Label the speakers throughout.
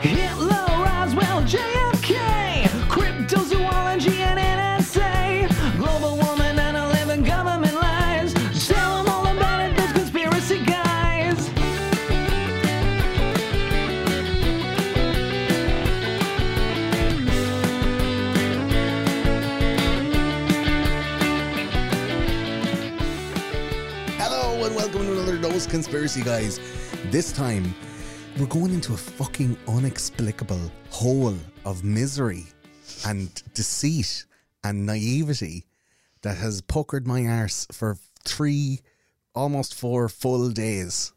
Speaker 1: Hitler, Roswell, JFK, cryptozoology and NSA, global woman and 11 government lies. Tell 'em all about it, those conspiracy guys.
Speaker 2: Hello and welcome to another Those Conspiracy Guys. This time, we're going into a fucking unexplicable hole of misery and deceit and naivety that has puckered my arse for three, almost four full days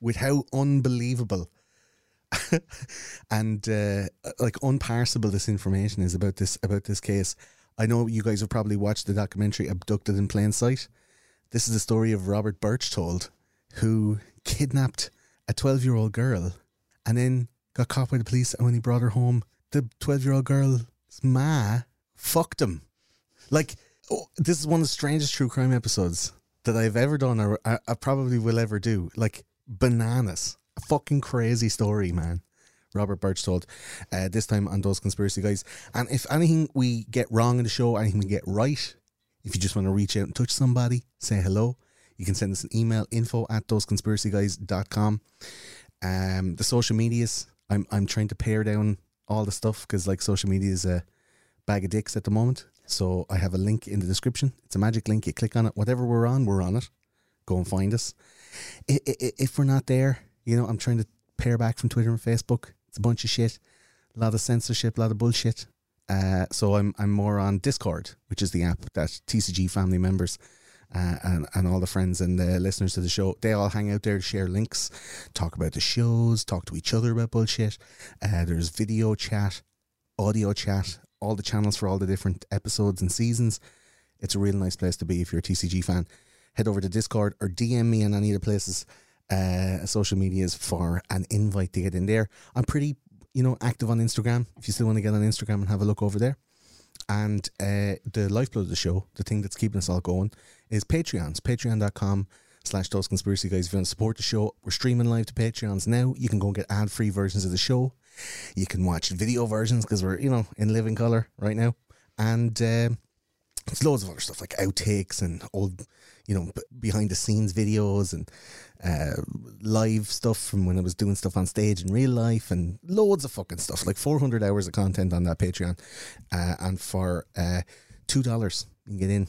Speaker 2: with how unbelievable and uh, like unparsable this information is about this about this case. I know you guys have probably watched the documentary Abducted in Plain Sight. This is the story of Robert Birch told, who kidnapped a 12 year old girl and then got caught by the police. And when he brought her home, the 12 year old girl's ma fucked him. Like, oh, this is one of the strangest true crime episodes that I've ever done or I, I probably will ever do. Like, bananas. A fucking crazy story, man. Robert Birch told uh, this time on Those Conspiracy Guys. And if anything we get wrong in the show, anything we get right, if you just want to reach out and touch somebody, say hello. You can send us an email info at thoseconspiracyguys.com. Um, the social medias, I'm, I'm trying to pare down all the stuff because like social media is a bag of dicks at the moment. So I have a link in the description. It's a magic link. You click on it. Whatever we're on, we're on it. Go and find us. I- I- I- If we're not there, you know, I'm trying to pare back from Twitter and Facebook. It's a bunch of shit, a lot of censorship, a lot of bullshit. Uh, so I'm I'm more on Discord, which is the app that TCG family members uh, and and all the friends and the listeners to the show they all hang out there, share links, talk about the shows, talk to each other about bullshit. Uh, there's video chat, audio chat, all the channels for all the different episodes and seasons. It's a real nice place to be if you're a TCG fan. Head over to Discord or DM me on any of the places, uh, social medias for an invite to get in there. I'm pretty, you know, active on Instagram. If you still want to get on Instagram and have a look over there. And uh, the lifeblood of the show, the thing that's keeping us all going, is Patreons. Patreon.com slash those conspiracy guys. If you want to support the show, we're streaming live to Patreons now. You can go and get ad free versions of the show. You can watch video versions because we're, you know, in living color right now. And um, it's loads of other stuff like outtakes and old, you know, b- behind the scenes videos and uh, live stuff from when I was doing stuff on stage in real life and loads of fucking stuff. Like 400 hours of content on that Patreon. Uh, and for uh, $2, you can get in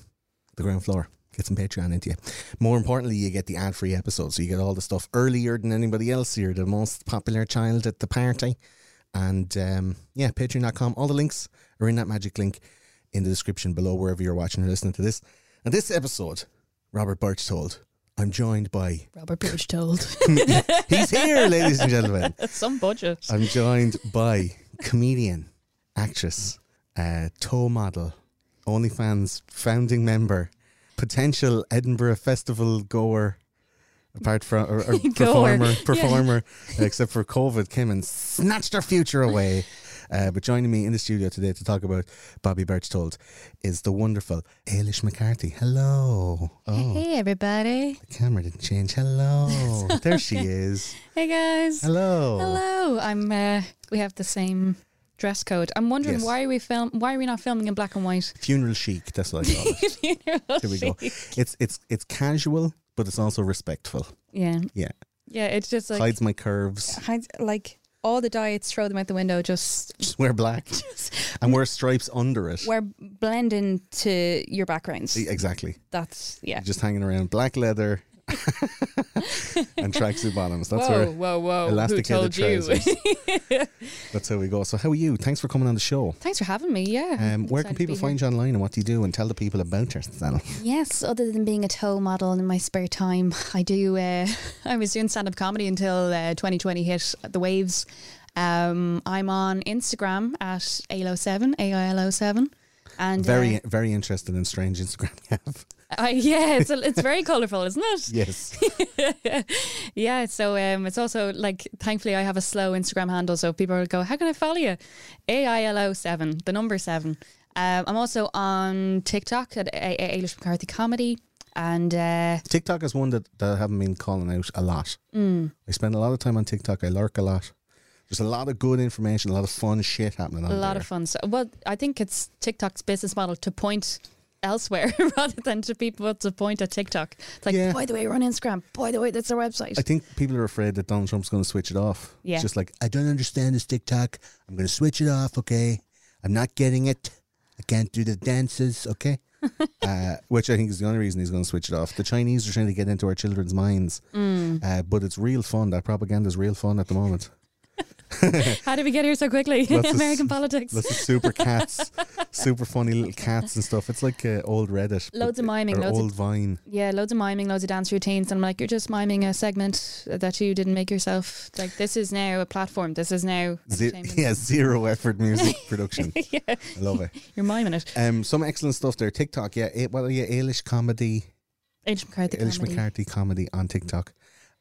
Speaker 2: the ground floor. Get some Patreon into you. More importantly, you get the ad free episodes. So you get all the stuff earlier than anybody else. You're the most popular child at the party. And um, yeah, patreon.com. All the links are in that magic link in the description below, wherever you're watching or listening to this. And this episode, Robert Birch told, I'm joined by.
Speaker 3: Robert Birch told.
Speaker 2: He's here, ladies and gentlemen.
Speaker 3: Some budget.
Speaker 2: I'm joined by comedian, actress, uh, toe model, OnlyFans founding member, potential Edinburgh Festival goer, apart from or, or performer, performer, except for COVID, came and snatched her future away. Uh, but joining me in the studio today to talk about Bobby Birch told is the wonderful Ailish McCarthy. Hello. Oh,
Speaker 3: Hey everybody.
Speaker 2: the camera didn't change. Hello. there she is.
Speaker 3: Hey guys.
Speaker 2: Hello.
Speaker 3: Hello. I'm uh we have the same dress code. I'm wondering
Speaker 2: Yes.
Speaker 3: why are we film? Why are we not filming in black and white?
Speaker 2: Funeral chic. That's what I call it.
Speaker 3: Oh,
Speaker 2: There we go. It's it's it's casual, but it's also respectful.
Speaker 3: Yeah,
Speaker 2: Yeah,
Speaker 3: yeah. It's just like
Speaker 2: hides my curves.
Speaker 3: hides, like all the diets. Throw them out the window. Just
Speaker 2: Just wear black and wear stripes under it. E,
Speaker 3: we're blending to your backgrounds.
Speaker 2: exactly.
Speaker 3: That's yeah.
Speaker 2: Just hanging around black leather and tracksuit bottoms. That's
Speaker 3: whoa,
Speaker 2: where
Speaker 3: whoa, whoa! Who
Speaker 2: elasticated
Speaker 3: told you?
Speaker 2: trousers. That's how we go. So how are you? Thanks for coming on the show.
Speaker 3: Thanks for having me. Yeah.
Speaker 2: Um, where
Speaker 3: Excited
Speaker 2: can
Speaker 3: to be
Speaker 2: people
Speaker 3: here.
Speaker 2: find you online and what do you do and tell the people about yourself?
Speaker 3: Yes, other than being a toe model in my spare time, I do. Uh, I was doing stand up comedy until uh, 2020 hit the waves. Um, I'm on Instagram at ALO7, AILO7. And
Speaker 2: Very
Speaker 3: uh,
Speaker 2: very interested in strange Instagram you have.
Speaker 3: I, yeah, it's, a, it's very colourful, isn't it?
Speaker 2: Yes.
Speaker 3: Yeah, so um, it's also like, thankfully, I have a slow Instagram handle, so people will go, How can I follow you? AILO7, the number seven. Um, I'm also on TikTok at A- A- Ailish McCarthy Comedy. And uh,
Speaker 2: TikTok is one that, that I haven't been calling out a lot.
Speaker 3: Mm.
Speaker 2: I spend a lot of time on TikTok. I lurk a lot. There's a lot of good information, a lot of fun shit happening on
Speaker 3: a lot
Speaker 2: there.
Speaker 3: of fun. So, well, I think it's TikTok's business model to point elsewhere rather than to people to point at TikTok. It's like,
Speaker 2: Yeah.
Speaker 3: by the way, we're on Instagram. By the way, that's our website.
Speaker 2: I think people are afraid that Donald Trump's going to switch it off.
Speaker 3: Yeah.
Speaker 2: It's just like, I don't understand this TikTok. I'm going to switch it off, okay? I'm not getting it. I can't do the dances, okay? uh, which I think is the only reason he's going to switch it off. The Chinese are trying to get into our children's minds.
Speaker 3: Mm.
Speaker 2: Uh, but it's real fun. That propaganda is real fun at the moment.
Speaker 3: How did we get here so quickly?
Speaker 2: Lots of-
Speaker 3: American politics.
Speaker 2: Lots of super cats, super funny little cats and stuff. It's like uh, old Reddit. but-
Speaker 3: Loads of miming,
Speaker 2: or
Speaker 3: loads of-
Speaker 2: old Vine.
Speaker 3: yeah, loads of miming, loads of dance routines. And I'm like, you're just miming a segment that you didn't make yourself. Like, this is now a platform. This is now.
Speaker 2: Ze-
Speaker 3: entertainment.
Speaker 2: yeah, zero effort music production.
Speaker 3: yeah,
Speaker 2: I love it.
Speaker 3: you're miming it.
Speaker 2: Um, some excellent stuff there. TikTok, yeah. eh, What are you? Ailish comedy,
Speaker 3: Ailish McCarthy
Speaker 2: Ailish
Speaker 3: Comedy.
Speaker 2: McCarthy comedy on TikTok,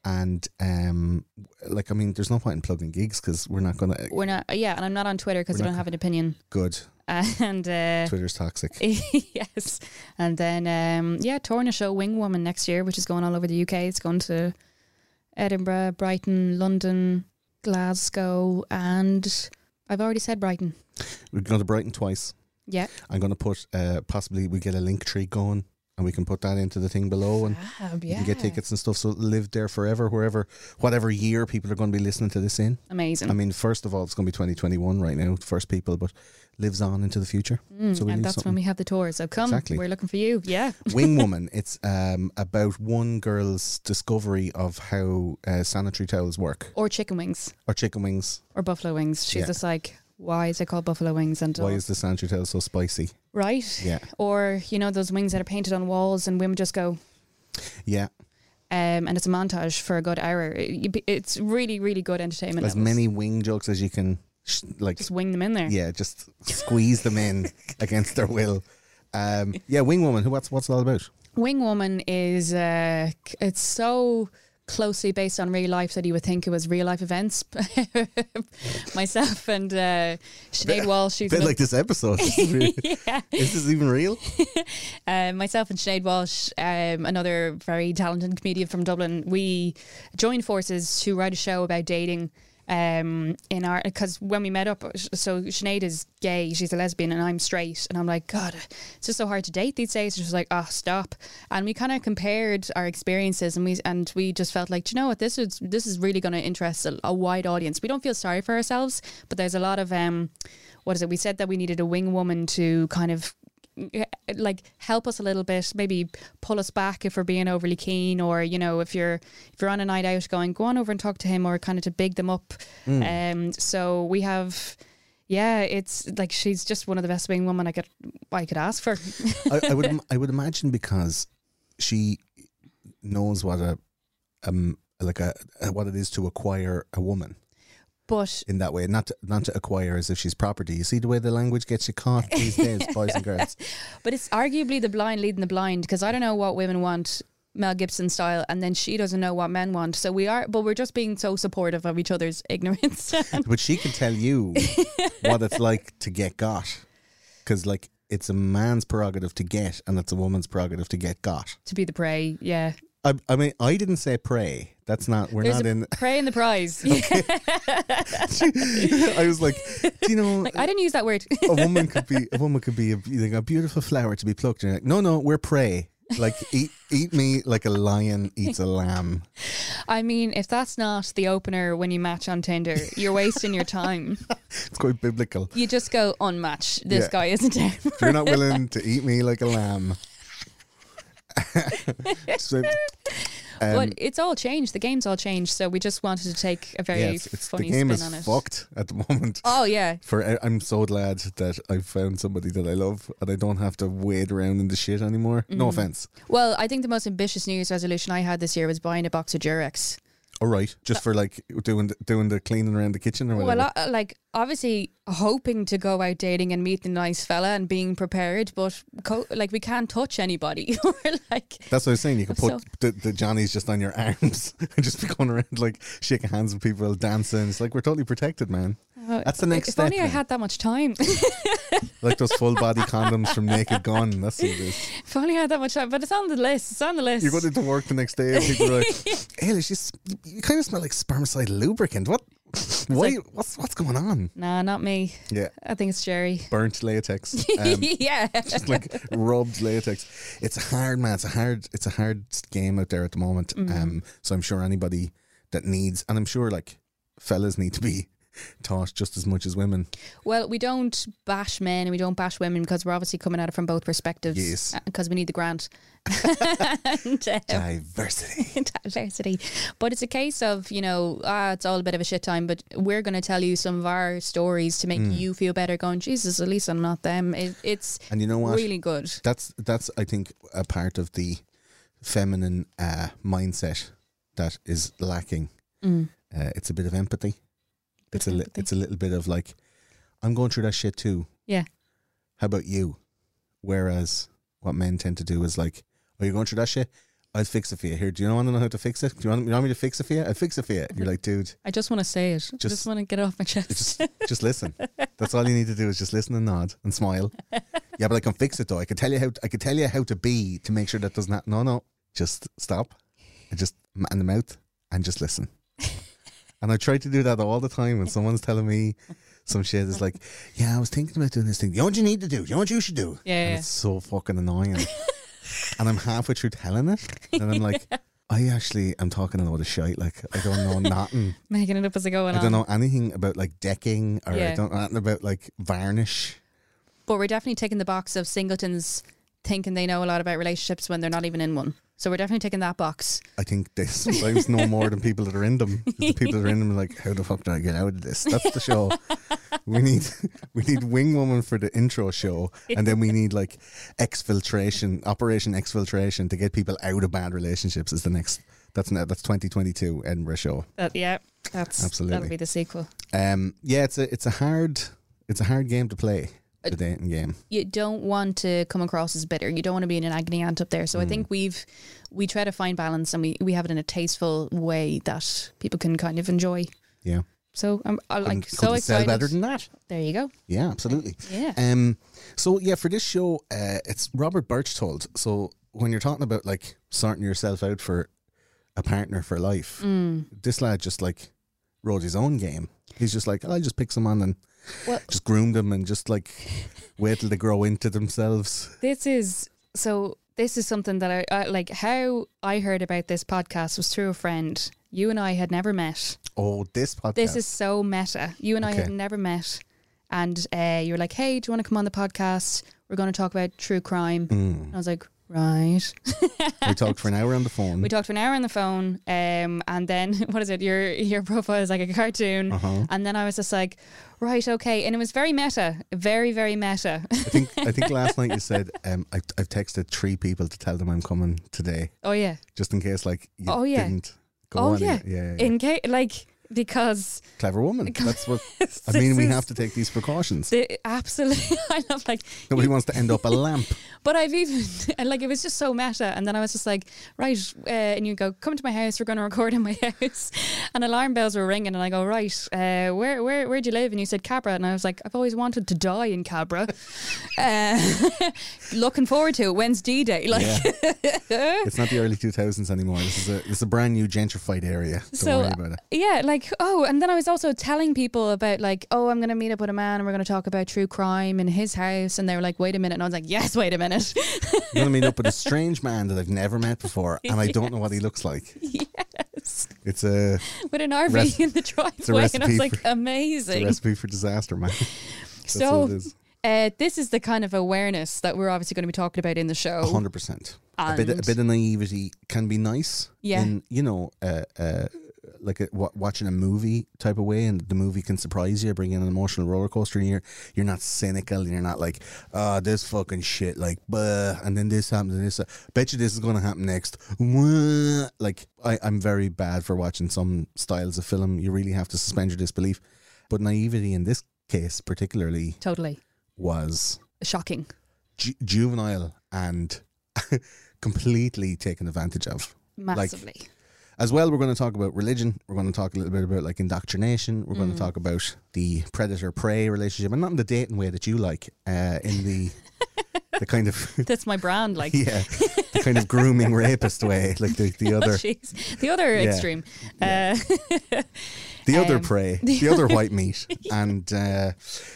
Speaker 2: and um, like I mean, there's no point in plugging gigs because we're not gonna.
Speaker 3: We're not, yeah, and I'm not on Twitter because
Speaker 2: We're
Speaker 3: I
Speaker 2: not
Speaker 3: don't have an opinion.
Speaker 2: Good.
Speaker 3: and uh,
Speaker 2: Twitter's toxic.
Speaker 3: yes. And then, um, yeah, touring a show, Wing Woman, next year, which is going all over the UK. It's going to Edinburgh, Brighton, London, Glasgow, and I've already said Brighton.
Speaker 2: We're going to Brighton twice.
Speaker 3: Yeah.
Speaker 2: I'm going to put uh, possibly we get a link tree going, and we can put that into the thing below, and you can get tickets and stuff. So it'll live there forever, wherever, whatever year people are going to be listening to this in.
Speaker 3: Amazing.
Speaker 2: I mean, first of all, it's going to be 2021 right now, first people, but lives on into the future. so we
Speaker 3: Mm, and
Speaker 2: need
Speaker 3: that's
Speaker 2: something.
Speaker 3: when we have the tour. So come,
Speaker 2: Exactly.
Speaker 3: we're looking for you. Yeah.
Speaker 2: Wing Woman. It's um, about one girl's discovery of how uh, sanitary towels work
Speaker 3: Or chicken wings
Speaker 2: or chicken wings.
Speaker 3: or buffalo wings. She's
Speaker 2: Yeah.
Speaker 3: just like, why is it called buffalo wings? And
Speaker 2: Why is the sanitary towel so spicy?
Speaker 3: right?
Speaker 2: Yeah.
Speaker 3: Or, you know, those wings that are painted on walls and women just go,
Speaker 2: Yeah,
Speaker 3: um, and it's a montage for a good hour. It- you be- it's really, really good entertainment.
Speaker 2: as
Speaker 3: levels.
Speaker 2: many wing jokes as you can, sh- like
Speaker 3: just wing them in there.
Speaker 2: yeah, just squeeze them in against their will. Um, yeah, Wing Woman. Who? What's what's it all about?
Speaker 3: Wing Woman is uh, c- it's so closely based on real life that you would think it was real life events. Myself and uh, Sinead Walsh, she's
Speaker 2: bit
Speaker 3: another-
Speaker 2: like this episode. This is, real. is this even real?
Speaker 3: Uh, myself and Sinead Walsh, um, another very talented comedian from Dublin, we joined forces to write a show about dating. Um, in our because when we met up, so Sinead is gay, she's a lesbian, and I'm straight, and I'm like, God, it's just so hard to date these days. She's like, oh, stop. And we kind of compared our experiences, and we and we just felt like, "Do you know what, this is this is really going to interest a, a wide audience. We don't feel sorry for ourselves, but there's a lot of um, what is it? We said that we needed a wing woman to kind of like help us a little bit maybe pull us back if we're being overly keen or you know if you're if you're on a night out going go on over and talk to him or kind of to big them up
Speaker 2: Hmm.
Speaker 3: um so we have yeah it's like she's just one of the best wing women i could i could ask for
Speaker 2: I, I would im- I would imagine because she knows what a um like a, a what it is to acquire a woman
Speaker 3: but
Speaker 2: in that way, not to, not to acquire as if she's property. You see the way the language gets you caught these days, boys and girls.
Speaker 3: but it's arguably the blind leading the blind because i don't know what women want mel gibson style and then she doesn't know what men want so we are but we're just being so supportive of each other's ignorance
Speaker 2: But she can tell you what it's like to get got, because like it's a man's prerogative to get, and it's a woman's prerogative to get got.
Speaker 3: to be the prey yeah
Speaker 2: I, I mean, I didn't say pray. That's not. We're
Speaker 3: There's
Speaker 2: not
Speaker 3: a
Speaker 2: in.
Speaker 3: pray in the prize.
Speaker 2: I was like, do you know,
Speaker 3: like I didn't use that word.
Speaker 2: a woman could be a woman could be a, like a beautiful flower to be plucked. And you're like, no, no, we're prey. Like eat eat me like a lion eats a lamb.
Speaker 3: I mean, if that's not the opener when you match on Tinder, you're wasting your time.
Speaker 2: It's quite biblical.
Speaker 3: You just go unmatch. This
Speaker 2: Yeah.
Speaker 3: guy isn't down.
Speaker 2: If you're not willing to eat me like a lamb. so, um,
Speaker 3: but it's all changed. The game's all changed. So we just wanted to take a very
Speaker 2: yeah, it's, it's- the
Speaker 3: funny
Speaker 2: game
Speaker 3: spin
Speaker 2: is
Speaker 3: on it.
Speaker 2: fucked at the moment.
Speaker 3: Oh yeah,
Speaker 2: For uh, I'm so glad that I found somebody that I love and I don't have to wade around in the shit anymore.
Speaker 3: Mm.
Speaker 2: No offense.
Speaker 3: Well, I think the most ambitious New Year's resolution I had this year was buying a box of Durex.
Speaker 2: All right, just for like doing the, doing the cleaning around the kitchen or whatever.
Speaker 3: Well, I, like obviously hoping to go out dating and meet a nice fella and being prepared, but co- like we can't touch anybody. We're like,
Speaker 2: That's what I was saying. You could
Speaker 3: I'm
Speaker 2: put
Speaker 3: so-
Speaker 2: the, the Johnny's just on your arms and just be going around like shaking hands with people, dancing. It's like we're totally protected, man. That's the next
Speaker 3: Oh, if
Speaker 2: step.
Speaker 3: only I
Speaker 2: then.
Speaker 3: had that much time.
Speaker 2: like those full body condoms from Naked Gun. That's what it is.
Speaker 3: if only I had that much time. But it's on the list. It's on the list.
Speaker 2: You're going into work the next day and people are like, Ailish, you, s- you kind of smell like spermicide lubricant. What? Why?
Speaker 3: like-
Speaker 2: what's what's going on?
Speaker 3: nah, not me.
Speaker 2: Yeah,
Speaker 3: I think it's Jerry.
Speaker 2: burnt latex. Um,
Speaker 3: yeah.
Speaker 2: just like rubbed latex. It's hard, man. It's a hard. It's a hard game out there at the moment.
Speaker 3: Mm-hmm.
Speaker 2: Um, so I'm sure anybody that needs, and I'm sure like fellas need to be taught just as much as women.
Speaker 3: Well, we don't bash men and we don't bash women because we're obviously coming at it from both perspectives.
Speaker 2: Yes.
Speaker 3: Because we need the grant. and, um,
Speaker 2: Diversity.
Speaker 3: diversity. But it's a case of, you know, ah, it's all a bit of a shit time, but we're going to tell you some of our stories to make
Speaker 2: Hmm.
Speaker 3: you feel better going, Jesus, at least I'm not them. It, it's
Speaker 2: And you know what?
Speaker 3: really good.
Speaker 2: That's that's I think a part of the feminine uh, mindset that is lacking. Uh, it's a bit of empathy. It's a li-
Speaker 3: Mm. empathy.
Speaker 2: it's a little bit of like, I'm going through that shit too.
Speaker 3: Yeah.
Speaker 2: How about you? Whereas what men tend to do is like, are you going through that shit? I'll fix it for you. Here, do you want to know how to fix it? Do you want, you want me to fix it for you? I'll fix it for you. You're like, dude,
Speaker 3: I just want to say it. I
Speaker 2: Just-
Speaker 3: just want to get it off my chest.
Speaker 2: just just listen. That's all you need to do is just listen and nod and smile. Yeah, but I can fix it though. I can tell you how I can tell you how to be to make sure that doesn't happen. No, no, just stop and just man the mouth and just listen. And I try to do that all the time when someone's telling me some shit. It's like, yeah, I was thinking about doing this thing. You know what you need to do? You know what you should do?
Speaker 3: Yeah,
Speaker 2: And
Speaker 3: yeah.
Speaker 2: it's so fucking annoying. and I'm halfway through telling it, and I'm like, I actually am talking a lot of shite. Like I don't know nothing.
Speaker 3: Making it up as I go along.
Speaker 2: I don't know anything about like decking or I
Speaker 3: Uh-huh. Yeah.
Speaker 2: don't know anything about like varnish.
Speaker 3: But we're definitely taking the box of singletons thinking they know a lot about relationships when they're not even in one. So we're definitely taking that box.
Speaker 2: I think they sometimes know more than people that are in them. The people that are in them are like, how the fuck do I get out of this? That's the show. We need we need Wing Woman for the intro show, and then we need like exfiltration, Operation Exfiltration, to get people out of bad relationships. Is the next that's now that's twenty twenty two Edinburgh show.
Speaker 3: That yeah, that's
Speaker 2: Absolutely.
Speaker 3: that'll be the sequel.
Speaker 2: Um, yeah, it's a it's a hard it's a hard game to play. The dating game.
Speaker 3: you don't want to come across as bitter. You don't want to be in an agony aunt up there. So
Speaker 2: Mm.
Speaker 3: I think we've we try to find balance and we we have it in a tasteful way that people can kind of enjoy.
Speaker 2: Yeah,
Speaker 3: So I'm I, like
Speaker 2: Couldn't-
Speaker 3: so
Speaker 2: couldn't sell
Speaker 3: excited.
Speaker 2: better than that.
Speaker 3: there you go.
Speaker 2: Yeah, absolutely.
Speaker 3: Yeah.
Speaker 2: Um. So yeah, for this show, uh, it's Robert Birchtold. So when you're talking about like sorting yourself out for a partner for life,
Speaker 3: Mm.
Speaker 2: this lad just like rode his own game. He's just like, I'll just pick someone and
Speaker 3: Well-
Speaker 2: just groom them and just like wait till they grow into themselves.
Speaker 3: This is so. This is something that I, I like. How I heard about this podcast was through a friend. You and I had never met.
Speaker 2: Oh, this podcast.
Speaker 3: This is so meta. You and I had
Speaker 2: Okay.
Speaker 3: never met, and uh, you were like, "Hey, do you want to come on the podcast? We're going to talk about true crime." And I was like, "Right."
Speaker 2: we talked for an hour on the phone.
Speaker 3: We talked for an hour on the phone, um, and then what is it? Your your profile is like a cartoon, and then I was just like, right, okay, and it was very meta, very very meta.
Speaker 2: I think I think last night you said um, I, I've texted three people to tell them I'm coming today,
Speaker 3: oh yeah,
Speaker 2: just in case like you
Speaker 3: Oh, yeah.
Speaker 2: didn't go
Speaker 3: oh
Speaker 2: on.
Speaker 3: yeah,
Speaker 2: yeah, yeah.
Speaker 3: In case like because
Speaker 2: Clever woman. That's what I mean. We
Speaker 3: This
Speaker 2: have
Speaker 3: is-
Speaker 2: to take these precautions.
Speaker 3: the absolutely I love like
Speaker 2: Nobody wants to end up a lamp.
Speaker 3: But I've even and like it was just so meta, and then I was just like, right, uh, and you go, come to my house, we're going to record in my house, and alarm bells were ringing, and I go, right, uh, where where where do you live? And you said Cabra, and I was like, I've always wanted to die in Cabra, uh, looking forward to it. When's D Day? Like,
Speaker 2: Yeah. it's not the early two thousands anymore. This is a it's a brand new gentrified area. Don't worry about it.
Speaker 3: yeah, like oh, and then I was also telling people about like oh, I'm gonna meet up with a man and we're gonna talk about true crime in his house, and they were like, wait a minute, and I was like, yes, wait a minute.
Speaker 2: I'm gonna meet up with a strange man that I've never met before, and I don't know what he looks like.
Speaker 3: yes.
Speaker 2: It's a,
Speaker 3: with an RV
Speaker 2: Rec-
Speaker 3: in the driveway, and I
Speaker 2: recipe
Speaker 3: was like,
Speaker 2: for- it's a
Speaker 3: amazing.
Speaker 2: recipe for disaster, man. That's what it
Speaker 3: So,
Speaker 2: is.
Speaker 3: uh, this is the kind of awareness that we're obviously going to be talking about in the show.
Speaker 2: hundred percent. A bit, a
Speaker 3: And-
Speaker 2: bit of naivety can be nice.
Speaker 3: Yeah.
Speaker 2: In you know, uh, uh, like a, wa watching a movie type of way, and the movie can surprise you, bring in an emotional roller coaster, and you're you're not cynical, and you're not like, ah, this fucking shit, like, bah, and then this happens, and this. uh, bet you this is gonna happen next. Wah. Like, I, I'm very bad for watching some styles of film. You really have to suspend your disbelief, but naivety in this case particularly
Speaker 3: Totally
Speaker 2: was
Speaker 3: shocking.
Speaker 2: ju- juvenile and completely taken advantage of.
Speaker 3: Massively.
Speaker 2: As well, we're going to talk about religion. We're going to talk a little bit about like indoctrination. We're going to talk about the predator prey relationship, and not in the dating way that you like, uh, in the the kind of
Speaker 3: That's my brand. Like,
Speaker 2: yeah, the kind of grooming rapist way, like the, the other
Speaker 3: jeez. The other extreme. Uh,
Speaker 2: the other
Speaker 3: Um,
Speaker 2: prey, the other white meat, and uh,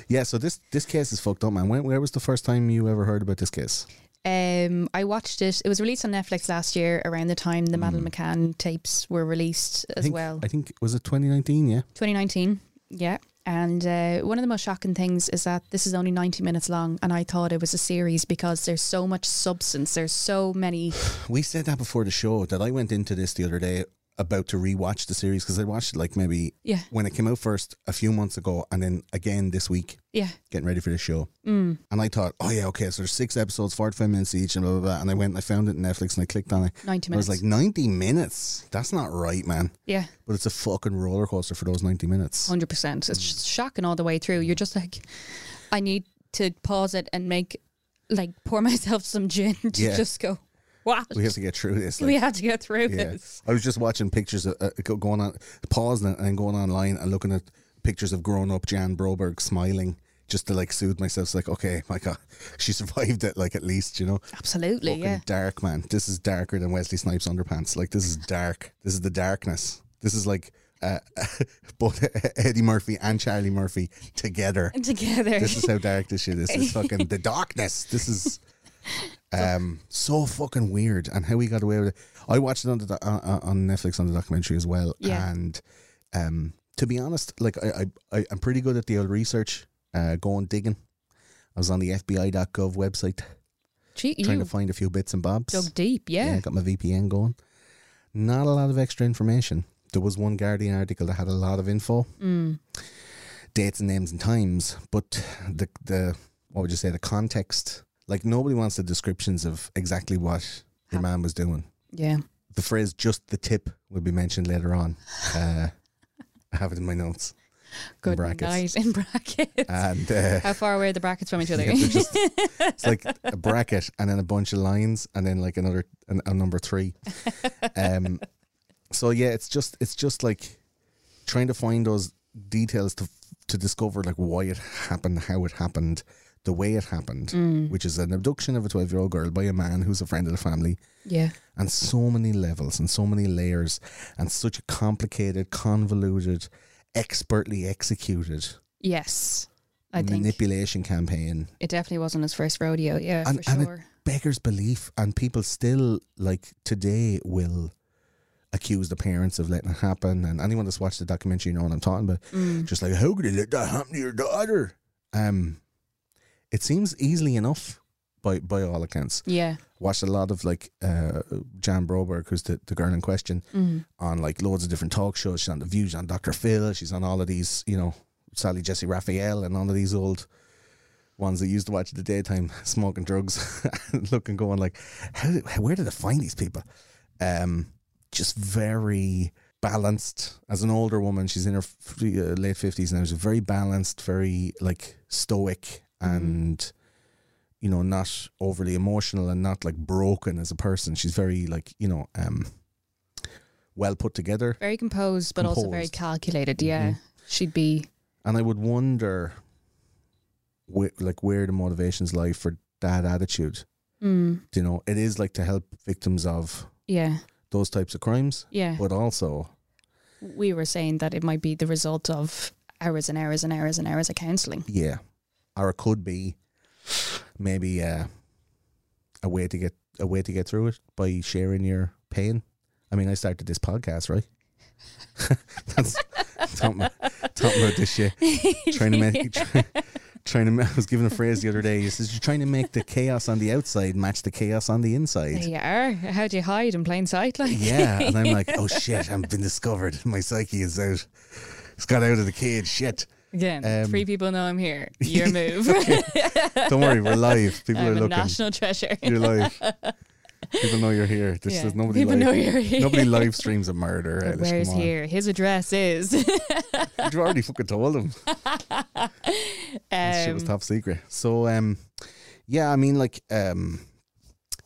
Speaker 2: yeah. So this this case is fucked up, man. When, where was the first time you ever heard about this case?
Speaker 3: um, I watched it. It was released on Netflix last year around the time the Madeline McCann tapes were released
Speaker 2: Mm. I
Speaker 3: as
Speaker 2: think,
Speaker 3: well.
Speaker 2: I think was it 2019. Yeah,
Speaker 3: 2019. Yeah. And uh, one of the most shocking things is that this is only 90 minutes long, and I thought it was a series because there's so much substance. There's so many.
Speaker 2: We said that before the show that I went into this the other day about to rewatch the series because I watched it like maybe
Speaker 3: Yeah.
Speaker 2: when it came out first a few months ago and then again this week
Speaker 3: Yeah.
Speaker 2: getting ready for the show.
Speaker 3: Mm.
Speaker 2: And I thought, oh yeah, okay, so there's six episodes, 45 minutes each and blah, blah, blah. And I went and I found it on Netflix and I clicked on it.
Speaker 3: 90
Speaker 2: I was
Speaker 3: minutes.
Speaker 2: like, 90 minutes? That's not right, man.
Speaker 3: yeah.
Speaker 2: But it's a fucking roller coaster for those 90 minutes.
Speaker 3: Hundred percent. It's just shocking all the way through. You're just like, I need to pause it and make, like, pour myself some gin to
Speaker 2: Yeah.
Speaker 3: just go. What
Speaker 2: We have to get through this.
Speaker 3: we had to get through
Speaker 2: Yeah.
Speaker 3: this.
Speaker 2: I was just watching pictures of uh, go- going on, pausing it and then going online and looking at pictures of grown up Jan Broberg smiling just to like soothe myself. It's like, okay, my God, she survived it, like at least, you know.
Speaker 3: Absolutely.
Speaker 2: Fucking
Speaker 3: yeah.
Speaker 2: dark, man. This is darker than Wesley Snipes' underpants. Like, this is dark. This is the darkness. This is like uh, both Eddie Murphy and Charlie Murphy together.
Speaker 3: Together.
Speaker 2: This is how dark this shit is. It's fucking the darkness. This is um so fucking weird and how we got away with it. I watched it on the do- on, on- on Netflix on the documentary as well,
Speaker 3: Yeah.
Speaker 2: and um to be honest, like I, I I I'm pretty good at the old research, uh, going digging. I was on the FBI.gov website
Speaker 3: Gee,
Speaker 2: trying
Speaker 3: you
Speaker 2: to find a few bits and bobs.
Speaker 3: dug deep. Yeah.
Speaker 2: got my VPN going. Not a lot of extra information. There was one Guardian article that had a lot of info
Speaker 3: Mm.
Speaker 2: dates and names and times, but the the what would you say the context? Like nobody wants the descriptions of exactly what your man was doing.
Speaker 3: Yeah.
Speaker 2: The phrase "just the tip" will be mentioned later on. Uh, I have it in my notes.
Speaker 3: Good
Speaker 2: brackets.
Speaker 3: night in brackets.
Speaker 2: And uh,
Speaker 3: How far away are the brackets from each other?
Speaker 2: yeah, they're just- it's like a bracket and then a bunch of lines and then like another an, a number three. Um, so yeah, it's just it's just like trying to find those details to to discover like why it happened, how it happened, the way it happened,
Speaker 3: Mm.
Speaker 2: which is an abduction of a twelve year old girl by a man who's a friend of the family,
Speaker 3: yeah.
Speaker 2: and so many levels and so many layers and such a complicated, convoluted, expertly executed
Speaker 3: Yes. I think
Speaker 2: manipulation campaign
Speaker 3: it definitely wasn't his first rodeo. Yeah,
Speaker 2: and,
Speaker 3: for
Speaker 2: and
Speaker 3: sure.
Speaker 2: it beggars belief and people still like today will accuse the parents of letting it happen and anyone that's watched the documentary you know what i'm talking about just like how could you let that happen to your daughter um it seems easily enough by by all accounts
Speaker 3: yeah.
Speaker 2: watched a lot of like uh jan broberg who's the, the girl in question on like loads of different talk shows she's on the view she's on dr phil she's on all of these you know sally jesse raphael and all of these old ones that used to watch in the daytime smoking drugs and looking going like how, where did i find these people um just very balanced as an older woman. She's in her f- uh, late fifties now. She's very balanced, very like stoic, and you know, not overly emotional and not like broken as a person. She's very like you know, um, well put together.
Speaker 3: Very composed, but also very
Speaker 2: Composed. Mm-hmm.
Speaker 3: calculated. Yeah. She'd be
Speaker 2: And I would wonder, where, like, where the motivations lie for that attitude.
Speaker 3: mm,
Speaker 2: You know, it is like to help victims of
Speaker 3: yeah.
Speaker 2: those types of crimes,
Speaker 3: Yeah.
Speaker 2: but also
Speaker 3: we were saying that it might be the result of hours and hours and hours and hours of counselling.
Speaker 2: Yeah. Or it could be maybe uh, a way to get a way to get through it by sharing your pain. I mean, I started this podcast, right? That's talking about, talking about this shit. Trying to make try, trying to. ma- I was given a phrase the other day. He says you're trying to make the chaos on the outside match the chaos on the
Speaker 3: There
Speaker 2: inside.
Speaker 3: you are. How do you hide in plain sight? Like,
Speaker 2: Yeah, and I'm like, oh shit, I've been discovered. My psyche is out. It's got out of the cage. Shit.
Speaker 3: again,
Speaker 2: Um,
Speaker 3: three people know I'm here. Your move.
Speaker 2: Don't worry, we're live. People
Speaker 3: I'm
Speaker 2: are
Speaker 3: a
Speaker 2: looking.
Speaker 3: national treasure.
Speaker 2: You're live. People know you're here. This
Speaker 3: Yeah.
Speaker 2: is nobody.
Speaker 3: People
Speaker 2: live,
Speaker 3: know you're here.
Speaker 2: Nobody live streams a murder. Eilish,
Speaker 3: Where's
Speaker 2: come on.
Speaker 3: here? His address is.
Speaker 2: You already fucking told them. This shit was
Speaker 3: Um,
Speaker 2: top secret. So, um, yeah, I mean, like, um,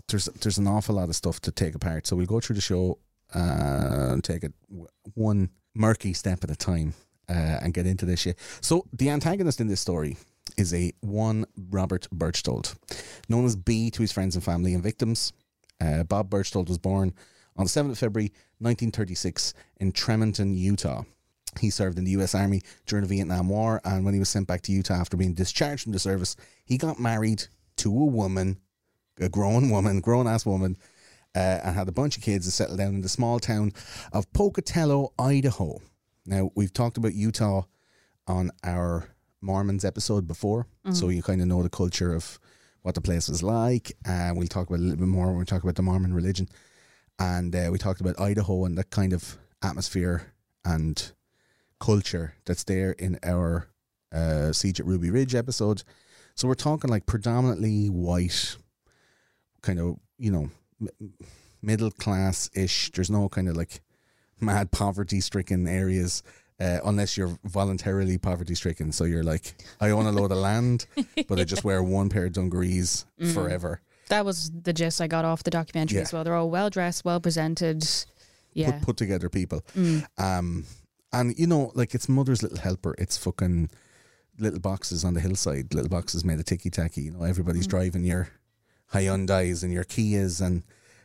Speaker 2: there's there's an awful lot of stuff to take apart. So we'll go through the show uh, and take it w- one murky step at a time uh, and get into this shit. So the antagonist in this story is a one Robert Birchtold, known as B to his friends and family and victims. Uh, Bob Birchtold was born on the 7th of February 1936 in Tremonton, Utah. He served in the U.S. Army during the Vietnam War, and when he was sent back to Utah after being discharged from the service, he got married to a woman, a grown woman, grown ass woman, uh, and had a bunch of kids and settled down in the small town of Pocatello, Idaho. Now, we've talked about Utah on our Mormons episode before, so you kind of know the culture of what the place was like, and we'll talk about it a little bit more when we talk about the Mormon religion. And uh, we talked about Idaho and that kind of atmosphere and culture that's there in our uh, Siege at Ruby Ridge episode. So we're talking like predominantly white, kind of, you know, m- middle class ish. There's no kind of like mad poverty stricken areas. Uh, unless you're voluntarily poverty stricken. So you're like, I own a load of land, but I just wear one pair of dungarees forever.
Speaker 3: that was the gist I got off the documentary
Speaker 2: Yeah.
Speaker 3: as well. They're all well dressed, well presented. Yeah.
Speaker 2: put, put together people. Um, and you know, like it's Mother's Little Helper. It's fucking little boxes on the hillside. Little boxes made of ticky tacky. You know, everybody's driving your Hyundai's and your Kias and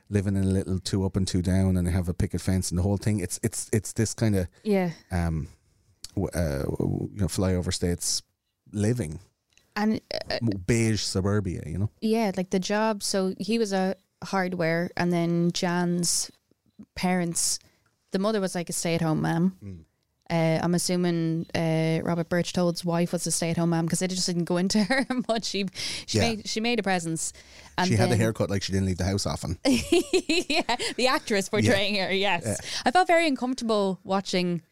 Speaker 2: living in a little two up and two down, and they have a picket fence and the whole thing. It's it's it's this kind of
Speaker 3: yeah.
Speaker 2: um, w- uh, w- you know flyover states living
Speaker 3: And uh,
Speaker 2: beige suburbia. You know,
Speaker 3: Yeah, like the job. So he was a hardware, and then Jan's parents, the mother was like a stay at home mom.
Speaker 2: Mm.
Speaker 3: Uh, I'm assuming uh, Robert Birchtold's wife was a stay at home mom because it just didn't go into her much. She she
Speaker 2: Yeah.
Speaker 3: made she made a presence. And
Speaker 2: she had a
Speaker 3: then-
Speaker 2: haircut like she didn't leave the house often.
Speaker 3: yeah, the actress portraying her. Yes, I felt very uncomfortable watching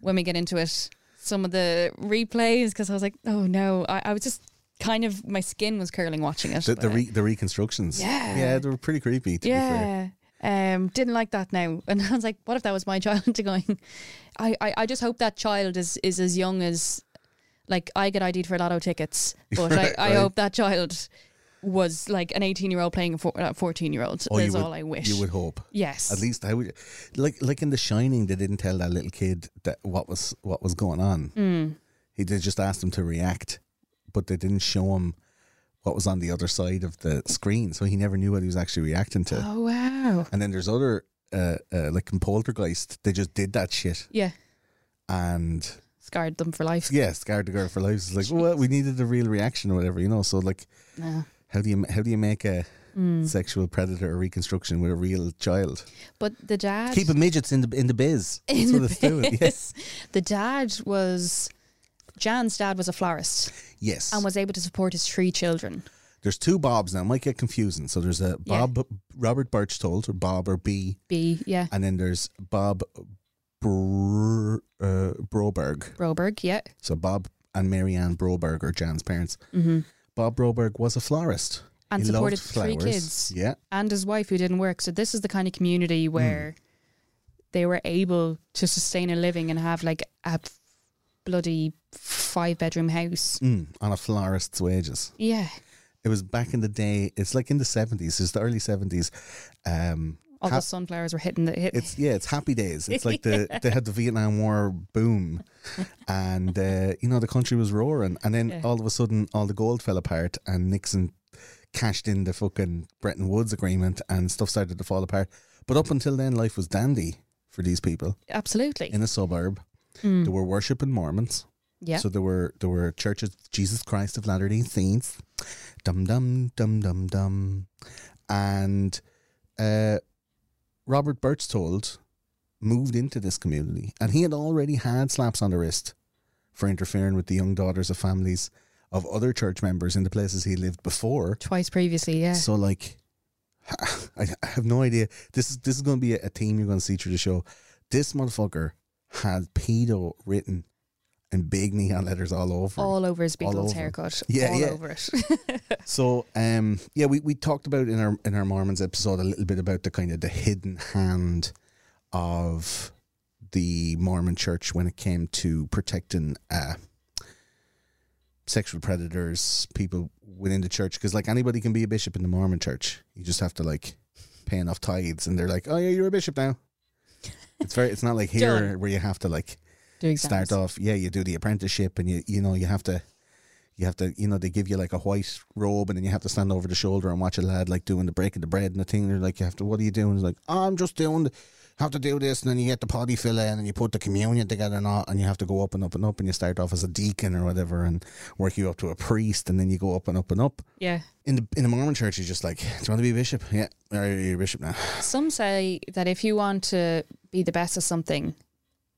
Speaker 3: when we get into it some of the replays because I was like, oh no, I, I was just kind of my skin was curling watching it.
Speaker 2: The
Speaker 3: but-
Speaker 2: the, re, the reconstructions,
Speaker 3: Yeah.
Speaker 2: yeah, they were pretty creepy. To be fair.
Speaker 3: yeah. Um, didn't like that now. And I was like, what if that was my child going? I, I, I just hope that child is, is as young as like I get ID'd for lotto tickets, but
Speaker 2: Right,
Speaker 3: I, I
Speaker 2: right.
Speaker 3: hope that child was like an 18 year old playing a 14 year old
Speaker 2: Oh, you
Speaker 3: is
Speaker 2: would-
Speaker 3: all I wish.
Speaker 2: You would hope.
Speaker 3: Yes.
Speaker 2: At least I would. Like like in The Shining, they didn't tell that little kid that what was what was going on.
Speaker 3: Hmm.
Speaker 2: He they just asked him to react, but they didn't show him what was on the other side of the screen, so he never knew what he was actually reacting to.
Speaker 3: Oh, wow.
Speaker 2: And then there's other uh, uh, like in Poltergeist, they just did that shit
Speaker 3: Yeah.
Speaker 2: and
Speaker 3: Scarred them for life.
Speaker 2: yeah, scarred the girl for life. It's like well, we needed the real reaction or whatever, you know. So like,
Speaker 3: No.
Speaker 2: how do you how do you make a
Speaker 3: Mm.
Speaker 2: sexual predator reconstruction with a real child?
Speaker 3: But the dad.
Speaker 2: keeping midgets in the in the biz. That's
Speaker 3: in
Speaker 2: what
Speaker 3: the
Speaker 2: it's doing. Yeah.
Speaker 3: biz. The dad was. Jan's dad was a florist
Speaker 2: Yes.
Speaker 3: and was able to support his three children.
Speaker 2: there's two Bobs now. It might get confusing. So there's a Bob Robert Birchtold or Bob or B,
Speaker 3: B, yeah.
Speaker 2: and then there's Bob Br- uh, Broberg.
Speaker 3: Broberg, yeah.
Speaker 2: So Bob and Marianne Broberg are Jan's parents. Bob Broberg was a florist
Speaker 3: Mm-hmm. And
Speaker 2: He loved
Speaker 3: supported three
Speaker 2: flowers.
Speaker 3: kids.
Speaker 2: Yeah. Hmm.
Speaker 3: and his wife who didn't work. So this is the kind of community where they were able to sustain a living and have like a bloody five bedroom house.
Speaker 2: Mm, on a florist's wages.
Speaker 3: Yeah.
Speaker 2: It was back in the day. It's like in the seventies. It's the early seventies. Um,
Speaker 3: All
Speaker 2: ha-
Speaker 3: the sunflowers were hitting the hit.
Speaker 2: it's yeah, it's happy days. It's like the they had the Vietnam War boom, and uh, you know the country was roaring. And then
Speaker 3: Yeah.
Speaker 2: all of a sudden, all the gold fell apart, and Nixon cashed in the fucking Bretton Woods agreement, and stuff started to fall apart. But up until then, life was dandy for these people
Speaker 3: Absolutely.
Speaker 2: in a suburb. They were worshiping Mormons.
Speaker 3: yeah.
Speaker 2: So there were there were churches Jesus Christ of Latter Day Saints, dum dum dum dum dum, and uh, Robert Birchtold moved into this community, and he had already had slaps on the wrist for interfering with the young daughters of families of other church members in the places he lived before.
Speaker 3: Twice previously, yeah.
Speaker 2: So like, I I have no idea. This is this is going to be a, a theme you're going to see through the show. This motherfucker had pedo written in big neon letters all over. him.
Speaker 3: all over his
Speaker 2: All
Speaker 3: Beatles
Speaker 2: over.
Speaker 3: haircut.
Speaker 2: Yeah,
Speaker 3: all
Speaker 2: yeah.
Speaker 3: over it.
Speaker 2: So um, yeah, we, we talked about in our in our Mormons episode a little bit about the kind of the hidden hand of the Mormon Church when it came to protecting uh, sexual predators, people within the church. Because like anybody can be a bishop in the Mormon Church, you just have to like pay enough tithes, and they're like, oh yeah, you're a bishop now. It's very. It's not like here
Speaker 3: Done.
Speaker 2: where you have to like
Speaker 3: Doing
Speaker 2: start off yeah you do the apprenticeship and you you know you have to you have to you know they give you like a white robe and then you have to stand over the shoulder and watch a lad like doing the breaking the bread and the thing they're like you have to what are you doing it's like oh, i'm just doing the, have to do this and then you get the potty fill in and you put the communion together and all and you have to go up and up and up and you start off as a deacon or whatever and work you up to a priest and then you go up and up and up
Speaker 3: Yeah.
Speaker 2: in the in the mormon church you're just like do you want to be a bishop yeah are you a bishop now
Speaker 3: Some say that if you want to be the best at something,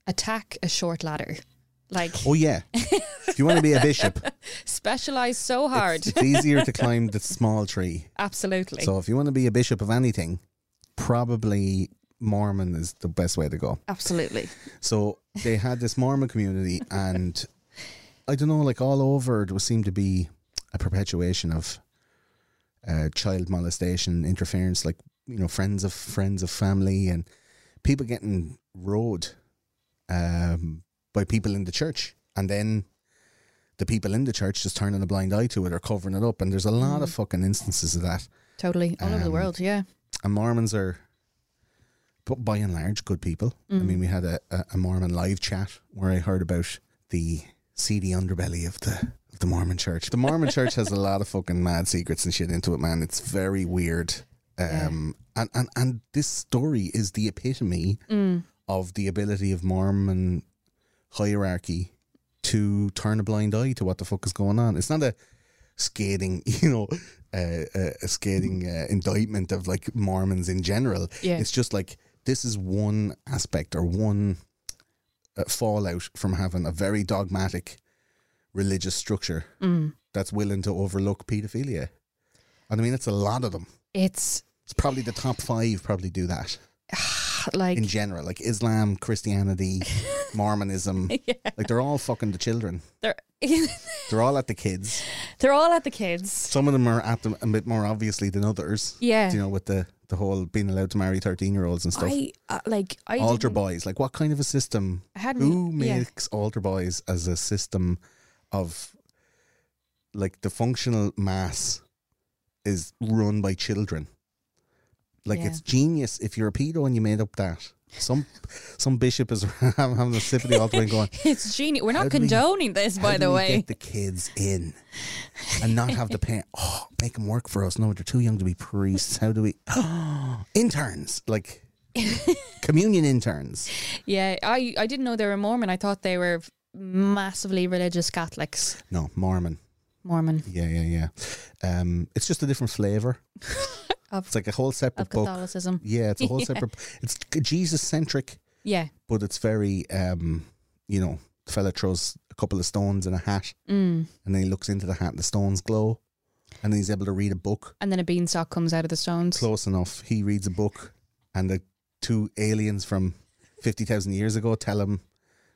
Speaker 3: attack a short ladder. Like
Speaker 2: oh yeah if you want to be a bishop it's-
Speaker 3: specialize so hard.
Speaker 2: it's easier to climb the small tree
Speaker 3: Absolutely.
Speaker 2: So if you want to be a bishop of anything, probably Mormon is the best way to go.
Speaker 3: Absolutely.
Speaker 2: So they had this Mormon community, and I don't know, like all over, there seemed to be a perpetuation of uh, child molestation, interference, like you know, friends of friends of family, and people getting rode um, by people in the church, and then the people in the church just turning a blind eye to it or covering it up, and there's a lot of fucking instances of that
Speaker 3: Totally. All over the
Speaker 2: Um,
Speaker 3: world, yeah.
Speaker 2: and Mormons are, but by and large, good people. I mean, we had a, a, a Mormon live chat where I heard about the seedy underbelly of the of the Mormon Church. The Mormon Church has a lot of fucking mad secrets and shit into it, man. It's very weird. Um, and, and and this story is the epitome of the ability of Mormon hierarchy to turn a blind eye to what the fuck is going on. It's not a scathing, you know, uh, uh, a scathing uh, indictment of like Mormons in general.
Speaker 3: Yeah.
Speaker 2: It's just like this is one aspect or one uh, fallout from having a very dogmatic religious structure that's willing to overlook paedophilia. And I mean, it's a lot of them.
Speaker 3: It's
Speaker 2: It's probably the top five probably do that
Speaker 3: like
Speaker 2: in general, like Islam, Christianity, Mormonism. Like they're all fucking the children.
Speaker 3: they're
Speaker 2: They're all at the kids.
Speaker 3: they're all at the kids.
Speaker 2: Some of them are at them a bit more obviously than others.
Speaker 3: Yeah.
Speaker 2: You know, with the the whole being allowed to marry thirteen year olds and stuff.
Speaker 3: I uh, like I
Speaker 2: altar
Speaker 3: didn't-
Speaker 2: boys, like what kind of a system?
Speaker 3: I hadn't-
Speaker 2: Who
Speaker 3: yeah.
Speaker 2: makes altar boys as a system of like the functional mass is run by children? Like
Speaker 3: Yeah.
Speaker 2: it's genius if you're a pedo and you made up that. Some some bishop is having a sip of the altar and going,
Speaker 3: It's genius. We're
Speaker 2: How
Speaker 3: not
Speaker 2: do we-
Speaker 3: condoning this,
Speaker 2: how
Speaker 3: by
Speaker 2: do
Speaker 3: the
Speaker 2: we
Speaker 3: way.
Speaker 2: get the kids in and not have the parent. Oh, make them work for us. No, they're too young to be priests. How do we? interns, like communion interns.
Speaker 3: yeah, I I didn't know they were Mormon. I thought they were massively religious Catholics.
Speaker 2: No, Mormon.
Speaker 3: Mormon.
Speaker 2: Yeah, yeah, yeah. Um, it's just a different flavor.
Speaker 3: Of-
Speaker 2: it's like a whole separate
Speaker 3: Of
Speaker 2: book.
Speaker 3: Catholicism.
Speaker 2: Yeah, it's a whole separate. It's Jesus centric,
Speaker 3: Yeah.
Speaker 2: but it's very, um, you know, the fella throws a couple of stones in a hat,
Speaker 3: Mm.
Speaker 2: and then he looks into the hat, and the stones glow, and then he's able to read a book.
Speaker 3: And then a beanstalk comes out of the stones.
Speaker 2: Close enough. He reads a book, and the two aliens from fifty thousand years ago tell him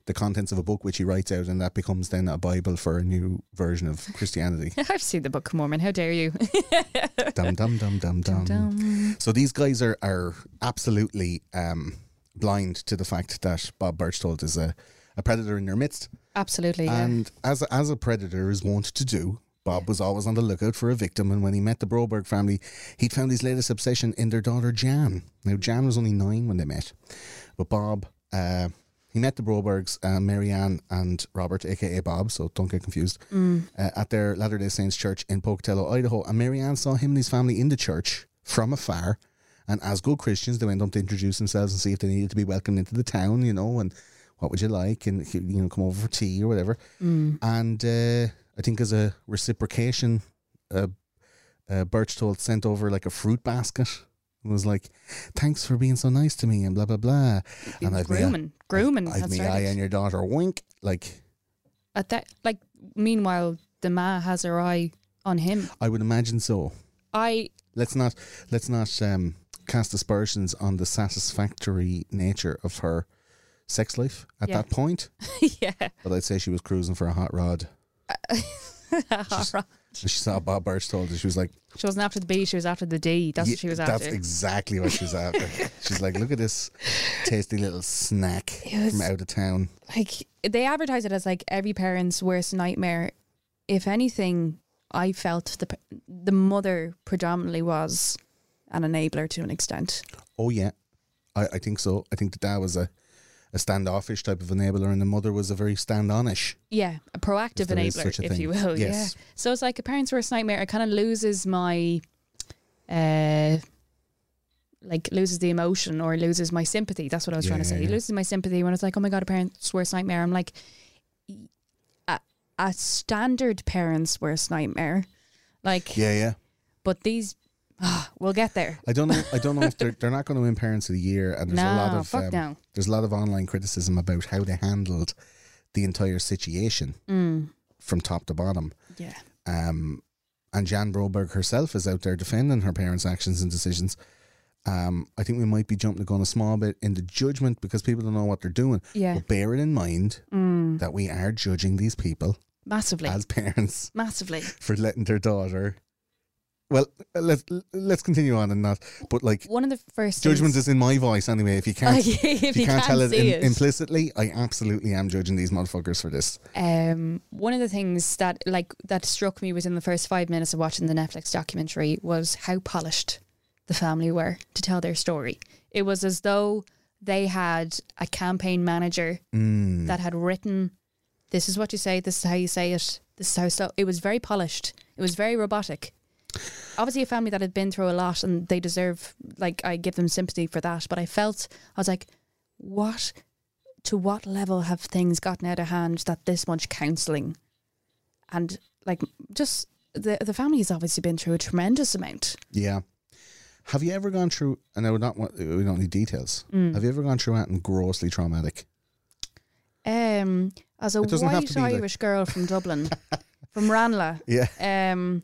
Speaker 2: the contents of a book, which he writes out, and that becomes then a bible for a new version of Christianity.
Speaker 3: I've seen the Book of Mormon. How dare you?
Speaker 2: dum dum dum dum dum. So these guys are are absolutely um, blind to the fact that Bob Birchtold is a, a predator in their midst.
Speaker 3: Absolutely. yeah.
Speaker 2: And as as a predator is wont to do, Bob was always on the lookout for a victim. And when he met the Broberg family, he'd found his latest obsession in their daughter Jan. Now Jan was only nine when they met, but Bob. Uh, he met the Brobergs, uh, Mary Ann and Robert, aka Bob, so don't get confused, uh, at their Latter day Saints church in Pocatello, Idaho. And Mary Ann saw him and his family in the church from afar. And as good Christians, they went up to introduce themselves and see if they needed to be welcomed into the town, you know, and what would you like? And, you know, come over for tea or whatever. And uh, I think as a reciprocation, uh, uh, Birchtold sent over like a fruit basket and was like, thanks for being so nice to me and blah, blah, blah. And uh, I've made,
Speaker 3: grooming. Grooming.
Speaker 2: I've
Speaker 3: Mm, that's
Speaker 2: made
Speaker 3: right.
Speaker 2: eye on your daughter, wink. Like,
Speaker 3: At that, like, meanwhile, the ma has her eye on him.
Speaker 2: I would imagine so.
Speaker 3: I
Speaker 2: Let's not, let's not um, cast aspersions on the satisfactory nature of her sex life at
Speaker 3: Yeah.
Speaker 2: that point.
Speaker 3: yeah.
Speaker 2: But I'd say she was cruising for a hot rod.
Speaker 3: Alright.
Speaker 2: And she saw Bob Birch told her, she was like,
Speaker 3: She wasn't after the B, she was after the D. That's
Speaker 2: "Ye-
Speaker 3: what she was
Speaker 2: That's
Speaker 3: after.
Speaker 2: exactly what she was after. She's like, look at this tasty little snack
Speaker 3: It was-
Speaker 2: from out of town.
Speaker 3: like they advertise it as like every parent's worst nightmare. If anything, I felt the p- the mother predominantly was an enabler to an extent.
Speaker 2: Oh, yeah. I, I think so. I think the dad was a, a standoffish type of enabler, and the mother was a very standonish.
Speaker 3: Yeah, a proactive
Speaker 2: there is
Speaker 3: enabler, if
Speaker 2: such a
Speaker 3: you
Speaker 2: thing.
Speaker 3: will.
Speaker 2: Yes.
Speaker 3: Yeah. So it's like a parent's worst nightmare. It kind of loses my, uh, like loses the emotion or loses my sympathy. That's what I was trying to
Speaker 2: Yeah,
Speaker 3: say.
Speaker 2: yeah,
Speaker 3: It
Speaker 2: yeah.
Speaker 3: loses my sympathy when it's like, oh my god, a parent's worst nightmare. I'm like, y- a, a standard parent's worst nightmare. Like,
Speaker 2: Yeah, yeah.
Speaker 3: but these, ah, we'll get there.
Speaker 2: I don't know. I don't know if they're they're not going to win Parents of the Year, and there's a lot of
Speaker 3: No,
Speaker 2: um,
Speaker 3: fuck no.
Speaker 2: there's a lot of online criticism about how they handled the entire situation
Speaker 3: Mm.
Speaker 2: from top to bottom.
Speaker 3: Yeah.
Speaker 2: Um, and Jan Broberg herself is out there defending her parents' actions and decisions. Um, I think we might be jumping the gun a small bit in the judgment because people don't know what they're doing.
Speaker 3: Yeah. Mm.
Speaker 2: But bear it in mind that we are judging these people
Speaker 3: Massively.
Speaker 2: as parents
Speaker 3: Massively.
Speaker 2: for letting their daughter. Well, let's let's continue on and not, but like
Speaker 3: One of the first
Speaker 2: judgment
Speaker 3: things- Oh,
Speaker 2: is in my voice anyway. If you can't,
Speaker 3: if
Speaker 2: if you, can't, tell it, im- implicitly, I absolutely am judging these motherfuckers for this.
Speaker 3: um, one of the things that like that struck me within the first five minutes of watching the Netflix documentary was how polished the family were to tell their story. It was as though they had a campaign manager
Speaker 2: Mm,
Speaker 3: that had written, "This is what you say. This is how you say it. This is how." So it was very polished. It was very robotic. Obviously, a family that had been through a lot, and they deserve like I give them sympathy for that. But I felt I was like, what to what level have things gotten out of hand that this much counselling and like just the the family's obviously been through a tremendous amount.
Speaker 2: Yeah. Have you ever gone through? And I would not want. We don't need details.
Speaker 3: Mm.
Speaker 2: Have you ever gone through anything grossly traumatic?
Speaker 3: Um, as a
Speaker 2: It doesn't have
Speaker 3: white
Speaker 2: to be, like-
Speaker 3: Irish girl from Dublin, from Ranelagh,
Speaker 2: Yeah.
Speaker 3: um,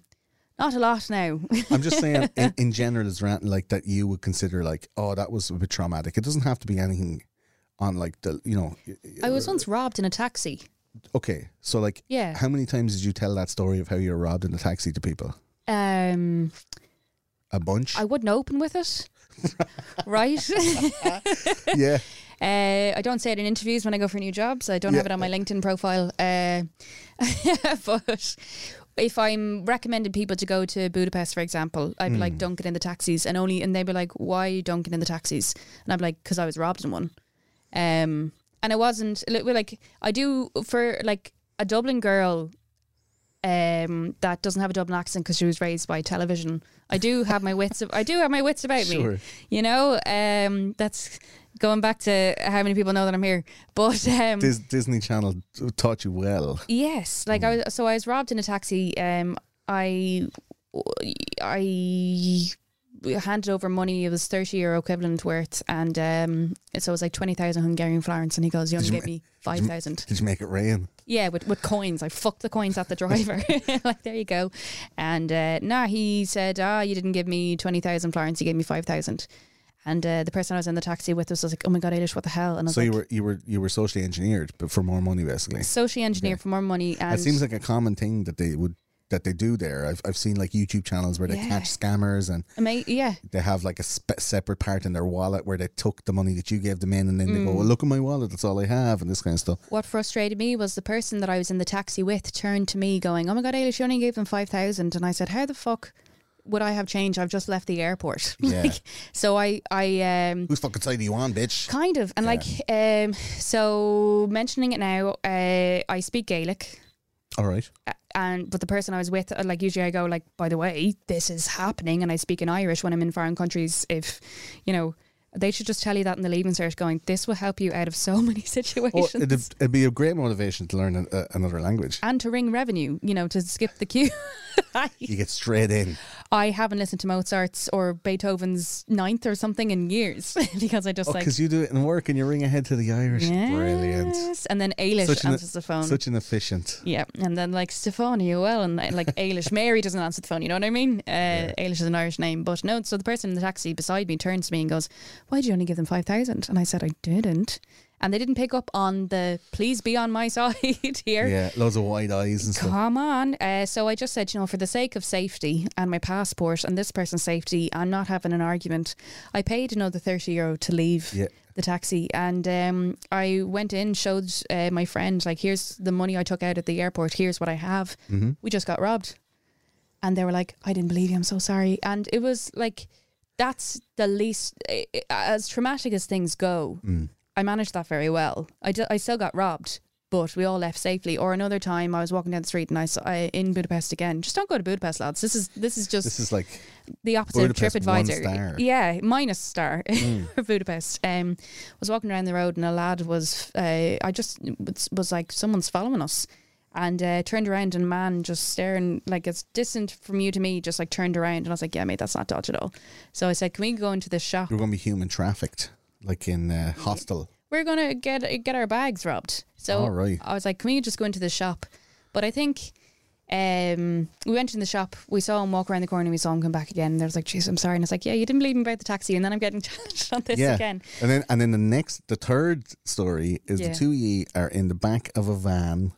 Speaker 3: not a lot now.
Speaker 2: I'm just saying, in, in general, is there anything like that you would consider like, oh, that was a bit traumatic? It doesn't have to be anything on like the, you know.
Speaker 3: I was once robbed in a taxi.
Speaker 2: Okay, so like,
Speaker 3: Yeah.
Speaker 2: how many times did you tell that story of how you were robbed in a taxi to people?
Speaker 3: Um,
Speaker 2: A bunch.
Speaker 3: I wouldn't open with it, right?
Speaker 2: yeah.
Speaker 3: Uh, I don't say it in interviews when I go for new jobs. I don't have it on my LinkedIn profile. Uh, but if I'm recommending people to go to Budapest, for example, I'd be like, "Don't get in the taxis," and only, and they'd be like, "Why don't get in the taxis?" And I'm like, "Cause I was robbed in one." Um, and I wasn't li- well, like I do for like a Dublin girl. Um, that doesn't have a Dublin accent because she was raised by television. I do have my wits. Ab- I mm. do have my wits about
Speaker 2: Sure.
Speaker 3: me. You know, um, that's going back to how many people know that I'm here. But um,
Speaker 2: Dis- Disney Channel taught you well.
Speaker 3: yes, like I was, so I was robbed in a taxi. Um, I I handed over money. It was thirty euro equivalent worth, and um, so it was like twenty thousand Hungarian florins. And he goes, "You only gave me five thousand.
Speaker 2: Did you make it rain?
Speaker 3: Yeah, with, with coins. I fucked the coins at the driver. like, there you go. And uh, nah, he said, ah, you didn't give me 20,000 florins, you gave me 5,000. And uh, the person I was in the taxi with was, just like, oh my God, Eilish, what the hell? And I was
Speaker 2: So
Speaker 3: like,
Speaker 2: you were you were you were socially engineered, but for more money, basically.
Speaker 3: socially engineered for more money. And
Speaker 2: It seems like a common thing that they would that they do there. I've, I've seen like YouTube channels where they
Speaker 3: Yeah.
Speaker 2: catch scammers and
Speaker 3: Ama- yeah.
Speaker 2: they have like a spe- separate part in their wallet where they took the money that you gave them in and then they
Speaker 3: Mm.
Speaker 2: go, well, look at my wallet. That's all I have. And this kind of stuff.
Speaker 3: What frustrated me was the person that I was in the taxi with turned to me going, Oh my God, Ailish, you only gave them 5,000. And I said, How the fuck would I have change? I've just left the airport.
Speaker 2: Yeah.
Speaker 3: so I, I, um,
Speaker 2: Whose fucking side are you on, bitch?
Speaker 3: kind of. And like, um, so mentioning it now, uh, I speak Gaelic. uh,
Speaker 2: All right.
Speaker 3: and but the person I was with, uh, like usually I go like, by the way, this is happening, and I speak in Irish when I'm in foreign countries. If you know, they should just tell you that in the leaving cert, going, this will help you out of so many
Speaker 2: Well,
Speaker 3: situations.
Speaker 2: it'd, it'd be a great motivation to learn an, uh, another language.
Speaker 3: and to ring revenue, you know, to skip the queue.
Speaker 2: You get straight in.
Speaker 3: I haven't listened to Mozart's or Beethoven's Ninth or something in years because I just
Speaker 2: Oh,
Speaker 3: like
Speaker 2: because you do it in work and you ring ahead to the Irish. Brilliant.
Speaker 3: "Yes," And then Ailish
Speaker 2: Such an-
Speaker 3: answers the phone.
Speaker 2: Such an efficient.
Speaker 3: Yeah, and then like Stefania, well, and uh, like Ailish, Mary doesn't answer the phone. You know what I mean? Uh, Ailish is an Irish name, but no. So the person in the taxi beside me turns to me and goes, "Why did you only give them 5,000? And I said, "I didn't." And they didn't pick up on the "Please be on my side" here.
Speaker 2: Yeah, loads of wide eyes and stuff.
Speaker 3: Come on. Uh, so I just said, you know, for the sake of safety and my passport and this person's safety, I'm not having an argument. I paid another 30 euro to leave
Speaker 2: Yeah.
Speaker 3: the taxi. And um, I went in, showed uh, my friend, like, here's the money I took out at the airport. Here's what I have.
Speaker 2: Mm-hmm.
Speaker 3: We just got robbed. And they were like, I didn't believe you. I'm so sorry. And it was like, that's the least, eh, eh, as traumatic as things go,
Speaker 2: Mm.
Speaker 3: I managed that very well. I, d- I still got robbed, but we all left safely. Or another time, I was walking down the street and I saw I, in Budapest again. Just don't go to Budapest, lads. This is this is just
Speaker 2: This is like,
Speaker 3: the opposite
Speaker 2: Budapest,
Speaker 3: of
Speaker 2: one
Speaker 3: TripAdvisor.
Speaker 2: star. Mm.
Speaker 3: Yeah, minus star for Budapest. Um, was walking around the road and a lad was. Uh, I just was, was like, someone's following us. And uh, turned around and a man just staring like it's distant from you to me, just like turned around and I was like, yeah, mate, that's not dodge at all. So I said, can we go into this shop?
Speaker 2: you're going to be human trafficked, like in uh, Hostel.
Speaker 3: we're gonna get get our bags robbed. So
Speaker 2: All right.
Speaker 3: I was like, can we just go into the shop? But I think um, we went in the shop. We saw him walk around the corner. We saw him come back again. And I was like, "Jeez, I'm sorry." And I was like, "Yeah, you didn't believe me about the taxi." And then I'm getting challenged on this
Speaker 2: yeah.
Speaker 3: again.
Speaker 2: And then and then the next the third story is
Speaker 3: Yeah.
Speaker 2: the two ye are in the back of a van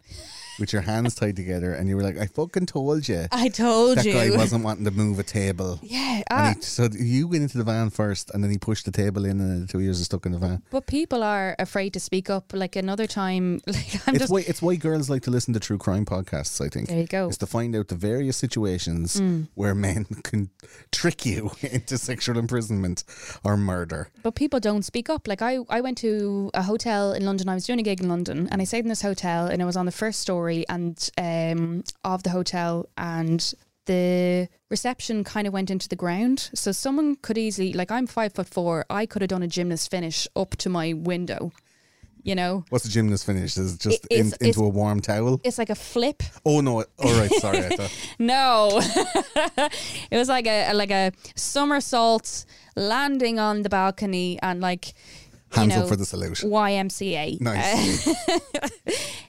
Speaker 2: with your hands tied together and you were like, I fucking told you
Speaker 3: I told
Speaker 2: that
Speaker 3: you.
Speaker 2: guy wasn't wanting to move a table.
Speaker 3: yeah.
Speaker 2: And
Speaker 3: Ah,
Speaker 2: he, so you went into the van first and then he pushed the table in and the two years are stuck in the van.
Speaker 3: but people are afraid to speak up. Like another time, like I'm
Speaker 2: it's
Speaker 3: just
Speaker 2: why it's why girls like to listen to true crime podcasts, I think.
Speaker 3: There you go. Mm.
Speaker 2: Is to find out the various situations where men can trick you into sexual imprisonment or murder.
Speaker 3: But people don't speak up. Like I, I went to a hotel in London. I was doing a gig in London, and I stayed in this hotel, and it was on the first story and um, of the hotel, and the reception kind of went into the ground. So someone could easily, like I'm five foot four, I could have done a gymnast finish up to my window. You know,
Speaker 2: What's the gymnast finish? Is it just
Speaker 3: It-
Speaker 2: in,
Speaker 3: it's-
Speaker 2: into
Speaker 3: it's-
Speaker 2: a warm towel?
Speaker 3: it's like a flip.
Speaker 2: Oh no! All right, sorry. I thought
Speaker 3: No, it was like a like a somersault landing on the balcony and like.
Speaker 2: Hands
Speaker 3: you
Speaker 2: up
Speaker 3: know,
Speaker 2: for the salute.
Speaker 3: YMCA.
Speaker 2: nice.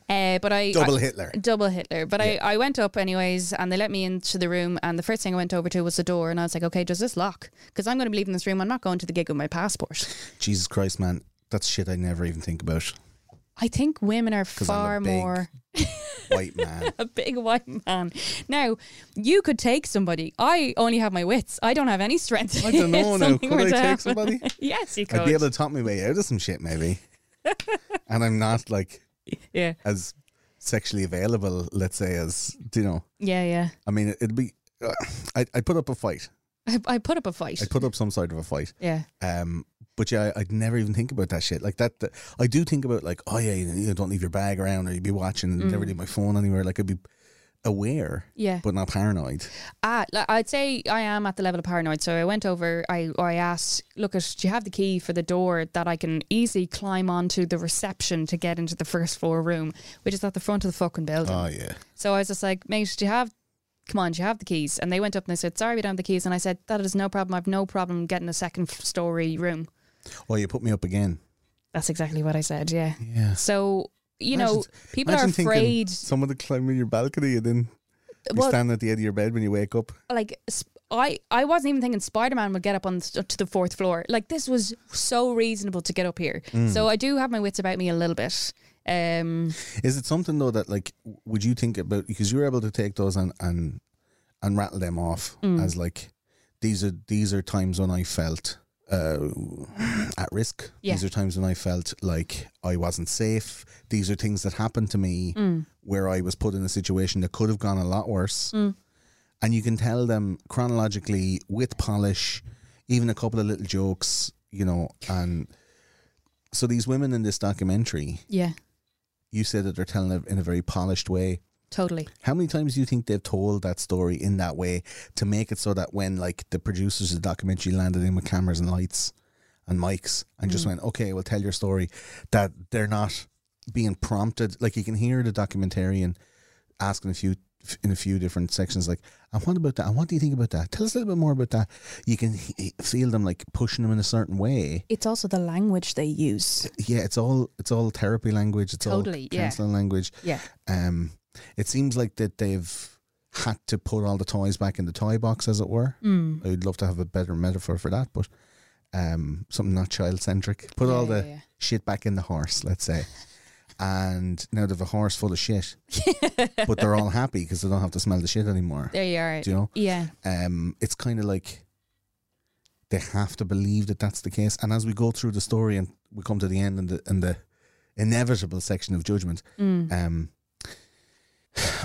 Speaker 3: Uh, but I
Speaker 2: Double
Speaker 3: I-
Speaker 2: Hitler.
Speaker 3: double Hitler. But I, I went up anyways, and they let me into the room. And the first thing I went over to was the door, and I was like, okay, does this lock? Because I'm going to be leaving this room. I'm not going to the gig with my passport.
Speaker 2: Jesus Christ, man, that's shit I never even think about.
Speaker 3: I think women are
Speaker 2: 'Cause I'm a
Speaker 3: far
Speaker 2: big-
Speaker 3: more
Speaker 2: White man.
Speaker 3: a big white man. Now you could take somebody. I only have my wits. I don't have any strength.
Speaker 2: I don't
Speaker 3: If
Speaker 2: know now.
Speaker 3: something
Speaker 2: Could
Speaker 3: were
Speaker 2: I
Speaker 3: to
Speaker 2: take
Speaker 3: happen.
Speaker 2: somebody?
Speaker 3: yes, you could.
Speaker 2: I'd be able to top my way out of some shit maybe, and I'm not like
Speaker 3: yeah,
Speaker 2: as sexually available. Let's say as you know.
Speaker 3: yeah, yeah.
Speaker 2: I mean, it'd be. I I put up a fight.
Speaker 3: I, I put up a fight.
Speaker 2: I put up some sort of a fight.
Speaker 3: yeah.
Speaker 2: Um, but yeah, I- I'd never even think about that shit. Like that, that- I do think about like, oh yeah, you, you don't leave your bag around, or you'd be watching, and never leave my phone anywhere. Like I'd be aware,
Speaker 3: Mm. Yeah.
Speaker 2: but not paranoid.
Speaker 3: Ah, li- I'd say I am at the level of paranoid. So I went over, I, I asked, look, at, do you have the key for the door that I can easily climb onto the reception to get into the first floor room, which is at the front of the fucking building?
Speaker 2: Oh yeah.
Speaker 3: so I was just like, mate, do you have, come on, do you have the keys? And they went up and they said, sorry, we don't have the keys. And I said, that is no problem. I've no problem getting a second f- story room.
Speaker 2: Oh, you put me up again.
Speaker 3: That's exactly what I said. Yeah.
Speaker 2: Yeah.
Speaker 3: So, you know,
Speaker 2: Imagine-
Speaker 3: people are
Speaker 2: Imagine thinking
Speaker 3: afraid.
Speaker 2: Someone to climb in your balcony and then you
Speaker 3: Well-
Speaker 2: stand at the edge of your bed when you wake up.
Speaker 3: like sp- I, I wasn't even thinking Spider Man would get up on st- to the
Speaker 2: Mm.
Speaker 3: fourth floor. Like this was so reasonable to get up here. So I do have my wits about me a little bit. Um,
Speaker 2: Is it something though that like w- would you think about because you were able to take those and and and rattle them off as like these are these are times when I felt uh at risk.
Speaker 3: Yeah.
Speaker 2: These are times when I felt like I wasn't safe. These are things that happened to me where I was put in a situation that could have gone a lot worse. And you can tell them chronologically with polish, even a couple of little jokes, you know, and so these women in this documentary
Speaker 3: yeah,
Speaker 2: you said that they're telling it in a very polished way.
Speaker 3: totally.
Speaker 2: How many times do you think they've told that story in that way to make it so that when like the producers of the documentary landed in with cameras and lights and mics and
Speaker 3: Mm.
Speaker 2: just went, okay, we'll tell your story, that they're not being prompted. Like you can hear the documentarian asking a few in a few different sections, like, "I want about that? And what do you think about that? Tell us a little bit more about that." You can he- feel them like pushing them in a certain way.
Speaker 4: It's also the language they use.
Speaker 2: Yeah, it's all it's all therapy language. It's
Speaker 3: Totally,
Speaker 2: all
Speaker 3: yeah.
Speaker 2: counseling language.
Speaker 3: Yeah.
Speaker 2: Um, it seems like that they've had to put all the toys back in the toy box, as it were. I would love to have a better metaphor for that, but um, something not child centric. Put all
Speaker 3: Yeah,
Speaker 2: the
Speaker 3: yeah, yeah.
Speaker 2: shit back in the horse, let's say. And now they've a horse full of shit, but they're all happy because they don't have to smell the shit anymore.
Speaker 3: There you are.
Speaker 2: Do you know?
Speaker 3: Yeah.
Speaker 2: um, it's kind of like they have to believe that that's the case. And as we go through the story and we come to the end and the and the inevitable section of judgment,
Speaker 3: Mm.
Speaker 2: um,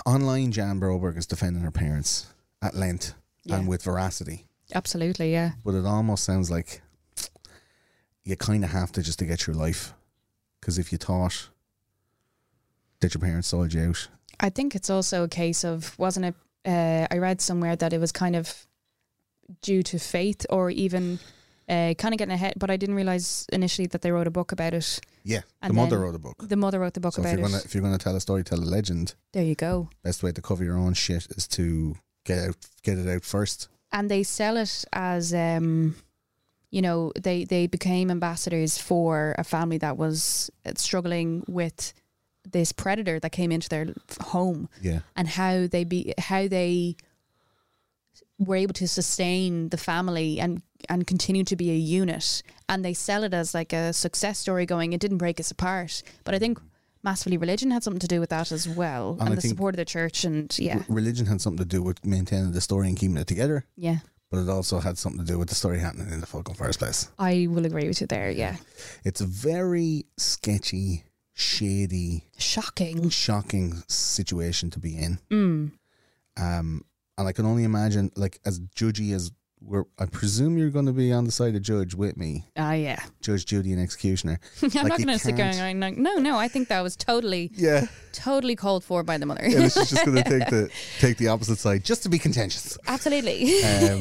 Speaker 2: online Jan Broberg is defending her parents at length
Speaker 3: Yeah.
Speaker 2: and with veracity,
Speaker 3: Absolutely. Yeah.
Speaker 2: but it almost sounds like you kind of have to just to get through life, because if you thought that your parents sold you out,
Speaker 3: I think it's also a case of wasn't it? Uh, I read somewhere that it was kind of due to faith or even uh, kind of getting ahead, but I didn't realize initially that they wrote a book about it.
Speaker 2: yeah,
Speaker 3: And
Speaker 2: the mother
Speaker 3: then
Speaker 2: wrote a book.
Speaker 3: The mother wrote the book
Speaker 2: So if
Speaker 3: about
Speaker 2: you're gonna
Speaker 3: it.
Speaker 2: if you're gonna tell a story, tell a legend.
Speaker 3: There you go.
Speaker 2: best way to cover your own shit is to get out get it out first.
Speaker 3: And they sell it as, um, you know, they they became ambassadors for a family that was uh, struggling with this predator that came into their f- home.
Speaker 2: Yeah.
Speaker 3: and how they be how they were able to sustain the family and and continue to be a unit and they sell it as like a success story going it didn't break us apart but i think massively religion had something to do with that as well
Speaker 2: And
Speaker 3: and,
Speaker 2: I
Speaker 3: the
Speaker 2: think-
Speaker 3: support of the church and yeah
Speaker 2: Religion had something to do with maintaining the story and keeping it together,
Speaker 3: yeah
Speaker 2: but it also had something to do with the story happening in the fucking first place.
Speaker 3: i will agree with you there yeah
Speaker 2: It's a very sketchy, shady,
Speaker 3: shocking
Speaker 2: shocking situation to be in.
Speaker 3: mm.
Speaker 2: Um, and I can only imagine, like, as judgy as we're, I presume you're going to be on the side of judge with me,
Speaker 3: ah yeah
Speaker 2: Judge Judy and Executioner.
Speaker 3: i'm
Speaker 2: Like,
Speaker 3: not
Speaker 2: you
Speaker 3: gonna sit
Speaker 2: can't-
Speaker 3: going like no no i think that was totally
Speaker 2: Yeah,
Speaker 3: totally called for by the mother
Speaker 2: yeah she's just going to take the take the opposite side just to be contentious.
Speaker 3: absolutely
Speaker 2: um,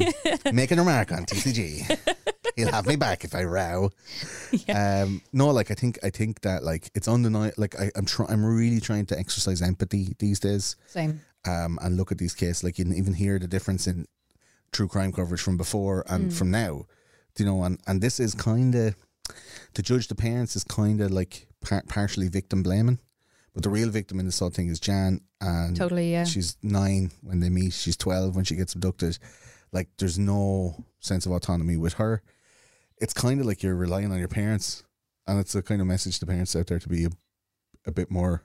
Speaker 2: making a mark on TCG. He'll have me back if I row. Um, no, like I think I think that like it's undeniable. Like I, I'm trying, I'm really trying to exercise empathy these days,
Speaker 3: same
Speaker 2: um, and look at these cases. Like you can even hear the difference in true crime coverage from before and from now. Do you know? And and this is kind of to judge the parents is kind of like par- partially victim blaming, but the real victim in this whole thing is Jan and
Speaker 3: totally yeah
Speaker 2: She's nine when they meet. She's twelve when she gets abducted. Like there's no sense of autonomy with her. It's kind of like you're relying on your parents, and it's a kind of message to parents out there to be a, a bit more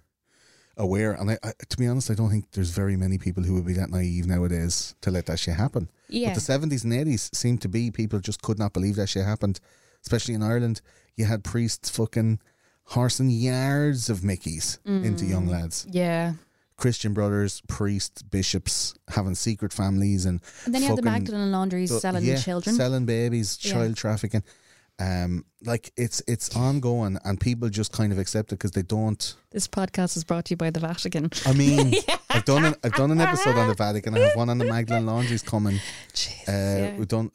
Speaker 2: aware. And I, I, to be honest, I don't think there's very many people who would be that naive nowadays to let that shit happen.
Speaker 3: yeah
Speaker 2: But the seventies and eighties seemed to be people just could not believe that shit happened, especially in Ireland. You had priests fucking horsing yards of Mickey's into young
Speaker 3: Mm.
Speaker 2: lads.
Speaker 3: yeah
Speaker 2: Christian brothers, priests, bishops having secret families and,
Speaker 3: And then you have the
Speaker 2: fucking-
Speaker 3: Magdalene laundries
Speaker 2: so-
Speaker 3: selling
Speaker 2: yeah,
Speaker 3: children.
Speaker 2: selling babies,
Speaker 3: Yeah.
Speaker 2: child trafficking. Um, like it's it's ongoing, and people just kind of accept it because they don't.
Speaker 3: this podcast is brought to you by the Vatican.
Speaker 2: I mean, I've done an, I've done an episode on the Vatican. I have one on the Magdalene laundries coming.
Speaker 3: Jesus,
Speaker 2: Uh,
Speaker 3: yeah.
Speaker 2: We've done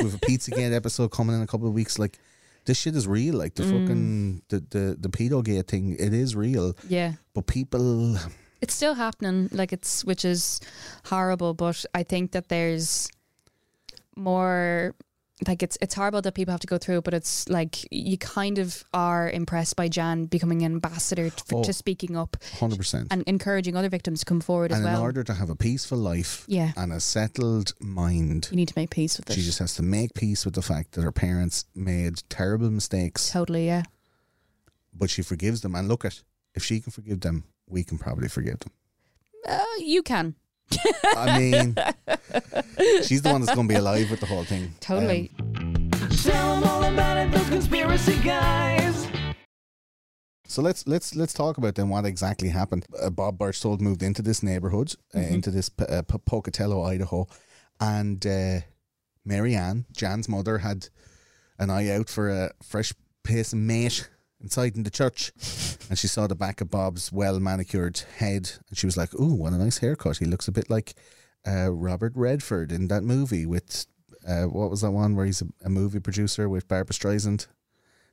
Speaker 2: we've a Pizzagate episode coming in a couple of weeks. Like this shit is real. Like the
Speaker 3: Mm.
Speaker 2: fucking the the the pedo gate thing. It is real,
Speaker 3: yeah,
Speaker 2: but people
Speaker 3: it's still happening. Like it's which is horrible, but I think that there's more. Like it's it's horrible that people have to go through, it, but it's like you kind of are impressed by Jan becoming an ambassador to,
Speaker 2: Oh.
Speaker 3: to speaking up
Speaker 2: hundred percent.
Speaker 3: and encouraging other victims to come forward as
Speaker 2: And
Speaker 3: well.
Speaker 2: in order to have a peaceful life
Speaker 3: Yeah.
Speaker 2: and a settled mind,
Speaker 3: you need to make peace with
Speaker 2: she
Speaker 3: it.
Speaker 2: just has to make peace with the fact that her parents made terrible mistakes,
Speaker 3: Totally, yeah,
Speaker 2: but she forgives them. And look at if she can forgive them, we can probably forgive them.
Speaker 3: Uh, you can.
Speaker 2: I mean, she's the one that's going to be alive with the whole thing. Um,
Speaker 3: Totally.
Speaker 1: Tell 'em all about it, those conspiracy guys.
Speaker 2: So let's let's let's talk about then what exactly happened. Uh, Bob Birchtold moved into this neighborhood, uh,
Speaker 3: Mm-hmm.
Speaker 2: into this P- uh, P- Pocatello, Idaho, and uh, Mary Ann, Jan's mother, had an eye out for a fresh piece of meat inside in the church, and she saw the back of Bob's well manicured head, and she was like, "Ooh, what a nice haircut! He looks a bit like uh, Robert Redford in that movie with uh, what was that one where he's a, a movie producer with Barbara Streisand,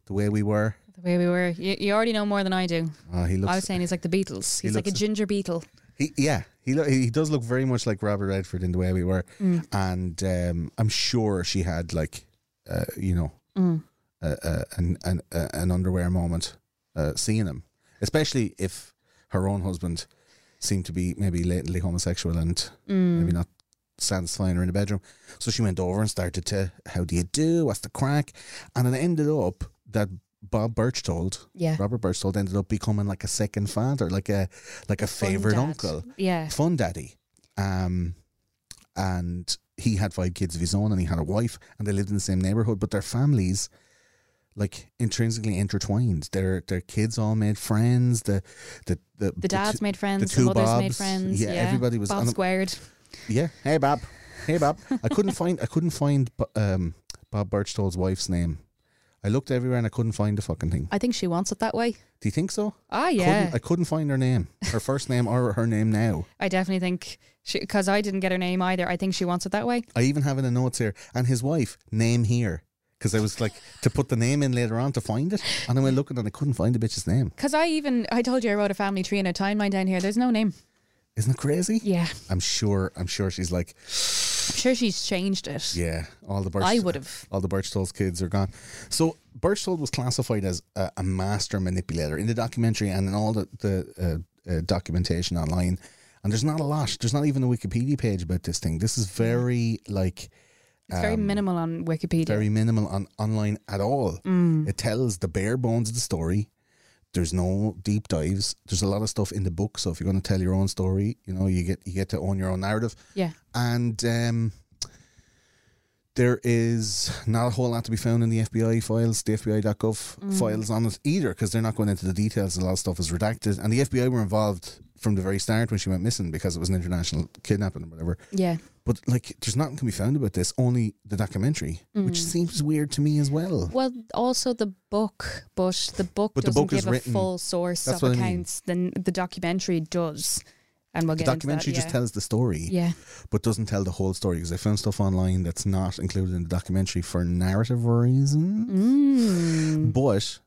Speaker 2: The Way We Were."
Speaker 3: the way we were. You, you already know more than I do.
Speaker 2: Oh, he looks.
Speaker 3: I was saying he's like the Beatles.
Speaker 2: He
Speaker 3: He's like a
Speaker 2: looks-
Speaker 3: ginger beetle.
Speaker 2: He, yeah, he lo- he does look very much like Robert Redford in the way we were, and um, I'm sure she had like, uh, you know,
Speaker 3: Mm.
Speaker 2: a, a, an an a, an underwear moment uh, seeing him, especially if her own husband seemed to be maybe latently homosexual and
Speaker 3: Mm.
Speaker 2: maybe not satisfying her in the bedroom. So she went over and started to, "How do you do? What's the crack?" And it ended up that Bob Birchtold,
Speaker 3: Yeah.
Speaker 2: Robert Birchtold, ended up becoming like a second father, like a like a
Speaker 3: Fun
Speaker 2: favorite
Speaker 3: dad.
Speaker 2: uncle,
Speaker 3: Yeah.
Speaker 2: fun daddy. Um, and he had five kids of his own, and he had a wife, and they lived in the same neighborhood, but their families. Like intrinsically intertwined, their their kids all made friends. The the the,
Speaker 3: The dads made friends. The,
Speaker 2: two
Speaker 3: mothers made
Speaker 2: Bobs.
Speaker 3: friends.
Speaker 2: Yeah,
Speaker 3: Yeah,
Speaker 2: everybody was-
Speaker 3: Bob
Speaker 2: and-
Speaker 3: squared.
Speaker 2: yeah. Hey, Bob. Hey, Bob. I couldn't find. I couldn't find. Bu- Um, Bob Birchtold's wife's name. I looked everywhere and I couldn't find the fucking thing.
Speaker 3: I think she wants it that way.
Speaker 2: Do you think so?
Speaker 3: Ah,
Speaker 2: Couldn't-
Speaker 3: yeah.
Speaker 2: I couldn't find her name, her first name or her name now.
Speaker 3: I definitely think she because I didn't get her name either. I think she wants it that way.
Speaker 2: I even have it in the notes here. And his wife name here because I was like to put the name in later on to find it, and I went looking and I couldn't find the bitch's name.
Speaker 3: Because I even I told you I wrote a family tree and a timeline down here. There's no name.
Speaker 2: Isn't it crazy?
Speaker 3: Yeah,
Speaker 2: I'm sure. I'm sure she's like,
Speaker 3: I'm sure she's changed it.
Speaker 2: yeah. All the birch.
Speaker 3: I would have.
Speaker 2: all the Birchtold's kids are gone. So Birchtold was classified as a, a master manipulator in the documentary and in all the, the uh, uh, documentation online. And there's not a lot. There's not even a Wikipedia page about this thing. This is very like
Speaker 3: It's very
Speaker 2: Um,
Speaker 3: minimal on Wikipedia.
Speaker 2: very minimal on online at all. It tells the bare bones of the story. There's no deep dives. There's a lot of stuff in the book. So if you're going to tell your own story, you know you get you get to own your own narrative
Speaker 3: yeah,
Speaker 2: and um, there is not a whole lot to be found in the FBI files, the FBI.gov files on it either, because they're not going into the details. A lot of stuff is redacted, and the FBI were involved from the very start when she went missing because it was an international kidnapping or whatever.
Speaker 3: yeah.
Speaker 2: But like, there's nothing can be found about this. Only the documentary, which seems weird to me as well.
Speaker 3: Mm. Well, also the book, but the book
Speaker 2: But the
Speaker 3: doesn't
Speaker 2: book
Speaker 3: give
Speaker 2: is
Speaker 3: a
Speaker 2: written-
Speaker 3: full source
Speaker 2: That's
Speaker 3: of
Speaker 2: what I mean.
Speaker 3: accounts. Then the documentary does, and we'll
Speaker 2: The
Speaker 3: get
Speaker 2: documentary
Speaker 3: into
Speaker 2: just
Speaker 3: that.
Speaker 2: tells the story.
Speaker 3: yeah.
Speaker 2: but doesn't tell the whole story because I found stuff online that's not included in the documentary for narrative reasons.
Speaker 3: Mm.
Speaker 2: But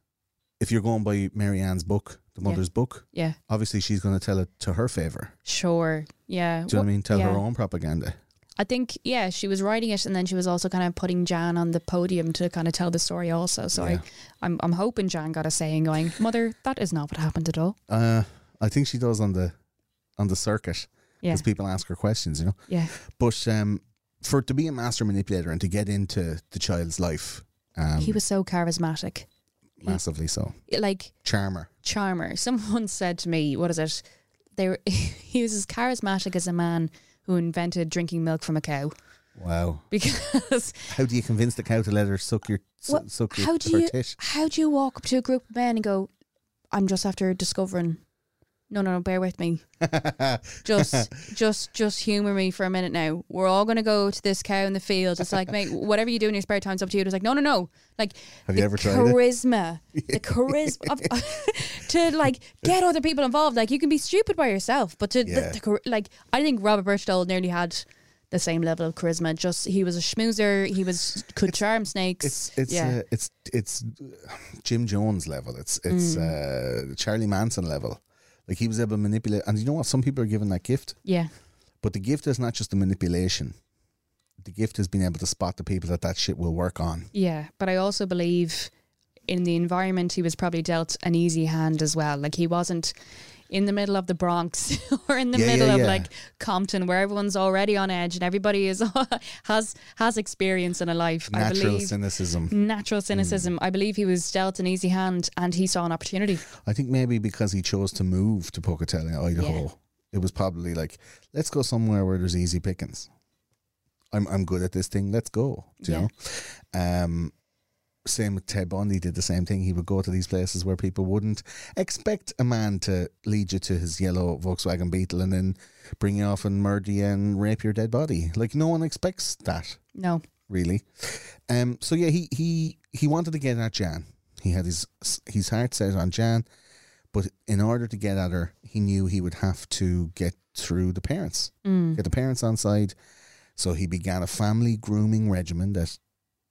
Speaker 2: if you're going by Mary Ann's book, the
Speaker 3: Yeah.
Speaker 2: mother's book,
Speaker 3: yeah, yeah,
Speaker 2: obviously she's going to tell it to her favor.
Speaker 3: sure, yeah.
Speaker 2: Do you know what I mean? Tell
Speaker 3: yeah.
Speaker 2: her own propaganda.
Speaker 3: I think yeah, she was writing it, and then she was also kind of putting Jan on the podium to kind of tell the story. Also, so
Speaker 2: Yeah.
Speaker 3: I, I'm I'm hoping Jan got a saying going, Mother, that is not what happened at all.
Speaker 2: Uh, I think she does on the on the circuit
Speaker 3: Yeah,
Speaker 2: because people ask her questions, you know.
Speaker 3: yeah,
Speaker 2: But um, for it to be a master manipulator and to get into the child's life, um,
Speaker 3: he was so charismatic,
Speaker 2: massively so
Speaker 3: like
Speaker 2: charmer.
Speaker 3: charmer. Someone said to me, "What is it?" They were, he was as charismatic as a man who invented drinking milk from a cow
Speaker 2: Wow,
Speaker 3: because
Speaker 2: how do you convince the cow to let her suck your su-
Speaker 3: Well,
Speaker 2: suck your,
Speaker 3: how do
Speaker 2: her
Speaker 3: you
Speaker 2: tit?
Speaker 3: how do you walk up to a group of men and go, "I'm just after discovering." No, no, no. Bear with me. just, just, just humor me for a minute now. We're all gonna go to this cow in the field. It's like, mate, whatever you do in your spare time's up to you. It's like, no, no, no. Like,
Speaker 2: Have
Speaker 3: the
Speaker 2: you ever tried it?
Speaker 3: charisma, the charisma of, to like get other people involved. Like, you can be stupid by yourself, but to
Speaker 2: Yeah.
Speaker 3: the, the, char- like, I think Robert Birchdoll nearly had the same level of charisma. Just he was a schmoozer. He was could charm snakes.
Speaker 2: It's it's
Speaker 3: yeah.
Speaker 2: uh, it's it's Jim Jones level. It's it's
Speaker 3: Mm.
Speaker 2: uh, Charlie Manson level. Like he was able to manipulate, and you know what? Some people are given that gift,
Speaker 3: yeah.
Speaker 2: but the gift is not just the manipulation. The gift is being able to spot the people that that shit will work on.
Speaker 3: Yeah, but I also believe in the environment he was probably dealt an easy hand as well. Like he wasn't in the middle of the Bronx or in the
Speaker 2: Yeah, yeah,
Speaker 3: middle of
Speaker 2: yeah.
Speaker 3: like Compton, where everyone's already on edge and everybody is has has experience in a life. I
Speaker 2: Natural Hmm.
Speaker 3: believe
Speaker 2: cynicism.
Speaker 3: natural cynicism. I believe he was dealt an easy hand and he saw an opportunity.
Speaker 2: I think maybe because he chose to move to Pocatello, Idaho, it was probably like, let's go somewhere where there's easy pickings. I'm I'm good at this thing. Let's go. Do you know? Um, same with Ted Bundy did the same thing. He would go to these places where people wouldn't expect a man to lead you to his yellow Volkswagen Beetle and then bring you off and murder you and rape your dead body. Like no one expects that
Speaker 3: No,
Speaker 2: really. Um. So yeah, he he he wanted to get at Jan. He had his his heart set on Jan, but in order to get at her, he knew he would have to get through the parents, get the parents on side. So he began a family grooming regimen that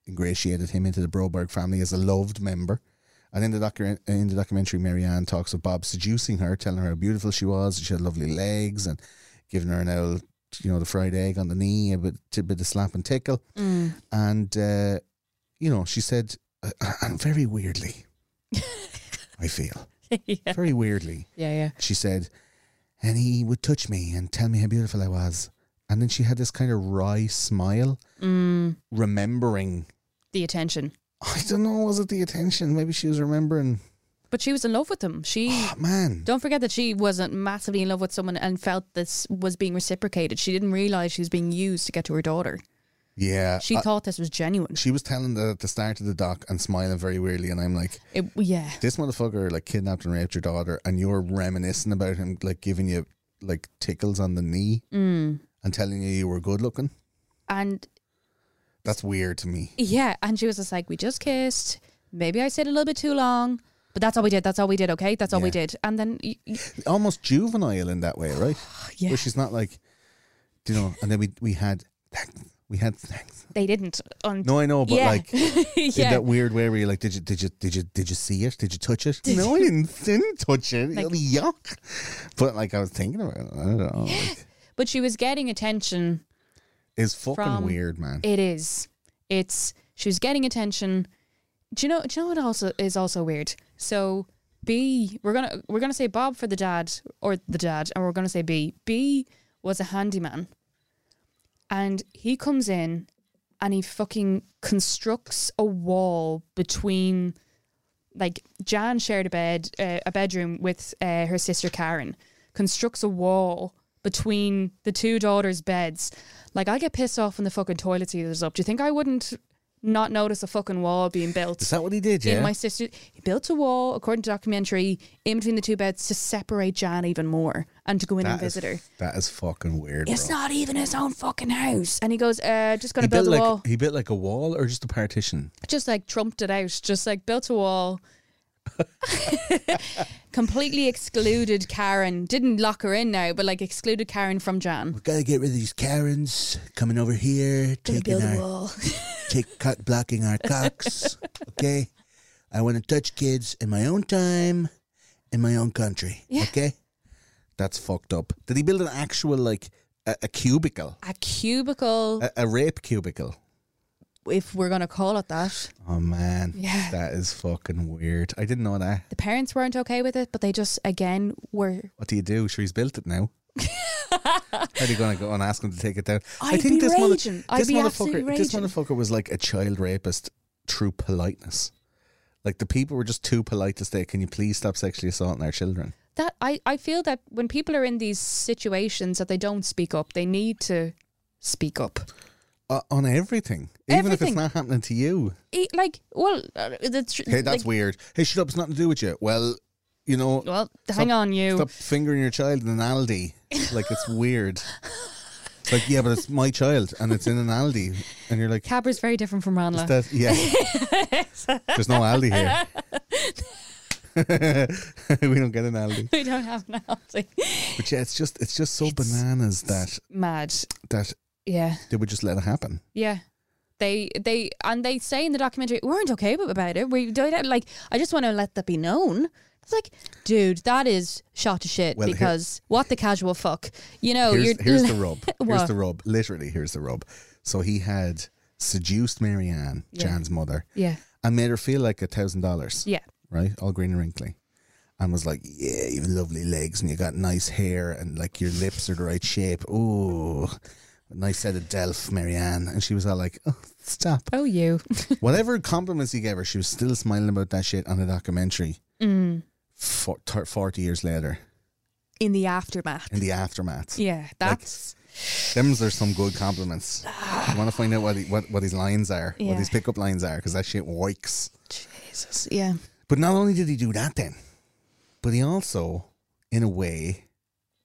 Speaker 2: ingratiated him into the Broberg family as a loved member. And in the, docu- in the documentary, Marianne talks of Bob seducing her, telling her how beautiful she was, she had lovely legs, and giving her an old, you know, the fried egg on the knee, a bit, a bit of slap and tickle. And, uh, you know, she said, uh, and very weirdly, I feel,
Speaker 3: yeah,
Speaker 2: very weirdly,
Speaker 3: yeah,
Speaker 2: she said, and he would touch me and tell me how beautiful I was. And then she had this kind of wry smile,
Speaker 3: Mm.
Speaker 2: remembering
Speaker 3: the attention.
Speaker 2: I don't know. Was it the attention? Maybe she was remembering.
Speaker 3: But she was in love with him. She
Speaker 2: Oh, man,
Speaker 3: Don't forget that she wasn't massively in love with someone and felt this was being reciprocated. She didn't realize she was being used to get to her daughter.
Speaker 2: yeah.
Speaker 3: She
Speaker 2: I-
Speaker 3: thought this was genuine.
Speaker 2: Uh, she was telling that at the start of the doc and smiling very weirdly, and I'm like,
Speaker 3: It, yeah,
Speaker 2: this motherfucker like kidnapped and raped your daughter, and you're reminiscing about him like giving you like tickles on the knee
Speaker 3: Mm.
Speaker 2: and telling you you were good looking.
Speaker 3: and
Speaker 2: That's weird to me.
Speaker 3: yeah, and she was just like, "We just kissed. Maybe I stayed a little bit too long, but that's all we did. That's all we did. Okay, that's all we
Speaker 2: Yeah.
Speaker 3: did." And then, y- y-
Speaker 2: Almost juvenile in that way, right?
Speaker 3: yeah,
Speaker 2: Where she's not like, you know. And then we we had we had sex.
Speaker 3: they didn't. On
Speaker 2: No, I know, but
Speaker 3: yeah,
Speaker 2: like. In
Speaker 3: yeah,
Speaker 2: that weird way where you're like, did you did you did you did you see it? Did you touch it? no, I didn't, didn't touch it.
Speaker 3: Like-
Speaker 2: Yuck. But like I was thinking about it. I don't know. Like,
Speaker 3: but she was getting attention.
Speaker 2: it's fucking
Speaker 3: From-
Speaker 2: weird, man.
Speaker 3: It is. It's she was getting attention. Do you know? Do you know what also is also weird? So B, we're gonna we're gonna say Bob for the dad or the dad, and we're gonna say B. B was a handyman, and he comes in, and he fucking constructs a wall between. Like Jan shared a bed, uh, a bedroom with uh, her sister Karen. Constructs a wall between the two daughters' beds. Like I get pissed off when the fucking toilet seat is up. Do you think I wouldn't not notice a fucking wall being built?
Speaker 2: Is that what he did? Yeah.
Speaker 3: in my sister. He built a wall, according to documentary, in between the two beds to separate Jan even more and to go in
Speaker 2: That
Speaker 3: and
Speaker 2: is-
Speaker 3: visit her.
Speaker 2: That is fucking weird.
Speaker 3: It's
Speaker 2: bro.
Speaker 3: not even his own fucking house. And he goes, uh, just gonna
Speaker 2: he built
Speaker 3: build a
Speaker 2: like
Speaker 3: wall.
Speaker 2: he built like a wall or just a partition.
Speaker 3: Just like trumped it out, just like built a wall. Completely excluded Karen. Didn't lock her in now, but like excluded Karen from Jan.
Speaker 2: We've got to get rid of these Karens coming over here, taking our
Speaker 3: wall.
Speaker 2: take cut blocking our cocks. okay, I want to touch kids in my own time, in my own country. Okay, that's fucked up. Did he build an actual like a, a cubicle,
Speaker 3: A cubicle,
Speaker 2: a, a rape cubicle?
Speaker 3: if we're gonna call it that.
Speaker 2: Oh man,
Speaker 3: Yeah.
Speaker 2: that is fucking weird. I didn't know that.
Speaker 3: The parents weren't okay with it, but they just again were
Speaker 2: What do you do? Sure, he's built it now. How are you gonna go and ask him to take it down?
Speaker 3: I'd be raging. I'd
Speaker 2: this
Speaker 3: be absolutely
Speaker 2: motherfucker, this
Speaker 3: raging.
Speaker 2: motherfucker was like a child rapist through politeness. Like the people were just too polite to say, "Can you please stop sexually assaulting our children?"
Speaker 3: that I, I feel that when people are in these situations that they don't speak up, they need to speak up.
Speaker 2: Uh, on everything, even if it's
Speaker 3: Everything.
Speaker 2: not happening to you.
Speaker 3: E- Like, well, uh, the tr-
Speaker 2: Hey, that's
Speaker 3: like, Oh,
Speaker 2: weird. Hey, shut up! It's nothing to do with you. Well, you know.
Speaker 3: Well,
Speaker 2: stop-
Speaker 3: hang on, you.
Speaker 2: Stop fingering your child in an Aldi. Like it's weird. It's like yeah, but it's my child and it's in an Aldi, and you're like,
Speaker 3: Cabra's very different from
Speaker 2: Is
Speaker 3: Ranla.
Speaker 2: that- yeah. There's no Aldi here. we don't get an Aldi.
Speaker 3: We don't have an Aldi.
Speaker 2: But yeah, it's just it's just so bananas that
Speaker 3: Mad.
Speaker 2: that
Speaker 3: Yeah.
Speaker 2: they would just let it happen.
Speaker 3: Yeah. They they and they say in the documentary we weren't okay with- about it. We don't like. I just want to let that be known. It's like, dude, that is shot to shit
Speaker 2: Well, here-
Speaker 3: because what the casual fuck, you know?
Speaker 2: here's,
Speaker 3: Oh, you're
Speaker 2: here's the rub. Here's
Speaker 3: What?
Speaker 2: the rub. Literally, here's the rub. So he had seduced Marianne, Jan's mother,
Speaker 3: yeah,
Speaker 2: and made her feel like a thousand dollars.
Speaker 3: yeah,
Speaker 2: Right? All green and wrinkly. and was like, "Yeah, you have lovely legs, and you got nice hair, and like your lips are the right shape. Ooh, nice set of delph, Marianne." And she was all like, "Oh, stop."
Speaker 3: Oh, you.
Speaker 2: Whatever compliments he gave her, she was still smiling about that shit on a documentary. For, thir- Forty years later,
Speaker 3: In the aftermath.
Speaker 2: in the aftermath,
Speaker 3: Yeah, that's.
Speaker 2: them's are some good compliments. you want to find out what he, what what his lines are, what
Speaker 3: Yeah.
Speaker 2: his pickup lines are, because that shit works.
Speaker 3: Jesus. Yeah.
Speaker 2: But not only did he do that then, but he also, in a way,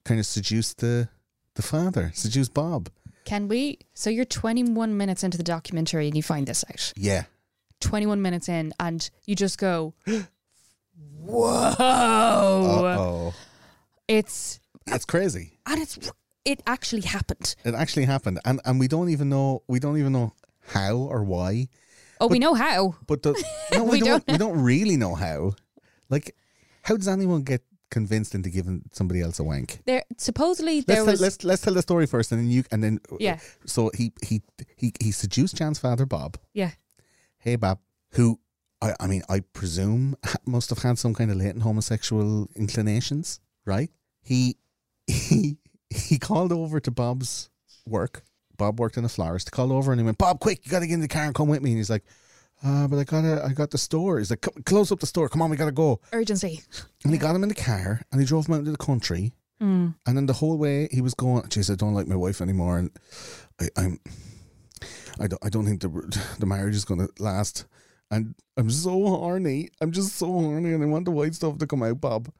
Speaker 2: kind of seduced the the father, seduced Bob.
Speaker 3: Can we? So you're 21 minutes into the documentary and you find this out.
Speaker 2: Yeah.
Speaker 3: 21 minutes in, and you just go, whoa!
Speaker 2: Oh,
Speaker 3: It's
Speaker 2: that's crazy.
Speaker 3: and it's it actually happened.
Speaker 2: It actually happened, and and we don't even know we don't even know how or why.
Speaker 3: Oh, we know how.
Speaker 2: But the, no, we,
Speaker 3: We
Speaker 2: don't.
Speaker 3: don't
Speaker 2: We don't really know how. Like, how does anyone get convinced into giving somebody else a wank?
Speaker 3: There supposedly
Speaker 2: Let's,
Speaker 3: there
Speaker 2: tell,
Speaker 3: was
Speaker 2: let's let's tell the story first, and then you and then
Speaker 3: Yeah.
Speaker 2: So he he he he seduced Jan's father, Bob.
Speaker 3: yeah
Speaker 2: Hey, Bob, who I, I mean, I presume ha- must have had some kind of latent homosexual inclinations, right? He he he called over to Bob's work. Bob worked in a florist. Called over and he went, Bob, quick, you got to get in the car and come with me. And he's like, uh, but I gotta, I got the store. He's like, "C- close up the store. Come on, we gotta go.
Speaker 3: urgency.
Speaker 2: And he got him in the car and he drove him out into the country. And then the whole way he was going, Jeez, I don't like my wife anymore. And I, I'm, I don't, I don't think the, the marriage is going to last. And I'm so horny. I'm just so horny and I want the white stuff to come out, Bob.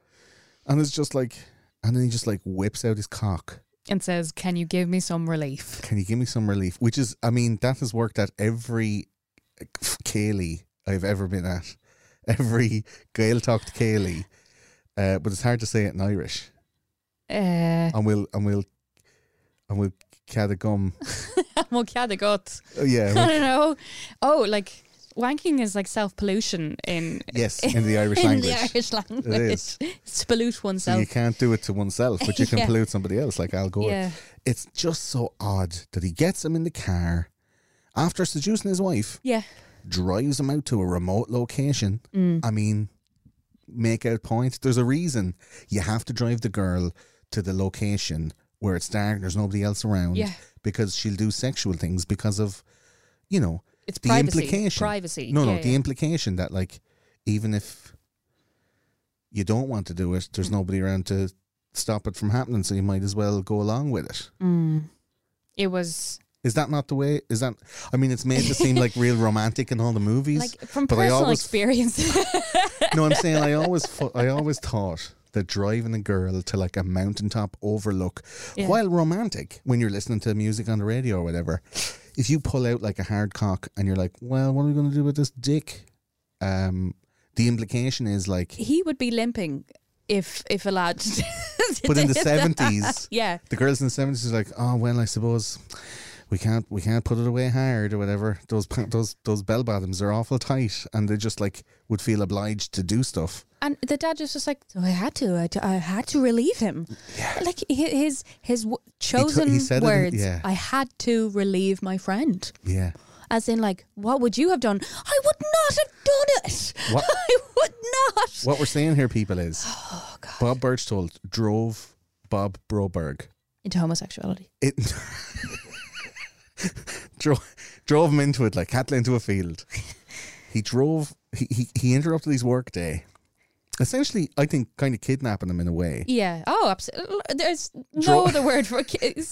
Speaker 2: And it's just like, and then he just like whips out his cock.
Speaker 3: And says, "Can you give me some relief?"
Speaker 2: Can you give me some relief? Which is, I mean, that has worked at every Kaylee I've ever been at. Every Gael talked Kaylee. Uh, but it's hard to say it in Irish.
Speaker 3: Uh,
Speaker 2: And we'll, and we'll, and we'll cad a gum.
Speaker 3: well, yeah, they got.
Speaker 2: Oh, yeah.
Speaker 3: I
Speaker 2: we'll-
Speaker 3: don't know. Oh, like wanking is like self pollution in
Speaker 2: yes, in the Irish
Speaker 3: in
Speaker 2: language.
Speaker 3: the Irish language.
Speaker 2: is.
Speaker 3: It's to pollute
Speaker 2: So you
Speaker 3: oneself.
Speaker 2: can't do it to oneself, but you can
Speaker 3: Yeah.
Speaker 2: pollute somebody else, like Al Gore.
Speaker 3: yeah,
Speaker 2: It's just so odd that he gets him in the car after seducing his wife.
Speaker 3: yeah.
Speaker 2: drives them out to a remote location.
Speaker 3: Mm.
Speaker 2: I mean, make out point. There's a reason you have to drive the girl to the location where it's dark, there's nobody else around,
Speaker 3: Yeah.
Speaker 2: because she'll do sexual things because of, you know,
Speaker 3: It's
Speaker 2: the
Speaker 3: privacy.
Speaker 2: implication.
Speaker 3: Privacy.
Speaker 2: No, no,
Speaker 3: Yeah,
Speaker 2: the
Speaker 3: yeah.
Speaker 2: implication that like, even if you don't want to do it, there's
Speaker 3: Mm.
Speaker 2: nobody around to stop it from happening, so you might as well go along with it.
Speaker 3: Mm. It was
Speaker 2: Is that not the way? Is that? I mean, it's made to seem like real romantic in all the movies,
Speaker 3: like from
Speaker 2: but I
Speaker 3: personal
Speaker 2: always
Speaker 3: experience.
Speaker 2: No, I'm saying I always fu- I always thought that driving a girl to like a mountaintop overlook,
Speaker 3: Yeah.
Speaker 2: while romantic, when you're listening to music on the radio or whatever, if you pull out like a hard cock and you're like, well, what are we going to do with this dick? Um, the implication is like,
Speaker 3: he would be limping if if allowed.
Speaker 2: but in the seventies,
Speaker 3: yeah,
Speaker 2: the girls in the seventies is like, oh well, I suppose. We can't, we can't put it away hard or whatever. Those pa- those those bell bottoms are awful tight, and they just like would feel obliged to do stuff.
Speaker 3: and the dad was just like, "Oh,
Speaker 4: So I had to. I, I had to relieve him.
Speaker 3: like hi- his his w- chosen
Speaker 2: said it in-
Speaker 3: words.
Speaker 2: yeah.
Speaker 3: I had to relieve my friend,
Speaker 2: Yeah,
Speaker 3: as in like, what would you have done? I would not have done it.
Speaker 2: What-
Speaker 3: I would not.
Speaker 2: What we're saying here, people, is
Speaker 3: Oh,
Speaker 2: Bob Birchtold drove Bob Broberg.
Speaker 3: Into homosexuality.
Speaker 2: It drove, drove him into it like cattle into a field. He drove. He, he he interrupted his work day. Essentially, I think kind of kidnapping him in a way.
Speaker 3: Yeah. Oh, absolutely. There's no
Speaker 2: Draw-
Speaker 3: other word for it.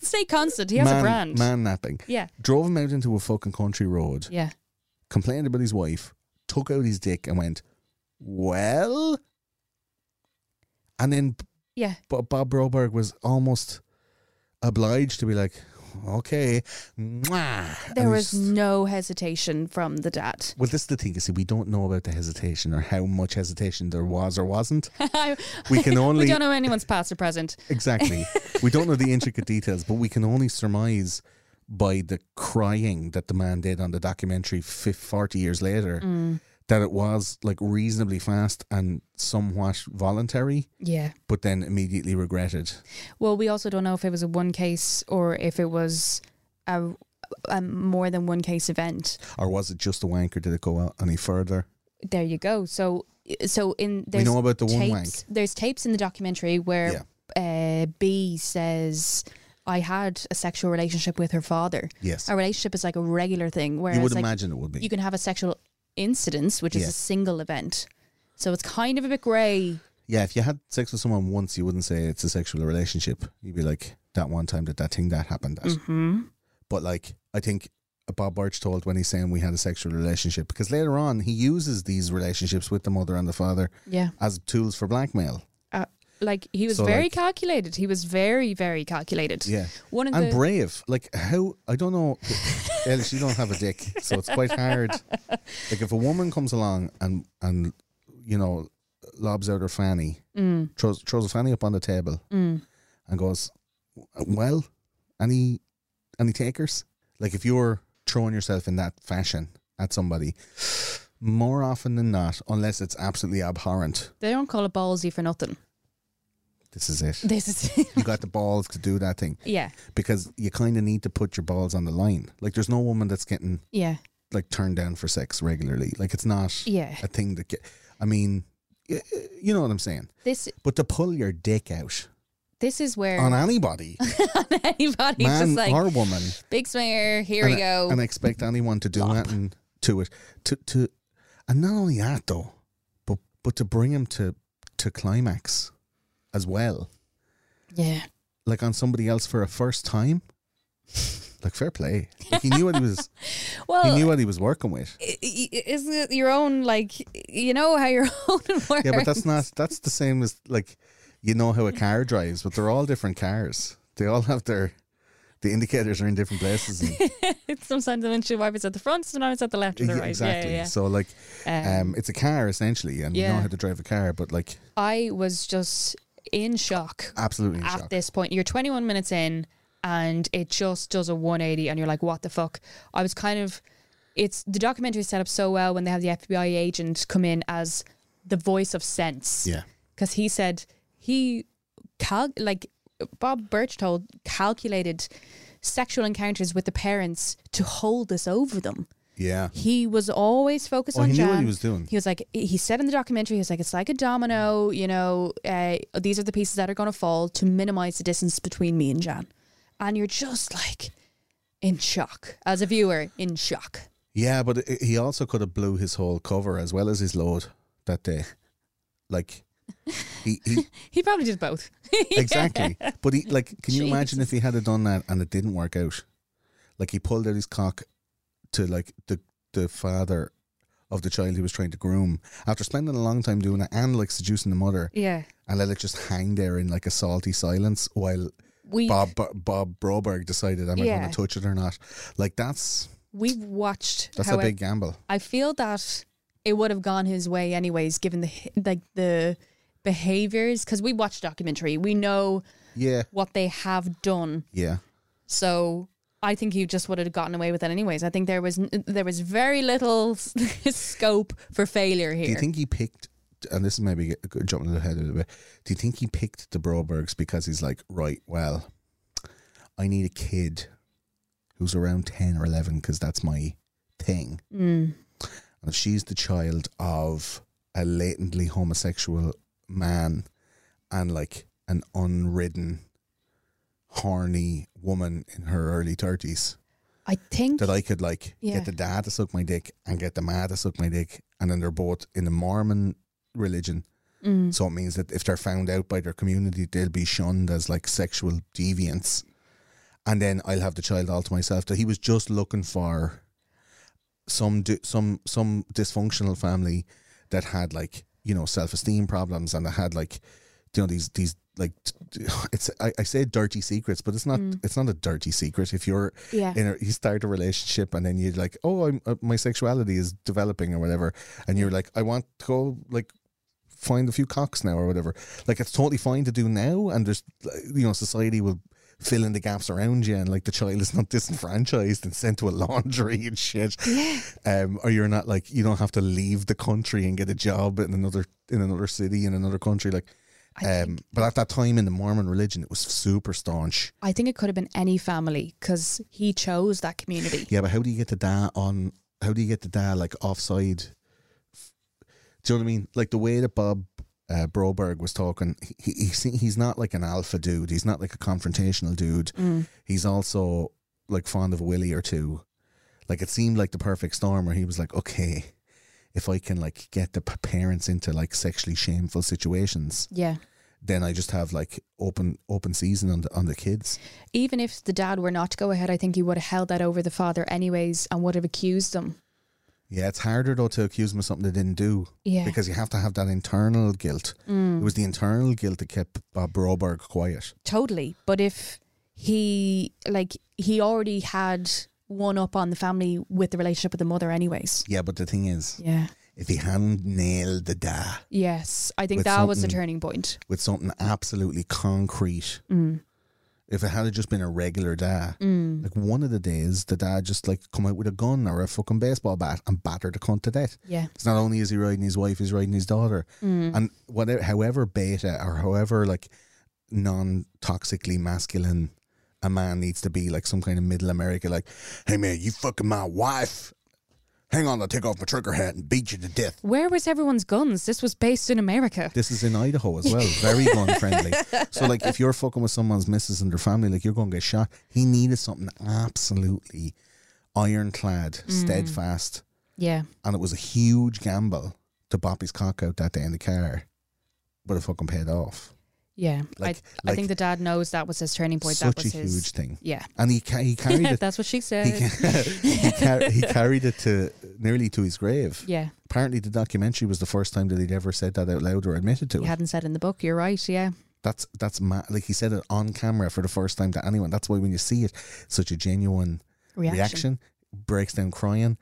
Speaker 3: Stay constant. He has a
Speaker 2: Man-
Speaker 3: brand.
Speaker 2: Man napping.
Speaker 3: Yeah.
Speaker 2: Drove him out into a fucking country road.
Speaker 3: Yeah.
Speaker 2: Complained about his wife. Took out his dick and went, well. And then
Speaker 3: Yeah.
Speaker 2: but Bob Broberg was almost obliged to be like, okay, mwah. And
Speaker 3: There
Speaker 2: he
Speaker 3: was
Speaker 2: just-
Speaker 3: no hesitation from the dad.
Speaker 2: well, this is the thing is, we don't know about the hesitation or how much hesitation there was or wasn't. We can only
Speaker 3: we don't know anyone's past or present.
Speaker 2: exactly. we don't know the intricate details, but we can only surmise by the crying that the man did on the documentary fif- 40 years later
Speaker 3: Mm.
Speaker 2: that it was like reasonably fast and somewhat voluntary,
Speaker 3: Yeah.
Speaker 2: but then immediately regretted.
Speaker 3: Well, we also don't know if it was a one case or if it was a, a more than one case event.
Speaker 2: Or was it just a wanker? Did it go out any further?
Speaker 3: there you go. So so in
Speaker 2: We
Speaker 3: there's
Speaker 2: know about the
Speaker 3: tapes,
Speaker 2: one wank.
Speaker 3: There's tapes in the documentary where uh, B says. I had a sexual relationship with her father.
Speaker 2: Yes.
Speaker 3: a relationship is like a regular thing. Whereas
Speaker 2: You would
Speaker 3: like,
Speaker 2: imagine it would be.
Speaker 3: you can have a sexual incidence, which is
Speaker 2: Yeah.
Speaker 3: a single event. So it's kind of a bit grey.
Speaker 2: yeah, if you had sex with someone once, you wouldn't say it's a sexual relationship. You'd be like, that one time that that thing that happened. That.
Speaker 3: Mm-hmm.
Speaker 2: But like, I think Bob Birch told when he's saying we had a sexual relationship because later on he uses these relationships with the mother and the father
Speaker 3: Yeah.
Speaker 2: as tools for blackmail.
Speaker 3: Uh, like he was
Speaker 2: So,
Speaker 3: very
Speaker 2: like-
Speaker 3: calculated. He was very, very calculated.
Speaker 2: Yeah.
Speaker 3: One of
Speaker 2: and
Speaker 3: the
Speaker 2: brave. Like how I don't know. Ellis, you don't have a dick, so it's quite hard. Like if a woman comes along and and you know lobs out her fanny,
Speaker 3: Mm.
Speaker 2: throws throws a fanny up on the table, and goes, "Well, any any takers?" Like if you're throwing yourself in that fashion at somebody, more often than not, unless it's absolutely abhorrent,
Speaker 3: they don't call it ballsy for nothing.
Speaker 2: this is it.
Speaker 3: This is
Speaker 2: You got the balls to do that thing
Speaker 3: yeah,
Speaker 2: because you kind of need to put your balls on the line. Like there's no woman that's getting
Speaker 3: yeah,
Speaker 2: like turned down for sex regularly. Like it's not
Speaker 3: yeah.
Speaker 2: a thing that get. I mean, y- y- you know what I'm saying.
Speaker 3: This
Speaker 2: But to pull your dick out
Speaker 3: this is where
Speaker 2: on anybody,
Speaker 3: anybody's
Speaker 2: man
Speaker 3: just like
Speaker 2: or woman,
Speaker 3: big smear. Here
Speaker 2: and,
Speaker 3: we go.
Speaker 2: and expect anyone to do nothing to it. To to, and not only that though, but but to bring him to to climax as well,
Speaker 3: yeah,
Speaker 2: like on somebody else for a first time. Like fair play. Like he knew what he was. he
Speaker 3: well.
Speaker 2: knew what he was working with.
Speaker 3: i- i- Isn't it your own like you know how your own works?
Speaker 2: Yeah, but that's not that's the same as like you know how a car drives, but they're all different cars. They all have their the indicators are in different places. and-
Speaker 3: sometimes the windshield wipers at the front, sometimes at the left or the
Speaker 2: Yeah,
Speaker 3: right.
Speaker 2: exactly.
Speaker 3: Yeah, yeah.
Speaker 2: So like
Speaker 3: yeah.
Speaker 2: um it's a car essentially and you know
Speaker 3: yeah.
Speaker 2: how to drive a car, but like
Speaker 3: I was just in shock
Speaker 2: absolutely in
Speaker 3: at
Speaker 2: shock.
Speaker 3: this point. You're 21 minutes in, and it just does a 180, and you're like, "What the fuck?" I was kind of. It's the documentary is set up so well when they have the FBI agent come in as the voice of sense.
Speaker 2: Yeah.
Speaker 3: because he said he cal- like Bob Birch told calculated sexual encounters with the parents to hold this over them.
Speaker 2: Yeah.
Speaker 3: He was always focused
Speaker 2: Oh,
Speaker 3: on
Speaker 2: he knew what
Speaker 3: Jan.
Speaker 2: he was doing.
Speaker 3: He was like, he said in the documentary, he was like, it's like a domino, you know, uh, these are the pieces that are going to fall to minimize the distance between me and Jan. And you're just like in shock as a viewer, in shock.
Speaker 2: Yeah, but i he also could have blew his whole cover as well as his load that day. Like he, he
Speaker 3: He probably did both.
Speaker 2: exactly. But he like, can you imagine
Speaker 3: Jesus.
Speaker 2: if he had have done that and it didn't work out? Like he pulled out his cock to like the the father of the child he was trying to groom after spending a long time doing it and like seducing the mother
Speaker 3: Yeah.
Speaker 2: and let it just hang there in like a salty silence while
Speaker 3: We,
Speaker 2: Bob Bob Broberg decided am I
Speaker 3: Yeah.
Speaker 2: going to touch it or not? Like that's
Speaker 3: we've watched
Speaker 2: that's
Speaker 3: how
Speaker 2: a big gamble.
Speaker 3: I feel that it would have gone his way anyways, given the like the behaviors. Because we watched documentary, we know
Speaker 2: Yeah,
Speaker 3: what they have done.
Speaker 2: yeah.
Speaker 3: So I think he just would have gotten away with it anyways. I think there was n- there was very little s- scope for failure here.
Speaker 2: Do you think he picked? And this is maybe g- jumping ahead a little bit. Do you think he picked the Brobergs because he's like, right, well, I need a kid who's around ten or eleven because that's my thing. And if she's the child of a latently homosexual man and like an unridden, horny woman in her early thirties,
Speaker 3: I think
Speaker 2: that I could like
Speaker 3: Yeah.
Speaker 2: get the dad to suck my dick and get the ma to suck my dick, and then they're both in the Mormon religion. So it means that if they're found out by their community, they'll be shunned as like sexual deviants, and then I'll have the child all to myself. That he was just looking for some du- some some dysfunctional family that had like you know self esteem problems and that had like you know these these like t- it's I, I say dirty secrets, but it's not it's not a dirty secret if you're
Speaker 3: Yeah.
Speaker 2: in a, you start a relationship and then you're like oh I'm, uh, my sexuality is developing or whatever, and you're like I want to go like find a few cocks now or whatever. Like it's totally fine to do now, and there's like, you know society will fill in the gaps around you, and like the child is not disenfranchised and sent to a laundry and shit, um, or you're not like you don't have to leave the country and get a job in another in another city in another country like. Um, but at that time in the Mormon religion, it was super staunch.
Speaker 3: I think it could have been any family because he chose that community.
Speaker 2: Yeah, but how do you get the da on? How do you get the da like offside? Do you know what I mean? Like the way that Bob uh, Broberg was talking, he, he he se- he's not like an alpha dude. He's not like a confrontational dude. He's also like fond of a willy or two. Like it seemed like the perfect storm where he was like, okay, if I can like get the p- parents into like sexually shameful situations,
Speaker 3: Yeah.
Speaker 2: then I just have like open open season on the on the kids.
Speaker 3: Even if the dad were not to go ahead, I think he would have held that over the father anyways and would have accused them.
Speaker 2: Yeah, it's harder though to accuse him of something they didn't do.
Speaker 3: Yeah. Mm.
Speaker 2: Because you have to have that internal guilt. It was the internal guilt that kept Bob Broberg quiet.
Speaker 3: Totally. But if he like he already had one up on the family with the relationship with the mother anyways.
Speaker 2: Yeah, but the thing is,
Speaker 3: Yeah.
Speaker 2: if he hadn't nailed the da
Speaker 3: Yes. I think
Speaker 2: With
Speaker 3: that was the
Speaker 2: something-
Speaker 3: turning point.
Speaker 2: with something absolutely concrete,
Speaker 3: Mm.
Speaker 2: if it had just been a regular da, like one of the days the da just like come out with a gun or a fucking baseball bat and batter the cunt to death.
Speaker 3: Yeah.
Speaker 2: It's not only is he riding his wife, he's riding his daughter. And whatever, however beta or however like non toxically masculine a man needs to be, like some kind of middle America, like, hey man, you fucking my wife. Hang on, I'll take off my trucker hat and beat you to death.
Speaker 3: Where was everyone's guns? This was based in America.
Speaker 2: This is in Idaho as well, very gun friendly. So, like, if you're fucking with someone's missus and their family, like, you're going to get shot. He needed something absolutely ironclad, steadfast,
Speaker 3: Yeah.
Speaker 2: and it was a huge gamble to bop his cock out that day in the car, but it fucking paid off.
Speaker 3: Yeah.
Speaker 2: Like-
Speaker 3: I, I
Speaker 2: like-
Speaker 3: think the dad knows that was his turning point. that
Speaker 2: Such a
Speaker 3: was his
Speaker 2: huge thing,
Speaker 3: Yeah.
Speaker 2: and he ca- he carried it.
Speaker 3: That's what she
Speaker 2: He,
Speaker 3: said.
Speaker 2: ca- he, car- he carried it to nearly to his grave.
Speaker 3: Yeah.
Speaker 2: Apparently, the documentary was the first time that he'd ever said that out loud or admitted to
Speaker 3: You
Speaker 2: it.
Speaker 3: hadn't said in the book. You're right. Yeah.
Speaker 2: That's that's ma- like he said it on camera for the first time to anyone. That's why when you see it, such a genuine
Speaker 3: Reaction.
Speaker 2: reaction, breaks down crying,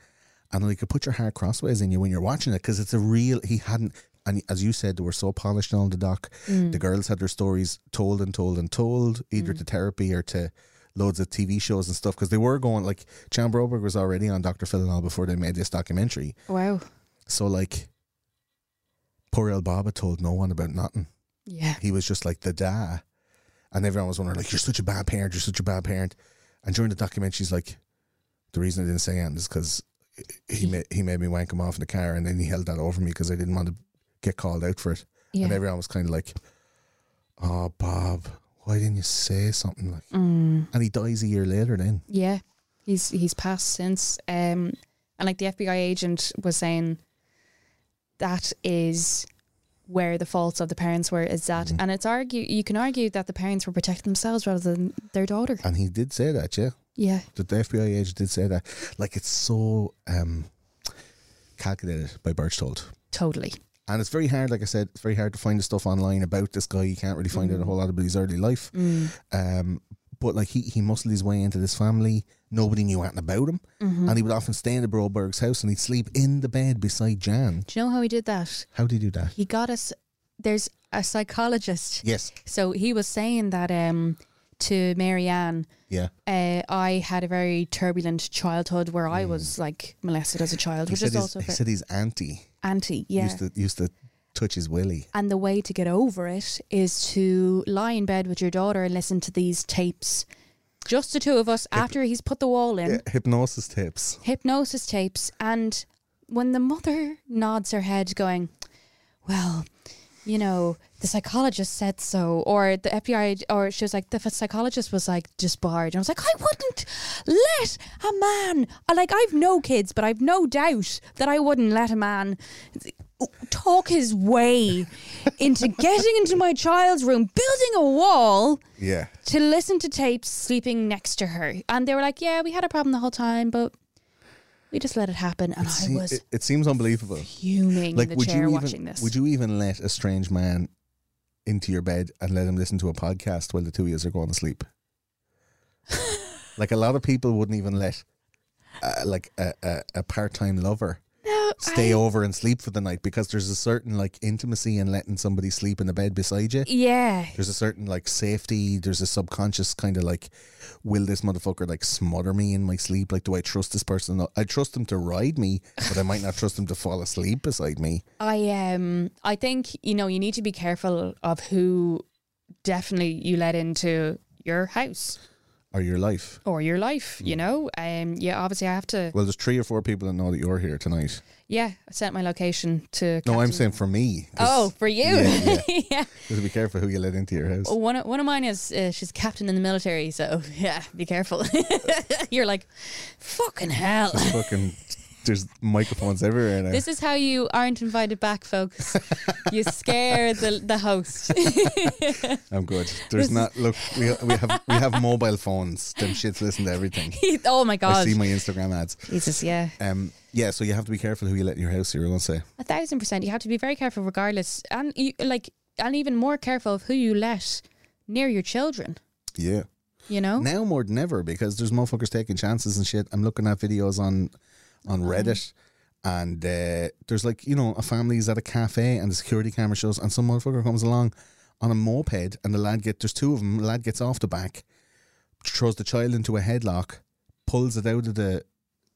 Speaker 2: and like you put your heart crossways in you when you're watching it because it's a real. He hadn't, and as you said, they were so polished on the doc. The girls had their stories told and told and told, either to therapy or to loads of TV shows and stuff because they were going like Chan Broberg was already on Dr. Phil and all before they made this documentary.
Speaker 3: Wow.
Speaker 2: So like, poor El Baba told no one about nothing
Speaker 3: Yeah.
Speaker 2: he was just like the da. And everyone was wondering, like, you're such a bad parent, you're such a bad parent. And during the documentary, she's like, the reason I didn't say anything is because he made, he made me wank him off in the car and then he held that over me because I didn't want to get called out for it.
Speaker 3: Yeah.
Speaker 2: And everyone was kind of like, oh, Bob, why didn't you say something? Like, And he dies a year later then.
Speaker 3: Yeah, he's he's passed since. Um, and like the FBI agent was saying, that is where the faults of the parents were. Is that
Speaker 2: Mm-hmm.
Speaker 3: and it's argue you can argue that the parents were protecting themselves rather than their daughter.
Speaker 2: And he did say that, yeah.
Speaker 3: Yeah,
Speaker 2: The, the FBI agent did say that. Like, it's so um, calculated by Birchtold.
Speaker 3: totally.
Speaker 2: And it's very hard, like I said, it's very hard to find the stuff online about this guy. You can't really find
Speaker 3: Mm.
Speaker 2: out a whole lot about his early life. Um, but like he, he muscled his way into this family. Nobody knew anything about him.
Speaker 3: Mm-hmm.
Speaker 2: And he would often stay in the Broberg's house and he'd sleep in the bed beside Jan.
Speaker 3: Do you know how he did that?
Speaker 2: How did he do that?
Speaker 3: He got us. There's a psychologist.
Speaker 2: Yes.
Speaker 3: So he was saying that um to Marianne.
Speaker 2: Yeah.
Speaker 3: Uh, I had a very turbulent childhood where I was like molested as a
Speaker 2: Mm.
Speaker 3: child,
Speaker 2: He
Speaker 3: which
Speaker 2: said,
Speaker 3: is
Speaker 2: his,
Speaker 3: also
Speaker 2: he
Speaker 3: very
Speaker 2: said his auntie
Speaker 3: anti. Yeah,
Speaker 2: used to used to touch his willy.
Speaker 3: And the way to get over it is to lie in bed with your daughter and listen to these tapes. Just the two of us after he's put the wall in,
Speaker 2: hypnosis tips.
Speaker 3: hypnosis tapes. And when the mother nods her head, going, Well, you know, the psychologist said so, or the FBI, or she was like, The psychologist was like disbarred. And I was like, I wouldn't let a man, I- like, I've no kids, but I've no doubt that I wouldn't let a man uh, talk his way into getting into my child's room, building a wall
Speaker 2: Yeah.
Speaker 3: to listen to tapes sleeping next to her. And they were like, yeah, we had a problem the whole time, but we just let it happen. And I was
Speaker 2: it, it seems unbelievable.
Speaker 3: fuming in the chair
Speaker 2: even,
Speaker 3: watching this.
Speaker 2: Would you even let a strange man into your bed and let him listen to a podcast while the two of yous are going to sleep? like a lot of people wouldn't even let, uh, like a, a, a part time lover stay over and sleep for the night because there's a certain like intimacy in letting somebody sleep in the bed beside you.
Speaker 3: yeah.
Speaker 2: There's a certain like safety. There's a subconscious kind of like, will this motherfucker like smother me in my sleep? Like, do I trust this person? I trust them to ride me, but I might not trust them to fall asleep beside me.
Speaker 3: I um I think you know you need to be careful of who definitely you let into your house.
Speaker 2: or your life.
Speaker 3: or your life,
Speaker 2: Mm.
Speaker 3: you know? Um, yeah, obviously I have to.
Speaker 2: Well, there's three or four people that know that you're here tonight.
Speaker 3: Yeah, I sent my location to.
Speaker 2: No, I'm
Speaker 3: Captain-
Speaker 2: saying for me. 'cause
Speaker 3: Oh, for you.
Speaker 2: Yeah,
Speaker 3: yeah.
Speaker 2: you have to be careful who you let into your house.
Speaker 3: Oh, One of, one of mine is uh, she's captain in the military, so yeah, be careful. You're like, fucking hell.
Speaker 2: Fucking, there's microphones everywhere now.
Speaker 3: This is how you aren't invited back, folks. You scare the, the host.
Speaker 2: I'm good. There's not. Look, we, we have we have mobile phones. Them shits listen to everything.
Speaker 3: oh my
Speaker 2: I
Speaker 3: god!
Speaker 2: see my Instagram ads.
Speaker 3: Jesus, yeah,
Speaker 2: Um, yeah. So you have to be careful who you let in your house. Here, I won't say.
Speaker 3: a thousand percent. You have to be very careful, regardless, and you like, and even more careful of who you let near your children.
Speaker 2: Yeah.
Speaker 3: You know,
Speaker 2: Now more than ever because there's motherfuckers taking chances and shit. I'm looking at videos on on Reddit and uh, there's like, you know, a family's at a cafe and the security camera shows and some motherfucker comes along on a moped and the lad get there's two of them, the lad gets off the back, throws the child into a headlock, pulls it out of the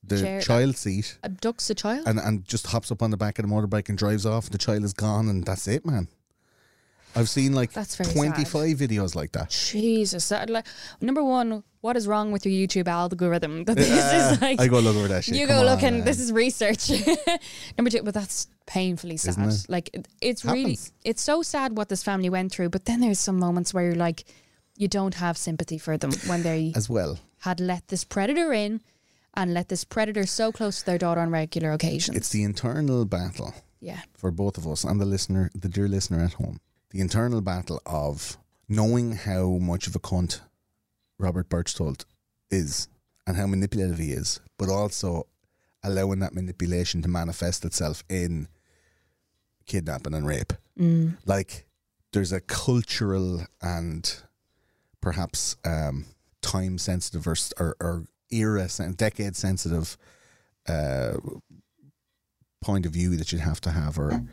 Speaker 2: the
Speaker 3: Chair. uh,
Speaker 2: child seat
Speaker 3: abducts a child.
Speaker 2: and, and just hops up on the back of the motorbike and drives off. The child is gone and that's it, man. I've seen like
Speaker 3: That's very sad.
Speaker 2: 25 videos like that.
Speaker 3: Jesus, that, like, number one, what is wrong with your YouTube algorithm? That this is like
Speaker 2: Uh, I go look over that shit.
Speaker 3: you
Speaker 2: come
Speaker 3: go
Speaker 2: on,
Speaker 3: looking.
Speaker 2: man.
Speaker 3: This is research. Number two, but that's painfully sad.
Speaker 2: it?
Speaker 3: Like it- it's really,
Speaker 2: Happens.
Speaker 3: it's so sad what this family went through. But then there's some moments where you're like, you don't have sympathy for them when they
Speaker 2: as well.
Speaker 3: had let this predator in, and let this predator so close to their daughter on regular occasions.
Speaker 2: It's the internal battle
Speaker 3: yeah,
Speaker 2: for both of us and the listener, the dear listener at home. The internal battle of knowing how much of a cunt Robert Birchtold is and how manipulative he is, but also allowing that manipulation to manifest itself in kidnapping and rape. Like there's a cultural and perhaps um, time sensitive or, or, or era and decade sensitive uh, point of view that you'd have to have or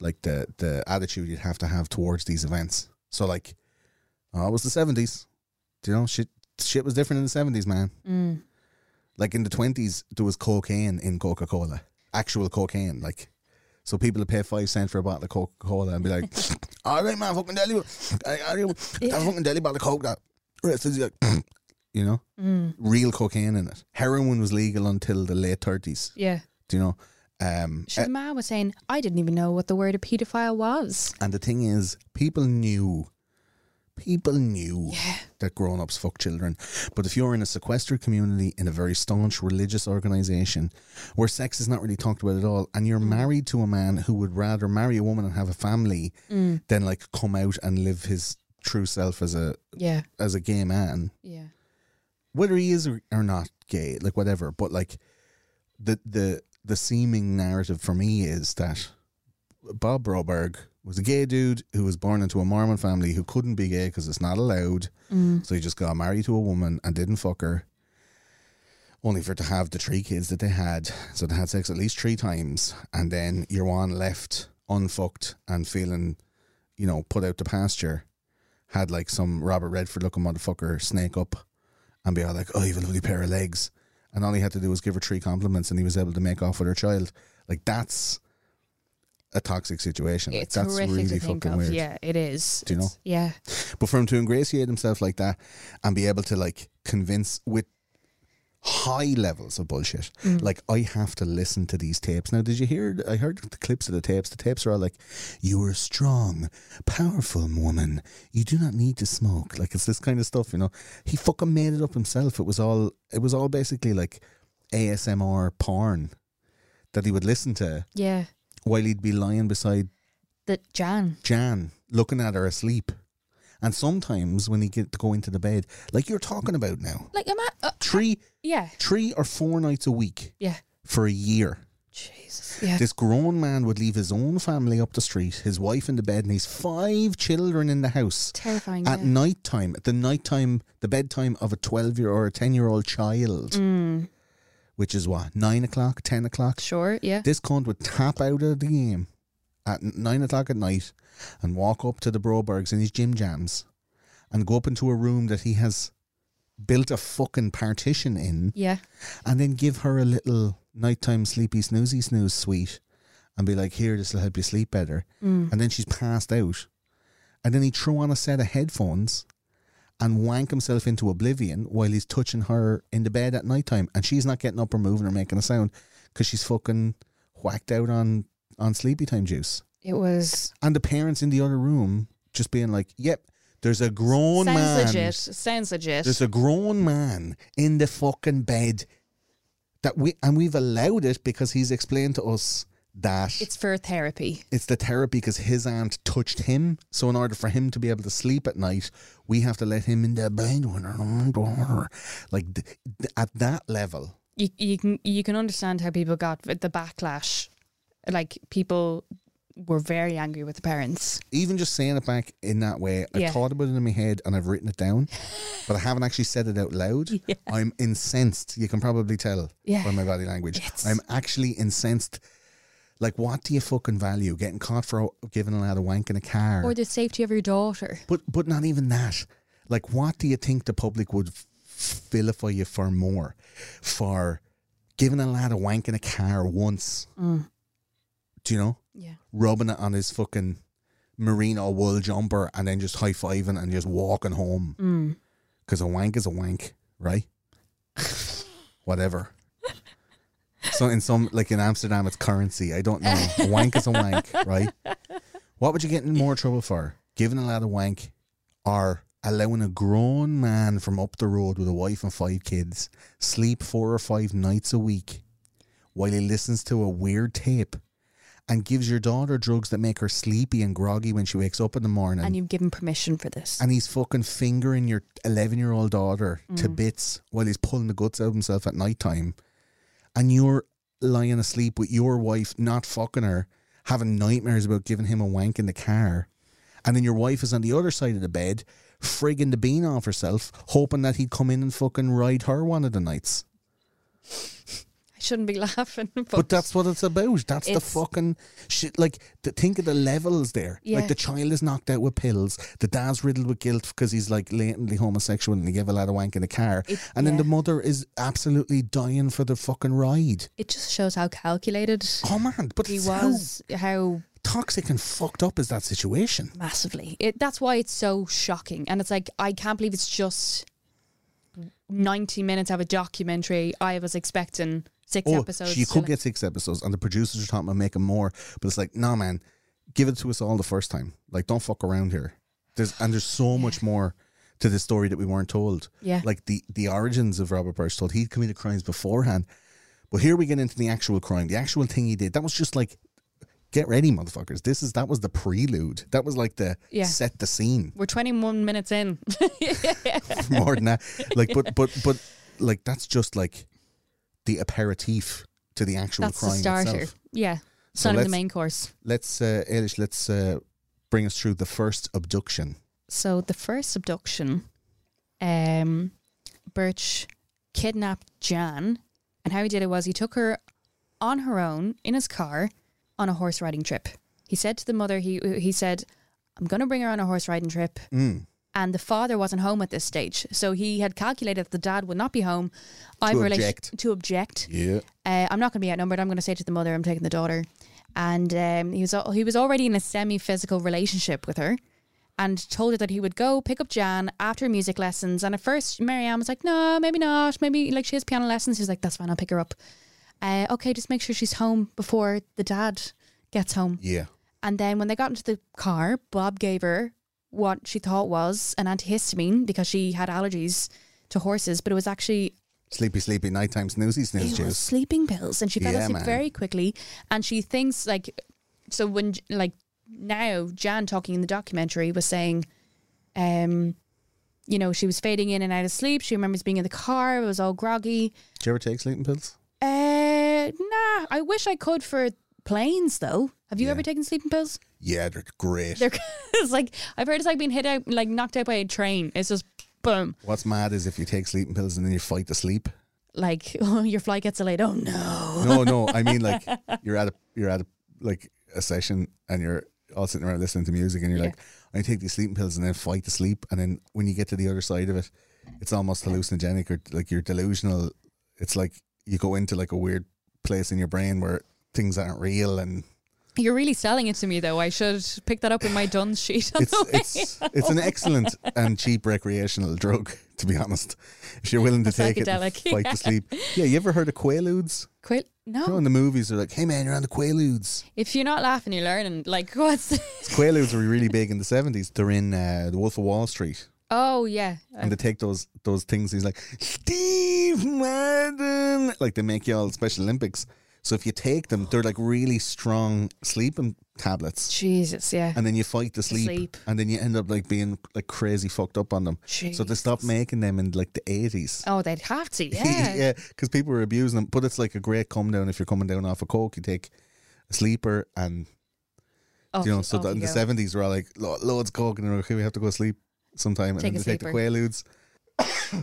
Speaker 2: like the the attitude you'd have to have towards these events. So like oh, it was the seventies. You know, shit shit was different in the seventies, man. Like in the twenties there was cocaine in Coca Cola. Actual cocaine, like so people would pay five cents for a bottle of Coca Cola and be like, All right man, fucking deli I, I, that fucking deli bottle of Coke that right, so it's like, you know? Real cocaine in it. Heroin was legal until the late thirties.
Speaker 3: yeah.
Speaker 2: Do you know? Um,
Speaker 3: Shouldma was saying, I didn't even know what the word a paedophile was.
Speaker 2: and the thing is, people knew, people knew that grown ups fuck children. But if you're in a sequestered community in a very staunch religious organization where sex is not really talked about at all, and you're married to a man who would rather marry a woman and have a family than like come out and live his true self as a
Speaker 3: Yeah,
Speaker 2: as a gay man,
Speaker 3: yeah.
Speaker 2: whether he is or, or not gay, like whatever. But like the the the seeming narrative for me is that Bob Broberg was a gay dude who was born into a Mormon family who couldn't be gay because it's not allowed.
Speaker 3: Mm.
Speaker 2: So he just got married to a woman and didn't fuck her. Only for it to have the three kids that they had. So they had sex at least three times. And then you're on left, unfucked, and feeling, you know, put out to pasture. Had like some Robert Redford looking motherfucker snake up and be all like, oh, you have a lovely pair of legs. And all he had to do was give her three compliments and he was able to make off with her child. Like, that's a toxic situation. Like,
Speaker 3: It's
Speaker 2: that's
Speaker 3: horrific
Speaker 2: really
Speaker 3: to think
Speaker 2: fucking
Speaker 3: of.
Speaker 2: weird.
Speaker 3: Yeah, it is.
Speaker 2: Do you know?
Speaker 3: It's- Yeah.
Speaker 2: But for him to ingratiate himself like that and be able to like convince with high levels of bullshit, like I have to listen to these tapes. Now, did you hear? I heard the clips of the tapes. The tapes are all like, "You are a strong, powerful woman. You do not need to smoke." Like it's this kind of stuff, you know. He fucking made it up himself. It was all. It was all basically like ASMR porn that he would listen to
Speaker 3: Yeah.
Speaker 2: while he'd be lying beside
Speaker 3: The Jan.
Speaker 2: Jan looking at her asleep. And sometimes when he get to go into the bed, like you're talking about now,
Speaker 3: Like, am I? Uh,
Speaker 2: three,
Speaker 3: yeah.
Speaker 2: three or four nights a week
Speaker 3: Yeah.
Speaker 2: for a year.
Speaker 3: Jesus. Yeah.
Speaker 2: This grown man would leave his own family up the street, his wife in the bed, and his five children in the house
Speaker 3: Terrifying.
Speaker 2: at
Speaker 3: yeah.
Speaker 2: night time, at the night time, the bedtime of a 12 year or a 10 year old child,
Speaker 3: Mm.
Speaker 2: which is what, nine o'clock, 10 o'clock?
Speaker 3: Sure. Yeah.
Speaker 2: This cunt would tap out of the game at n- nine o'clock at night and walk up to the Brobergs in his gym jams and go up into a room that he has built a fucking partition in
Speaker 3: yeah.
Speaker 2: and then give her a little nighttime sleepy snoozy snooze sweet and be like, here, this will help you sleep
Speaker 3: Mm.
Speaker 2: better. And then she's passed out. And then he'd throw on a set of headphones and wank himself into oblivion while he's touching her in the bed at nighttime, and she's not getting up or moving or making a sound because she's fucking whacked out on on sleepy time juice.
Speaker 3: It was
Speaker 2: And the parents in the other room just being like, "Yep, there's a grown
Speaker 3: sounds
Speaker 2: man."
Speaker 3: legit. Sounds legit.
Speaker 2: There's a grown man in the fucking bed that we and we've allowed it because he's explained to us that
Speaker 3: it's for therapy.
Speaker 2: it's the therapy because his aunt touched him. So in order for him to be able to sleep at night, we have to let him in the bed with her own daughter. Like th- th- at that level,
Speaker 3: You, you can you can understand how people got the backlash. Like people were very angry with the parents.
Speaker 2: even just saying it back in that way, I
Speaker 3: Yeah.
Speaker 2: thought about it in my head and I've written it down, but I haven't actually said it out loud. I'm incensed. You can probably tell
Speaker 3: Yeah.
Speaker 2: by my body language. I'm actually incensed. Like, what do you fucking value? Getting caught for giving a lad a wank in a car,
Speaker 4: Or the safety of your daughter.
Speaker 2: but but not even that. Like, what do you think the public would f- vilify you for more? For giving a lad a wank in a car once? Do you know?
Speaker 3: Yeah.
Speaker 2: Rubbing it on his fucking merino wool jumper and then just high fiving and just walking home. Because a wank is a wank, right? Whatever. So in some like in Amsterdam, it's currency. I don't know. A wank is a wank, right? What would you get in more trouble for? Giving a lad a wank or allowing a grown man from up the road with a wife and five kids sleep four or five nights a week while he listens to a weird tape and gives your daughter drugs that make her sleepy and groggy when she wakes up in the morning
Speaker 3: And you've given permission for this.
Speaker 2: and he's fucking fingering your 11 year old daughter to bits while he's pulling the guts out of himself at night time and you're lying asleep with your wife not fucking her having nightmares about giving him a wank in the car and then your wife is on the other side of the bed frigging the bean off herself hoping that he'd come in and fucking ride her one of the nights
Speaker 3: I shouldn't be laughing, but,
Speaker 2: but that's what it's about that's the
Speaker 3: It's-
Speaker 2: fucking shit like the, think of the levels there
Speaker 3: Yeah.
Speaker 2: like the child is knocked out with pills the dad's riddled with guilt because he's like latently homosexual and he gave a lot of wank in the car
Speaker 3: It-
Speaker 2: and then the
Speaker 3: yeah.
Speaker 2: mother is absolutely dying for the fucking ride
Speaker 3: it just shows how calculated
Speaker 2: oh man but
Speaker 3: he
Speaker 2: it's
Speaker 3: was. How
Speaker 2: how toxic and fucked up is that situation
Speaker 3: massively. It, that's why it's so shocking. And it's like, I can't believe it's just 90 minutes of a documentary. I was expecting six
Speaker 2: oh
Speaker 3: episodes.
Speaker 2: she
Speaker 3: to
Speaker 2: could
Speaker 3: like-
Speaker 2: get six episodes and the producers are talking about making more but it's like nah man give it to us all the first time like don't fuck around here there's and there's so much more to the story that we weren't told
Speaker 3: Yeah.
Speaker 2: like the the origins of Robert Birch told he'd committed crimes beforehand. But here we get into the actual crime, the actual thing he did. That was just like, get ready, motherfuckers. This is that was the prelude. That was like the
Speaker 3: Yeah.
Speaker 2: set the scene
Speaker 3: We're 21 minutes in.
Speaker 2: more than that. Like, but but but like that's just like the aperitif to the actual
Speaker 3: that's the
Speaker 2: crime
Speaker 3: starter.
Speaker 2: itself.
Speaker 3: Yeah. It's
Speaker 2: So
Speaker 3: not even
Speaker 2: let's-
Speaker 3: the main course.
Speaker 2: Let's uh, Elish, let's uh, bring us through the first abduction.
Speaker 3: So the first abduction, um, Birch kidnapped Jan, and how he did it was he took her on her own in his car on a horse riding trip. He said to the mother, he he said, "I'm going to bring her on a horse riding trip." And the father wasn't home at this stage, so he had calculated that the dad would not be home. I've rela-
Speaker 2: object.
Speaker 3: to object
Speaker 2: Yeah.
Speaker 3: uh, I'm not going to be outnumbered. I'm going to say to the mother, I'm taking the daughter. And um, he was al- he was already in a semi physical relationship with her, and told her that he would go pick up Jan after music lessons. And at first, Marianne was like, "No, maybe not. Maybe like she has piano lessons." He was like, "That's fine. I'll pick her up. Uh, okay, just make sure she's home before the dad gets home."
Speaker 2: Yeah.
Speaker 3: And then when they got into the car, Bob gave her what she thought was an antihistamine because she had allergies to horses, but it was actually
Speaker 2: Sleepy, sleepy, nighttime snoozy snooze
Speaker 3: it was
Speaker 2: juice.
Speaker 3: sleeping pills and she fell
Speaker 2: Yeah,
Speaker 3: asleep
Speaker 2: man.
Speaker 3: very quickly and she thinks like so when J- like now jan talking in the documentary was saying um you know she was fading in and out of sleep she remembers being in the car it was all groggy
Speaker 2: Do you ever take sleeping pills?
Speaker 3: uh nah i wish i could for planes though have you ever taken sleeping pills
Speaker 2: Yeah, they're great.
Speaker 3: they're it's like i've heard it's like being hit out like knocked out by a train it's just boom
Speaker 2: What's mad is if you take sleeping pills and then you fight the sleep.
Speaker 3: like your flight gets delayed oh no
Speaker 2: No, no, I mean like you're at a you're at a, like a session and you're all sitting around listening to music and you're like, I take these sleeping pills and then fight the sleep and then when you get to the other side of it, it's almost hallucinogenic or like you're delusional. It's like you go into like a weird place in your brain where things aren't real and
Speaker 3: You're really selling it to me, though. I should pick that up in my done sheet. On
Speaker 2: It's
Speaker 3: the way.
Speaker 2: it's it's an excellent and cheap recreational drug, to be honest. If you're willing to take it, and
Speaker 3: Psychedelic,
Speaker 2: fight
Speaker 3: yeah. Oh.
Speaker 2: to sleep. Yeah, you ever heard of Quaaludes?
Speaker 3: Quail-
Speaker 2: You know,
Speaker 3: no,
Speaker 2: in the movies, they're like, "Hey man, you're on the Quaaludes."
Speaker 3: if you're not laughing, you're learning. Like what's?
Speaker 2: Quaaludes were really big in the seventies. They're in uh, the Wolf of Wall Street,
Speaker 3: oh yeah,
Speaker 2: and they take those those things. He's like, "Steve Madden," like they make you all Special Olympics. So if you take them, they're like really strong sleeping tablets.
Speaker 3: Jesus, yeah.
Speaker 2: and then you fight the sleep,
Speaker 3: sleep.
Speaker 2: and then you end up like being like crazy fucked up on them. So they stopped making them in like the eighties.
Speaker 3: Oh, they'd have to. Yeah.
Speaker 2: because people were abusing them. But it's like a great come down if you're coming down off a coke. You take a sleeper, and
Speaker 3: Off
Speaker 2: you know,
Speaker 3: y-
Speaker 2: so
Speaker 3: off
Speaker 2: that in
Speaker 3: you
Speaker 2: the
Speaker 3: go.
Speaker 2: seventies, we're all like "Lo- loads of coke, and they're like, okay, we have to go to sleep sometime,
Speaker 3: Take
Speaker 2: and
Speaker 3: a
Speaker 2: then they take the
Speaker 3: sleeper.
Speaker 2: quaaludes,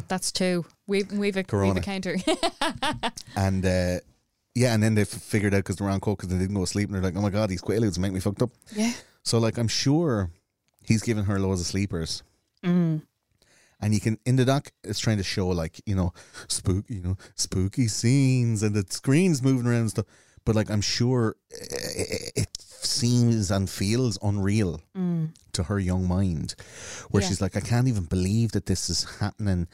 Speaker 3: That's two. We've we've a, we've
Speaker 2: Corona.
Speaker 3: a counter.
Speaker 2: and uh, yeah, and then they f- figured out because they're on coke because they didn't go to sleep, and they're like, oh my god, these quaaludes make me fucked up.
Speaker 3: yeah.
Speaker 2: So like I'm sure he's giving her loads of sleepers. And you can in the doc it's trying to show like, you know, spook you know, spooky scenes and the screen's moving around and stuff. But like I'm sure it, it seems and feels unreal to her young mind where
Speaker 3: Yeah.
Speaker 2: she's like I can't even believe that this is happening.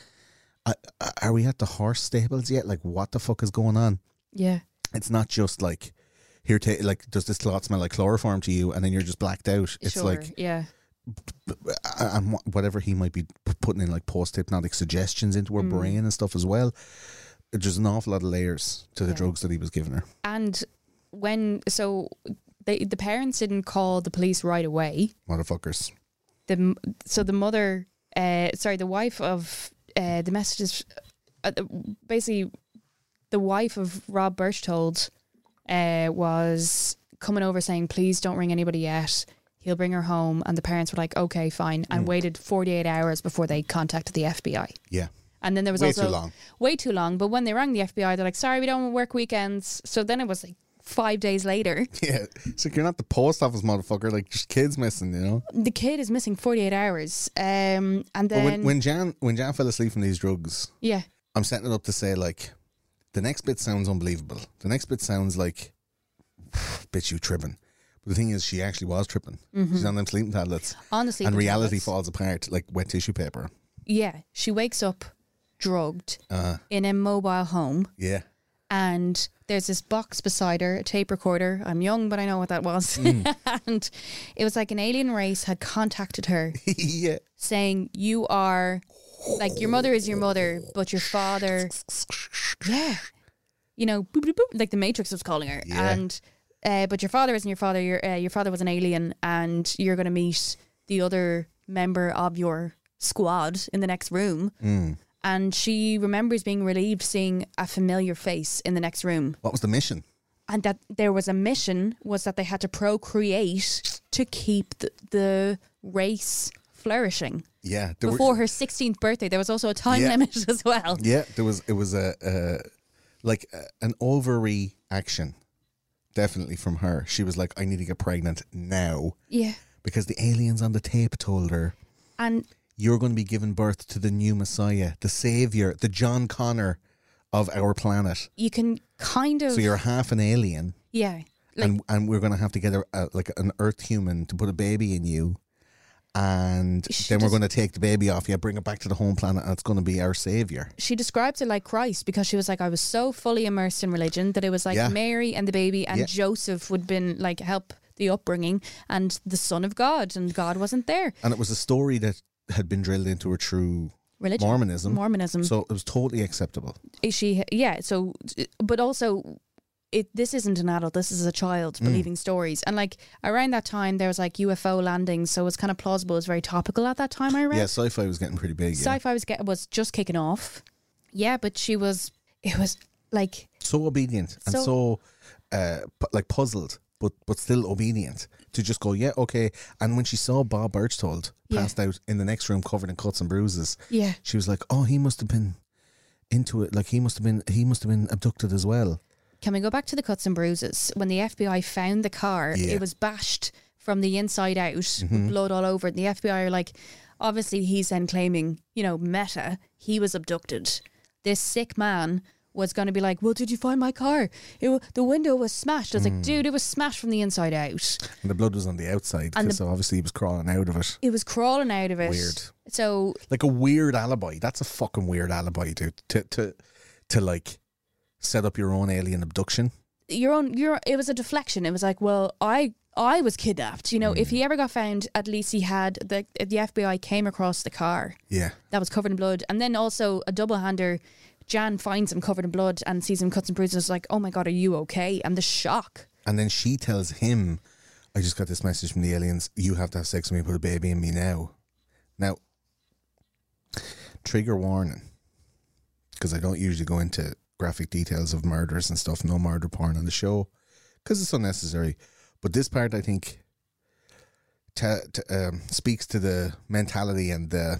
Speaker 2: I, I- are we at the horse stables yet? Like what the fuck is going on?
Speaker 3: Yeah.
Speaker 2: it's not just like here ta like does this lot smell like chloroform to you and then you're just blacked out it's
Speaker 3: sure.
Speaker 2: like
Speaker 3: yeah.
Speaker 2: and wha- whatever he might be p- putting in like post hypnotic suggestions into
Speaker 3: Mm.
Speaker 2: her brain and stuff as well there's an awful lot of layers to the drugs that he was giving her
Speaker 3: And when so they the parents didn't call the police right away.
Speaker 2: motherfuckers
Speaker 3: The m- so the mother, uh, sorry, the wife of uh, the messages, uh, the- basically, the wife of Rob Birchtold, uh, was coming over saying, "Please don't ring anybody yet." He'll bring her home, and the parents were like, "Okay, fine," and
Speaker 2: Mm.
Speaker 3: waited forty eight hours before they contacted the FBI.
Speaker 2: yeah
Speaker 3: And then there was
Speaker 2: Way
Speaker 3: also
Speaker 2: too long.
Speaker 3: way too long. But when they rang the FBI, they're like, "Sorry, we don't work weekends." So then it was like five days later,
Speaker 2: yeah it's like you're not the post office motherfucker like just kids missing you know
Speaker 3: the kid is missing forty eight hours. Um, and
Speaker 2: but
Speaker 3: then
Speaker 2: when, when jan when jan fell asleep from these drugs
Speaker 3: yeah,
Speaker 2: I'm setting it up to say like the next bit sounds unbelievable. The next bit sounds like bitch you tripping. But the thing is she actually was tripping. She's on them sleeping tablets.
Speaker 3: honestly,
Speaker 2: and
Speaker 3: the
Speaker 2: reality
Speaker 3: Mm-hmm. tablets-
Speaker 2: falls apart like wet tissue paper.
Speaker 3: Yeah, she wakes up drugged
Speaker 2: Uh
Speaker 3: in a mobile home,
Speaker 2: yeah.
Speaker 3: and there's this box beside her, a tape recorder. I'm young, but I know what that was.
Speaker 2: Mm.
Speaker 3: and it was like an alien race had contacted her,
Speaker 2: yeah.
Speaker 3: saying, "You are." Like your mother is your mother, but your father yeah, you know, boop, boop, boop, like the Matrix was calling her,
Speaker 2: Yeah.
Speaker 3: and uh, but your father isn't your father. Your uh, your father was an alien, and you're gonna meet the other member of your squad in the next room. And she remembers being relieved seeing a familiar face in the next room,
Speaker 2: What was the mission?
Speaker 3: and that there was a mission was that they had to procreate to keep the, the race flourishing.
Speaker 2: Yeah. There were-
Speaker 3: Before her 16th birthday, there was also a time
Speaker 2: Yeah.
Speaker 3: limit as well.
Speaker 2: Yeah, there was it was a, a like a, an ovary action definitely from her. She was like I need to get pregnant now
Speaker 3: Yeah,
Speaker 2: because the aliens on the tape told her
Speaker 3: and
Speaker 2: you're going to be giving birth to the new Messiah, the Savior, the John Connor of our planet.
Speaker 3: you can kind of
Speaker 2: So you're half an alien,
Speaker 3: Yeah. Like,
Speaker 2: and and we're going to have to get a, a- like an Earth human to put a baby in you, and
Speaker 3: She
Speaker 2: then we're
Speaker 3: just-
Speaker 2: going to take the baby off you, bring it back to the home planet, and it's going to be our Savior.
Speaker 3: she describes it like Christ because she was like, I was so fully immersed in religion that it was like
Speaker 2: Yeah.
Speaker 3: Mary and the baby and
Speaker 2: Yeah.
Speaker 3: Joseph would been like help the upbringing and the son of God and God wasn't there.
Speaker 2: And it was a story that had been drilled into her through
Speaker 3: Religion.
Speaker 2: Mormonism.
Speaker 3: Mormonism.
Speaker 2: So it was totally acceptable.
Speaker 3: Is she yeah, so but also it this isn't an adult, this is a
Speaker 2: Mm.
Speaker 3: child believing stories. And like around that time there was like UFO landings, so it's kind of plausible, it's very topical at that time I read.
Speaker 2: Yeah, sci-fi was getting pretty big. Yeah.
Speaker 3: Sci-fi was get, was just kicking off. Yeah, but she was it was like
Speaker 2: so obedient and so,
Speaker 3: So-
Speaker 2: uh, pu- like puzzled, but but still obedient to just go, yeah, okay. And when she saw Bob Birchtold
Speaker 3: Yeah.
Speaker 2: passed out in the next room, covered in cuts and bruises,
Speaker 3: yeah.
Speaker 2: she was like, oh, he must have been into it. Like he must have been he must have been abducted as well.
Speaker 3: Can we go back to the cuts and bruises? When the FBI found the car,
Speaker 2: Yeah. Mm-hmm.
Speaker 3: it was bashed from the inside out, with blood all over it. And the FBI are like, obviously, he's then claiming, you know, meta, he was abducted. This sick man was going to be like, "Well, did you find my car? It, wa- the window was smashed." I was
Speaker 2: Hmm.
Speaker 3: like, "Dude, it was smashed from the inside out."
Speaker 2: And the blood was on the outside,
Speaker 3: And
Speaker 2: 'cause so obviously he was crawling out of it.
Speaker 3: It was crawling out of it.
Speaker 2: Weird.
Speaker 3: So
Speaker 2: Like a weird alibi. That's a fucking weird alibi, dude. To to to like set up your own alien abduction.
Speaker 3: your own your it was a deflection it was like well i i was kidnapped you know if he ever got found at least he had the the fbi came across the car
Speaker 2: Yeah.
Speaker 3: that was covered in blood and then also a double hander jan finds him covered in blood and sees him cuts and bruises like oh my god are you okay and the shock
Speaker 2: And then she tells him, I just got this message from the aliens. You have to have sex with me, put a baby in me now. Now, trigger warning, because I don't usually go into graphic details of murders and stuff, no murder porn on the show, because it's unnecessary. But this part, I think, ta ta um, speaks to the mentality and the,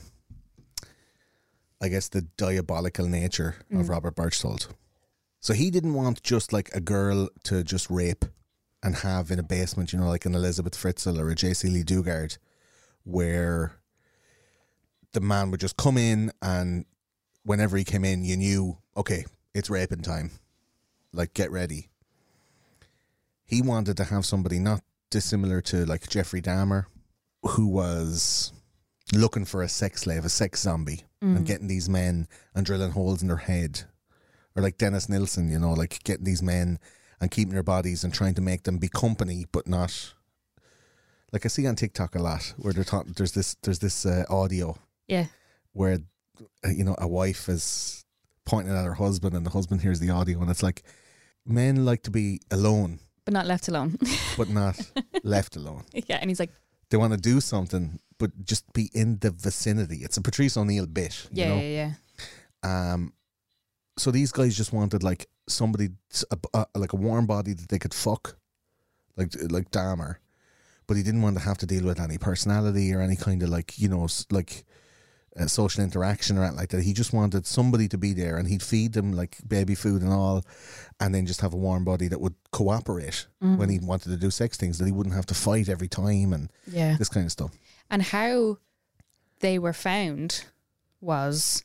Speaker 2: I guess, the diabolical nature of Robert Birchtold. So he didn't want just like a girl to just rape and have in a basement, you know, like an Elizabeth Fritzl or a J.C. Lee Dugard, where the man would just come in and whenever he came in, you knew, okay, it's raping time. Like, get ready. He wanted to have somebody not dissimilar to like Jeffrey Dahmer, who was looking for a sex slave, a sex zombie, and getting these men and drilling holes in their head or like Dennis Nilsson, you know, like getting these men and keeping their bodies and trying to make them be company, but not. Like I see on TikTok a lot where they're talking. There's this there's this uh, audio
Speaker 3: yeah
Speaker 2: where uh, you know a wife is pointing at her husband and the husband hears the audio and it's like men like to be alone
Speaker 3: but not left alone
Speaker 2: but not left alone.
Speaker 3: yeah and he's like
Speaker 2: They want to do something but just be in the vicinity. It's a Patrice O'Neill bit. you
Speaker 3: yeah
Speaker 2: know?
Speaker 3: yeah yeah
Speaker 2: Um, so these guys just wanted like somebody, a, a- like a warm body that they could fuck, like like Dahmer, but he didn't want to have to deal with any personality or any kind of like you know s- like uh, social interaction or anything like that. He just wanted somebody to be there, and he'd feed them like baby food and all, and then just have a warm body that would cooperate when he wanted to do sex things that he wouldn't have to fight every time and
Speaker 3: yeah
Speaker 2: this kind of stuff.
Speaker 3: and how they were found was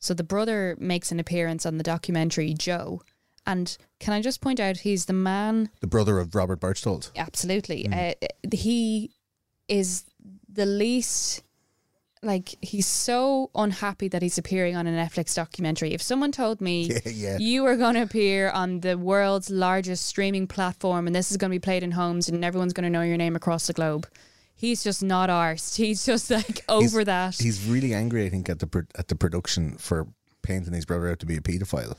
Speaker 3: so the brother makes an appearance on the documentary Joe and can I just point out he's the man
Speaker 2: The brother of Robert Birchtold.
Speaker 3: absolutely
Speaker 2: Mm.
Speaker 3: uh, he is the least like he's so unhappy that he's appearing on a Netflix documentary if someone told me
Speaker 2: Yeah, yeah.
Speaker 3: you are going to appear on the world's largest streaming platform and this is going to be played in homes and everyone's going to know your name across the globe. He's just not arsed. He's just like over
Speaker 2: he's,
Speaker 3: that.
Speaker 2: He's really angry, I think, at the pro- at the production for painting his brother out to be a paedophile,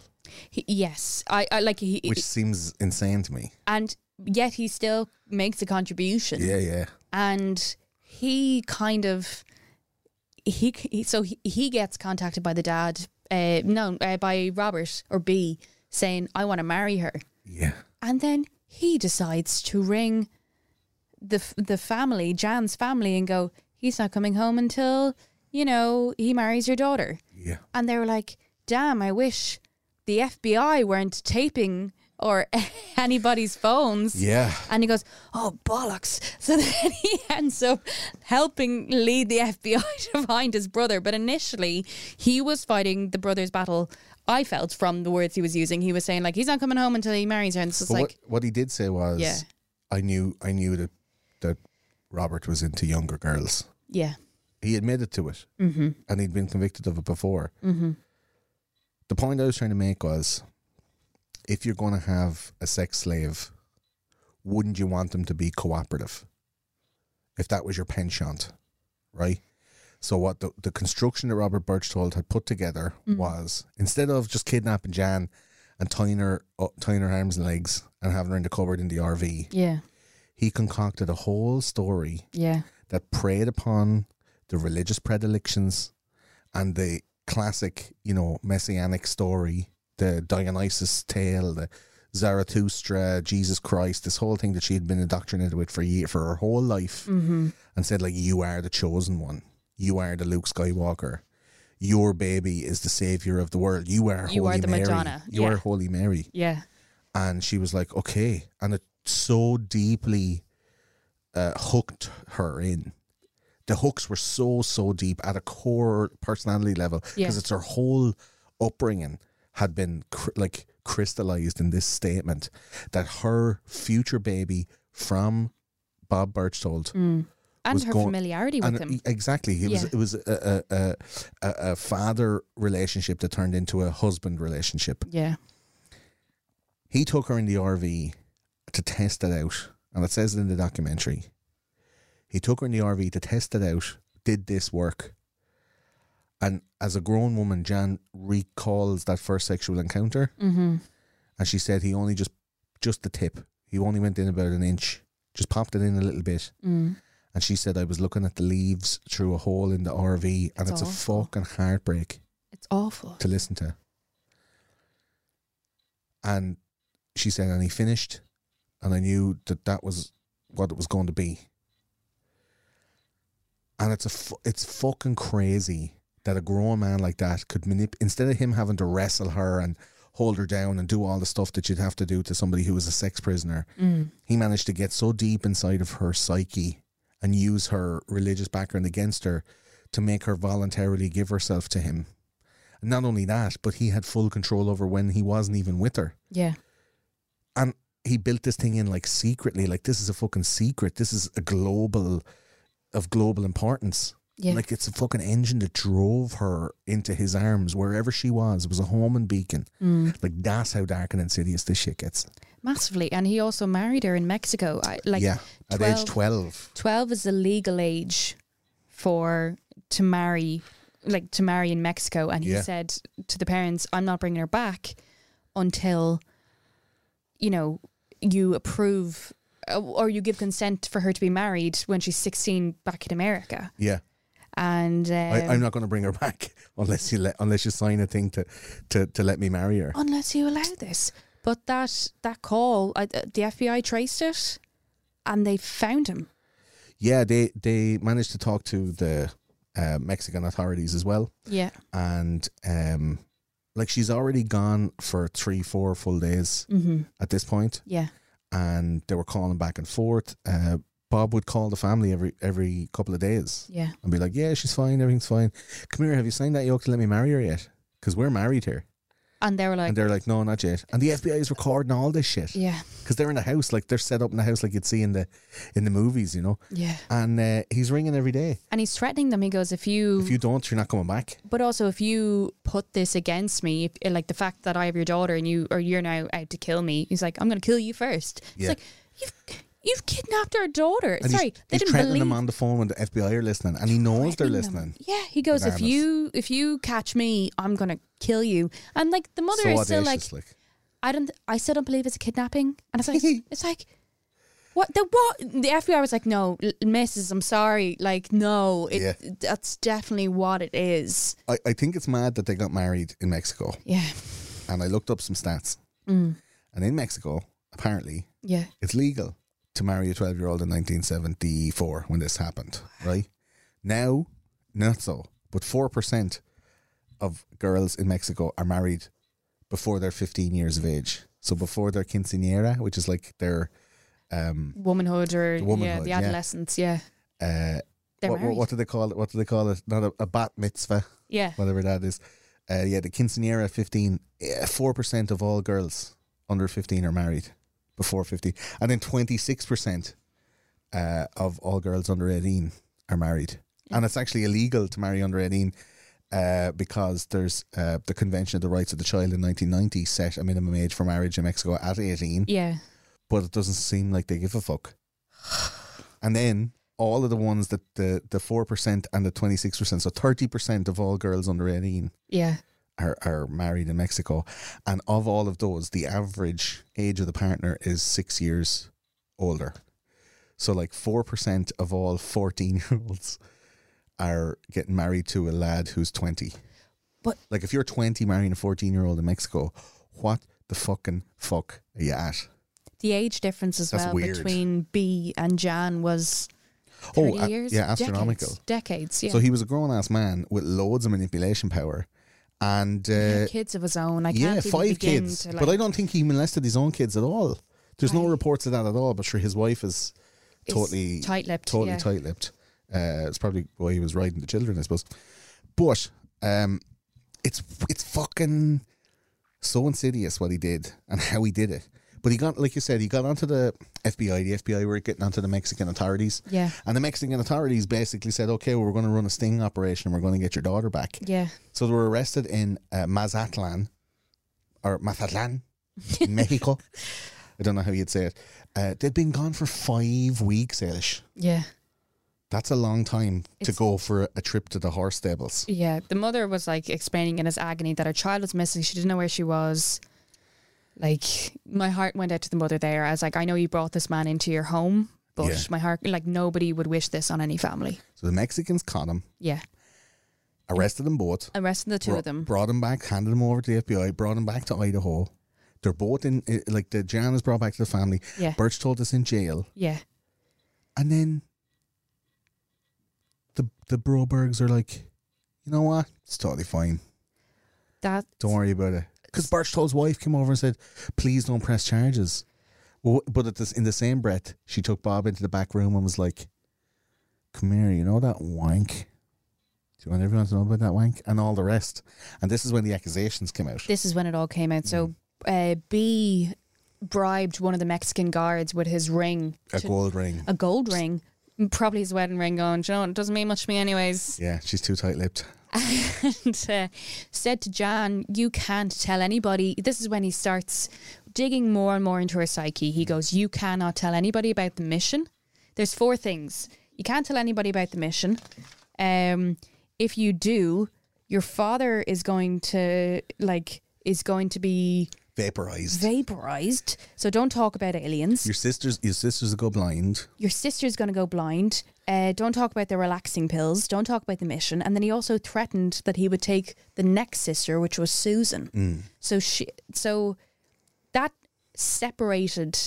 Speaker 3: He- yes. I, I like he
Speaker 2: which seems insane to me.
Speaker 3: and yet he still makes a contribution.
Speaker 2: Yeah, yeah,
Speaker 3: and he kind of he, he so he, he gets contacted by the dad uh no uh, by Robert or B saying I want to marry her
Speaker 2: yeah.
Speaker 3: and then he decides to ring the f- the family Jan's family and go he's not coming home until you know he marries your daughter
Speaker 2: Yeah.
Speaker 3: and they were like damn I wish the FBI weren't taping or anybody's phones
Speaker 2: Yeah.
Speaker 3: and he goes, "Oh bollocks!" So then he ends up helping lead the FBI to find his brother. But initially, he was fighting the brother's battle. I felt from the words he was using, he was saying like, "He's not coming home until he marries her," and it's just
Speaker 2: But
Speaker 3: like,
Speaker 2: what what he did say was,
Speaker 3: Yeah.
Speaker 2: I knew I knew that that Robert was into younger girls.
Speaker 3: "Yeah,
Speaker 2: He admitted to it, mm-hmm. and he'd been convicted of it before. Mm-hmm. The point I was trying to make was, if you're going to have a sex slave, wouldn't you want them to be cooperative? If that was your penchant, right? So what the, the construction that Robert Birchtold had put together was instead of just kidnapping Jan and tying her uh, tying her arms and legs and having her in the cupboard in the RV,
Speaker 3: yeah,
Speaker 2: he concocted a whole story
Speaker 3: yeah,
Speaker 2: that preyed upon the religious predilections and the classic, you know, messianic story, the Dionysus tale, the Zarathustra, Jesus Christ, this whole thing that she had been indoctrinated with for year for her whole life,
Speaker 3: Mm-hmm.
Speaker 2: and said like, "You are the chosen one. You are the Luke Skywalker. Your baby is the savior of the world. You are
Speaker 3: You are
Speaker 2: Holy
Speaker 3: the
Speaker 2: Mary.
Speaker 3: Madonna."
Speaker 2: You
Speaker 3: Yeah.
Speaker 2: are Holy Mary."
Speaker 3: yeah."
Speaker 2: and she was like, okay, and it so deeply uh, hooked her in. The hooks were so so deep at a core personality level
Speaker 3: Yeah.
Speaker 2: because it's her whole upbringing had been cr- like crystallized in this statement that her future baby from Bob Birchtold
Speaker 3: and
Speaker 2: was
Speaker 3: her
Speaker 2: going-
Speaker 3: familiarity Mm. with
Speaker 2: and
Speaker 3: him.
Speaker 2: e- exactly, it was
Speaker 3: Yeah.
Speaker 2: it was a a, a a a father relationship that turned into a husband relationship.
Speaker 3: yeah.
Speaker 2: He took her in the RV to test it out, and it says it in the documentary. He took her in the RV to test it out. Did this work? And as a grown woman, Jan recalls that first sexual encounter,
Speaker 3: Mm-hmm.
Speaker 2: and she said he only just just the tip. He only went in about an inch, just popped it in a little bit.
Speaker 3: Mm.
Speaker 2: And she said, I was looking at the leaves through a hole in the RV, and
Speaker 3: It's
Speaker 2: it's,
Speaker 3: awful.
Speaker 2: a fucking heartbreak
Speaker 3: It's awful.
Speaker 2: to listen to. And she said, and he finished, and I knew that that was what it was going to be. And it's a fu- it's fucking crazy that a grown man like that could manip instead of him having to wrestle her and hold her down and do all the stuff that you'd have to do to somebody who was a sex prisoner. He managed to get so deep inside of her psyche and use her religious background against her to make her voluntarily give herself to him. Not only that, but he had full control over when he wasn't even with her.
Speaker 3: Yeah.
Speaker 2: And he built this thing in like secretly, like this is a fucking secret. This is a global of global importance.
Speaker 3: Yeah.
Speaker 2: Like it's a fucking engine that drove her into his arms wherever she was. It was a home and beacon.
Speaker 3: Mm.
Speaker 2: Like that's how dark and insidious this shit gets.
Speaker 3: Massively. And he also married her in Mexico. I, like
Speaker 2: yeah. At
Speaker 3: 12,
Speaker 2: age twelve.
Speaker 3: 12 is the legal age for to marry like to marry in Mexico and he
Speaker 2: Yeah.
Speaker 3: said to the parents I'm not bringing her back until you know you approve uh, or you give consent for her to be married when she's 16 back in America
Speaker 2: Yeah.
Speaker 3: and um,
Speaker 2: I, I'm not going to bring her back unless you let unless you sign a thing to to, to let me marry her.
Speaker 3: unless you allow this but that that call I, uh, the FBI traced it and they found him
Speaker 2: Yeah, they they managed to talk to the uh, Mexican authorities as well,
Speaker 3: yeah
Speaker 2: and um, like she's already gone for three, four full days
Speaker 3: mm-hmm.
Speaker 2: at this point,
Speaker 3: yeah
Speaker 2: and they were calling back and forth. Uh, Bob would call the family every every couple of days
Speaker 3: yeah
Speaker 2: and be like, "Yeah, she's fine, everything's fine. Come here, have you signed that yoke to let me marry her yet? Because we're married here."
Speaker 3: and they were like
Speaker 2: And they're like, "No, not yet." And the FBI is recording all this shit.
Speaker 3: yeah
Speaker 2: because they're in a house like they're set up in a house like you'd see in the in the movies you know
Speaker 3: yeah
Speaker 2: and uh, he's ringing every day
Speaker 3: And he's threatening them. He goes, if you,
Speaker 2: if you don't you're not coming back
Speaker 3: but also if you put this against me, if, eh, like the fact that I have your daughter and you, or you're now out to kill me, he's like, I'm going to kill you first. It's
Speaker 2: Yeah.
Speaker 3: like, you've, you've kidnapped our daughter.
Speaker 2: and
Speaker 3: Sorry,
Speaker 2: he's,
Speaker 3: they
Speaker 2: he's
Speaker 3: didn't
Speaker 2: threatening
Speaker 3: believe.
Speaker 2: them on the phone when the FBI are listening and he knows they're
Speaker 3: threatening them.
Speaker 2: listening
Speaker 3: Yeah, he goes, if
Speaker 2: Bananas.
Speaker 3: you, if you catch me, I'm going to kill you. And like the mother
Speaker 2: so
Speaker 3: is still like,
Speaker 2: audacious like,
Speaker 3: I don't, I still don't believe it's a kidnapping. And it's like, it's like. What the what the FBI was like? No, l- Mrs. I'm sorry. Like no, it,
Speaker 2: Yeah.
Speaker 3: that's definitely what it is.
Speaker 2: I, I think it's mad that they got married in Mexico
Speaker 3: Yeah,
Speaker 2: and I looked up some stats
Speaker 3: Mm.
Speaker 2: and in Mexico apparently
Speaker 3: yeah.
Speaker 2: it's legal to marry a 12 year old in 1974 when this happened, right? Now, not so, but 4% of girls in Mexico are married before they're 15 years of age. So before their quinceanera, which is like their, um,
Speaker 3: womanhood or
Speaker 2: The
Speaker 3: yeah,
Speaker 2: womanhood,
Speaker 3: the
Speaker 2: yeah.
Speaker 3: adolescence. Yeah,
Speaker 2: uh, what,
Speaker 3: they're
Speaker 2: what,
Speaker 3: married.
Speaker 2: what do they call it? What do they call it? Not a, a bat mitzvah,
Speaker 3: yeah,
Speaker 2: whatever that is. Uh, yeah, the quinceanera 15, eh, 4% of all girls under 15 are married before 15. And then 26% uh, of all girls under 18 are married. And it's actually illegal to marry under 18 uh, because there's uh, the Convention of the Rights of the Child in 1990 set a minimum age for marriage in Mexico at 18
Speaker 3: yeah,
Speaker 2: but it doesn't seem like they give a fuck. And then all of the ones that the the four percent and the twenty six percent, so thirty percent of all girls under eighteen
Speaker 3: yeah,
Speaker 2: are, are married in Mexico, and of all of those, the average age of the partner is six years older. So like four percent of all fourteen year olds are getting married to a lad who's twenty.
Speaker 3: But-
Speaker 2: like if you're twenty marrying a fourteen year old in Mexico, what the fucking fuck are you at?
Speaker 3: The age difference as
Speaker 2: That's
Speaker 3: well
Speaker 2: weird.
Speaker 3: between B and Jan was
Speaker 2: Oh,
Speaker 3: thirty
Speaker 2: a-
Speaker 3: years.
Speaker 2: yeah, astronomical.
Speaker 3: Decades. decades, yeah.
Speaker 2: So he was a grown ass man with loads of manipulation power, and uh,
Speaker 3: Had kids of his own. I
Speaker 2: yeah,
Speaker 3: can't even
Speaker 2: five
Speaker 3: begin
Speaker 2: kids.
Speaker 3: To,
Speaker 2: but I
Speaker 3: like,
Speaker 2: don't think he molested his own kids at all. There's no
Speaker 3: Right.
Speaker 2: reports of that at all. But sure, his wife is
Speaker 3: Is
Speaker 2: totally
Speaker 3: tight-lipped,
Speaker 2: Totally
Speaker 3: yeah.
Speaker 2: tight lipped. Uh, it's probably why he was riding the children, I suppose. But um, it's it's fucking so insidious what he did and how he did it. But he got, like you said, he got onto the FBI. The FBI were getting onto the Mexican authorities.
Speaker 3: Yeah.
Speaker 2: And the Mexican authorities basically said, okay, well, we're going to run a sting operation and we're going to get your daughter back.
Speaker 3: Yeah.
Speaker 2: So they were arrested in uh, Mazatlan or Mazatlan in Mexico. I don't know how you'd say it. Uh, they'd been gone for five weeks, Elish.
Speaker 3: Yeah.
Speaker 2: That's a long time to
Speaker 3: It's-
Speaker 2: go for a trip to the horse stables.
Speaker 3: Yeah. The mother was like explaining in his agony that her child was missing. She didn't know where she was. Like my heart went out to the mother there. I was like, I know you brought this man into your home, but
Speaker 2: Yeah.
Speaker 3: my heart like nobody would wish this on any family.
Speaker 2: So the Mexicans caught him,
Speaker 3: Yeah.
Speaker 2: arrested them both,
Speaker 3: Arresting the two
Speaker 2: bro-
Speaker 3: of them.
Speaker 2: brought him back, handed him over to the FBI, brought him back to Idaho. They're both in, eh, like, the Jan is brought back to the family.
Speaker 3: Yeah.
Speaker 2: Birch told us in jail.
Speaker 3: yeah.
Speaker 2: And then the, the Brobergs are like, you know what? It's totally fine.
Speaker 3: That
Speaker 2: Don't worry about it. Because Birchtold's wife came over and said, "Please don't press charges." Well, but at this, in the same breath, she took Bob into the back room and was like, "Come here, you know that wank. Do you want everyone to know about that wank and all the rest?" And this is when the accusations came out.
Speaker 3: this is when it all came out. So
Speaker 2: Mm.
Speaker 3: uh, B bribed one of the Mexican guards with his ring,
Speaker 2: A gold ring.
Speaker 3: a gold ring, probably his wedding ring. Going, "Do you know, what? it doesn't mean much to me, anyways.
Speaker 2: Yeah, she's too tight-lipped.
Speaker 3: and uh, said to Jan, You can't tell anybody. This is when he starts digging more and more into her psyche. He goes, You cannot tell anybody about the mission. There's four things. You can't tell anybody about the mission. Um, if you do, your father is going to, like, is going to be
Speaker 2: Vaporized.
Speaker 3: vaporized. So don't talk about aliens.
Speaker 2: your
Speaker 3: Your,
Speaker 2: sisters, your sisters will go blind.
Speaker 3: sister's going to go blind. Uh, don't talk about the relaxing pills. Don't talk about the mission. And then he also threatened that he would take the next sister, which was Susan. So she, so that separated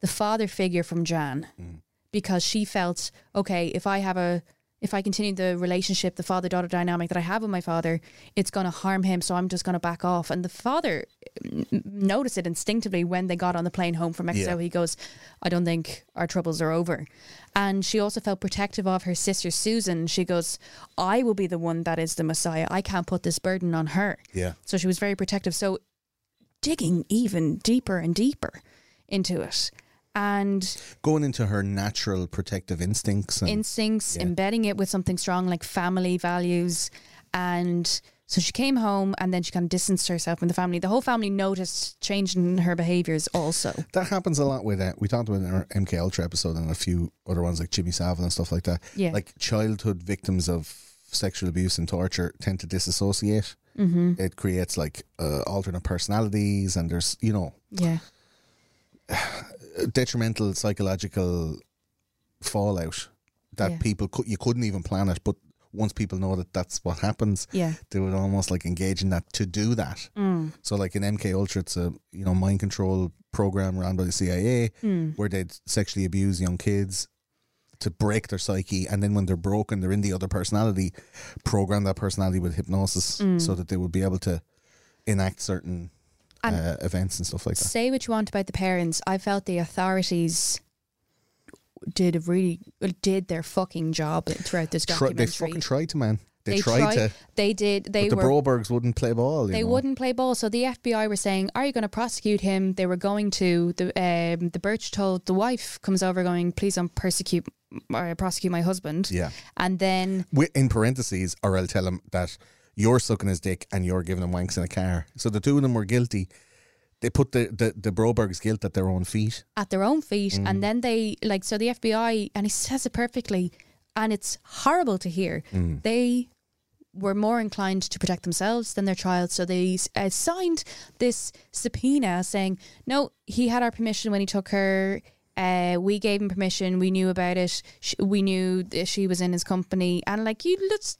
Speaker 3: the father figure from Jan because she felt okay if I have a if I continue the relationship, the father daughter dynamic that I have with my father, it's going to harm him. So I'm just going to back off. And the father n- n- noticed it instinctively when they got on the plane home from Mexico.
Speaker 2: Yeah.
Speaker 3: He goes, I don't think our troubles are over. And she also felt protective of her sister Susan. She goes, I will be the one that is the Messiah. I can't put this burden on her.
Speaker 2: Yeah.
Speaker 3: So she was very protective. So digging even deeper and deeper into it. And
Speaker 2: Going into her natural protective instincts. And
Speaker 3: instincts, embedding it with something strong like family values. And so she came home and then she kind of distanced herself from the family. The whole family noticed change in her behaviors also.
Speaker 2: that happens a lot with uh, we talked about it in our MK Ultra episode and a few other ones like Jimmy Savile and stuff like that.
Speaker 3: Yeah.
Speaker 2: like childhood victims of sexual abuse and torture tend to disassociate. It creates like uh, alternate personalities and there's you know
Speaker 3: Yeah.
Speaker 2: detrimental psychological fallout that
Speaker 3: Yeah.
Speaker 2: people could you couldn't even plan it, but once people know that that's what happens,
Speaker 3: Yeah. Mm.
Speaker 2: they would almost like engage in that to do that. So like in MK Ultra, it's a you know mind control program run by the CIA
Speaker 3: Mm.
Speaker 2: where they'd sexually abuse young kids to break their psyche, and then when they're broken, they're in the other personality, program that personality with hypnosis
Speaker 3: Mm.
Speaker 2: so that they would be able to enact certain
Speaker 3: And-
Speaker 2: uh, events and stuff like that.
Speaker 3: Say what you want about the parents. I felt the authorities did a really did their fucking job throughout this
Speaker 2: Try, they
Speaker 3: documentary.
Speaker 2: fucking tried to man. They, tried, to.
Speaker 3: They did. They
Speaker 2: but the
Speaker 3: were
Speaker 2: Brobergs wouldn't play ball. you
Speaker 3: They
Speaker 2: know.
Speaker 3: wouldn't play ball. So the FBI were saying, "Are you going to prosecute him?" They were going to. The um, the Birch told the wife comes over, going, "Please don't persecute or prosecute my husband."
Speaker 2: Yeah.
Speaker 3: And then
Speaker 2: Wi- in parentheses, or I'll tell him that you're sucking his dick and you're giving him wanks in a car. So the two of them were guilty. They put the, the, the Broberg's guilt at their own feet.
Speaker 3: at their own feet, and then they like so the FBI, and he says it perfectly, and it's horrible to hear. They were more inclined to protect themselves than their child, so they s- uh, signed this subpoena saying, "No, he had our permission when he took her. Uh, we gave him permission. We knew about it. Sh we knew that she was in his company." And like you, let's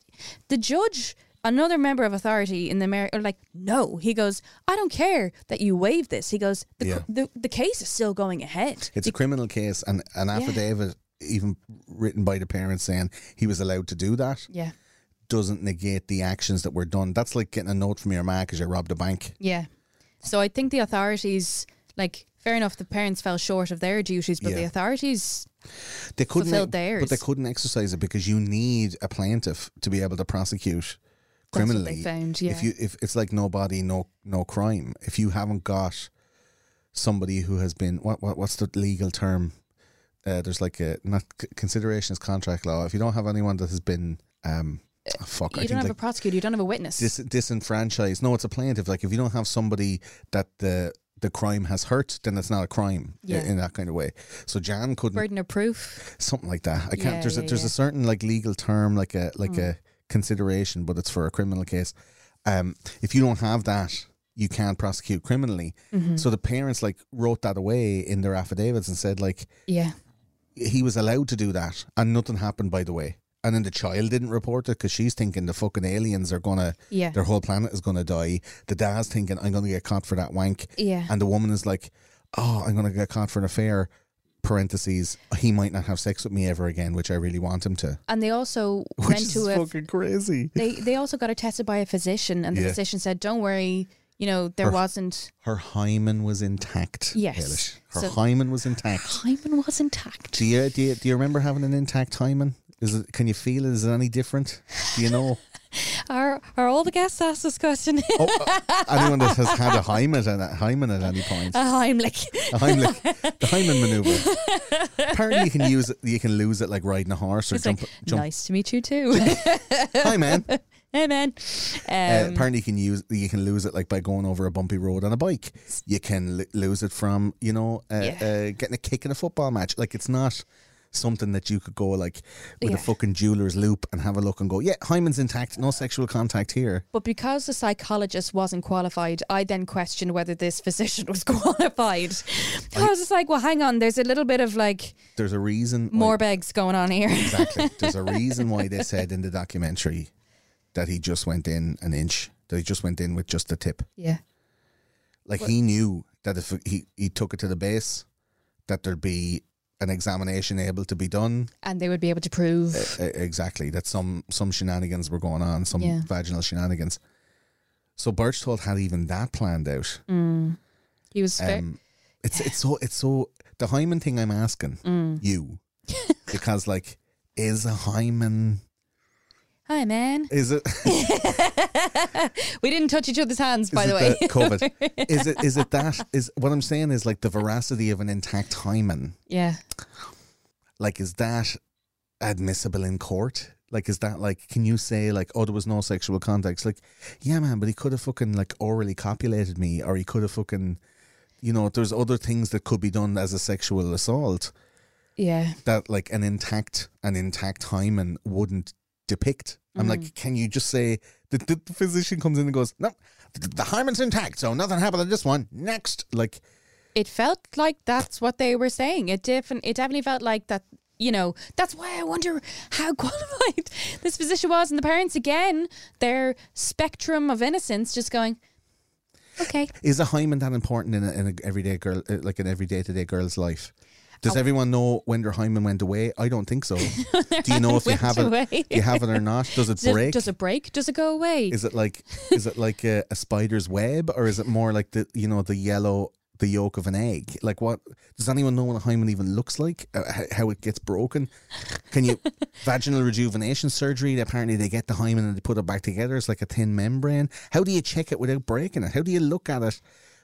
Speaker 3: the judge. Another member of authority in the America, like, no, he goes, I don't care that you waive this. He goes, the,
Speaker 2: Yeah.
Speaker 3: the, the case is still going ahead.
Speaker 2: It's a criminal case and an affidavit even written by the parents saying he was allowed to do that
Speaker 3: Yeah.
Speaker 2: doesn't negate the actions that were done. That's like getting a note from your ma because you robbed a bank.
Speaker 3: Yeah. So I think the authorities, like, fair enough, the parents fell short of their duties, but
Speaker 2: Yeah.
Speaker 3: the authorities,
Speaker 2: They couldn't e-,
Speaker 3: Fulfilled
Speaker 2: but
Speaker 3: theirs.
Speaker 2: they couldn't exercise it because you need a plaintiff to be able to prosecute
Speaker 3: That's what
Speaker 2: criminally.
Speaker 3: they found, yeah.
Speaker 2: If you if it's like no body, no no crime. If you haven't got somebody who has been what what what's the legal term? Uh, there's like a not c- consideration is contract law. If you don't have anyone that has been um oh, fuck, I
Speaker 3: Uh, you don't
Speaker 2: think
Speaker 3: have a
Speaker 2: like
Speaker 3: prosecutor. You don't have a witness.
Speaker 2: dis- disenfranchised. No, it's a plaintiff. Like if you don't have somebody that the the crime has hurt, then it's not a crime i-
Speaker 3: Yeah.
Speaker 2: in that kind of way. So Jan couldn't
Speaker 3: burden of proof.
Speaker 2: something like that. I can't.
Speaker 3: Yeah,
Speaker 2: there's a,
Speaker 3: yeah,
Speaker 2: there's
Speaker 3: yeah. Hmm.
Speaker 2: a certain like legal term, like a like a consideration, but it's for a criminal case. Um, if you don't have that, you can't prosecute criminally.
Speaker 3: Mm-hmm.
Speaker 2: So the parents like wrote that away in their affidavits and said like
Speaker 3: Yeah.
Speaker 2: he was allowed to do that and nothing happened by the way. And then the child didn't report it because she's thinking the fucking aliens are gonna,
Speaker 3: Yeah.
Speaker 2: their whole planet is gonna die. The dad's thinking I'm gonna get caught for that wank.
Speaker 3: Yeah.
Speaker 2: And the woman is like, "Oh, I'm gonna get caught for an affair." Parentheses. He might not have sex with me ever again, which I really want him to.
Speaker 3: And they also
Speaker 2: Which
Speaker 3: went
Speaker 2: is
Speaker 3: to a
Speaker 2: fucking crazy.
Speaker 3: they they also got her tested by a physician, and the
Speaker 2: Yeah.
Speaker 3: physician said, "Don't worry, you know there
Speaker 2: Her-
Speaker 3: wasn't
Speaker 2: Her hymen was intact.
Speaker 3: Yes.
Speaker 2: Eilish. Her
Speaker 3: So-
Speaker 2: hymen was intact.
Speaker 3: hymen was intact."
Speaker 2: Do you, do you do you remember having an intact hymen? Is it? Can you feel it? Is it any different? Do you know?
Speaker 4: Are are all the guests asked this question?
Speaker 2: Oh, uh, anyone that has had a hymen at, hymen at any point,
Speaker 3: Uh.
Speaker 4: I'm like,
Speaker 2: a Heimlich, the hymen maneuver. Apparently, you can use it, you can lose it like riding a horse or
Speaker 4: it's like
Speaker 2: jump. jump.
Speaker 4: nice to meet you too.
Speaker 2: Hi, man.
Speaker 4: hey man.
Speaker 2: Uh,
Speaker 4: Um,
Speaker 2: apparently, you can use you can lose it like by going over a bumpy road on a bike. You can l- lose it from you know uh,
Speaker 3: Yeah.
Speaker 2: uh, getting a kick in a football match. Like it's not something that you could go like with
Speaker 3: Yeah.
Speaker 2: a fucking jeweler's loop and have a look and go, yeah, hymen's intact, no sexual contact here.
Speaker 3: But because the psychologist wasn't qualified, I then questioned whether this physician was qualified. I, was just like, well, hang on, there's a little bit of like
Speaker 2: There's a reason. why-
Speaker 3: Morbegs going on here.
Speaker 2: exactly. There's a reason why they said in the documentary that he just went in an inch. That he just went in with just the tip.
Speaker 3: Yeah.
Speaker 2: Like he knew that if he, he took it to the base, that there'd be an examination able to be done.
Speaker 3: And they would be able to prove.
Speaker 2: E- exactly. That some some shenanigans were going on, some
Speaker 3: Yeah.
Speaker 2: vaginal shenanigans. So Birchtold had even that planned out.
Speaker 3: Mm. he was fair.
Speaker 2: Um, it's it's so it's so the hymen thing. I'm asking
Speaker 3: Mm.
Speaker 2: you because like is a hymen
Speaker 3: Hi, man.
Speaker 2: is it
Speaker 3: We didn't touch each other's hands, by
Speaker 2: is
Speaker 3: the
Speaker 2: it
Speaker 3: way.
Speaker 2: COVID. Is it is it that is what I'm saying is like the veracity of an intact hymen.
Speaker 3: yeah.
Speaker 2: Like is that admissible in court? Like is that like can you say like oh there was no sexual contact? It's Like yeah man, but he could have fucking like orally copulated me or he could have fucking you know there's other things that could be done as a sexual assault
Speaker 3: Yeah.
Speaker 2: that like an intact an intact hymen wouldn't depict. I'm like, can you just say the, the, the physician comes in and goes, no, the, the hymen's intact, so nothing happened to this one. Next, like,
Speaker 3: It felt like that's what they were saying. It, defin- it definitely felt like that, you know, that's why I wonder how qualified this physician was. And the parents, again, their spectrum of innocence just going, okay.
Speaker 2: is a hymen that important in a, in a everyday girl, uh, like an everyday to day girl's life? Does
Speaker 3: Oh.
Speaker 2: everyone know when their hymen went away? I don't think so. Do you know if you
Speaker 3: went
Speaker 2: have it?
Speaker 3: away.
Speaker 2: do You have it or not? Does it
Speaker 3: Does
Speaker 2: break?
Speaker 3: it, does it break? Does it go away?
Speaker 2: is it like is it like a, a spider's web or is it more like the you know the yellow the yolk of an egg like what does anyone know what a hymen even looks like uh, h- how it gets broken can you vaginal rejuvenation surgery apparently they get the hymen and they put it back together it's like a thin membrane how do you check it without breaking it how do you look at it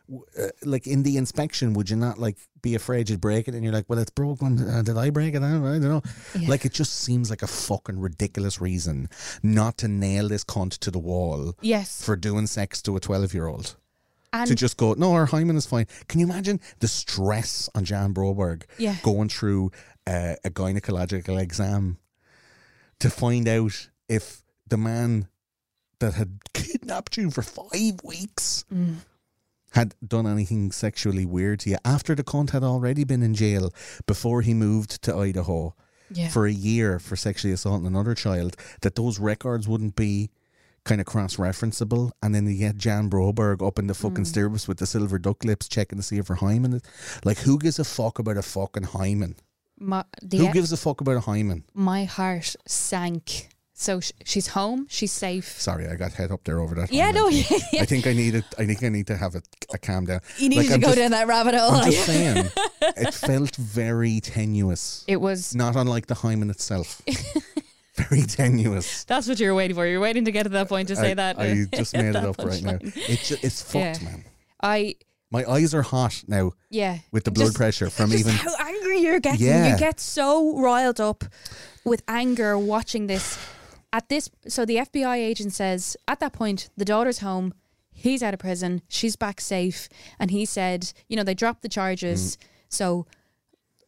Speaker 2: W- uh, like in the inspection, would you not like be afraid you'd break it? And you're like, well, it's broken. Uh, did I break it? I don't, I don't know. Like, it just seems like a fucking ridiculous reason not to nail this cunt to the wall
Speaker 3: yes.
Speaker 2: for doing sex to a 12 year old.
Speaker 3: And
Speaker 2: To just go, no, our hymen is fine. Can you imagine the stress on Jan Broberg
Speaker 3: Yeah.
Speaker 2: going through uh, a gynecological exam to find out if the man that had kidnapped you for five weeks
Speaker 3: Mm.
Speaker 2: had done anything sexually weird to you after the cunt had already been in jail before he moved to Idaho
Speaker 3: Yeah.
Speaker 2: for a year for sexually assaulting another child, that those records wouldn't be kind of cross referenceable. And then you get Jan Broberg up in the
Speaker 3: Hmm.
Speaker 2: fucking stirrups with the silver duck lips checking to see if her hymen is like, who gives a fuck about a fucking hymen?
Speaker 3: my, the
Speaker 2: Who gives a fuck about a hymen?
Speaker 3: my heart sank. So sh- she's home. She's safe.
Speaker 2: Sorry, I got head up there over that.
Speaker 3: Yeah,
Speaker 2: hymen
Speaker 3: no,
Speaker 2: thing.
Speaker 3: yeah, yeah.
Speaker 2: I think I need it. I think I need to have a, a calm down.
Speaker 3: You needed to
Speaker 2: I'm
Speaker 3: go
Speaker 2: just-
Speaker 3: down that rabbit hole.
Speaker 2: I'm just saying, it felt very tenuous.
Speaker 3: It was
Speaker 2: Not unlike the hymen itself. Very tenuous.
Speaker 3: That's what you're waiting for. You're waiting to get to that point to say
Speaker 2: I,
Speaker 3: that.
Speaker 2: I just made it up right now.
Speaker 3: punchline.
Speaker 2: It ju- it's fucked,
Speaker 3: Yeah.
Speaker 2: man.
Speaker 3: I
Speaker 2: My eyes are hot now
Speaker 3: yeah.
Speaker 2: with the blood
Speaker 3: Just-
Speaker 2: pressure from
Speaker 3: just
Speaker 2: even.
Speaker 3: how angry you're getting.
Speaker 2: Yeah.
Speaker 3: You get so riled up with anger watching this. At this, so the FBI agent says at that point the daughter's home, he's out of prison, she's back safe, and he said, you know, they dropped the charges, so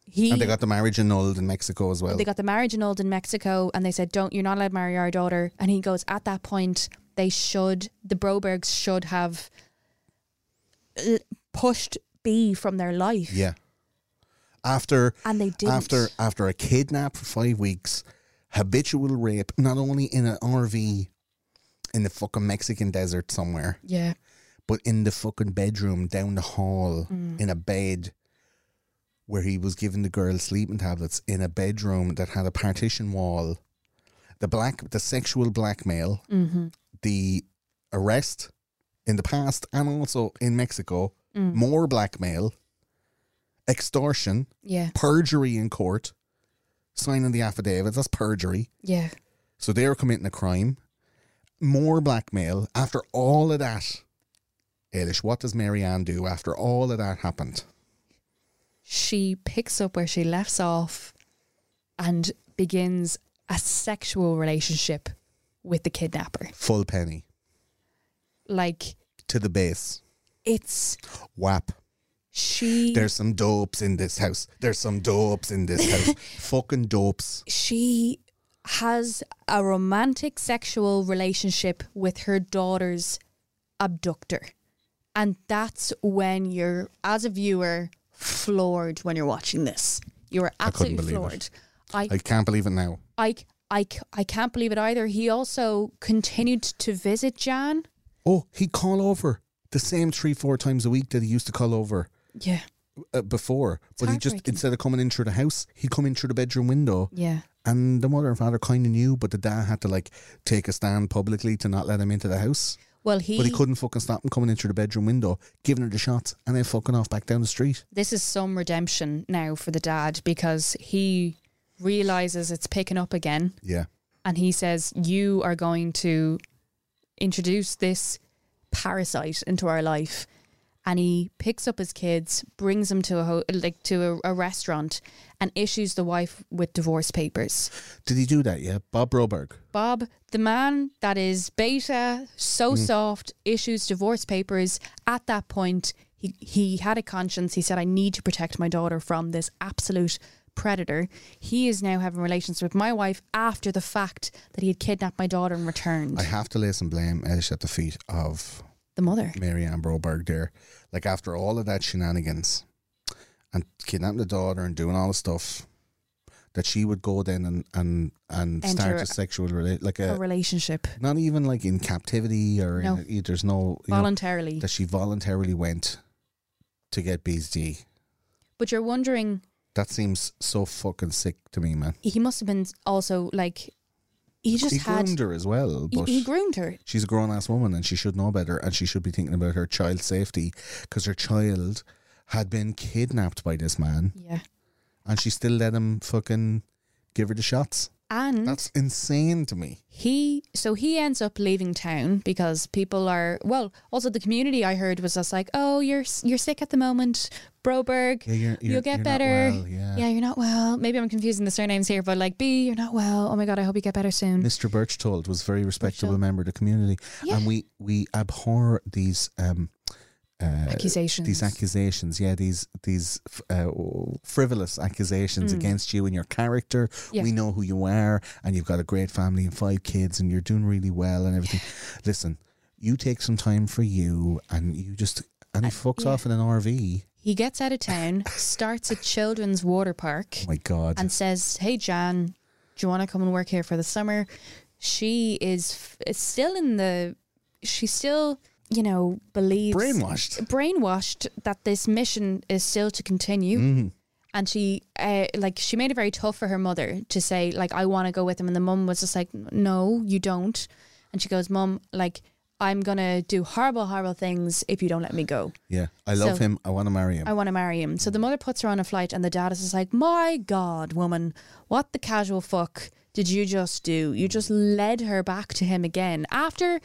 Speaker 3: he
Speaker 2: Mm. and they got the marriage annulled in Mexico as well.
Speaker 3: they got the marriage annulled in Mexico, and they said, "Don't you're not allowed to marry our daughter." And he goes, "At that point, they should the Brobergs should have l- pushed B from their life."
Speaker 2: yeah. After
Speaker 3: And they didn't.
Speaker 2: after after a kidnap for five weeks, habitual rape, not only in an RV in the fucking Mexican desert somewhere,
Speaker 3: yeah,
Speaker 2: but in the fucking bedroom down the hall in a bed where he was giving the girl sleeping tablets in a bedroom that had a partition wall the black the sexual blackmail the arrest in the past and also in mexico more blackmail extortion
Speaker 3: yeah,
Speaker 2: perjury in court signing the affidavit that's perjury
Speaker 3: yeah,
Speaker 2: so they're committing a crime. More blackmail. After all of that, Eilish, what does Marianne do after all of that happened?
Speaker 3: she picks up where she left off and begins a sexual relationship with the kidnapper.
Speaker 2: Full penny
Speaker 3: Like
Speaker 2: to the base.
Speaker 3: it's
Speaker 2: Whap.
Speaker 3: she
Speaker 2: There's some dopes in this house. There's some dopes in this house. Fucking dopes.
Speaker 3: she has a romantic sexual relationship with her daughter's abductor. And that's when you're as a viewer floored when you're watching this. You are
Speaker 2: couldn't
Speaker 3: absolutely
Speaker 2: believe
Speaker 3: floored.
Speaker 2: it.
Speaker 3: I
Speaker 2: I can't believe it now.
Speaker 3: I, I, c- I can't believe it either. He also continued to visit Jan.
Speaker 2: Oh, he'd call over the same three, four times a week that he used to call over
Speaker 3: Yeah.
Speaker 2: uh, before. but he just,
Speaker 3: heartbreaking.
Speaker 2: instead of coming in through the house, he'd come in through the bedroom window.
Speaker 3: Yeah.
Speaker 2: And the mother and father kind of knew, but the dad had to like take a stand publicly to not let him into the house.
Speaker 3: Well, he,
Speaker 2: but he couldn't fucking stop him coming in through the bedroom window, giving her the shots, and then fucking off back down the street.
Speaker 3: this is some redemption now for the dad because he realizes it's picking up again.
Speaker 2: Yeah.
Speaker 3: and he says you are going to introduce this parasite into our life and he picks up his kids brings them to a ho- like to a, a restaurant and issues the wife with divorce papers
Speaker 2: Did he do that? Yeah. Bob Broberg.
Speaker 3: bob the man that is beta so
Speaker 2: Mm.
Speaker 3: soft issues divorce papers at that point he, he had a conscience he said i need to protect my daughter from this absolute predator he is now having relations with my wife after the fact that he had kidnapped my daughter and returned
Speaker 2: I have to lay some blame Elish at the feet of
Speaker 3: the mother.
Speaker 2: Mary Ann Broberg there. Like after all of that shenanigans and kidnapping the daughter and doing all the stuff, that she would go then and and, and start
Speaker 3: Enter
Speaker 2: a sexual rela- like
Speaker 3: A
Speaker 2: a,
Speaker 3: relationship
Speaker 2: not even like in captivity or
Speaker 3: No.
Speaker 2: in, there's no you know,
Speaker 3: voluntarily.
Speaker 2: that she voluntarily went to get B's D.
Speaker 3: But you're wondering,
Speaker 2: That seems so fucking sick to me, man.
Speaker 3: he must have been also like, he just
Speaker 2: he
Speaker 3: had.
Speaker 2: groomed her as well,
Speaker 3: he,
Speaker 2: but
Speaker 3: he groomed her.
Speaker 2: she's a grown ass woman and she should know better and she should be thinking about her child safety because her child had been kidnapped by this man
Speaker 3: Yeah.
Speaker 2: and she still let him fucking give her the shots.
Speaker 3: And
Speaker 2: That's insane to me.
Speaker 3: he, so he ends up leaving town because people are, well, also the community I heard was just like, oh, you're s- you're sick at the moment, Broberg.
Speaker 2: Yeah, you're- you're-
Speaker 3: you'll
Speaker 2: you're
Speaker 3: get
Speaker 2: not
Speaker 3: better.
Speaker 2: well, yeah.
Speaker 3: you're not well. Maybe I'm confusing the surnames here, but like, B, you're not well. Oh my God, I hope you get better soon.
Speaker 2: Mr. Birchtold was a very respectable member of the community, and we we abhor these um,
Speaker 3: Accusations.
Speaker 2: these accusations yeah these these f- uh, frivolous accusations
Speaker 3: Mm.
Speaker 2: against you and your character
Speaker 3: Yeah.
Speaker 2: we know who you are and you've got a great family and five kids and you're doing really well and everything listen you take some time for you and you just and he fucks off in an rv
Speaker 3: he gets out of town, starts a children's water park.
Speaker 2: my god
Speaker 3: and says, "Hey Jan, do you want to come and work here for the summer?" She is f- is still in the she still, you know, believes
Speaker 2: brainwashed
Speaker 3: brainwashed that this mission is still to continue. And she uh, like she made it very tough for her mother to say like I want to go with him and the mum was just like no, you don't. And she goes, "Mum, like I'm going to do horrible horrible things if you don't let me go."
Speaker 2: yeah i love
Speaker 3: So-
Speaker 2: him i want to marry him
Speaker 3: I want to marry him. So the mother puts her on a flight, and the dad is just like, My God, woman, what the casual fuck? did you just do? You just led her back to him again after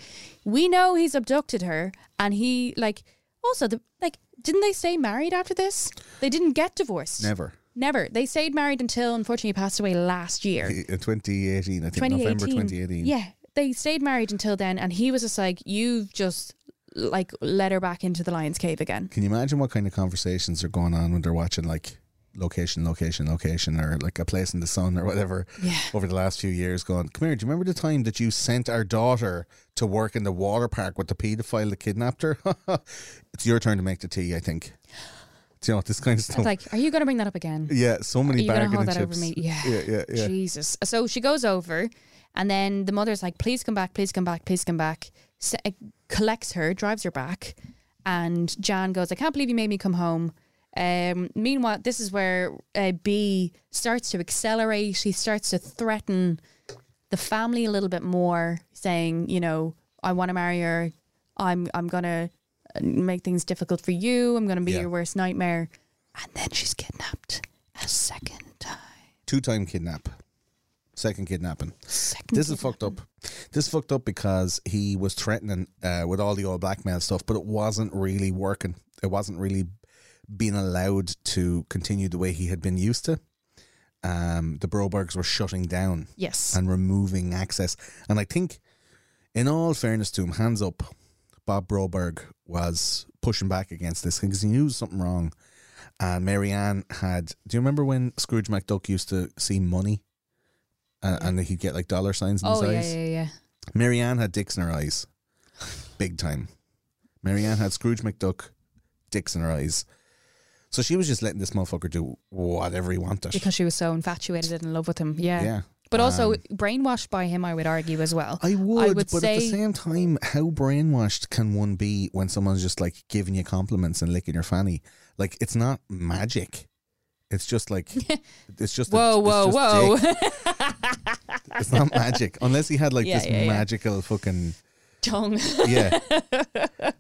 Speaker 3: we know he's abducted her and he like also the like didn't they stay married after this? They didn't get divorced.
Speaker 2: Never.
Speaker 3: Never. They stayed married until unfortunately he passed away last year.
Speaker 2: In 2018, I think November 2018.
Speaker 3: Yeah, they stayed married until then, and he was just like, "You've just like let her back into the lion's cave again."
Speaker 2: Can you imagine what kind of conversations are going on when they're watching like location, location, location, or like a place in the sun or whatever over the last few years? Going, come here. Do you remember the time that you sent our daughter to work in the water park with the paedophile that kidnapped her? it's your turn to make the tea. I think. Do you know this kind of
Speaker 3: It's
Speaker 2: stuff?
Speaker 3: like, are you going to bring that up again?
Speaker 2: yeah, so many
Speaker 3: Are you going
Speaker 2: bargaining
Speaker 3: to hold that
Speaker 2: chips.
Speaker 3: over me? Yeah.
Speaker 2: yeah, yeah, yeah.
Speaker 3: Jesus. So she goes over, and then the mother's like, "Please come back. Please come back. Please come back." S uh, collects her, drives her back, and Jan goes, "I can't believe you made me come home." Um, meanwhile, this is where uh, B starts to accelerate. He starts to threaten the family a little bit more, saying, you know, I want to marry her. I'm I'm gonna uh, make things difficult for you. I'm gonna be
Speaker 2: Yeah.
Speaker 3: your worst nightmare. And then she's kidnapped a second time.
Speaker 2: Two time kidnap, second kidnapping.
Speaker 3: Second
Speaker 2: This is fucked up. This is fucked up because he was threatening uh, with all the old blackmail stuff, but it wasn't really working. It wasn't really being allowed to continue the way he had been used to. Um, the Brobergs were shutting down
Speaker 3: Yes.
Speaker 2: and removing access. And I think, in all fairness to him, hands up, Bob Broberg was pushing back against this because he knew something wrong. And Marianne had. Do you remember when Scrooge McDuck used to see money, and, and he'd get like dollar signs in
Speaker 3: oh
Speaker 2: his
Speaker 3: yeah,
Speaker 2: eyes?
Speaker 3: yeah, yeah.
Speaker 2: Marianne had dicks in her eyes, big time. Marianne had Scrooge McDuck dicks in her eyes. So she was just letting this motherfucker do whatever he wanted.
Speaker 3: Because she was so infatuated and in love with him. Yeah.
Speaker 2: yeah.
Speaker 3: But also
Speaker 2: Um,
Speaker 3: brainwashed by him, I would argue as well.
Speaker 2: I would,
Speaker 3: would
Speaker 2: but at the
Speaker 3: say-
Speaker 2: same time, how brainwashed can one be when someone's just like giving you compliments and licking your fanny? Like it's not magic. It's just like it's just a-
Speaker 3: Whoa,
Speaker 2: it's
Speaker 3: whoa,
Speaker 2: just
Speaker 3: whoa.
Speaker 2: dick. It's not magic unless he had like
Speaker 3: Yeah,
Speaker 2: this
Speaker 3: yeah, yeah.
Speaker 2: magical fucking
Speaker 3: Tongue.
Speaker 2: yeah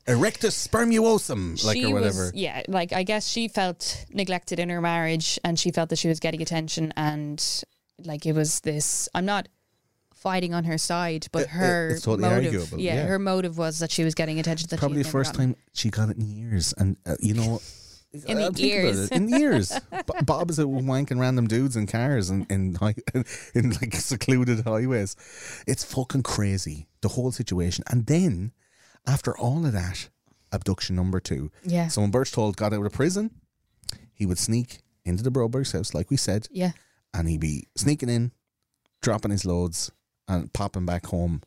Speaker 2: erectus spermuosum like or whatever.
Speaker 3: Was, yeah, like I guess she felt neglected in her marriage and she felt that she was getting attention and like it was this I'm not fighting on her side, but
Speaker 2: It- it-
Speaker 3: her
Speaker 2: Uh, it's totally
Speaker 3: motive,
Speaker 2: arguable,
Speaker 3: Yeah,
Speaker 2: yeah.
Speaker 3: her motive was that she was getting attention that
Speaker 2: Probably
Speaker 3: she
Speaker 2: the
Speaker 3: had never
Speaker 2: first
Speaker 3: gotten.
Speaker 2: time she got it in years, and uh, you know.
Speaker 3: In the
Speaker 2: I'm thinking about
Speaker 3: ears.
Speaker 2: it, in the ears. B- Bob is out wanking random dudes in cars and in high, in like secluded highways. It's fucking crazy the whole situation. And then, after all of that, abduction number two.
Speaker 3: Yeah.
Speaker 2: So when Birchtold got out of prison, he would sneak into the Broberg's house, like we said,
Speaker 3: Yeah.
Speaker 2: and he'd be sneaking in, dropping his loads, and popping back home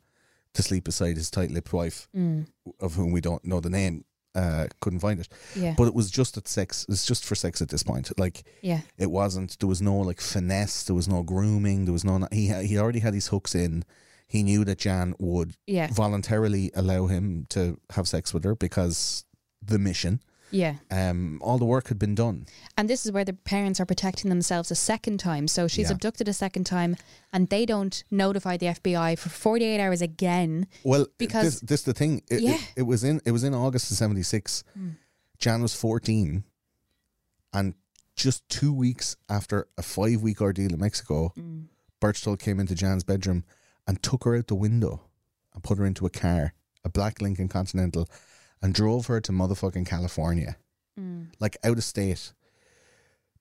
Speaker 2: to sleep beside his tight-lipped wife,
Speaker 3: Mm.
Speaker 2: of whom we don't know the name. Uh, couldn't find it,
Speaker 3: Yeah.
Speaker 2: but it was just at sex. It's just for sex at this point. Like
Speaker 3: yeah.
Speaker 2: it wasn't. There was no like finesse. There was no grooming. There was no. He he already had his hooks in. He knew that Jan would
Speaker 3: Yeah.
Speaker 2: voluntarily allow him to have sex with her because the mission.
Speaker 3: Yeah.
Speaker 2: Um, all the work had been done.
Speaker 3: And this is where the parents are protecting themselves a second time. So she's
Speaker 2: Yeah.
Speaker 3: abducted a second time and they don't notify the FBI for 48 hours again.
Speaker 2: Well,
Speaker 3: Because-
Speaker 2: this, this the thing. It, it-
Speaker 3: Yeah. Hmm.
Speaker 2: it, was in it was in August of seventy six. Jan was fourteen, and just two weeks after a five week ordeal in Mexico,
Speaker 3: Hmm.
Speaker 2: Birchtold came into Jan's bedroom and took her out the window and put her into a car, a black Lincoln Continental, and drove her to motherfucking California,
Speaker 3: Hmm.
Speaker 2: like out of state.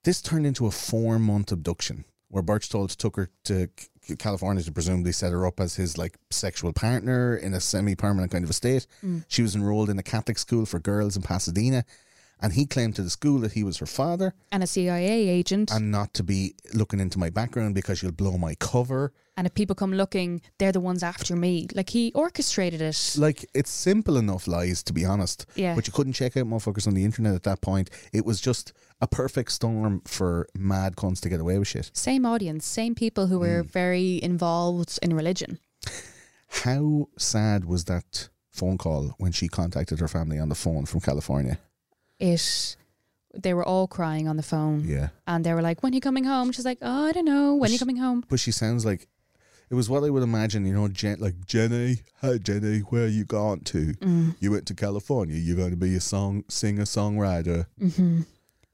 Speaker 2: This turned into a four month abduction where Birchtold took her to C- California to presumably set her up as his like sexual partner in a semi permanent kind of a state. She was enrolled in a Catholic school for girls in Pasadena, and he claimed to the school that he was her father
Speaker 3: And a CIA agent. And,
Speaker 2: and not to be looking into my background because you'll blow my cover.
Speaker 3: if people come looking, they're the ones after me. Like he orchestrated it.
Speaker 2: Like it's simple enough lies to be honest.
Speaker 3: Yeah.
Speaker 2: But you couldn't check out motherfuckers on the internet at that point. It was just a perfect storm for mad cunts to get away with shit.
Speaker 3: Same audience, same people who
Speaker 2: Mm.
Speaker 3: were very involved in religion.
Speaker 2: How sad was that phone call when she contacted her family on the phone from California?
Speaker 3: It, they were all crying on the phone.
Speaker 2: Yeah.
Speaker 3: And they were like, when are you coming home? She's like, oh, I don't know. When are you coming home?
Speaker 2: But she sounds like it was what I would imagine, you know, Jen, like Jenny, hey Jenny, where you gone to?
Speaker 3: Mm.
Speaker 2: You went to California. You're going to be a song singer songwriter.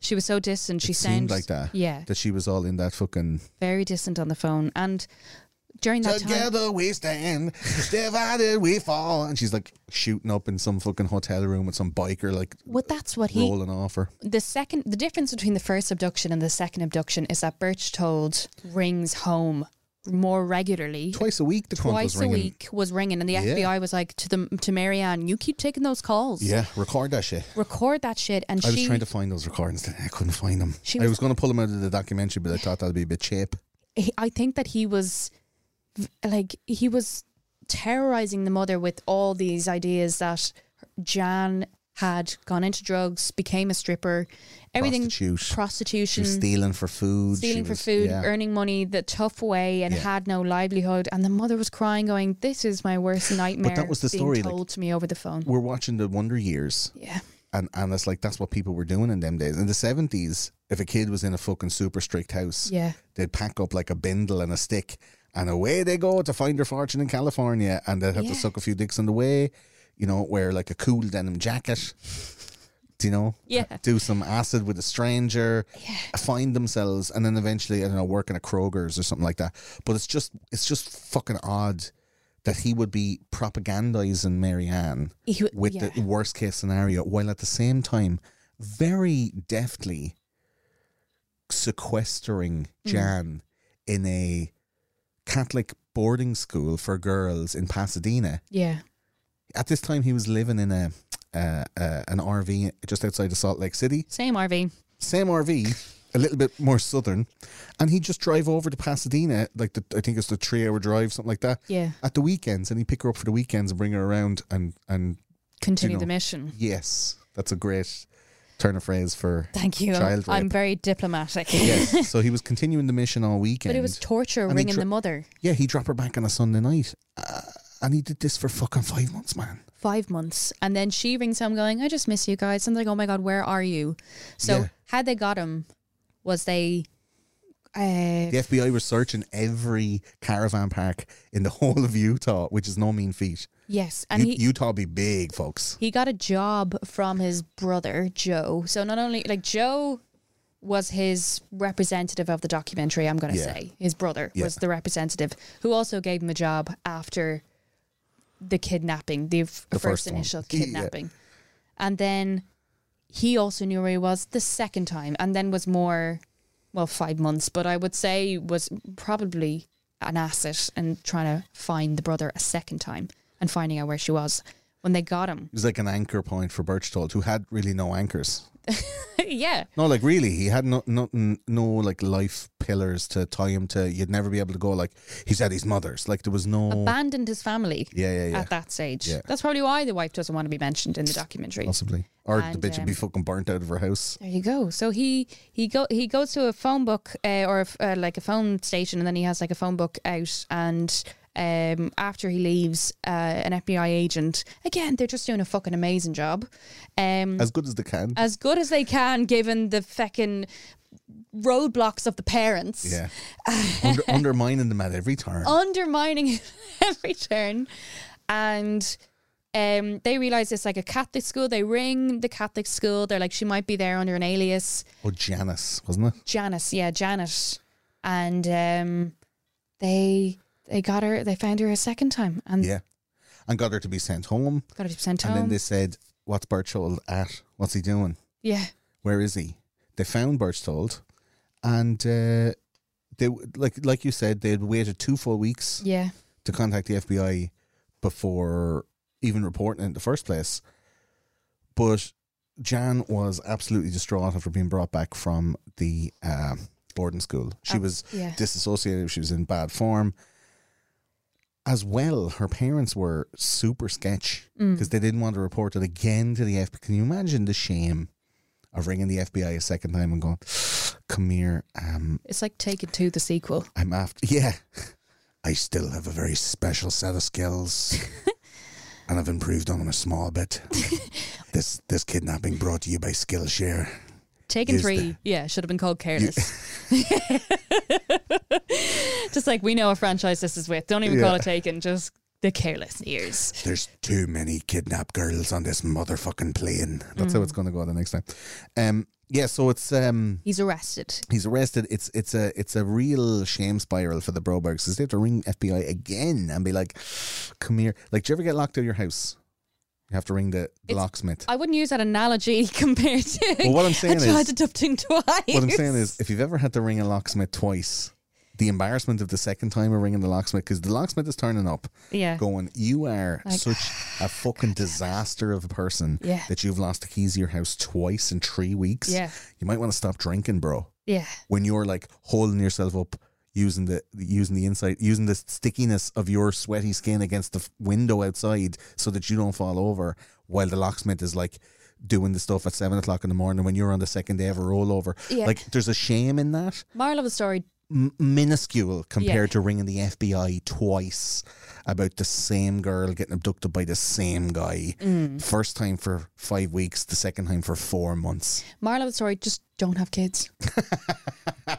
Speaker 3: She was so distant. She
Speaker 2: it seemed
Speaker 3: sounded
Speaker 2: like that.
Speaker 3: Yeah.
Speaker 2: That she was all in that fucking
Speaker 3: very distant on the phone and during that time.
Speaker 2: Together we stand, divided we fall. And she's like shooting up in some fucking hotel room with some biker like
Speaker 3: Well, that's what he.
Speaker 2: rolling off her.
Speaker 3: The second, the difference between the first abduction and the second abduction is that Birchtold rings home more regularly.
Speaker 2: Twice a week, the phone was
Speaker 3: Twice a
Speaker 2: ringing.
Speaker 3: week was ringing, and the FBI was like to the to Marianne, "You keep taking those calls.
Speaker 2: Yeah, record that shit.
Speaker 3: record that shit." And
Speaker 2: I
Speaker 3: she
Speaker 2: was trying to find those recordings. I couldn't find them.
Speaker 3: She
Speaker 2: I
Speaker 3: was-
Speaker 2: was going to pull them out of the documentary, but I thought that'd be a bit cheap.
Speaker 3: he, I think that he was v- like he was terrorizing the mother with all these ideas that Jan had gone into drugs, became a stripper, everything
Speaker 2: Prostitute. She
Speaker 3: prostitution,
Speaker 2: was stealing for food. she
Speaker 3: Mm. stealing for
Speaker 2: was-
Speaker 3: food,
Speaker 2: yeah.
Speaker 3: earning money the tough way, and
Speaker 2: Yeah.
Speaker 3: had no livelihood. And the mother was crying, going, "This is my worst nightmare."
Speaker 2: was the
Speaker 3: being
Speaker 2: story, like-
Speaker 3: told to me over the phone.
Speaker 2: We're watching the Wonder Years.
Speaker 3: Yeah,
Speaker 2: and and it's like that's what people were doing in them days. In the seventies, if a kid was in a fucking super strict house,
Speaker 3: yeah.
Speaker 2: they'd pack up like a bindle and a stick, and away they go to find their fortune in California, and they'd have
Speaker 3: Yeah.
Speaker 2: to suck a few dicks on the way, you know, wear like a cool denim jacket. Do you know?
Speaker 3: Yeah.
Speaker 2: Do some acid with a stranger, find themselves, and then eventually I don't know, work in a Kroger's or something like that. But it's just it's just fucking odd that he would be propagandizing Marianne
Speaker 3: He w-
Speaker 2: with
Speaker 3: yeah.
Speaker 2: the worst case scenario, while at the same time very deftly sequestering Jan in a Catholic boarding school for girls in Pasadena.
Speaker 3: yeah,
Speaker 2: At this time, he was living in a uh, uh, an RV just outside of Salt Lake City.
Speaker 3: same RV.
Speaker 2: Same RV, a little bit more southern, and he'd just drive over to Pasadena, like the, I think it's the three hour drive, something like that.
Speaker 3: Yeah,
Speaker 2: At the weekends, and he'd pick her up for the weekends and bring her around and and
Speaker 3: continue
Speaker 2: know.
Speaker 3: the mission.
Speaker 2: Yes, that's a great turn of phrase for.
Speaker 3: Thank you.
Speaker 2: Child
Speaker 3: I'm
Speaker 2: rape.
Speaker 3: very diplomatic.
Speaker 2: Yes, so he was continuing the mission all weekend.
Speaker 3: But it was torture
Speaker 2: And he
Speaker 3: ringing
Speaker 2: dro-
Speaker 3: the mother.
Speaker 2: yeah, he dropped her back on a Sunday night, uh, and he did this for fucking five months, man.
Speaker 3: five months and then she rings home going i just miss you guys and they're like oh my god where are you so
Speaker 2: Yeah.
Speaker 3: how they got him was they uh,
Speaker 2: The FBI was searching every caravan park in the whole of Utah, which is no mean feat.
Speaker 3: yes and
Speaker 2: U-
Speaker 3: he
Speaker 2: Utah be big, folks.
Speaker 3: he got a job from his brother joe so not only like joe was his representative of the documentary i'm gonna
Speaker 2: Yeah.
Speaker 3: say his brother
Speaker 2: Yeah.
Speaker 3: was the representative who also gave him a job after the kidnapping the, f-
Speaker 2: The
Speaker 3: first,
Speaker 2: first one.
Speaker 3: initial
Speaker 2: Yeah.
Speaker 3: kidnapping and then he also knew where he was the second time and then was more well five months but i would say was probably an asset in trying to find the brother a second time and finding out where she was when they got him
Speaker 2: He was like an anchor point for Birchtold, who had really no anchors.
Speaker 3: yeah
Speaker 2: No, like really, he had no, nothing, no like life pillars to tie him to. You'd never be able to go like he's at his mother's. Like there was no.
Speaker 3: abandoned his family
Speaker 2: yeah, yeah, yeah.
Speaker 3: at that stage
Speaker 2: Yeah.
Speaker 3: that's probably why the wife doesn't want to be mentioned in the documentary
Speaker 2: Possibly. Or
Speaker 3: And,
Speaker 2: the bitch would be
Speaker 3: um,
Speaker 2: fucking burnt out of her house.
Speaker 3: There you go. So he he go he goes to a phone book uh, or a f uh, like a phone station, and then he has like a phone book out. And um, after he leaves, uh, an FBI agent again. They're just doing a fucking amazing job. Um,
Speaker 2: As good as they can.
Speaker 3: as good as they can, given the fucking roadblocks of the parents.
Speaker 2: yeah. Under, undermining them at every turn.
Speaker 3: Oh. undermining it every turn. And um, they realize it's like a Catholic school. They ring the Catholic school. They're like, she might be there under an alias.
Speaker 2: Oh, Janice, wasn't it?
Speaker 3: Janice, yeah, Janet. And um, they they got her. They found her a second time, and
Speaker 2: Yeah. And got her to be sent home.
Speaker 3: got her sent
Speaker 2: And
Speaker 3: home.
Speaker 2: then they said, What's Birchtold at? What's he doing?
Speaker 3: yeah,
Speaker 2: Where is he? They found Birchtold. And uh, they, like like you said, they'd waited two full weeks
Speaker 3: yeah,
Speaker 2: to contact the FBI before even reporting it in the first place. But Jan was absolutely distraught after being brought back from the um, boarding school. She
Speaker 3: Um,
Speaker 2: was
Speaker 3: yeah.
Speaker 2: disassociated, she was in bad form. As well, her parents were super sketch because they didn't want to report it again to the FBI. Can you imagine the shame of ringing the FBI a second time and going, "Come here, um,
Speaker 3: it's like take it to the sequel.
Speaker 2: I'm after. Yeah, I still have a very special set of skills, and I've improved on them a small bit. this this kidnapping brought to you by Skillshare.
Speaker 3: Taken
Speaker 2: Is
Speaker 3: three,
Speaker 2: the-
Speaker 3: yeah, should have been called careless. just like we know a franchise this is with. Don't even call
Speaker 2: Yeah.
Speaker 3: it Taken. Just the careless ears.
Speaker 2: There's too many kidnapped girls on this motherfucking plane. That's how it's going to go the next time. Um, Yeah, so it's um
Speaker 3: He's arrested.
Speaker 2: he's arrested. It's it's a it's a real shame spiral for the Brobergs because they have to ring FBI again and be like, "Come here." Like, do you ever get locked out of your house? You have to ring the, the
Speaker 3: It's-
Speaker 2: locksmith.
Speaker 3: I wouldn't use that analogy compared to
Speaker 2: Well, what I'm saying
Speaker 3: a
Speaker 2: is-
Speaker 3: child adopting twice.
Speaker 2: what I'm saying is, if you've ever had to ring a locksmith twice, the embarrassment of the second time of ringing the locksmith because the locksmith is turning up,
Speaker 3: yeah,
Speaker 2: going, "You are
Speaker 3: Like,
Speaker 2: such a fucking disaster of a person
Speaker 3: Yeah.
Speaker 2: that you've lost the keys of your house twice in three weeks.
Speaker 3: Yeah.
Speaker 2: You might want to stop drinking, bro."
Speaker 3: yeah,
Speaker 2: when you're like holding yourself up using the using the inside using the stickiness of your sweaty skin against the f- window outside so that you don't fall over while the locksmith is like doing the stuff at seven o'clock in the morning when you're on the second day of a rollover
Speaker 3: Yeah.
Speaker 2: like there's a shame in that
Speaker 3: moral of the story.
Speaker 2: M- minuscule compared to ringing the fbi twice about the same girl getting abducted by the same guy first time for five weeks the second time for four months
Speaker 3: Moral of the story: just don't have kids.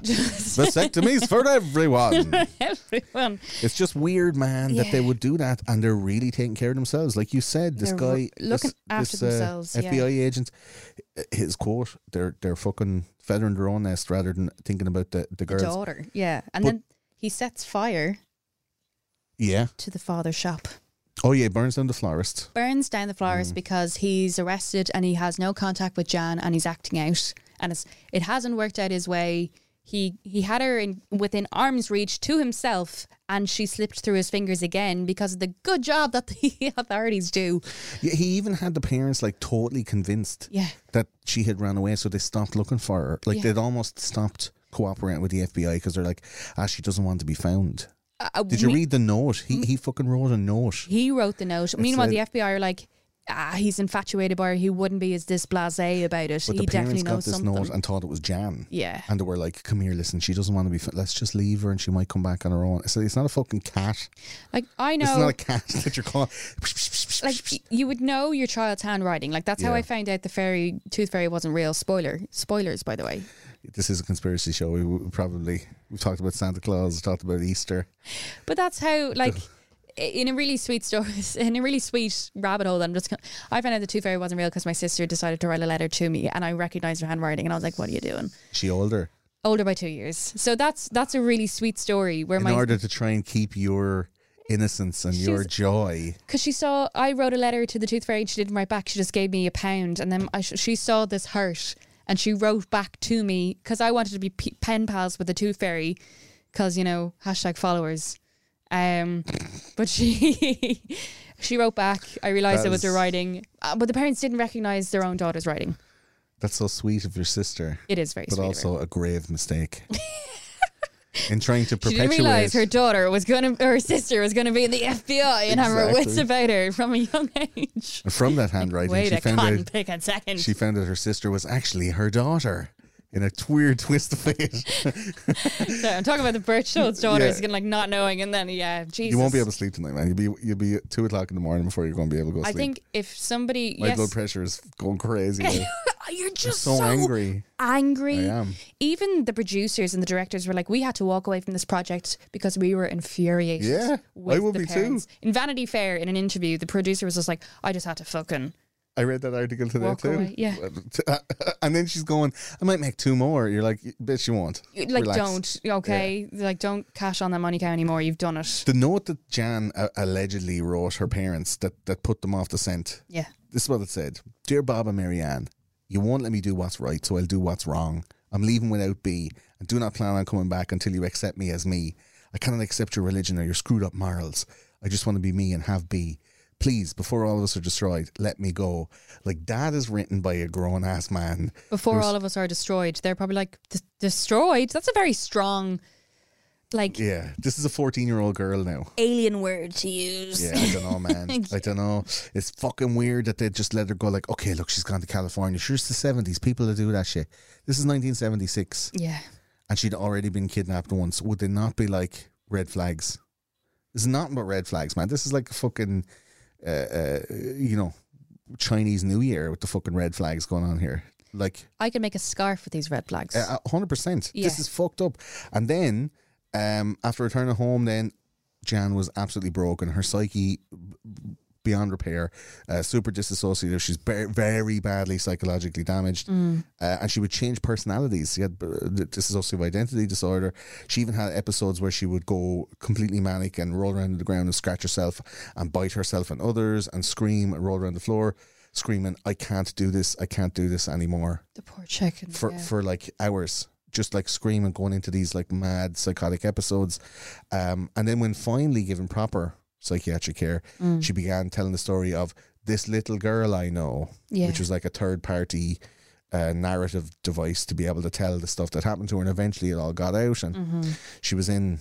Speaker 3: Just
Speaker 2: vasectomies for everyone
Speaker 3: everyone.
Speaker 2: It's just weird, man, that they would do that and they're really taking care of themselves. Like you said, this
Speaker 3: They're
Speaker 2: guy
Speaker 3: r- looking
Speaker 2: this-
Speaker 3: after
Speaker 2: this, uh,
Speaker 3: themselves, yeah.
Speaker 2: FBI agent, h- his quote, they're they're fucking feathering their own nest rather than thinking about the the
Speaker 3: The
Speaker 2: girls.
Speaker 3: daughter, yeah, and
Speaker 2: But-
Speaker 3: then he sets fire
Speaker 2: yeah.
Speaker 3: to the father's shop,
Speaker 2: Oh yeah, burns down the florist.
Speaker 3: burns down the
Speaker 2: Mm.
Speaker 3: flowers because he's arrested and he has no contact with Jan and he's acting out, and it's it hasn't worked out his way. He he had her in within arm's reach to himself, and she slipped through his fingers again because of the good job that the authorities do.
Speaker 2: Yeah, he even had the parents like totally convinced
Speaker 3: Yeah.
Speaker 2: that she had ran away, so they stopped looking for her. Like they'd almost stopped cooperating with the FBI because they're like, ah, she doesn't want to be found.
Speaker 3: Uh,
Speaker 2: Did you read the note?
Speaker 3: Mm.
Speaker 2: He he fucking wrote a note.
Speaker 3: He wrote the note. Meanwhile,
Speaker 2: a-
Speaker 3: the FBI are like, ah, he's infatuated by her. He wouldn't be as this blasé about it.
Speaker 2: But
Speaker 3: he
Speaker 2: the parents
Speaker 3: definitely
Speaker 2: got
Speaker 3: knows
Speaker 2: this
Speaker 3: something.
Speaker 2: note and thought it was Jan.
Speaker 3: yeah.
Speaker 2: And they were like, "Come here, listen. She doesn't want to be. F- let's just leave her, and she might come back on her own." So it's not a fucking cat.
Speaker 3: Like, I
Speaker 2: It's not
Speaker 3: know.
Speaker 2: a cat that you're calling.
Speaker 3: Like y- you would know your child's handwriting. Like that's how
Speaker 2: Yeah.
Speaker 3: I found out the fairy tooth fairy wasn't real. Spoiler, spoilers by the way.
Speaker 2: this is a conspiracy show. We, we probably we've talked about Santa Claus, we talked about Easter.
Speaker 3: But that's how like i- in a really sweet story, in a really sweet rabbit hole. that I'm just. Gonna, I found out the tooth fairy wasn't real because my sister decided to write a letter to me, and I recognized her handwriting, and I was like, "What are you doing?"
Speaker 2: She older
Speaker 3: Older by two years. So that's that's a really sweet story where
Speaker 2: in
Speaker 3: my
Speaker 2: order to try and keep your innocence and your
Speaker 3: She's-
Speaker 2: joy.
Speaker 3: because she saw I wrote a letter to the tooth fairy and she didn't write back. She just gave me a pound, and then I sh- she saw this hurt and she wrote back to me because I wanted to be p- pen pals with the tooth fairy because you know hashtag followers. Um, but she she wrote back. I realized
Speaker 2: That
Speaker 3: it was her
Speaker 2: is-
Speaker 3: writing, uh, but the parents didn't recognize their own daughter's writing.
Speaker 2: That's so sweet of your sister,
Speaker 3: It is very
Speaker 2: but
Speaker 3: sweet. of her.
Speaker 2: also a grave mistake. In trying to
Speaker 3: she didn't
Speaker 2: perpetuate,
Speaker 3: realize her daughter was gonna, or her sister was gonna be in the FBI and have her wits
Speaker 2: Exactly.
Speaker 3: about her from a young age.
Speaker 2: And from that handwriting,
Speaker 3: Wait
Speaker 2: she
Speaker 3: a
Speaker 2: found out
Speaker 3: cotton pick a second.
Speaker 2: she found out her sister was actually her daughter in a weird twist of fate.
Speaker 3: Sorry, I'm talking about the birch Birchfield's daughters
Speaker 2: Yeah.
Speaker 3: and like not knowing, and then yeah, Jesus.
Speaker 2: You won't be able to sleep tonight, man. You'll be you'll be at two o'clock in the morning before you're going to be able to go
Speaker 3: I
Speaker 2: sleep.
Speaker 3: think if somebody,
Speaker 2: my
Speaker 3: yes, Oh,
Speaker 2: blood pressure is going crazy. man.
Speaker 3: you're
Speaker 2: I'm
Speaker 3: just
Speaker 2: so, angry.
Speaker 3: angry.
Speaker 2: I am.
Speaker 3: Even the producers and the directors were like, we had to walk away from this project because we were infuriated.
Speaker 2: Yeah,
Speaker 3: with
Speaker 2: I would
Speaker 3: the
Speaker 2: be too.
Speaker 3: parents. In Vanity Fair, in an interview, the producer was just like, I just had to fucking.
Speaker 2: I read that article today
Speaker 3: Walk
Speaker 2: too.
Speaker 3: away, yeah.
Speaker 2: and then she's going, I might make two more. You're like, bitch, you won't.
Speaker 3: Like,
Speaker 2: Relax.
Speaker 3: don't, okay? Like, don't cash on that money cow anymore. You've done it.
Speaker 2: The note that Jan uh, allegedly wrote her parents that that put them off the scent.
Speaker 3: Yeah.
Speaker 2: This is what it said: Dear Bob and Marianne, you won't let me do what's right, so I'll do what's wrong. I'm leaving without B, and do not plan on coming back until you accept me as me. I cannot accept your religion or your screwed up morals. I just want to be me and have B. Please, before all of us are destroyed, let me go. Like that is written by a grown ass man.
Speaker 3: Before all of us are destroyed, they're probably like, "Des- destroyed? That's a very strong, like,
Speaker 2: Yeah, this is a fourteen-year-old girl now.
Speaker 3: alien word to use.
Speaker 2: Yeah, I don't know, man. I don't know. It's fucking weird that they just let her go. Like, okay, look, she's gone to California. Sure, it's the seventies. People that do that shit. This is nineteen seventy-six,
Speaker 3: Yeah.
Speaker 2: and she'd already been kidnapped once. Would they not be like red flags? It's nothing but red flags, man. This is like a fucking, uh, uh, you know, Chinese New Year with the fucking red flags going on here. Like,
Speaker 3: I could make a scarf with these red flags.
Speaker 2: uh, a hundred percent.
Speaker 3: Yeah.
Speaker 2: This is fucked up. And then, um, after returning home, then Jan was absolutely broken. Her psyche b- b- beyond repair, uh, super disassociative. She's very, very badly psychologically damaged, uh, and she would change personalities. She had uh, the dissociative identity disorder. She even had episodes where she would go completely manic and roll around on the ground and scratch herself and bite herself and others and scream and roll around the floor, screaming, "I can't do this! I can't do this anymore!"
Speaker 3: The poor chicken.
Speaker 2: for for like hours just like screaming going into these like mad psychotic episodes um and then when finally given proper psychiatric care she began telling the story of this little girl i know
Speaker 3: Yeah.
Speaker 2: which was like a third party uh, narrative device to be able to tell the stuff that happened to her and eventually it all got out and she was in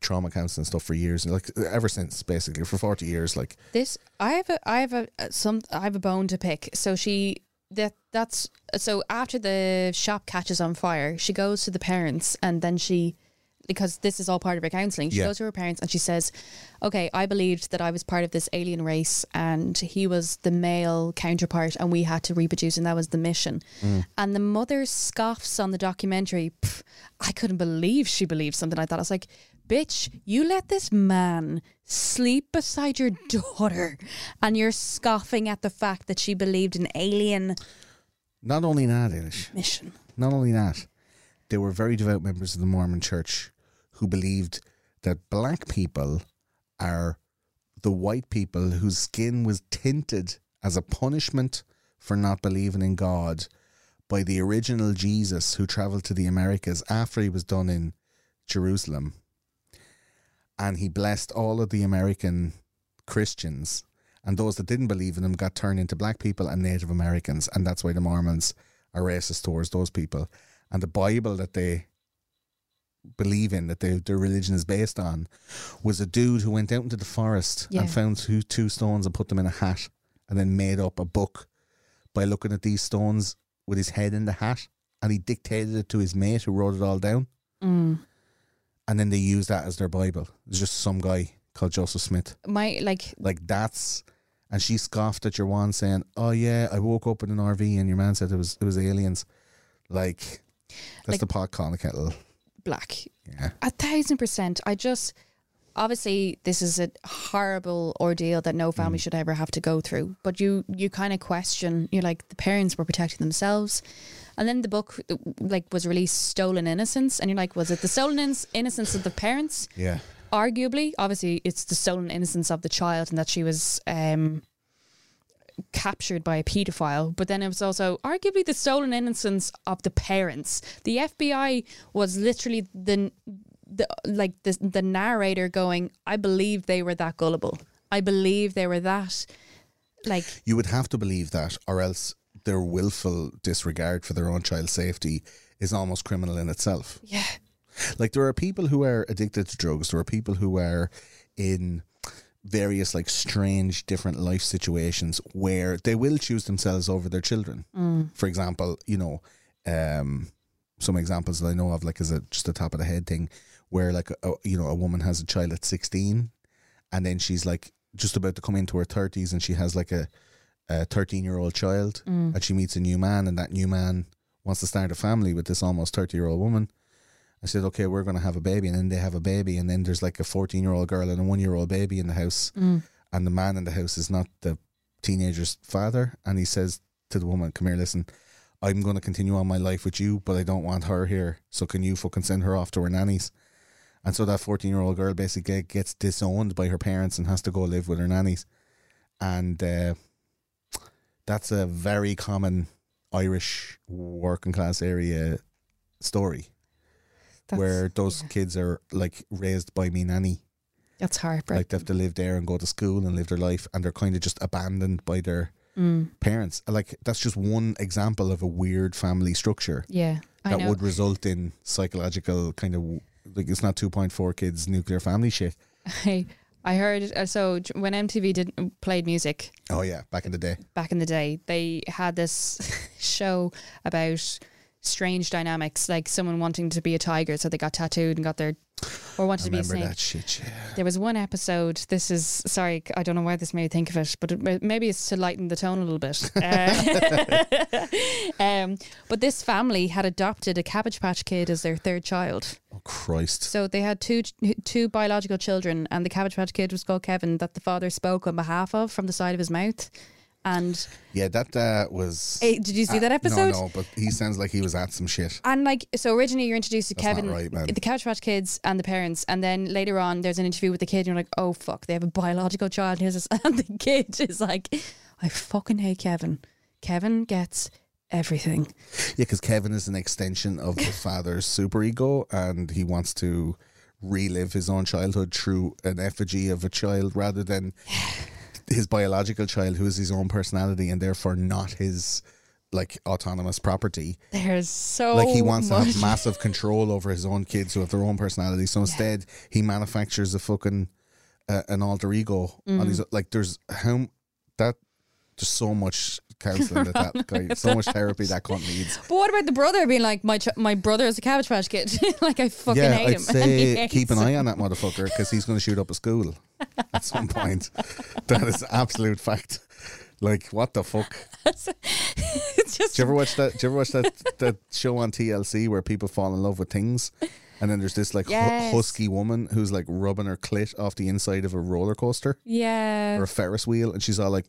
Speaker 2: trauma counseling and stuff for years and like ever since basically for 40 years like
Speaker 3: This I have a I have a uh, some I have a bone to pick. So she that that's so after the shop catches on fire, she goes to the parents and then she because this is all part of her counseling. She
Speaker 2: Yeah.
Speaker 3: goes to her parents and she says, "Okay, I believed that I was part of this alien race and he was the male counterpart and we had to reproduce and that was the mission." And the mother scoffs on the documentary. Pff, I couldn't believe she believed something like that. I was like, "Bitch, you let this man sleep beside your daughter and you're scoffing at the fact that she believed in alien
Speaker 2: not only that Inish,
Speaker 3: mission."
Speaker 2: Not only that, they were very devout members of the Mormon Church who believed that black people are the white people whose skin was tinted as a punishment for not believing in God by the original Jesus who traveled to the Americas after he was done in Jerusalem. And he blessed all of the American Christians. And those that didn't believe in him got turned into black people and Native Americans. And that's why the Mormons are racist towards those people. And the Bible that they believe in, that they, their religion is based on, was a dude who went out into the forest
Speaker 3: Yeah.
Speaker 2: and found two, two stones and put them in a hat and then made up a book by looking at these stones with his head in the hat. And he dictated it to his mate who wrote it all down. And then they used that as their Bible. It's just some guy called Joseph Smith
Speaker 3: My like
Speaker 2: like that's and she scoffed at your one saying oh yeah i woke up in an rv and your man said it was it was aliens like that's
Speaker 3: Like-
Speaker 2: the pot calling the kettle
Speaker 3: black.
Speaker 2: yeah
Speaker 3: A thousand percent. I just obviously this is a horrible ordeal that no family should ever have to go through. But you you kind of question. You're like the parents were protecting themselves, and then the book uh, like was released, Stolen Innocence, and you're like, was it the stolen inno- innocence of the parents?
Speaker 2: yeah
Speaker 3: Arguably, obviously, it's the stolen innocence of the child, and that she was. um captured by a pedophile, but then it was also arguably the stolen innocence of the parents. The FBI was literally the the like the the narrator going, "I believe they were that gullible. I believe they were that like
Speaker 2: you would have to believe that or else their willful disregard for their own child's safety is almost criminal in itself
Speaker 3: yeah,
Speaker 2: like there are people who are addicted to drugs there are people who are in various like strange different life situations where they will choose themselves over their children for example you know um some examples that i know of like as a just a top of the head thing where like a, you know a woman has a child at 16 and then she's like just about to come into her 30s and she has like a a 13 year old child and she meets a new man and that new man wants to start a family with this almost 30 year old woman I said, okay, we're going to have a baby. And then they have a baby. And then there's like a 14 year old girl and a one year old baby in the house. And the man in the house is not the teenager's father. And he says to the woman, come here, listen, I'm going to continue on my life with you, but I don't want her here. So can you fucking send her off to her nannies? And so that 14 year old girl basically gets disowned by her parents and has to go live with her nannies. And uh, that's a very common Irish working class area story
Speaker 3: that's,
Speaker 2: where those kids are like raised by me nanny.
Speaker 3: that's heartbreaking.
Speaker 2: Like they have to live there and go to school and live their life, and they're kind of just abandoned by their
Speaker 3: Mm.
Speaker 2: parents. Like that's just one example of a weird family structure
Speaker 3: yeah, I
Speaker 2: that
Speaker 3: know.
Speaker 2: would result in psychological kind of like it's not two point four kids nuclear family shit.
Speaker 3: I, I heard uh, so j- when MTV did played music,
Speaker 2: Oh yeah, back in the day.
Speaker 3: back in the day, they had this show about strange dynamics, like someone wanting to be a tiger, so they got tattooed and got their or wanted to be a
Speaker 2: Remember
Speaker 3: snake.
Speaker 2: that shit, yeah.
Speaker 3: There was one episode. This is sorry, I don't know why this made me think of it, but it, maybe it's to lighten the tone a little bit. Uh, um, but this family had adopted a Cabbage Patch Kid as their third child.
Speaker 2: Oh, Christ.
Speaker 3: So they had two ch- two biological children, and the Cabbage Patch Kid was called Kevin, that the father spoke on behalf of from the side of his mouth. And
Speaker 2: Yeah, that uh, was.
Speaker 3: Eh, did you see
Speaker 2: uh,
Speaker 3: that episode?
Speaker 2: No, no, but he sounds like he was at some shit.
Speaker 3: And like, so originally you're introduced to
Speaker 2: That's
Speaker 3: Kevin,
Speaker 2: not right, man.
Speaker 3: the Couch Patch Kids, and the parents, and then later on there's an interview with the kid, and you're like, oh fuck, they have a biological child. Here's this, and the kid is like, I fucking hate Kevin. Kevin gets everything.
Speaker 2: Yeah, because Kevin is an extension of the father's superego and he wants to relive his own childhood through an effigy of a child rather than his biological child, who is his own personality and therefore not his like autonomous property.
Speaker 3: There's so
Speaker 2: like he wants to
Speaker 3: much.
Speaker 2: have massive control over his own kids who have their own personality. So instead, he manufactures a fucking uh, an alter ego. On
Speaker 3: Mm-hmm.
Speaker 2: his, like there's how that there's so much counseling that that guy, so much therapy that cunt needs.
Speaker 3: but what about the brother being like, my ch- my brother is a Cabbage Patch Kid? like I fucking
Speaker 2: yeah,
Speaker 3: hate
Speaker 2: I'd
Speaker 3: him. And he
Speaker 2: say
Speaker 3: hates
Speaker 2: keep an
Speaker 3: him.
Speaker 2: eye on that motherfucker because he's going to shoot up a school at some point. that is absolute fact. Like what the fuck?
Speaker 3: It's just
Speaker 2: Do you ever watch that? Do you ever watch that that show on TLC where people fall in love with things, and then there's this like hu-
Speaker 3: Yes.
Speaker 2: husky woman who's like rubbing her clit off the inside of a roller coaster
Speaker 3: yeah.
Speaker 2: or a Ferris wheel, and she's all like,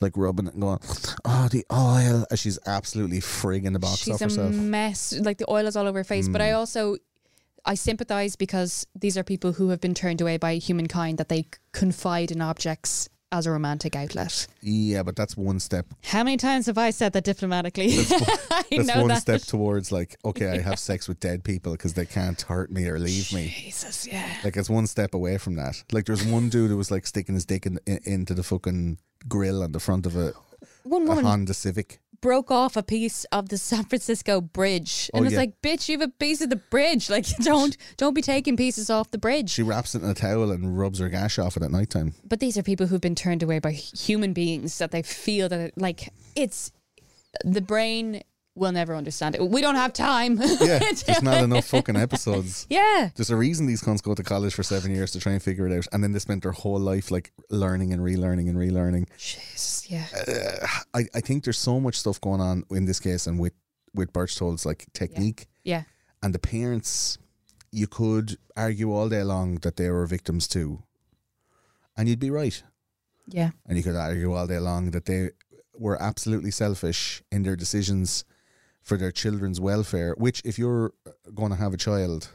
Speaker 2: like rubbing it, and going, "Oh, the oil!" And she's absolutely frigging the box Mm.
Speaker 3: She's
Speaker 2: off
Speaker 3: a
Speaker 2: herself.
Speaker 3: mess. Like the oil is all over her face. But I also I sympathize because these are people who have been turned away by humankind that they c- confide in objects as a romantic outlet.
Speaker 2: yeah, but that's one step.
Speaker 3: How many times have I said that diplomatically? I
Speaker 2: That's
Speaker 3: know
Speaker 2: one
Speaker 3: that.
Speaker 2: step towards like, okay, I have sex with dead people because they can't hurt me or leave me.
Speaker 3: Jesus, yeah.
Speaker 2: Like it's one step away from that. Like there's one dude who was like sticking his dick in, in, into the fucking grill on the front of a,
Speaker 3: One
Speaker 2: a
Speaker 3: woman
Speaker 2: Honda Civic.
Speaker 3: broke off a piece of the San Francisco bridge and
Speaker 2: Oh,
Speaker 3: was
Speaker 2: yeah.
Speaker 3: like, "Bitch, you have a piece of the bridge. Like, don't don't be taking pieces off the bridge."
Speaker 2: She wraps it in a towel and rubs her gash off it at night time.
Speaker 3: but these are people who've been turned away by human beings that they feel that it, like it's the brain will never understand it. We don't have time.
Speaker 2: Yeah, there's not enough fucking episodes.
Speaker 3: yeah.
Speaker 2: There's a reason these cons go to college for seven years to try and figure it out, and then they spent their whole life like learning and relearning and relearning.
Speaker 3: Jeez, yeah.
Speaker 2: I, I think there's so much stuff going on in this case and with with Birchtold's like technique.
Speaker 3: Yeah.
Speaker 2: and the parents, you could argue all day long that they were victims too, and you'd be right.
Speaker 3: Yeah.
Speaker 2: And you could argue all day long that they were absolutely selfish in their decisions for their children's welfare. Which, if you're going to have a child,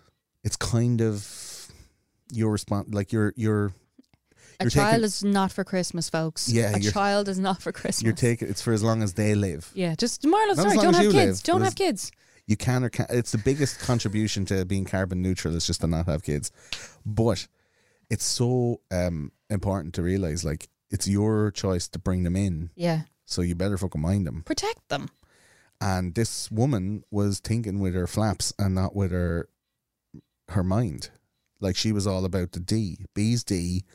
Speaker 2: it's kind of your response. Like you're you're
Speaker 3: A
Speaker 2: You're taking-
Speaker 3: child is not for Christmas, folks.
Speaker 2: Yeah,
Speaker 3: A
Speaker 2: you're-
Speaker 3: child is not for Christmas.
Speaker 2: you're taking it's for as long as they live.
Speaker 3: yeah, just Marlo,
Speaker 2: Not as
Speaker 3: sorry,
Speaker 2: long
Speaker 3: don't
Speaker 2: as you
Speaker 3: have kids.
Speaker 2: live,
Speaker 3: don't
Speaker 2: but
Speaker 3: have kids.
Speaker 2: you can or can it's the biggest contribution to being carbon neutral is just to not have kids but it's so um important to realize like it's your choice to bring them in
Speaker 3: Yeah.
Speaker 2: so you better fucking mind them
Speaker 3: Protect them.
Speaker 2: and this woman was thinking with her flaps and not with her her mind like she was all about the d b's d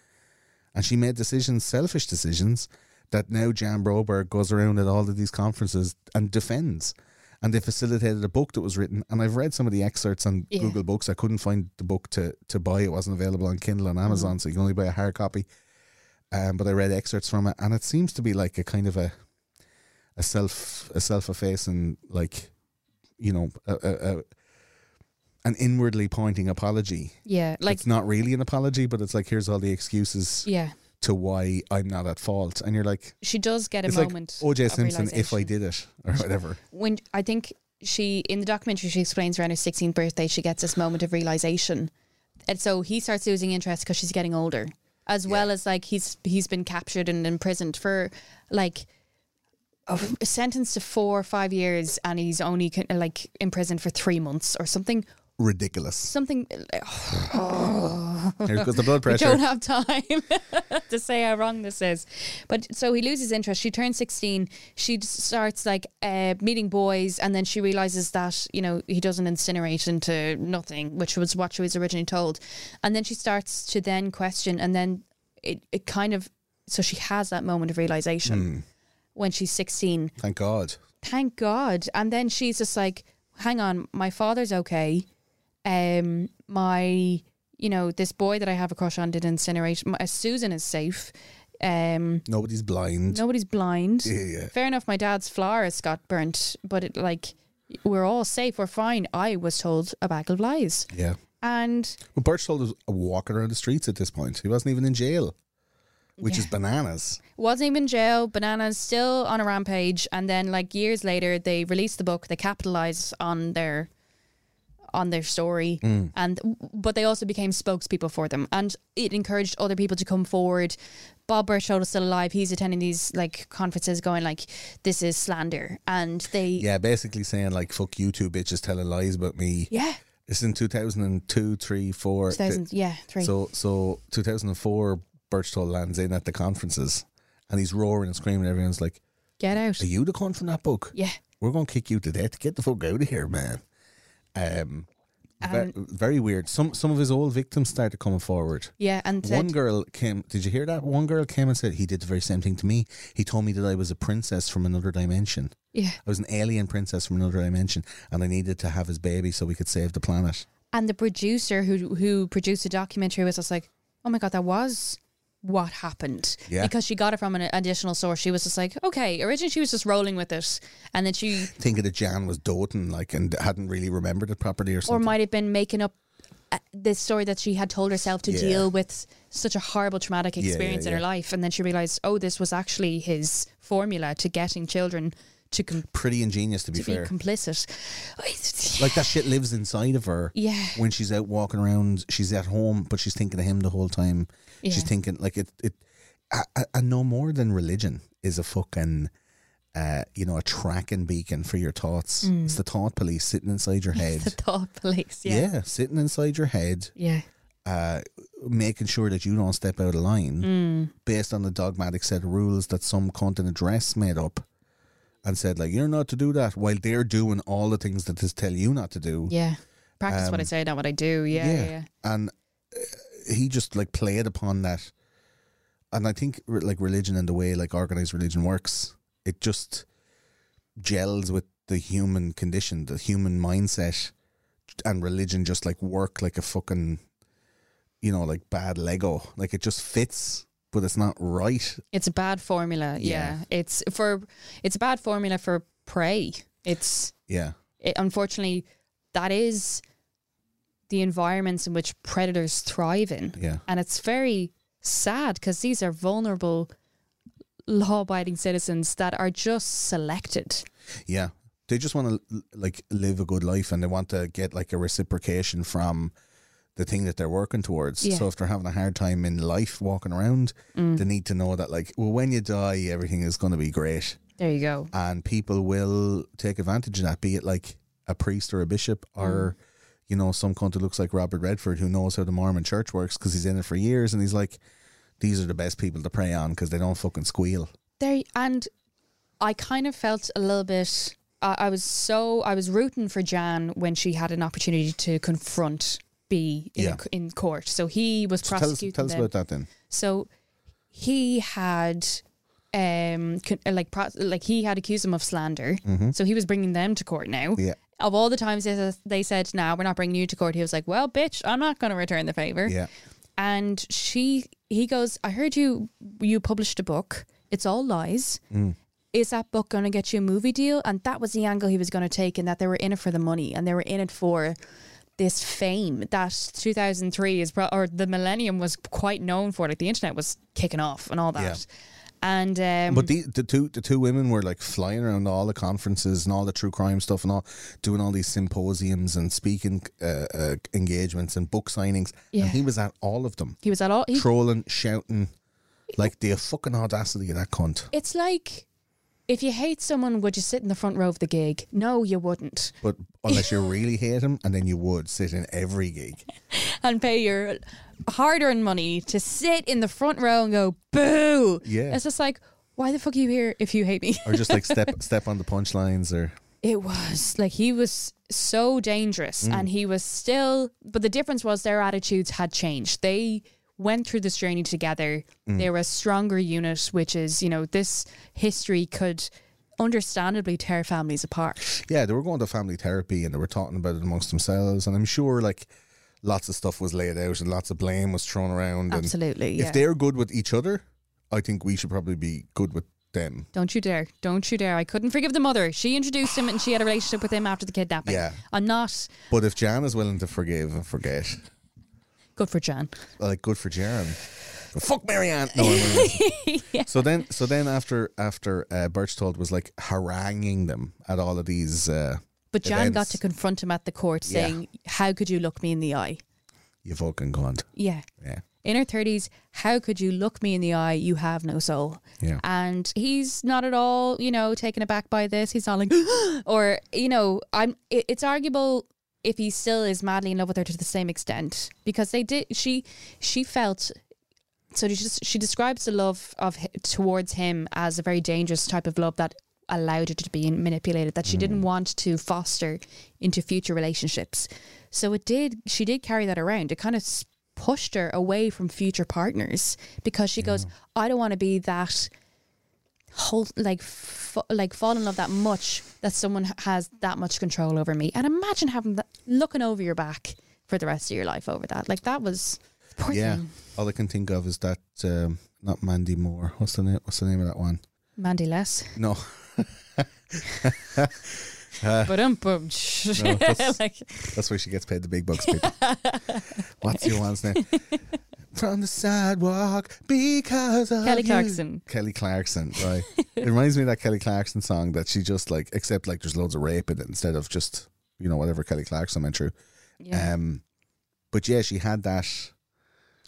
Speaker 2: and she made decisions selfish decisions that now jan broberg goes around at all of these conferences and defends and they facilitated a book that was written and i've read some of the excerpts on
Speaker 3: Yeah.
Speaker 2: google books i couldn't find the book to, to buy it wasn't available on kindle and amazon so you can only buy a hard copy um, but i read excerpts from it and it seems to be like a kind of a a self a self effacing like you know a, a, a an inwardly pointing apology
Speaker 3: Yeah. Like,
Speaker 2: it's not really an apology but it's like here's all the excuses
Speaker 3: yeah.
Speaker 2: to why i'm not at fault and you're like
Speaker 3: She does get a
Speaker 2: it's like
Speaker 3: moment.
Speaker 2: oj
Speaker 3: of
Speaker 2: simpson if i
Speaker 3: realization.
Speaker 2: did it or whatever
Speaker 3: when I think she in the documentary she explains around her 16th birthday she gets this moment of realization, and so he starts losing interest because she's getting older, as well as like he's he's been captured and imprisoned for like a sentence to four or five years, and he's only con- like imprisoned for three months or something
Speaker 2: ridiculous
Speaker 3: something.
Speaker 2: here goes the blood
Speaker 3: I
Speaker 2: pressure
Speaker 3: don't have time to say how wrong this is. But so he loses interest. She turns 16. She just starts like uh, meeting boys, and then she realizes that, you know, he doesn't incinerate into nothing, which was what she was originally told. And then she starts to then question, and then it, it kind of. So she has that moment of realization when she's 16
Speaker 2: thank god
Speaker 3: thank God. And then she's just like, hang on, my father's okay. Um, my you know, this boy that I have a crush on did incinerate. My, uh, Susan is safe. Um,
Speaker 2: Nobody's blind.
Speaker 3: nobody's blind.
Speaker 2: Yeah, yeah.
Speaker 3: Fair enough. My dad's flowers got burnt, but it like we're all safe. We're fine. I was told a bag of lies,
Speaker 2: Yeah.
Speaker 3: and
Speaker 2: Well, Birchtold was walking around the streets at this point. He wasn't even in jail, which is bananas.
Speaker 3: wasn't even in jail. Bananas still on a rampage, and then like years later, they released the book. They capitalized on their on their story,
Speaker 2: Mm.
Speaker 3: and but they also became spokespeople for them, and it encouraged other people to come forward. Bob Burchard is still alive. He's attending these like conferences, going like, "This is slander," and they
Speaker 2: Yeah, basically saying like, "Fuck you two bitches telling lies about me."
Speaker 3: yeah,
Speaker 2: This is in 2002, 3, 4.
Speaker 3: 2000, yeah, three.
Speaker 2: So, so 2004, Birchtold lands in at the conferences and he's roaring and screaming. Everyone's like,
Speaker 3: Get out.
Speaker 2: Are you the cunt from that book?
Speaker 3: Yeah.
Speaker 2: We're going to kick you to death. Get the fuck out of here, man. Um, ve- very weird. Some some of his old victims started coming forward.
Speaker 3: Yeah, and uh,
Speaker 2: One
Speaker 3: said-
Speaker 2: girl came. Did you hear that? One girl came and said he did the very same thing to me. He told me that I was a princess from another dimension.
Speaker 3: yeah,
Speaker 2: I was an alien princess from another dimension, and I needed to have his baby so we could save the planet.
Speaker 3: and the producer who who produced the documentary was just like, oh my god, that was what happened.
Speaker 2: Yeah.
Speaker 3: because she got it from an additional source. She was just like, okay, originally she was just rolling with it, and then she
Speaker 2: Thinking that Jan was doting, like, and hadn't really remembered it properly or
Speaker 3: or
Speaker 2: something.
Speaker 3: might have been making up uh, this story that she had told herself to deal with such a horrible traumatic
Speaker 2: yeah,
Speaker 3: experience in her
Speaker 2: yeah.
Speaker 3: life, and then she realized, oh, this was actually his formula to getting children to com-
Speaker 2: Pretty ingenious, to be
Speaker 3: to be
Speaker 2: fair.
Speaker 3: complicit.
Speaker 2: like that shit lives inside of her.
Speaker 3: Yeah.
Speaker 2: When she's out walking around, she's at home, but she's thinking of him the whole time. She's
Speaker 3: Yeah.
Speaker 2: thinking like it. It a- a- and no more than religion is a fucking, uh, you know, a tracking beacon for your thoughts. It's the thought police sitting inside your head.
Speaker 3: Mm. the thought police.
Speaker 2: yeah. sitting inside your head,
Speaker 3: Yeah.
Speaker 2: uh, making sure that you don't step out of line based on the dogmatic set of rules that some cunt in a dress made up. And said like you're not to do that while they're doing all the things that they tell you not to do.
Speaker 3: Yeah. Practice
Speaker 2: Um,
Speaker 3: what I say, not what I do. Yeah. Yeah. yeah.
Speaker 2: And uh, he just like played upon that. And I think re- like religion and the way like organized religion works, it just gels with the human condition, the human mindset, and religion just like work like a fucking, you know, like bad Lego. Like it just fits, but it's not right.
Speaker 3: It's a bad formula. Yeah. It's for it's a bad formula for prey. It's
Speaker 2: Yeah.
Speaker 3: it, unfortunately that is the environments in which predators thrive in.
Speaker 2: Yeah.
Speaker 3: And it's very sad because these are vulnerable law-abiding citizens that are just selected.
Speaker 2: Yeah. They just want to like live a good life and they want to get like a reciprocation from the thing that they're working towards.
Speaker 3: Yeah. Mm.
Speaker 2: So if they're having a hard time in life walking around, they need to know that like, well, when you die, everything is going to be great
Speaker 3: There you go.
Speaker 2: and people will take advantage of that, be it like a priest or a bishop or,
Speaker 3: Mm.
Speaker 2: you know, some cunt who looks like Robert Redford who knows how the Mormon church works because he's in it for years and he's like, these are the best people to prey on because they don't fucking squeal.
Speaker 3: there and I kind of felt a little bit. I I was so I was rooting for Jan when she had an opportunity to confront B in,
Speaker 2: Yeah.
Speaker 3: in court. So he was
Speaker 2: So tell us,
Speaker 3: prosecuting.
Speaker 2: tell us
Speaker 3: them.
Speaker 2: about that then.
Speaker 3: So he had, um, con- uh, like pro- like he had accused him of slander. So he was bringing them to court now.
Speaker 2: Mm-hmm. Yeah.
Speaker 3: Of all the times they, says- they said, "Now nah, we're not bringing you to court," he was like, "Well, bitch, I'm not going to return the favor."
Speaker 2: Yeah.
Speaker 3: and she he goes i heard you you published a book it's all lies is that book going to get you a movie deal and that was the angle he was going to take and that they were in it for the money and they were in it for this fame that 2003 is pro- or the millennium was quite known for like the internet was kicking off and all that and um
Speaker 2: But the, the two the two women were like flying around all the conferences and all the true crime stuff and all doing all these symposiums and speaking uh, uh, engagements and book signings.
Speaker 3: Yeah.
Speaker 2: And he was at all of them,
Speaker 3: he was at all he,
Speaker 2: trolling, shouting, like the fucking audacity of that cunt.
Speaker 3: it's like if you hate someone would you sit in the front row of the gig no you wouldn't
Speaker 2: But unless you really hate him, and then you would sit in every gig.
Speaker 3: and pay your hard-earned money to sit in the front row and go boo.
Speaker 2: Yeah.
Speaker 3: it's just like why the fuck are you here if you hate me?
Speaker 2: Or just like step step on the punchlines or
Speaker 3: It was like he was so dangerous, and he was still. But the difference was their attitudes had changed. They went through this journey together. They were a stronger unit, which is you know this history could understandably tear families apart.
Speaker 2: Yeah, they were going to family therapy and they were talking about it amongst themselves. And I'm sure, like, lots of stuff was laid out and lots of blame was thrown around. and
Speaker 3: Absolutely.
Speaker 2: If
Speaker 3: yeah.
Speaker 2: they're good with each other, I think we should probably be good with them.
Speaker 3: Don't you dare. Don't you dare. I couldn't forgive the mother. She introduced him and she had a relationship with him after the kidnapping.
Speaker 2: Yeah.
Speaker 3: I'm not
Speaker 2: But if Jan is willing to forgive and forget,
Speaker 3: good for Jan.
Speaker 2: like good for Jan. But fuck Mary Ann. No, I'm So then, so then after after uh, Birchtold was like haranguing them at all of these, uh,
Speaker 3: But Jan got
Speaker 2: Events.
Speaker 3: to confront him at the court
Speaker 2: Yeah.
Speaker 3: saying, How could you look me in the eye?
Speaker 2: you fucking cunt.
Speaker 3: Yeah.
Speaker 2: Yeah,
Speaker 3: In her 30s, how could you look me in the eye? You have no soul.
Speaker 2: yeah.
Speaker 3: And he's not at all, you know, taken aback by this. He's not like, or, you know, I'm, it, it's arguable if he still is madly in love with her to the same extent because they did, she, she felt, so she, just, she describes the love of hi- towards him as a very dangerous type of love that allowed her to be manipulated that she didn't want to foster into future relationships so it did she did carry that around it kind of s- pushed her away from future partners because she goes i don't want to be that whole like f- like fall in love that much that someone h- has that much control over me and imagine having that looking over your back for the rest of your life over that like that was poor
Speaker 2: Yeah.
Speaker 3: thing.
Speaker 2: All I can think of is that um, not Mandy Moore. What's the name? What's the name of that one?
Speaker 3: mandy less
Speaker 2: No,
Speaker 3: but um
Speaker 2: Uh, that's-
Speaker 3: like
Speaker 2: that's why she gets paid the big bucks. People. What's your one's name? From the sidewalk because of
Speaker 3: Kelly
Speaker 2: you.
Speaker 3: Clarkson.
Speaker 2: Kelly Clarkson, right? it reminds me of that Kelly Clarkson song that she just like, except like there's loads of rape in it instead of just you know whatever Kelly Clarkson went through.
Speaker 3: yeah
Speaker 2: Um, but yeah, she had that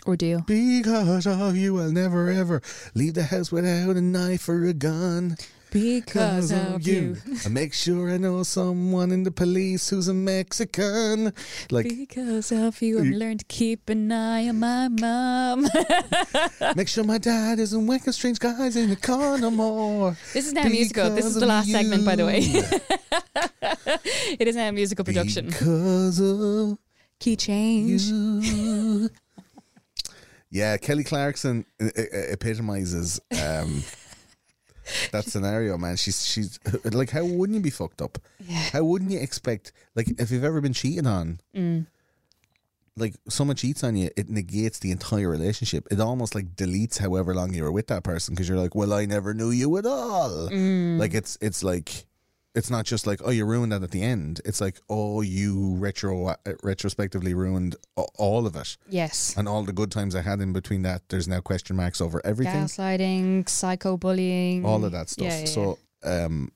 Speaker 3: ordeal
Speaker 2: because of you, I'll never ever leave the house without a knife or a gun.
Speaker 3: because of you
Speaker 2: I make sure I know someone in the police who's a Mexican. Like,
Speaker 3: because of you i've learned to keep an eye on my mom
Speaker 2: make sure my dad isn't wanking strange guys in the car no more.
Speaker 3: This is now a musical. This
Speaker 2: Because
Speaker 3: is the
Speaker 2: of
Speaker 3: last segment, by the way.
Speaker 2: you.
Speaker 3: it is now a musical production.
Speaker 2: Because of
Speaker 3: Key change.
Speaker 2: you. yeah, Kelly Clarkson e- e- epitomizes um, that scenario, man. She's she's like, how wouldn't you be fucked up? How wouldn't you expect? Like, if you've ever been cheated on, like someone cheats on you, it negates the entire relationship. It almost like deletes however long you were with that person because you're like, well, I never knew you at all. Like, it's it's like. It's not just like oh you ruined that at the end. It's like oh you retro uh, retrospectively ruined a- all of it
Speaker 3: Yes.
Speaker 2: and all the good times I had in between that, there's now question marks over everything,
Speaker 3: Gaslighting, psychobullying.
Speaker 2: all of that stuff.
Speaker 3: Yeah, yeah,
Speaker 2: so, um,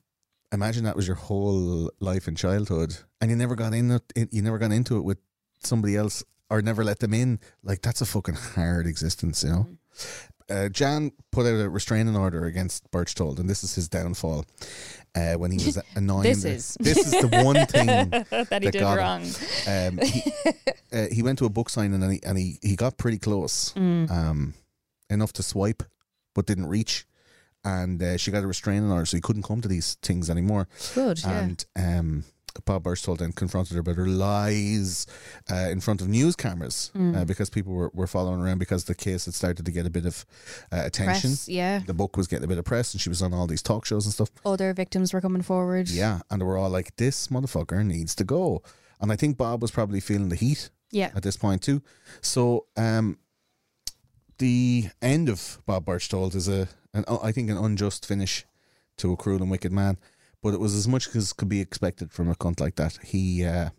Speaker 2: imagine that was your whole life in childhood, and you never got in, it- in you never got into it with somebody else, or never let them in. Like that's a fucking hard existence, you know.
Speaker 3: Mm-hmm.
Speaker 2: Uh, Jan put out a restraining order against Birchtold, and this is his downfall. Uh, when he was annoying,
Speaker 3: This
Speaker 2: the-
Speaker 3: is.
Speaker 2: this is the one thing
Speaker 3: yeah. that he
Speaker 2: that
Speaker 3: did
Speaker 2: got him.
Speaker 3: wrong.
Speaker 2: um, he, uh, he went to a book signing and he, and he, he got pretty close,
Speaker 3: Mm.
Speaker 2: um, enough to swipe, but didn't reach. And uh, she got a restraining order, so he couldn't come to these things anymore.
Speaker 3: Good. Yeah.
Speaker 2: And um, Bob Burstall then confronted her about her lies uh, in front of news cameras
Speaker 3: Mm.
Speaker 2: uh, because people were, were following around because the case had started to get a bit of uh, attention.
Speaker 3: Press. Yeah.
Speaker 2: The book was getting a bit of press, and she was on all these talk shows and stuff.
Speaker 3: Other victims were coming forward.
Speaker 2: Yeah, and they were all like, "This motherfucker needs to go." And I think Bob was probably feeling the heat
Speaker 3: Yeah.
Speaker 2: at this point too. So um, the end of Bob Birchtold is a, an, uh, I think, an unjust finish to a cruel and wicked man. But it was as much as could be expected from a cunt like that. He uh,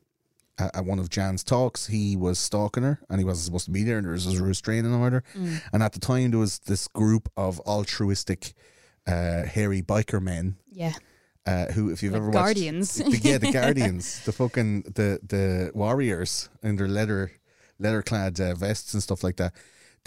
Speaker 2: at at one of Jan's talks, he was stalking her, and he wasn't supposed to be there, and there was a restraining order.
Speaker 3: Mm.
Speaker 2: And at the time, there was this group of altruistic, uh, hairy biker men
Speaker 3: Yeah.
Speaker 2: uh, who, if you've
Speaker 3: Like
Speaker 2: ever
Speaker 3: Guardians.
Speaker 2: watched, the, yeah, the Guardians, the fucking the the warriors in their leather leather clad uh, vests and stuff like that.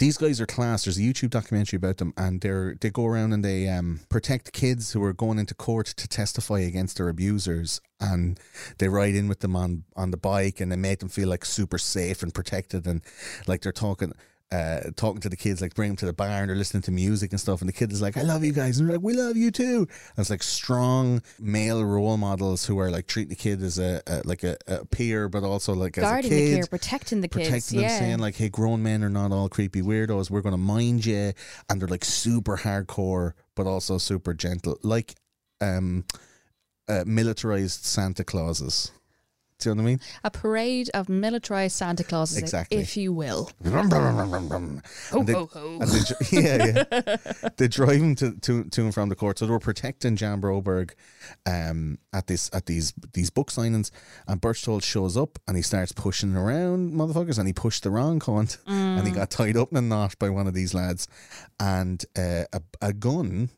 Speaker 2: These guys are class. There's a YouTube documentary about them, and they're they go around and they um, protect kids who are going into court to testify against their abusers, and they ride in with them on on the bike, and they make them feel like super safe and protected, and like they're talking. Uh, talking to the kids, like bring them to the bar, and they're listening to music and stuff. And the kid is like, "I love you guys," and they're like, "We love you too." And it's like strong male role models who are like treating the kid as a, a like a, a peer, but also like
Speaker 3: Guarding
Speaker 2: as a
Speaker 3: the
Speaker 2: kid,
Speaker 3: care, protecting the kids.
Speaker 2: protecting them,
Speaker 3: yeah.
Speaker 2: saying like, "Hey, grown men are not all creepy weirdos. We're going to mind you," and they're like super hardcore, but also super gentle, like um, uh, militarized Santa Clauses. Do you know what I mean?
Speaker 3: A parade of militarized Santa Clauses, if-
Speaker 2: Exactly.
Speaker 3: if you will.
Speaker 2: Vroom, vroom, vroom, vroom, vroom.
Speaker 3: Ho,
Speaker 2: And they-
Speaker 3: ho, ho.
Speaker 2: and they dr- yeah, yeah. they drive him to, to to and from the court, so they were protecting Jan Broberg um, at this at these these book signings. And Birchtold shows up and he starts pushing around motherfuckers, and he pushed the wrong cunt, and he got tied up in a knot by one of these lads, and uh, a, a gun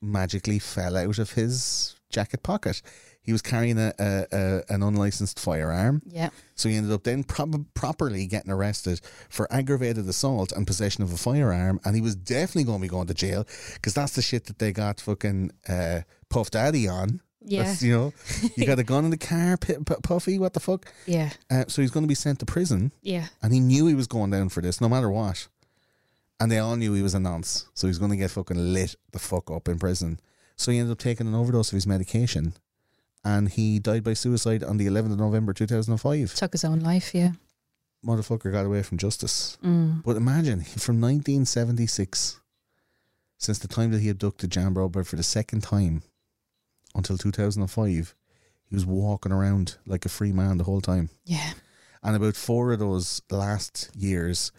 Speaker 2: magically fell out of his jacket pocket. He was carrying a, a, a an unlicensed firearm.
Speaker 3: Yeah.
Speaker 2: So he ended up then prob- properly getting arrested for aggravated assault and possession of a firearm, and he was definitely going to be going to jail because that's the shit that they got fucking uh, Puff Daddy on.
Speaker 3: Yeah.
Speaker 2: That's, you know, you got a gun in the car, P- P- Puffy. What the fuck?
Speaker 3: Yeah.
Speaker 2: Uh, so he's going to be sent to prison,
Speaker 3: Yeah.
Speaker 2: and he knew he was going down for this, no matter what. And they all knew he was a nonce, so he's going to get fucking lit the fuck up in prison. So he ended up taking an overdose of his medication, and he died by suicide on the 11th of November 2005
Speaker 3: Took his own life. Yeah.
Speaker 2: motherfucker got away from justice.
Speaker 3: Mm.
Speaker 2: But imagine from 1976, since the time that he abducted Jan Broberg for the second time until 2005, he was walking around like a free man the whole time.
Speaker 3: Yeah.
Speaker 2: And about four of those last years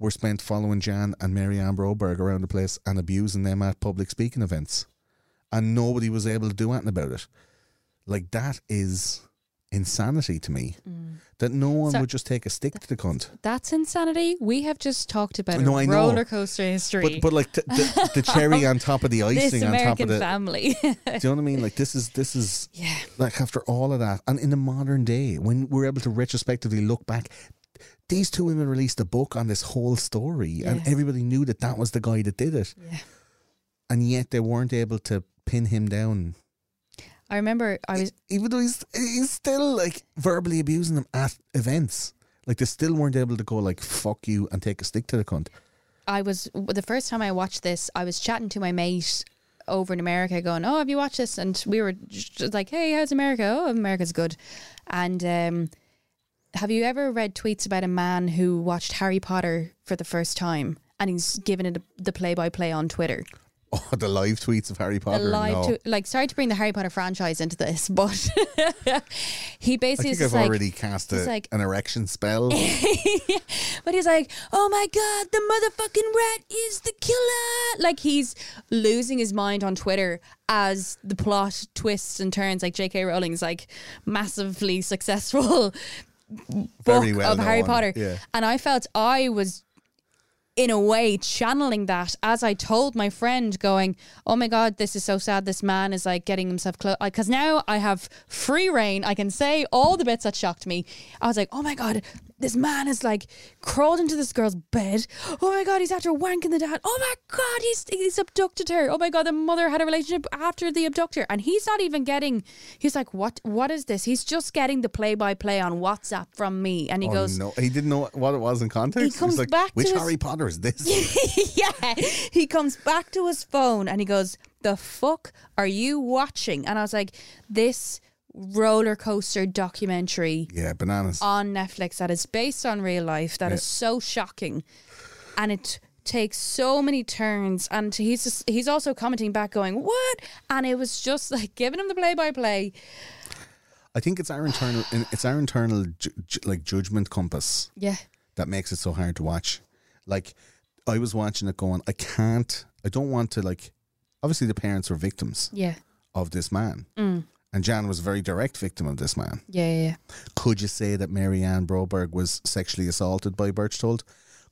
Speaker 2: were spent following Jan and Mary Ann Broberg around the place and abusing them at public speaking events. And nobody was able to do anything about it. Like, that is insanity to me. That no one
Speaker 3: Mm. So-
Speaker 2: would just take a stick to the cunt.
Speaker 3: That's insanity. We have just talked about
Speaker 2: No,
Speaker 3: a
Speaker 2: I know.
Speaker 3: roller coaster history.
Speaker 2: But but like the, the, the cherry on top of the
Speaker 3: this
Speaker 2: icing on top of
Speaker 3: American
Speaker 2: the.
Speaker 3: family.
Speaker 2: Do you know what I mean? Like this is this is
Speaker 3: yeah.
Speaker 2: like after all of that, and in the modern day, when we're able to retrospectively look back, these two women released a book on this whole story, and
Speaker 3: Yeah.
Speaker 2: everybody knew that that was the guy that did it,
Speaker 3: Yeah.
Speaker 2: and yet they weren't able to pin him down,
Speaker 3: I remember I was
Speaker 2: even though he's he's still like verbally abusing them at events. Like they still weren't able to go like fuck you and take a stick to the cunt.
Speaker 3: I was the first time I watched this, I was chatting to my mate over in America, going, "Oh, have you watched this?" And we were just like, "Hey, how's America? Oh, America's good." And um, have you ever read tweets about a man who watched Harry Potter for the first time and he's given it the play-by-play on Twitter?
Speaker 2: Oh, the live tweets of Harry
Speaker 3: A
Speaker 2: Potter.
Speaker 3: live
Speaker 2: no.
Speaker 3: tw- like, sorry to bring the Harry Potter franchise into this, but he
Speaker 2: I
Speaker 3: basically
Speaker 2: think
Speaker 3: is just
Speaker 2: I've
Speaker 3: like,
Speaker 2: already cast a,
Speaker 3: it's like-
Speaker 2: an erection spell.
Speaker 3: But he's like, oh my god, the motherfucking rat is the killer. Like he's losing his mind on Twitter as the plot twists and turns. Like J.K. Rowling's like massively successful book
Speaker 2: Very well
Speaker 3: of Harry
Speaker 2: known,
Speaker 3: Potter,
Speaker 2: yeah.
Speaker 3: and I felt I was. In a way, channeling that as I told my friend, going, "Oh my god, this is so sad. This man is like getting himself close." Because now I have free reign. I can say all the bits that shocked me. I was like, "Oh my god, this man is like crawled into this girl's bed. Oh my god, he's after wanking the dad. Oh my god, he's he's abducted her. Oh my god, the mother had a relationship after the abductor, and he's not even getting. He's like, what? What is this? He's just getting the play by play on WhatsApp from me, and he
Speaker 2: oh,
Speaker 3: goes,
Speaker 2: no. He didn't know what it was in context.
Speaker 3: He
Speaker 2: was
Speaker 3: comes
Speaker 2: like,
Speaker 3: back to
Speaker 2: Which
Speaker 3: his-
Speaker 2: Harry Potter is this?
Speaker 3: yeah. He comes back to his phone and he goes, The fuck are you watching? And I was like, This roller coaster documentary
Speaker 2: Yeah, bananas.
Speaker 3: on Netflix that is based on real life that is so shocking. And it takes so many turns and he's just, he's also commenting back going what and it was just like giving him the play by play
Speaker 2: I think it's our internal, in- it's our internal ju- ju- like judgment compass
Speaker 3: yeah
Speaker 2: that makes it so hard to watch. Like, I was watching it going, I can't, I don't want to like. Obviously, the parents were victims
Speaker 3: yeah
Speaker 2: of this man,
Speaker 3: Mm.
Speaker 2: and Jan was a very direct victim of this man.
Speaker 3: yeah yeah, yeah.
Speaker 2: Could you say that Mary Ann Broberg was sexually assaulted by Birchtold?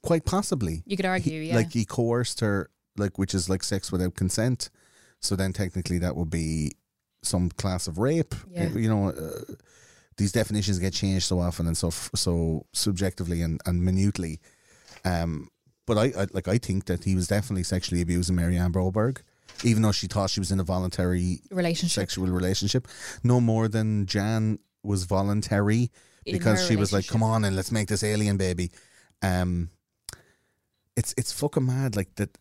Speaker 2: Quite possibly.
Speaker 3: you could argue
Speaker 2: he-
Speaker 3: yeah
Speaker 2: Like he coerced her, like which is like sex without consent. So then technically that would be some class of rape.
Speaker 3: Yeah.
Speaker 2: You know, uh, these definitions get changed so often and so f- so subjectively and and minutely. Um, but I, I like I think that he was definitely sexually abusing Mary Ann Broberg, even though she thought she was in a voluntary
Speaker 3: relationship
Speaker 2: sexual relationship, no more than Jan was voluntary
Speaker 3: In
Speaker 2: because
Speaker 3: her
Speaker 2: she was like,
Speaker 3: relationship.
Speaker 2: "Come on, and let's make this alien baby." Um, it's it's fucking mad. Like that,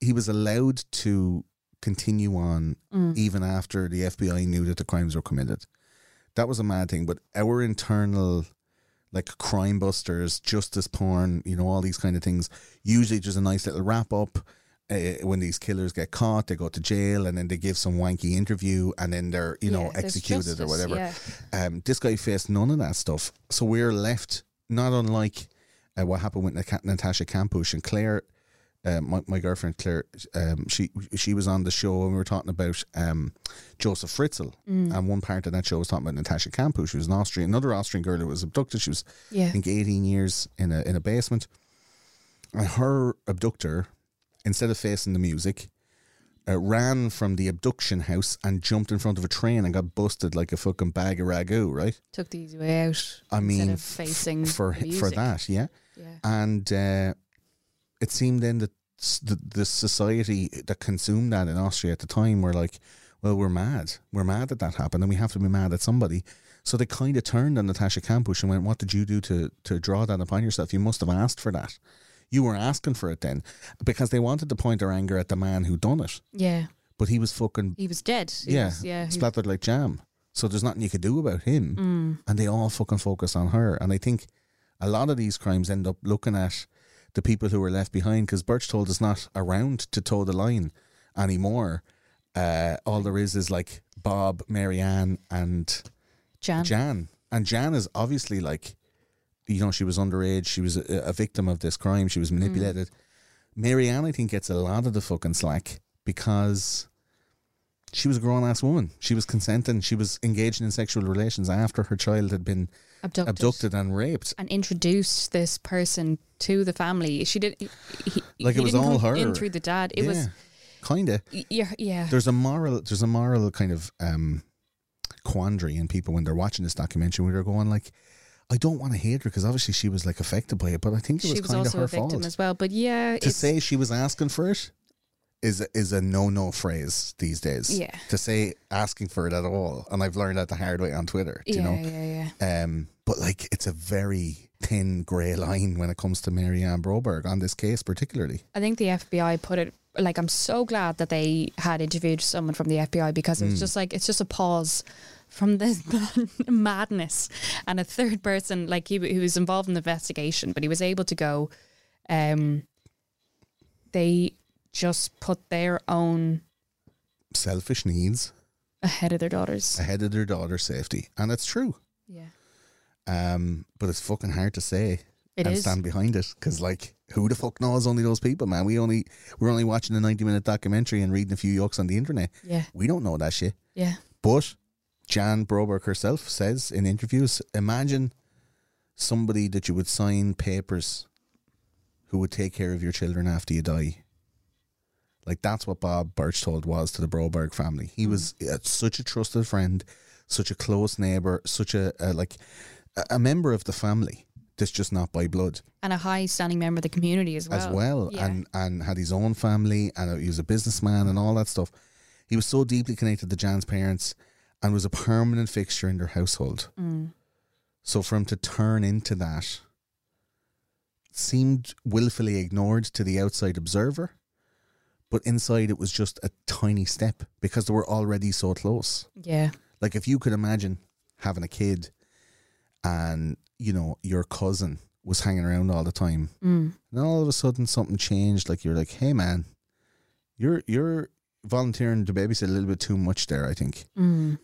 Speaker 2: he was allowed to continue on
Speaker 3: Mm.
Speaker 2: even after the FBI knew that the crimes were committed. That was a mad thing. But our internal like crime busters, justice porn, you know, all these kind of things. Usually just a nice little wrap up. uh, when these killers get caught, they go to jail and then they give some wanky interview and then they're, you know,
Speaker 3: Yeah, there's
Speaker 2: executed or
Speaker 3: justice,
Speaker 2: whatever.
Speaker 3: yeah.
Speaker 2: Um, this guy faced none of that stuff. So we're left not unlike uh, what happened with Nat- Natasha Campush and Claire, uh, my, my girlfriend Claire, um, she she was on the show and we were talking about um, Joseph Fritzl. And one part of that show was talking about Natasha Campush, who was an Austrian, another Austrian girl who was abducted. She was, I
Speaker 3: Yeah.
Speaker 2: think, 18 years in a, in a basement. And her abductor, instead of facing the music, uh, ran from the abduction house and jumped in front of a train and got busted like a fucking bag of ragu, right?
Speaker 3: Took the easy way out.
Speaker 2: I mean,
Speaker 3: instead of
Speaker 2: f-
Speaker 3: facing
Speaker 2: for
Speaker 3: the
Speaker 2: for
Speaker 3: music.
Speaker 2: that, yeah.
Speaker 3: Yeah.
Speaker 2: And uh, it seemed then that s- the, the society that consumed that in Austria at the time were like, well, we're mad. We're mad that that happened, and we have to be mad at somebody. So they kind of turned on Natasha Kampusch and went, "What did you do to to draw that upon yourself? You must have asked for that. You were asking for it then, because they wanted to point their anger at the man who done it,
Speaker 3: Yeah.
Speaker 2: but he was fucking
Speaker 3: He was dead. He
Speaker 2: yeah,
Speaker 3: was- yeah. he-
Speaker 2: splattered like jam. So there's nothing you could do about him.
Speaker 3: Mm.
Speaker 2: And they all fucking focus on her. And I think a lot of these crimes end up looking at the people who were left behind because Birchtold is not around to toe the line anymore. Uh, all there is is like Bob, Marianne, and
Speaker 3: Jan.
Speaker 2: Jan. And Jan is obviously like, you know, she was underage. She was a, a victim of this crime. She
Speaker 3: Mm.
Speaker 2: was manipulated. Marianne, I think, gets a lot of the fucking slack because she was a grown ass woman. She was consenting. She was engaged in sexual relations after her child had been
Speaker 3: abducted.
Speaker 2: abducted and raped.
Speaker 3: and introduced this person to the family. She did. He, he-
Speaker 2: Like it
Speaker 3: he
Speaker 2: was
Speaker 3: didn't
Speaker 2: all
Speaker 3: come
Speaker 2: her.
Speaker 3: in through the dad. It was
Speaker 2: kind of.
Speaker 3: y- yeah, yeah.
Speaker 2: There's a moral. There's a moral kind of um, quandary in people when they're watching this documentary. Where they're going like, I don't want to hate her because obviously she was like affected by it, but I think it
Speaker 3: she
Speaker 2: was
Speaker 3: was
Speaker 2: kind of
Speaker 3: also
Speaker 2: her
Speaker 3: a victim
Speaker 2: fault.
Speaker 3: as well. But yeah,
Speaker 2: to say she was asking for it is is a no no phrase these days.
Speaker 3: Yeah.
Speaker 2: To say asking for it at all, and I've learned that the hard way on Twitter. do
Speaker 3: yeah,
Speaker 2: you know?
Speaker 3: yeah, yeah.
Speaker 2: Um, but like it's a very thin grey line when it comes to Mary Ann Broberg on this case particularly.
Speaker 3: I think the FBI put it like I'm so glad that they had interviewed someone from the FBI because it
Speaker 2: Mm.
Speaker 3: was just like it's just a pause from this madness and a third person like he, he was involved in the investigation but he was able to go um they just put their own
Speaker 2: Selfish needs
Speaker 3: ahead of their daughters
Speaker 2: ahead of their daughter's safety. And it's true.
Speaker 3: yeah
Speaker 2: Um, but it's fucking hard to say
Speaker 3: It
Speaker 2: and
Speaker 3: is.
Speaker 2: stand behind it because, like, who the fuck knows? Only those people, man. We only we're only watching a ninety-minute documentary and reading a few yokes on the internet.
Speaker 3: yeah
Speaker 2: We don't know that shit.
Speaker 3: yeah
Speaker 2: But Jan Broberg herself says in interviews, imagine somebody that you would sign papers who would take care of your children after you die. Like that's what Bob Birchtold was to the Broberg family. He was uh, such a trusted friend, such a close neighbor, such a, a like a, a member of the family that's just not by blood
Speaker 3: and a high standing member of the community as well
Speaker 2: as well,
Speaker 3: yeah.
Speaker 2: and and had his own family, and he was a businessman and all that stuff. He was so deeply connected to Jan's parents, and was a permanent fixture in their household.
Speaker 3: Mm.
Speaker 2: So for him to turn into that seemed willfully ignored to the outside observer, but inside it was just a tiny step because they were already so close.
Speaker 3: yeah
Speaker 2: Like if you could imagine having a kid and you know your cousin was hanging around all the time and then all of a sudden something changed like you're like hey man you're you're volunteering to babysit a little bit too much there I think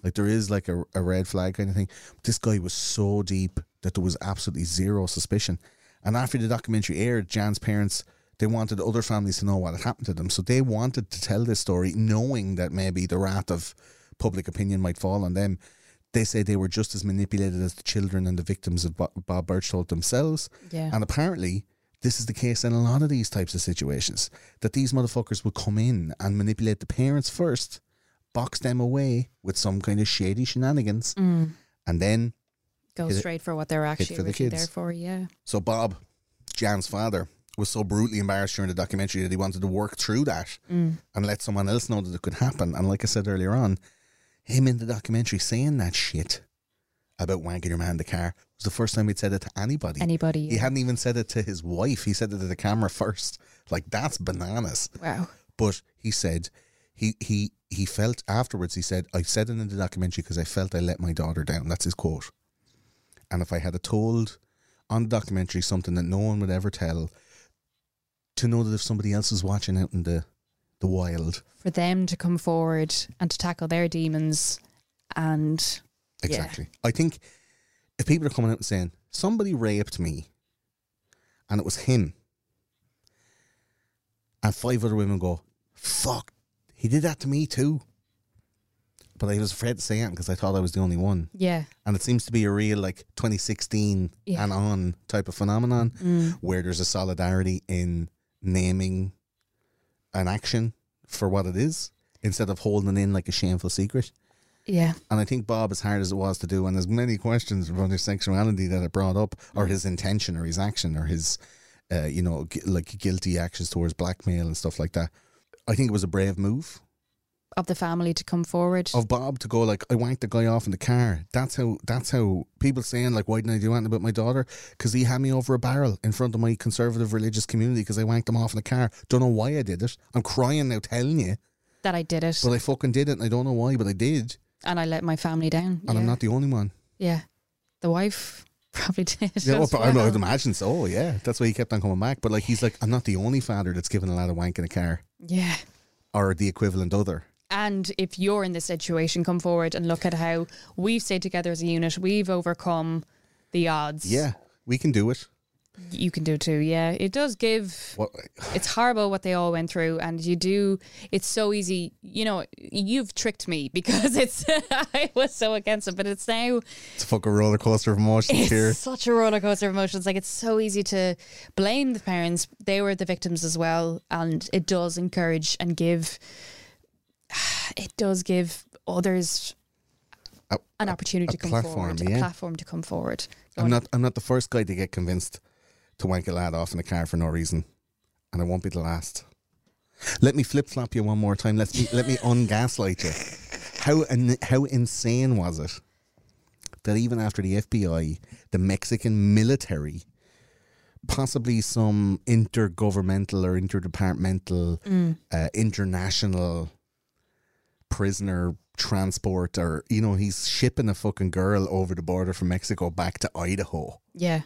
Speaker 2: like there is like a, a red flag kind of thing this guy was so deep that there was absolutely zero suspicion and after the documentary aired Jan's parents they wanted other families to know what had happened to them so they wanted to tell this story knowing that maybe the wrath of public opinion might fall on them they say they were just as manipulated as the children and the victims of Bo- Bob Birchtold themselves.
Speaker 3: Yeah.
Speaker 2: And apparently, this is the case in a lot of these types of situations that these motherfuckers will come in and manipulate the parents first, box them away with some kind of shady shenanigans, and then
Speaker 3: go
Speaker 2: Hit it-
Speaker 3: straight for what they're actually
Speaker 2: for the
Speaker 3: originally
Speaker 2: kids.
Speaker 3: there for yeah
Speaker 2: So Bob, Jan's father, was so brutally embarrassed during the documentary that he wanted to work through that and let someone else know that it could happen. And like I said earlier on, him in the documentary saying that shit about wanking your man in the car was the first time he'd said it to anybody.
Speaker 3: anybody
Speaker 2: He hadn't even said it to his wife. He said it to the camera first. Like that's bananas.
Speaker 3: wow
Speaker 2: But he said he he he felt afterwards. He said I said it in the documentary because I felt I let my daughter down. That's his quote. And if I had a told on the documentary something that no one would ever tell, to know that if somebody else was watching out in the the wild.
Speaker 3: for them to come forward and to tackle their demons and Yeah.
Speaker 2: Exactly. I think if people are coming out and saying somebody raped me, and it was him, and five other women go, "Fuck, he did that to me too," but I was afraid to say it because I thought I was the only one.
Speaker 3: yeah
Speaker 2: and it seems to be a real like 2016
Speaker 3: Yeah. Mm.
Speaker 2: and on type of phenomenon where there's a solidarity in naming an action for what it is instead of holding in like a shameful secret
Speaker 3: yeah
Speaker 2: and i think bob as hard as it was to do and as many questions about his sexuality that it brought up or his intention or his action or his uh, you know gu- like guilty actions towards blackmail and stuff like that i think it was a brave move
Speaker 3: of the family to come forward
Speaker 2: of Bob to go like I wanked the guy off in the car. That's how that's how people saying like why didn't I do anything about my daughter? Because he had me over a barrel in front of my conservative religious community because I wanked him off in the car. Don't know why I did it. I'm crying now telling you,
Speaker 3: that I did it
Speaker 2: but I fucking did it and I don't know why, but I did,
Speaker 3: and I let my family down
Speaker 2: and
Speaker 3: yeah.
Speaker 2: I'm not the only one.
Speaker 3: yeah the wife probably did
Speaker 2: Yeah, well,
Speaker 3: as
Speaker 2: I
Speaker 3: well.
Speaker 2: would imagine so. Yeah, that's why he kept on coming back. But like he's like I'm not the only father that's given a lot of wank in a car
Speaker 3: yeah
Speaker 2: or the equivalent other.
Speaker 3: And if you're in this situation, come forward and look at how we've stayed together as a unit. We've overcome the odds.
Speaker 2: Yeah, we can do it.
Speaker 3: You can do it too. Yeah. It does give,
Speaker 2: What?
Speaker 3: it's horrible what they all went through. And you do, it's so easy. You know, you've tricked me because it's, I was so against it, but it's now
Speaker 2: It's a fucking roller coaster of emotions
Speaker 3: it's
Speaker 2: here.
Speaker 3: such a roller coaster of emotions. Like it's so easy to blame the parents. They were the victims as well, and it does encourage and give. It does give others
Speaker 2: A-
Speaker 3: an opportunity
Speaker 2: a
Speaker 3: to come
Speaker 2: platform,
Speaker 3: forward,
Speaker 2: yeah.
Speaker 3: a platform to come forward. So
Speaker 2: I'm not. I'm not the first guy to get convinced to wank a lad off in a car for no reason, and I won't be the last. Let me flip flop you one more time. Let me let me ungaslight you. How in, how insane was it that even after the FBI, the Mexican military, possibly some intergovernmental or interdepartmental, uh, international prisoner transport, or you know, he's shipping a fucking girl over the border from Mexico back to Idaho.
Speaker 3: yeah,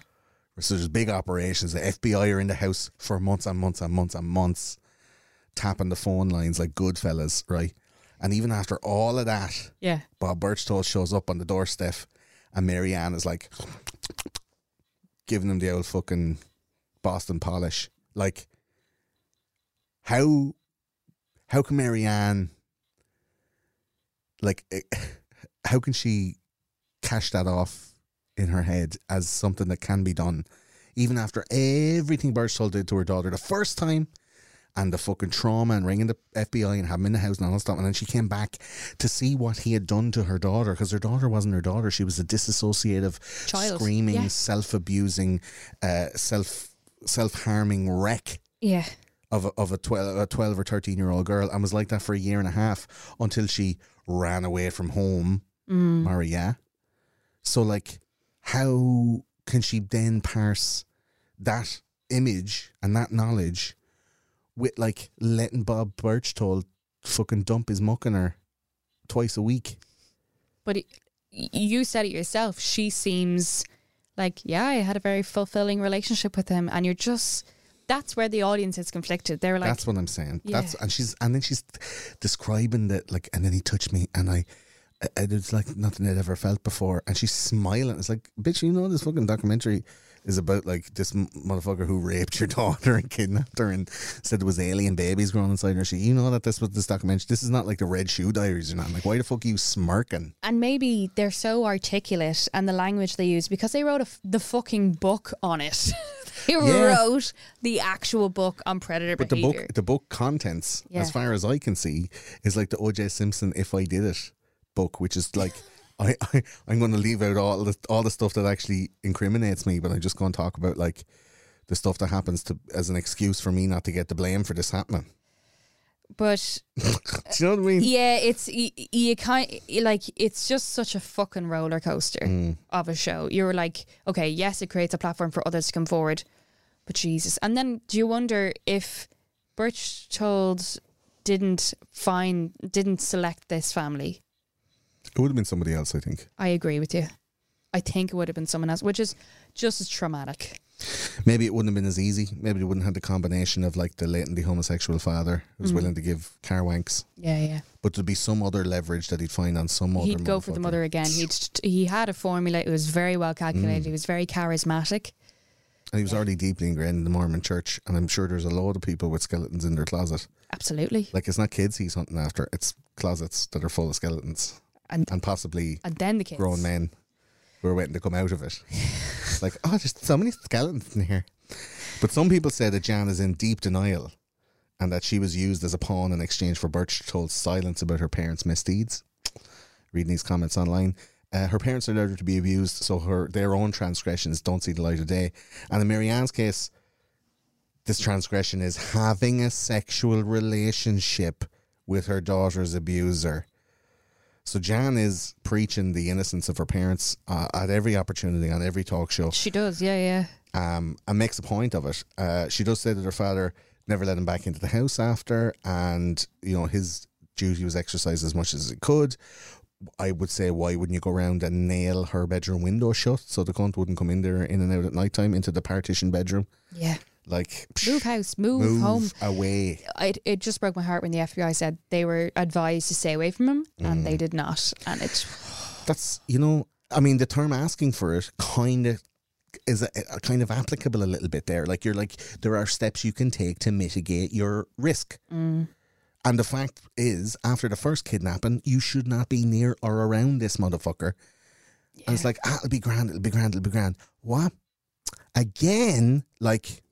Speaker 2: So there's big operations. The FBI are in the house for months and months and months and months, tapping the phone lines like good fellas, right? And even after all of that,
Speaker 3: yeah,
Speaker 2: Bob Birchtold shows up on the doorstep and Mary Ann is like giving him the old fucking Boston polish. Like how how can Mary Ann like eh, how can she cash that off in her head as something that can be done even after everything Birchall did to her daughter the first time and the fucking trauma and ringing the FBI and having him in the house and all that stuff. And then she came back to see what he had done to her daughter because her daughter wasn't her daughter. She was a disassociative,
Speaker 3: Child,
Speaker 2: screaming,
Speaker 3: yeah.
Speaker 2: self abusing, uh, self self harming wreck
Speaker 3: yeah,
Speaker 2: of a, of a 12, a 12 or 13 year old girl and was like that for a year and a half until she ran away from home, Maria. So, like, how can she then parse that image and that knowledge with like letting Bob Birchtold fucking dump his muck on her twice a week?
Speaker 3: but. It, you said it yourself. She seems like, yeah, I had a very fulfilling relationship with him. And you're just, that's where the audience is conflicted. They're like,
Speaker 2: That's what I'm saying. That's
Speaker 3: Yeah.
Speaker 2: and she's and then she's describing that like and then he touched me and I, I it's like nothing I'd ever felt before and she's smiling. It's like bitch, you know this fucking documentary is about like this m- motherfucker who raped your daughter and kidnapped her and said there was alien babies growing inside her. She, you know that this was this documentary. This is not like the Red Shoe Diaries or not. Like why the fuck are you smirking?
Speaker 3: and maybe they're so articulate and the language they use because they wrote a f- the fucking book on it. they
Speaker 2: Yeah.
Speaker 3: wrote the actual book on predator
Speaker 2: But the
Speaker 3: behavior.
Speaker 2: book, the book contents,
Speaker 3: Yeah.
Speaker 2: as far as I can see, is like the O.J. Simpson "If I Did It" book, which is like, I, I I'm going to leave out all the all the stuff that actually incriminates me, but I'm just going to talk about like the stuff that happens to as an excuse for me not to get the blame for this happening.
Speaker 3: but
Speaker 2: Do you know what I mean?
Speaker 3: yeah, it's you, you kind like it's just such a fucking roller coaster
Speaker 2: Mm.
Speaker 3: of a show. You're like, okay, yes, it creates a platform for others to come forward, but Jesus. And then do you wonder if Birchtold didn't find didn't select this family?
Speaker 2: It would have been somebody else, I think.
Speaker 3: I agree with you. I think it would have been someone else, which is just as traumatic.
Speaker 2: Maybe it wouldn't have been as easy. Maybe it wouldn't have the combination of like the latently homosexual father
Speaker 3: Mm.
Speaker 2: who's willing to give car wanks,
Speaker 3: Yeah, yeah.
Speaker 2: but there'd be some other leverage that he'd find on some other.
Speaker 3: He'd go for the
Speaker 2: motherfucker.
Speaker 3: mother again. He'd he had a formula. It was very well
Speaker 2: Mm.
Speaker 3: calculated. He was very charismatic.
Speaker 2: And he was already deeply ingrained in the Mormon church, and I'm sure there's a lot of people with skeletons in their closet.
Speaker 3: Absolutely.
Speaker 2: Like it's not kids he's hunting after; it's closets that are full of skeletons
Speaker 3: And-
Speaker 2: and possibly
Speaker 3: And then the kids.
Speaker 2: grown men who are waiting to come out of it. It's like, oh, there's so many skeletons in here. But some people say that Jan is in deep denial and that she was used as a pawn in exchange for Birchtold's silence about her parents' misdeeds. Reading these comments online. Uh, her parents allowed her to be abused, so her their own transgressions don't see the light of day. And in Marianne's case, this transgression is having a sexual relationship with her daughter's abuser. So Jan is preaching the innocence of her parents uh, at every opportunity on every talk show,
Speaker 3: She does. Yeah, yeah.
Speaker 2: um, and makes a point of it. Uh, she does say that her father never let him back into the house after, and you know his duty was exercised as much as it could. I would say, why wouldn't you go around and nail her bedroom window shut so the cunt wouldn't come in there in and out at night time into the partition bedroom?
Speaker 3: Yeah.
Speaker 2: Like, psh,
Speaker 3: Move house. Move, home.
Speaker 2: away.
Speaker 3: It, it just broke my heart when the FBI said they were advised to stay away from him, and
Speaker 2: Mm.
Speaker 3: they did not. And it
Speaker 2: That's you know, I mean, the term asking for it kind of is a, a kind of applicable a little bit there. Like you're like there are steps you can take to mitigate your risk. And the fact is, after the first kidnapping, you should not be near or around this motherfucker. And it's like, ah, it'll be grand, it'll be grand, it'll be grand. What? Again, like,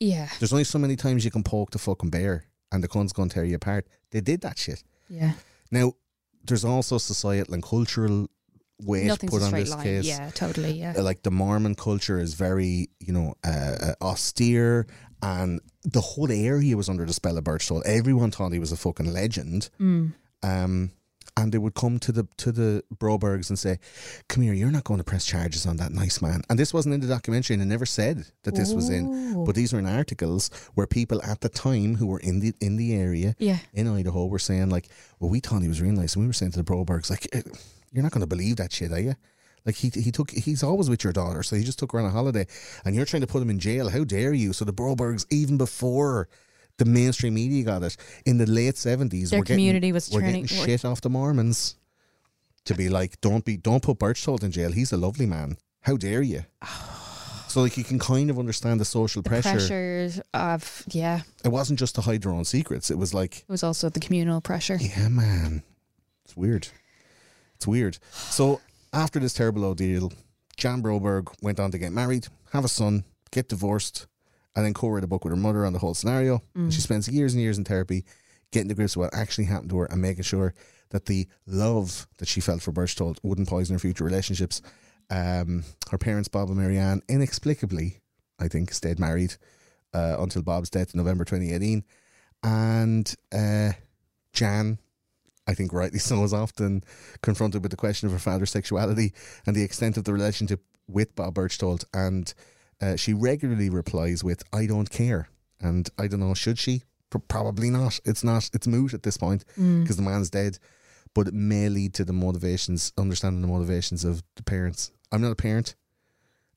Speaker 3: yeah,
Speaker 2: there's only so many times you can poke the fucking bear and the cunt's gonna tear you apart. They did that shit.
Speaker 3: yeah.
Speaker 2: Now, there's also societal and cultural weight
Speaker 3: Nothing's
Speaker 2: put
Speaker 3: a
Speaker 2: on
Speaker 3: straight
Speaker 2: this
Speaker 3: line.
Speaker 2: case.
Speaker 3: Yeah, totally. Yeah.
Speaker 2: Uh, Like the Mormon culture is very, you know, uh, uh, austere, and the whole area was under the spell of Birchall. Everyone thought he was a fucking legend. Um, and they would come to the to the Brobergs and say, "Come here, you're not going to press charges on that nice man." And this wasn't in the documentary, and they never said that this was in. But these are in articles where people at the time who were in the in the area
Speaker 3: Yeah.
Speaker 2: in Idaho were saying like, "Well, we thought he was real nice," and we were saying to the Brobergs like, "Eh, "You're not going to believe that shit, are you?" Like he he took he's always with your daughter, so he just took her on a holiday, and you're trying to put him in jail. How dare you? So the Brobergs, even before the mainstream media got it in the late seventies,
Speaker 4: Their
Speaker 2: we're getting-
Speaker 4: community was
Speaker 2: we're
Speaker 4: turning-
Speaker 2: getting shit off the Mormons to be like, don't be don't put Birchtold in jail. He's a lovely man. How dare you? So like you can kind of understand the social pressure.
Speaker 3: Pressures of yeah.
Speaker 2: It wasn't just to hide their own secrets. It was like
Speaker 3: It was also the communal pressure.
Speaker 2: yeah, man. It's weird. It's weird. So after this terrible ordeal, Jan Broberg went on to get married, have a son, get divorced, and then co-write a book with her mother on the whole scenario. And she spends years and years in therapy, getting to grips with what actually happened to her and making sure that the love that she felt for Birchtold wouldn't poison her future relationships. Um, her parents, Bob and Marianne, inexplicably, I think, stayed married uh, until Bob's death in November 2018. And uh, Jan, I think rightly so, was often confronted with the question of her father's sexuality and the extent of the relationship with Bob Birchtold. And uh, she regularly replies with, I don't care. And I don't know, should she? P- probably not. It's not, it's moot at this point because the man's dead. But it may lead to the motivations, understanding the motivations of the parents. I'm not a parent.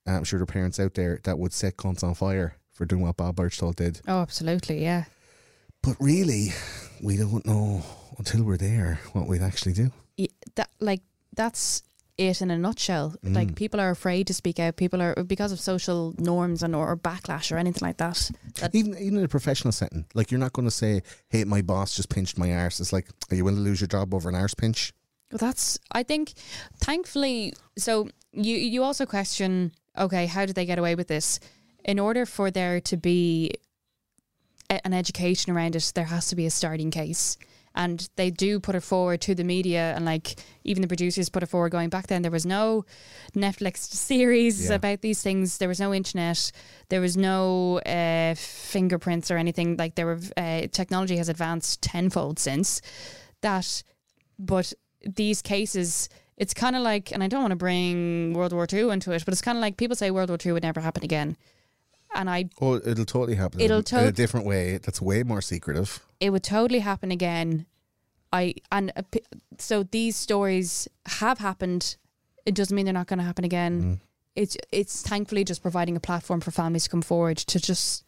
Speaker 2: I'm sure there are parents out there that would set cunts on fire for doing what Bob Birchtold did.
Speaker 3: Oh, absolutely. Yeah.
Speaker 2: But really, we don't know until we're there what we'd actually do.
Speaker 3: y- that like that's it in a nutshell.
Speaker 2: Mm.
Speaker 3: Like people are afraid to speak out. People are because of social norms and or, or backlash or anything like that. That
Speaker 2: Even even in a professional setting, like you're not going to say, "Hey, my boss just pinched my arse." It's like, are you willing to lose your job over an arse pinch?
Speaker 3: well, that's I think thankfully. So you you also question okay, how did they get away with this? In order for there to be a- an education around it, there has to be a starting case. And they do put it forward to the media, and like even the producers put it forward. Going back then, there was no Netflix series
Speaker 2: Yeah.
Speaker 3: about these things. There was no internet. There was no uh, fingerprints or anything. Like there were uh, technology has advanced tenfold since that. But these cases, it's kind of like, and I don't want to bring World War II into it, but it's kind of like people say World War II would never happen again, and I
Speaker 2: Oh, it'll totally happen.
Speaker 3: It'll
Speaker 2: in, in a
Speaker 3: tot-
Speaker 2: different way. That's way more secretive.
Speaker 3: it would totally happen again. I and uh,
Speaker 2: Mm-hmm.
Speaker 3: p- so these stories have happened. It doesn't mean they're not going to happen again. it's it's thankfully just providing a platform for families to come forward to just,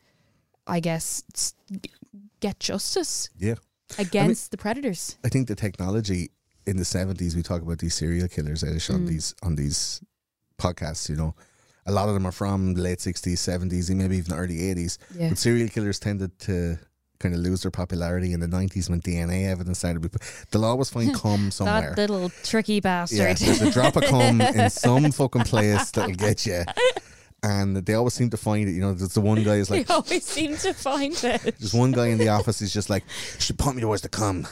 Speaker 3: I guess, s- get justice
Speaker 2: Yeah.
Speaker 3: against the predators.
Speaker 2: I think the technology in the seventies we talk about these serial killers Edish,
Speaker 3: Mm.
Speaker 2: on these on these podcasts, you know. A lot of them are from the late sixties, seventies, and maybe even early eighties.
Speaker 3: Yeah.
Speaker 2: But serial killers tended to kind of lose their popularity in the nineties when DNA evidence started to be put. They'll always find cum somewhere.
Speaker 4: That little tricky
Speaker 2: yeah,
Speaker 4: bastard.
Speaker 2: there's a drop of cum in some fucking place that'll get you. And they always seem to find it. You know, there's the one guy is
Speaker 4: We
Speaker 2: like,
Speaker 4: always seem to find it.
Speaker 2: there's one guy in the office is just like, she point me towards the cum.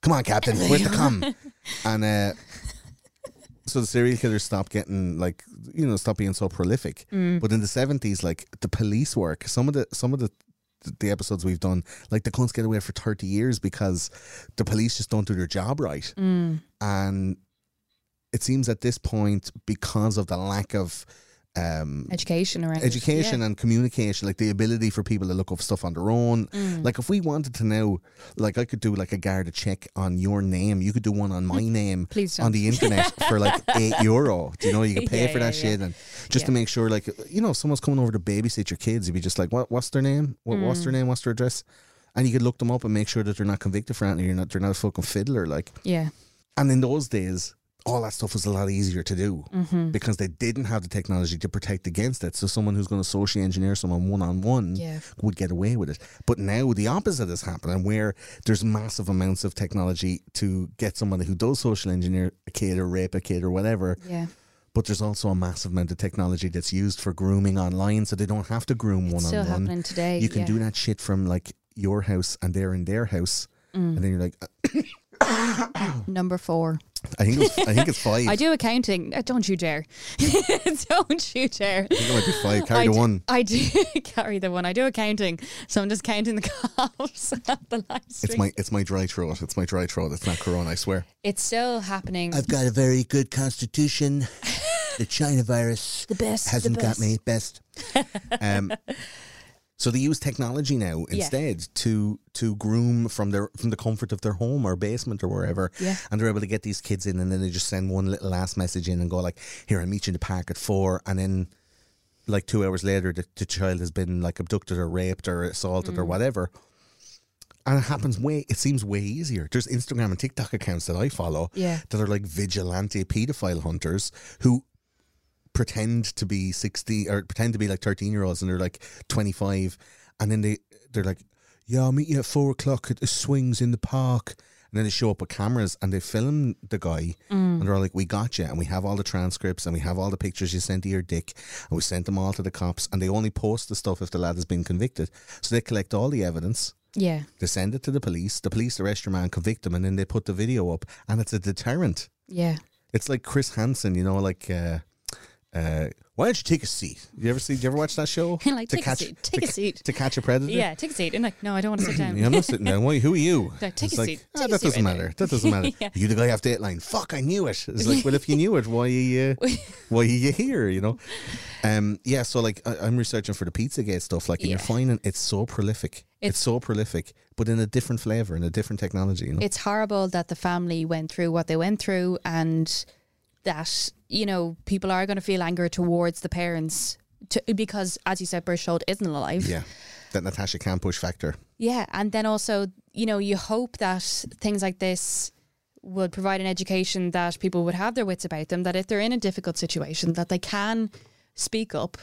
Speaker 2: Come on, Captain, where's the cum? And uh, so the serial killers stopped getting like you know stopped being so prolific. But in the seventies, like the police work, some of the some of the the episodes we've done, like the cunts get away for thirty years because the police just don't do their job right. And it seems at this point, because of the lack of um,
Speaker 3: Education around it.
Speaker 2: education uh, and communication, like the ability for people to look up stuff on their own.
Speaker 3: Mm.
Speaker 2: Like if we wanted to know, like I could do like a guard check on your name, you could do one on my name
Speaker 3: Please don't.
Speaker 2: on the internet for like eight euro. Do you know you could pay
Speaker 3: Yeah,
Speaker 2: for that
Speaker 3: yeah, yeah.
Speaker 2: shit and just to make sure, like you know, if someone's coming over to babysit your kids, you'd be just like, what? What's their name? What? What's
Speaker 3: Mm.
Speaker 2: their name? What's their address? And you could look them up and make sure that they're not convicted for anything. You're not. They're not a fucking fiddler. Like
Speaker 3: Yeah.
Speaker 2: and in those days, all that stuff was a lot easier to do
Speaker 3: Mm-hmm.
Speaker 2: because they didn't have the technology to protect against it. So someone who's going to socially engineer someone one on one
Speaker 3: Yeah.
Speaker 2: would get away with it. But now the opposite is happening, where there's massive amounts of technology to get someone who does social engineer a kid or rape a kid or whatever.
Speaker 3: Yeah.
Speaker 2: But there's also a massive amount of technology that's used for grooming online, so they don't have to groom one
Speaker 3: Still
Speaker 2: on one.
Speaker 3: happening today.
Speaker 2: You can
Speaker 3: yeah.
Speaker 2: do that shit from like your house and they're in their house, and
Speaker 3: Mm.
Speaker 2: then you're like, "Uh,
Speaker 3: Number four.
Speaker 2: I think it was, I think it's five.
Speaker 3: I do accounting. Uh, Don't you dare. Don't you dare.
Speaker 2: I think it might be five. Carry the
Speaker 3: d-
Speaker 2: one.
Speaker 3: I do carry the one. I do accounting. So I'm just counting the cops at the live stream.
Speaker 2: It's my it's my dry throat. It's my dry throat. It's not corona. I swear.
Speaker 3: It's still happening.
Speaker 2: got a very good constitution. the China virus the
Speaker 3: best, the
Speaker 2: hasn't
Speaker 3: best.
Speaker 2: got me. Best. um, so they use technology now
Speaker 3: Yeah.
Speaker 2: instead to to groom from their from the comfort of their home or basement or wherever.
Speaker 3: Yeah.
Speaker 2: And they're able to get these kids in, and then they just send one little last message in and go like, "Here, I meet you in the park at four, and then. Like two hours later, the, the child has been like abducted or raped or assaulted
Speaker 3: Mm.
Speaker 2: or whatever and it happens way it seems way easier there's instagram and tiktok accounts that i follow
Speaker 3: Yeah.
Speaker 2: that are like vigilante pedophile hunters who pretend to be 60 or pretend to be like 13 year olds and they're like 25 and then they they're like yeah i'll meet you at four o'clock at the swings in the park and then they show up with cameras and they film the guy and they're all like we got you and we have all the transcripts and we have all the pictures you sent to your dick and we sent them all to the cops and they only post the stuff if the lad has been convicted so they collect all the evidence
Speaker 3: yeah.
Speaker 2: they send it to the police. The police arrest your man, convict him, and then they put the video up, and it's a deterrent.
Speaker 3: Yeah.
Speaker 2: It's like Chris Hansen, you know, like. Uh, uh, why don't you take a seat? You ever see? You ever watch that show?
Speaker 3: Like, take a seat, take
Speaker 2: to,
Speaker 3: a
Speaker 2: ca-
Speaker 3: seat.
Speaker 2: to catch a predator.
Speaker 3: Yeah. Take a seat. And like, no, I don't want to sit down.
Speaker 2: Yeah, I'm not sitting down. Why? Who are you?
Speaker 3: Like, take
Speaker 2: It's
Speaker 3: a seat,
Speaker 2: ah,
Speaker 3: take a
Speaker 2: that
Speaker 3: seat
Speaker 2: doesn't
Speaker 3: right
Speaker 2: matter.
Speaker 3: there.
Speaker 2: That doesn't matter.
Speaker 3: Yeah.
Speaker 2: You the guy off the line. Fuck, I knew it. It's like, well, if you knew it, why are you, uh, why are you here? You know. Um. Yeah. So like, I, I'm researching for the Pizzagate stuff. Like, and you're
Speaker 3: Yeah.
Speaker 2: finding it's so prolific. It's,
Speaker 3: It's-
Speaker 2: so prolific, but in a different flavor, in a different technology. You know.
Speaker 3: It's horrible that the family went through what they went through and that, you know, people are going to feel anger towards the parents to, because, as you said, Burshold isn't alive.
Speaker 2: yeah. That Natasha can push factor.
Speaker 3: Yeah, and then also, you know, you hope that things like this would provide an education that people would have their wits about them, that if they're in a difficult situation, that they can speak up.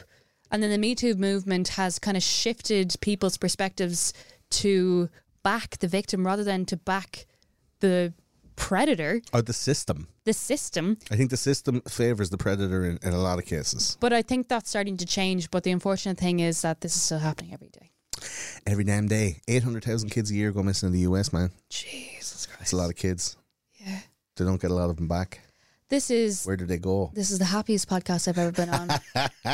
Speaker 3: And then the Me Too movement has kind of shifted people's perspectives to back the victim rather than to back the predator,
Speaker 2: Or the system.
Speaker 3: the system.
Speaker 2: I think the system favors the predator in, in a lot of cases.
Speaker 3: But I think that's starting to change. But the unfortunate thing is that this is still happening every day.
Speaker 2: Every damn day. 800,000 kids a year go missing in the US, man.
Speaker 3: Jesus Christ.
Speaker 2: That's a lot of kids. Yeah. They don't get a lot of them back.
Speaker 3: This is
Speaker 2: Where do they go?
Speaker 3: this is the happiest podcast I've ever been on.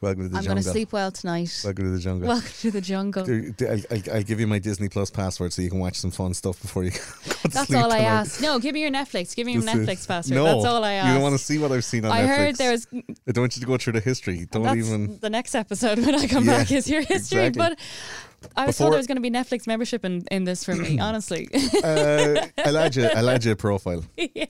Speaker 2: Welcome to the
Speaker 3: I'm going
Speaker 2: jungle.
Speaker 3: to sleep well tonight.
Speaker 2: Welcome to the jungle.
Speaker 3: Welcome to the jungle.
Speaker 2: There- there- I'll, I'll- I'll give you my Disney Plus password so you can watch some fun stuff before you go to
Speaker 3: That's
Speaker 2: sleep
Speaker 3: all I
Speaker 2: tonight.
Speaker 3: asked. No, give me your Netflix. Give me your
Speaker 2: That's it.
Speaker 3: Netflix password.
Speaker 2: No,
Speaker 3: That's all I asked.
Speaker 2: You don't want to see what I've seen on
Speaker 3: I
Speaker 2: Netflix.
Speaker 3: heard there was.
Speaker 2: I don't want you to go through the history. Don't
Speaker 3: That's
Speaker 2: even.
Speaker 3: the next episode when I come
Speaker 2: Yeah,
Speaker 3: back is your history.
Speaker 2: exactly.
Speaker 3: But I was told
Speaker 2: Before-
Speaker 3: there was going to be Netflix membership in, in this for me. honestly,
Speaker 2: uh, Elijah, Elijah profile. Yeah.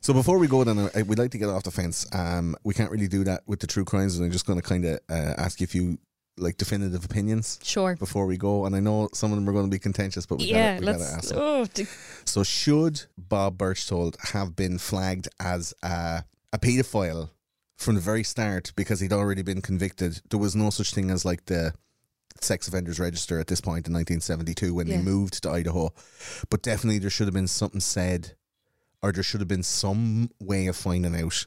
Speaker 2: So before we go, then I- we'd like to get off the fence. Um, we can't really do that with the true crimes, and I'm just going to kind of uh, ask you a few like definitive opinions
Speaker 3: Sure.
Speaker 2: before we go. And I know some of them are going to be contentious, but we
Speaker 3: yeah,
Speaker 2: gotta, we gotta ask.
Speaker 3: let's.
Speaker 2: them.
Speaker 3: Oh, d-
Speaker 2: So should Bob Birchtold have been flagged as a, a paedophile from the very start because he'd already been convicted? There was no such thing as like the sex offenders register at this point in 1972 when
Speaker 3: Yeah.
Speaker 2: they moved to Idaho. But definitely there should have been something said or there should have been some way of finding out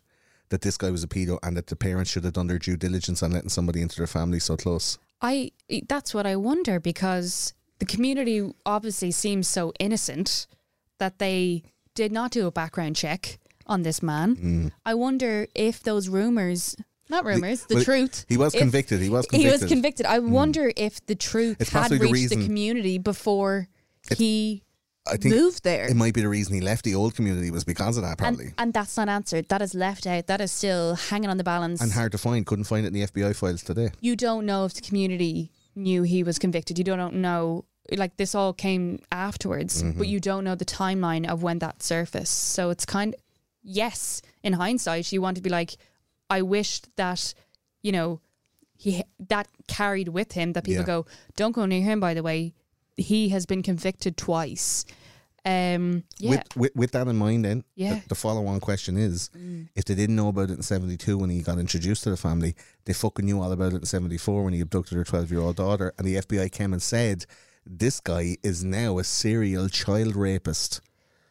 Speaker 2: that this guy was a pedo and that the parents should have done their due diligence on letting somebody into their family so close.
Speaker 3: I that's what I wonder because the community obviously seems so innocent that they did not do a background check on this man.
Speaker 2: Mm.
Speaker 3: I wonder if those rumors, not rumors, the
Speaker 2: well,
Speaker 3: truth.
Speaker 2: he was
Speaker 3: if-
Speaker 2: convicted, he was
Speaker 3: He was
Speaker 2: convicted. Mm.
Speaker 3: convicted. I wonder if the truth
Speaker 2: It's
Speaker 3: had
Speaker 2: possibly the
Speaker 3: reached the,
Speaker 2: reason-
Speaker 3: community before he
Speaker 2: I think
Speaker 3: moved there.
Speaker 2: it might be the reason he left the old community was because of that probably.
Speaker 3: And, and that's not answered. That is left out. That is still hanging on the balance.
Speaker 2: and hard to find. Couldn't find it in the FBI files today.
Speaker 3: you don't know if the community knew he was convicted. You don't know, like this all came afterwards,
Speaker 2: Mm-hmm.
Speaker 3: but you don't know the timeline of when that surfaced. So it's kind yes, in hindsight, you want to be like, I wished that, you know, he that carried with him that people
Speaker 2: Yeah.
Speaker 3: go, don't go near him. By the way, he has been convicted twice. Um, yeah,
Speaker 2: With, with with that in mind, then
Speaker 3: Yeah. Mm.
Speaker 2: the, the follow-on question is: if they didn't know about it in '72 when he got introduced to the family, they fucking knew all about it in '74 when he abducted her 12-year-old daughter, and the FBI came and said. This guy is now a serial child rapist.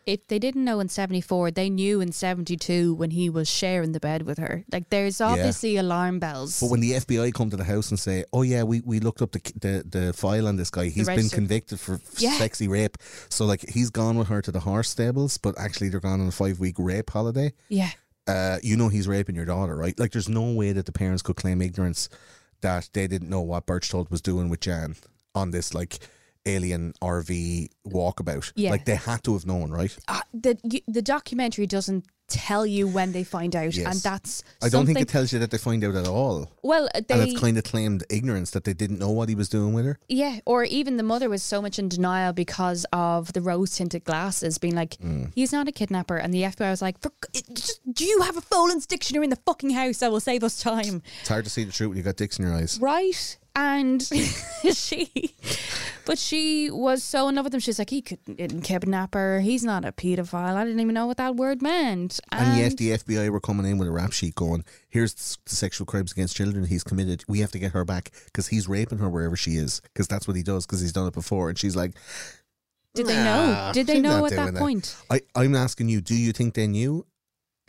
Speaker 3: if they didn't know in 74 they knew in 72 when he was sharing the bed with her like there's obviously alarm bells
Speaker 2: But when the FBI come to the house and say, "Oh yeah, we, we looked up the, the the file on this guy. He's been
Speaker 3: register.
Speaker 2: convicted for f-
Speaker 3: Yeah.
Speaker 2: sexy rape." So like he's gone with her to the horse stables, but actually they're gone on a five week rape holiday.
Speaker 3: yeah
Speaker 2: uh, you know he's raping your daughter, right? Like, there's no way that the parents could claim ignorance that they didn't know what Birchtold was doing with Jan on this like alien RV walkabout.
Speaker 3: Yeah.
Speaker 2: like they had to have known, right?
Speaker 3: uh, the you, the documentary doesn't tell you when they find out
Speaker 2: Yes.
Speaker 3: and that's
Speaker 2: I don't think
Speaker 3: something-
Speaker 2: it tells you that they find out at all,
Speaker 3: well uh,
Speaker 2: and
Speaker 3: they
Speaker 2: it's kind of claimed ignorance that they didn't know what he was doing with her.
Speaker 3: yeah or even the mother was so much in denial because of the rose tinted glasses being like
Speaker 2: Mm.
Speaker 3: he's not a kidnapper and the FBI was like For, g- it- just, do you have a Folan's dictionary in the fucking house that will save us time
Speaker 2: It's hard to see the truth when you got dicks in your eyes.
Speaker 3: right? And she, but she was so in love with him. She's like, he couldn't kidnap her. He's not a pedophile. I didn't even know what that word meant.
Speaker 2: And yet the FBI were coming in with a rap sheet going, here's the s- the sexual crimes against children he's committed. We have to get her back because he's raping her wherever she is because that's what he does because he's done it before. And she's like,
Speaker 3: did they know?
Speaker 2: "Nah,
Speaker 3: Did they
Speaker 2: she's
Speaker 3: know
Speaker 2: not
Speaker 3: at
Speaker 2: doing
Speaker 3: that point?
Speaker 2: I, I'm asking you, do you think they knew?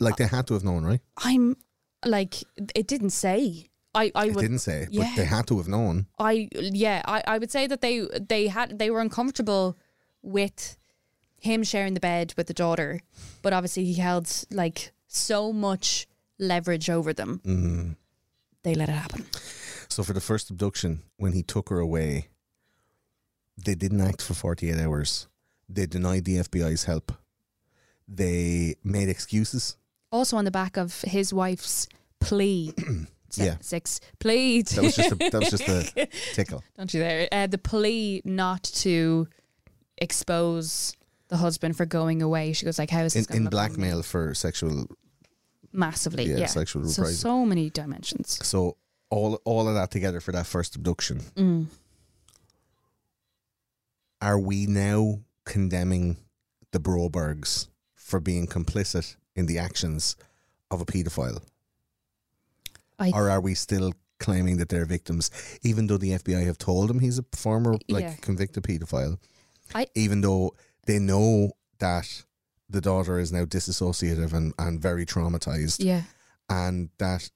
Speaker 2: Like they had to have known, right?
Speaker 3: I'm like, it didn't say. I, I
Speaker 2: It
Speaker 3: would
Speaker 2: didn't say,
Speaker 3: yeah.
Speaker 2: but they had to have known.
Speaker 3: I yeah, I, I would say that they they had they were uncomfortable with him sharing the bed with the daughter, but obviously he held like so much leverage over them.
Speaker 2: Mm.
Speaker 3: They let it happen.
Speaker 2: So for the first abduction, when he took her away, they didn't act for 48 hours. They denied the FBI's help. They made excuses.
Speaker 3: also on the back of his wife's plea. Se-
Speaker 2: Yeah.
Speaker 3: Six. Plea. to-
Speaker 2: That was just a, that was just a tickle.
Speaker 3: don't you there? Uh, the plea not to expose the husband for going away. She goes like, "How is
Speaker 2: In,
Speaker 3: this gonna
Speaker 2: in
Speaker 3: look on me?
Speaker 2: blackmail for sexual
Speaker 3: Massively,
Speaker 2: Yeah,
Speaker 3: yeah.
Speaker 2: sexual
Speaker 3: so
Speaker 2: reprisal.
Speaker 3: so many dimensions.
Speaker 2: So all all of that together for that first abduction.
Speaker 3: Mm.
Speaker 2: Are we now condemning the Brobergs for being complicit in the actions of a paedophile,
Speaker 3: I
Speaker 2: or are we still claiming that they're victims, even though the FBI have told him he's a former like
Speaker 3: Yeah.
Speaker 2: convicted paedophile?
Speaker 3: I-
Speaker 2: even though they know that the daughter is now disassociative and, and very traumatized
Speaker 3: yeah.
Speaker 2: and that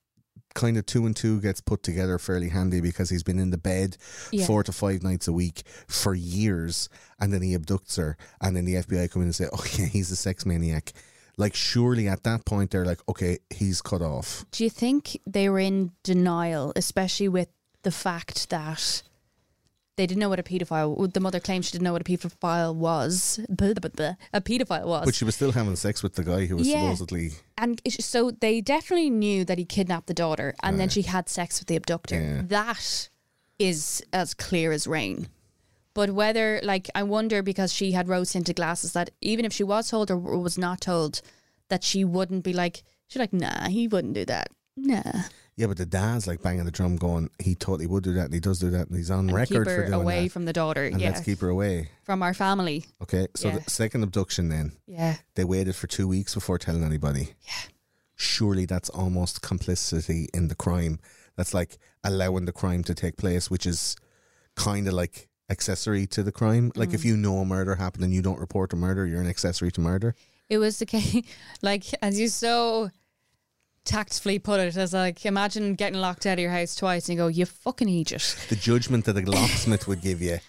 Speaker 2: kind of two and two gets put together fairly handy because he's been in the bed
Speaker 3: Yeah.
Speaker 2: four to five nights a week for years and then he abducts her and then the FBI come in and say, Oh yeah, he's a sex maniac. Like surely at that point they're like, Okay, he's cut off.
Speaker 3: Do you think they were in denial, especially with the fact that they didn't know what a paedophile? The mother claimed she didn't know what a paedophile was. Blah, blah, blah, A paedophile was.
Speaker 2: But she was still having sex with the guy who was
Speaker 3: Yeah.
Speaker 2: supposedly
Speaker 3: and it- so they definitely knew that he kidnapped the daughter and then she had sex with the abductor
Speaker 2: Yeah.
Speaker 3: that is as clear as rain but whether like i wonder because she had rose tinted glasses that even if she was told or was not told that she wouldn't be like, she's like, nah, he wouldn't do that. Nah.
Speaker 2: Yeah, but the dad's like banging the drum, going, he totally would do that, and he does do that, and he's on
Speaker 3: And
Speaker 2: record
Speaker 3: keep her
Speaker 2: for doing
Speaker 3: away
Speaker 2: that.
Speaker 3: from the daughter.
Speaker 2: and
Speaker 3: yeah.
Speaker 2: let's keep her away.
Speaker 3: from our family.
Speaker 2: Okay, so
Speaker 3: Yeah.
Speaker 2: the second abduction. Then
Speaker 3: Yeah.
Speaker 2: they waited for two weeks before telling anybody. Yeah, surely that's almost complicity in the crime. That's like allowing the crime to take place, which is kind of like accessory to the crime. Like if you know a murder happened and you don't report a murder, you're an accessory to murder.
Speaker 3: It was the case, like, as you so tactfully put it, as like, imagine getting locked out of your house twice and you go, you fucking idiot.
Speaker 2: The judgment that a locksmith would give you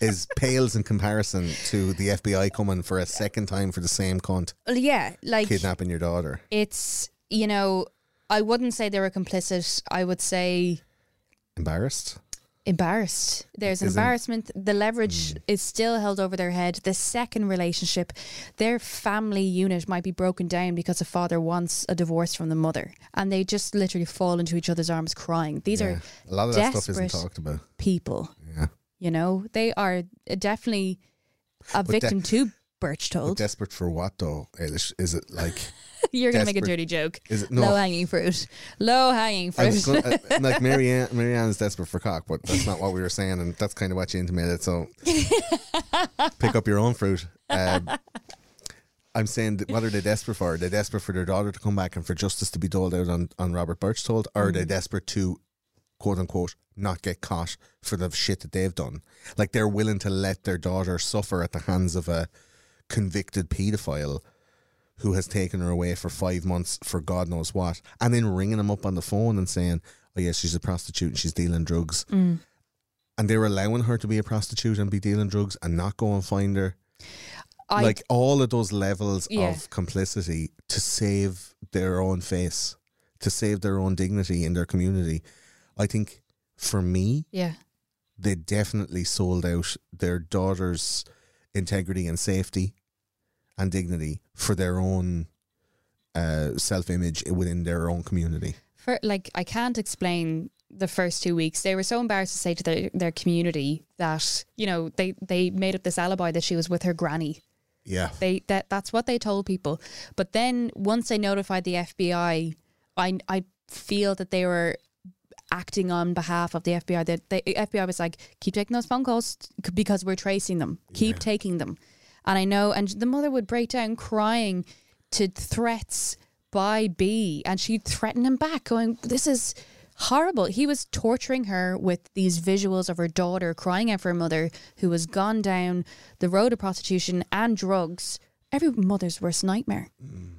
Speaker 2: is pales in comparison to the FBI coming for a second time for the same cunt
Speaker 3: Well, yeah. Like,
Speaker 2: kidnapping your daughter.
Speaker 3: it's, you know, I wouldn't say they were complicit. I would say
Speaker 2: Embarrassed.
Speaker 3: embarrassed. There's an
Speaker 2: Isn't-
Speaker 3: embarrassment. The leverage
Speaker 2: Hmm.
Speaker 3: is still held over their head. The second relationship, their family unit might be broken down because the father wants a divorce from the mother, and they just literally fall into each other's arms crying. These
Speaker 2: Yeah.
Speaker 3: are
Speaker 2: a lot of that stuff isn't
Speaker 3: desperate.
Speaker 2: talked about.
Speaker 3: people.
Speaker 2: Yeah.
Speaker 3: You know, they are definitely a
Speaker 2: de-
Speaker 3: victim to Birch
Speaker 2: But
Speaker 3: told.
Speaker 2: desperate for what though? Eilish? Is it like?
Speaker 3: You're going to make a
Speaker 2: desperate-
Speaker 3: dirty joke.
Speaker 2: Is it no?
Speaker 3: Low hanging fruit. Low hanging
Speaker 2: I
Speaker 3: fruit.
Speaker 2: was going, uh, like Marianne. Marianne's desperate for cock, but that's not what we were saying, and that's kind of what you intimated. So pick up your own fruit. Um, I'm saying, that what are they desperate for? Are they desperate for their daughter to come back and for justice to be doled out on, on Robert Birchtold? Or are they desperate to, quote unquote, not get caught for the shit that they've done? Like they're willing to let their daughter suffer at the hands of a convicted paedophile who has taken her away for five months for God knows what, and then ringing him up on the phone and saying, "Oh yeah, she's a prostitute and she's dealing drugs,"
Speaker 3: Mm.
Speaker 2: and they're allowing her to be a prostitute and be dealing drugs and not go and find her.
Speaker 3: I-
Speaker 2: like all of those levels
Speaker 3: Yeah.
Speaker 2: of complicity to save their own face, to save their own dignity in their community. I think for me,
Speaker 3: yeah.
Speaker 2: they definitely sold out their daughter's integrity and safety and dignity for their own uh, self image within their own community.
Speaker 3: For, like, I can't explain the first two weeks. They were so embarrassed to say to their, their community that, you know, they, they made up this alibi that she was with her granny.
Speaker 2: Yeah.
Speaker 3: They that That's what they told people. But then once they notified the FBI, I, I feel that they were acting on behalf of the FBI. That the FBI was like, keep taking those phone calls c- because we're tracing them. Keep taking them. And I know, and the mother would break down crying to threats by B, and she'd threaten him back, going, "This is." Horrible. He was torturing her with these visuals of her daughter crying out for her mother, who was gone down the road of prostitution and drugs. Every mother's worst nightmare.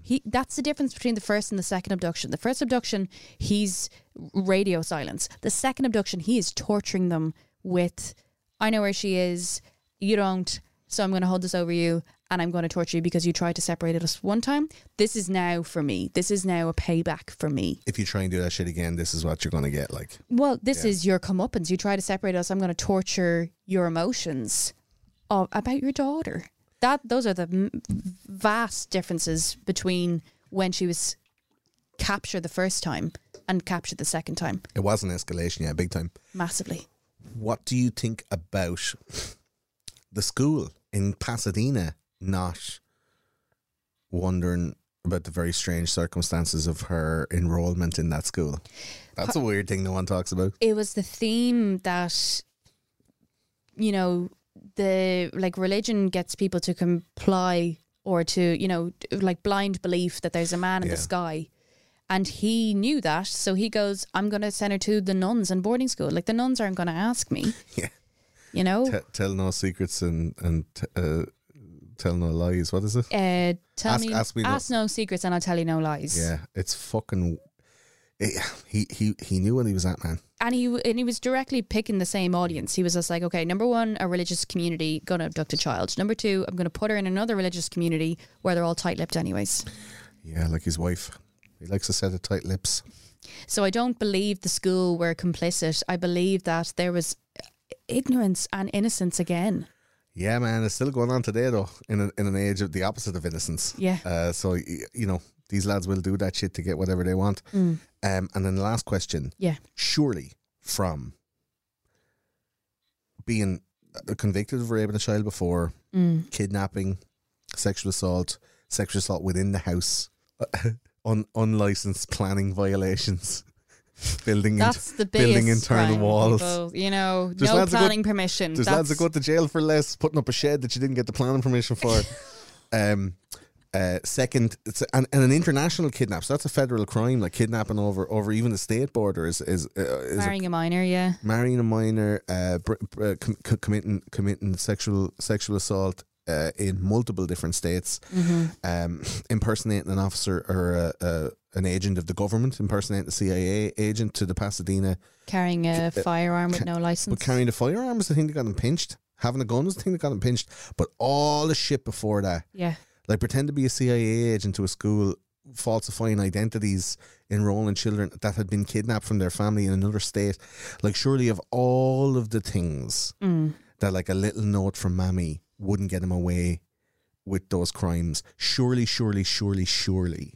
Speaker 3: He that's the difference between the first and the second abduction. The first abduction, he's radio silence. The second abduction, he is torturing them with I know where she is, you don't, so I'm gonna hold this over you and I'm gonna torture you because you tried to separate us one time. This is now for me. This is now a payback for me.
Speaker 2: If you try and do that shit again, this is what you're going to get. Like,
Speaker 3: Well, this is your comeuppance. You try to separate us. I'm going to torture your emotions of, about your daughter. That those are the m- vast differences between when she was captured the first time and captured the second time.
Speaker 2: it was an escalation, yeah, big time.
Speaker 3: Massively.
Speaker 2: What do you think about the school in Pasadena not wondering about the very strange circumstances of her enrollment in that school? That's a weird thing no one talks about.
Speaker 3: It was the theme that you know the like religion gets people to comply or to you know d- like blind belief that there's a man in the
Speaker 2: Yeah.
Speaker 3: sky and he knew that so he goes i'm going to send her to the nuns and boarding school like the nuns aren't going to ask me
Speaker 2: Yeah.
Speaker 3: you know
Speaker 2: Te- tell no secrets and and t- uh, tell no lies. What is it?
Speaker 3: uh, tell
Speaker 2: Ask-
Speaker 3: me
Speaker 2: ask me no-
Speaker 3: ask no secrets and i'll tell you no lies
Speaker 2: Yeah, it's fucking. It, he he he knew what he was at, man.
Speaker 3: and he and he was directly picking the same audience. He was just like, okay, number one, a religious community gonna abduct a child. Number two, I'm gonna put her in another religious community where they're all tight-lipped, anyways.
Speaker 2: Yeah, like his wife. He likes a set of tight lips.
Speaker 3: So I don't believe the school were complicit. I believe that there was uh, ignorance and innocence again.
Speaker 2: Yeah, man, it's still going on today though. In an, in an age of the opposite of innocence.
Speaker 3: Yeah.
Speaker 2: Uh, so y- you know these lads will do that shit to get whatever they want. Um, and then the last question.
Speaker 3: Yeah,
Speaker 2: surely from being uh, convicted of raping a child before, kidnapping, sexual assault, sexual assault within the house, un- unlicensed planning violations, building and
Speaker 3: That's the biggest
Speaker 2: building internal
Speaker 3: crime,
Speaker 2: walls.
Speaker 3: people, You know,
Speaker 2: There's
Speaker 3: no
Speaker 2: lads that go-
Speaker 3: planning permission.
Speaker 2: There's lads that go to jail for less putting up a shed that you didn't get the planning permission for. um, uh, second, it's and, and an international kidnap. So that's a federal crime, like kidnapping over over even the state border is is, uh, is a
Speaker 3: marrying a minor. Yeah,
Speaker 2: marrying a minor, uh, br- br- uh, com- co- committing committing sexual sexual assault uh, in multiple different states, um, impersonating an officer or a, a, an agent of the government, impersonating a CIA agent to the Pasadena,
Speaker 3: carrying a firearm with no
Speaker 2: uh, but
Speaker 3: license.
Speaker 2: carrying a firearm was the thing that got him pinched. Having a gun was the thing that got him pinched. But all the shit before that,
Speaker 3: yeah,
Speaker 2: like pretend to be a CIA agent to a school, falsifying identities, enrolling children that had been kidnapped from their family in another state. Like, surely of all of the things that, like, a little note from mammy wouldn't get him away with those crimes, surely, surely, surely, surely.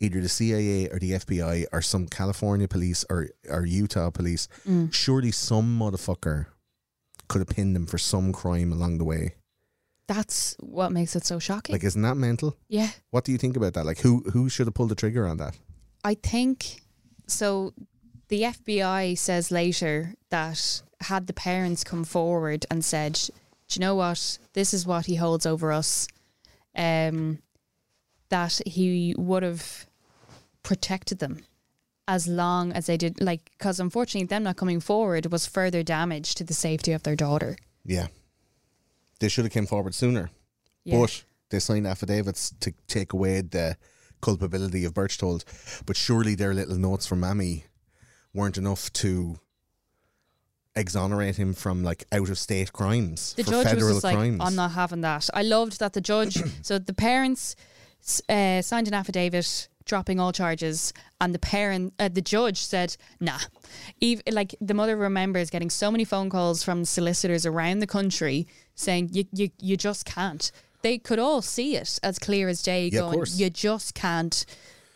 Speaker 2: Either the CIA or the FBI or some California police or, or Utah police, surely some motherfucker could have pinned him for some crime along the way.
Speaker 3: that's what makes it so shocking.
Speaker 2: Like, isn't that mental?
Speaker 3: yeah,
Speaker 2: What do you think about that? Like, who who should have pulled the trigger on that?
Speaker 3: I think so. The FBI says later that had the parents come forward and said, "Do you know what? This is what he holds over us," um, that he would have protected them as long as they did, like, because unfortunately, them not coming forward was further damage to the safety of their daughter.
Speaker 2: Yeah, they should have came forward sooner,
Speaker 3: Yeah.
Speaker 2: but they signed affidavits to take away the culpability of Birchtold. But surely their little notes from Mammy weren't enough to exonerate him from like out of state crimes
Speaker 3: the
Speaker 2: for
Speaker 3: judge
Speaker 2: federal
Speaker 3: was just
Speaker 2: crimes.
Speaker 3: like, "I'm not having that." I loved that the judge. so the parents s- uh, signed an affidavit dropping all charges, and the parent, uh, the judge said, "Nah." Eve, like the mother remembers getting so many phone calls from solicitors around the country saying, "You, you, you just can't." They could all see it as clear as day.
Speaker 2: Yeah, of
Speaker 3: going,
Speaker 2: course.
Speaker 3: "You just can't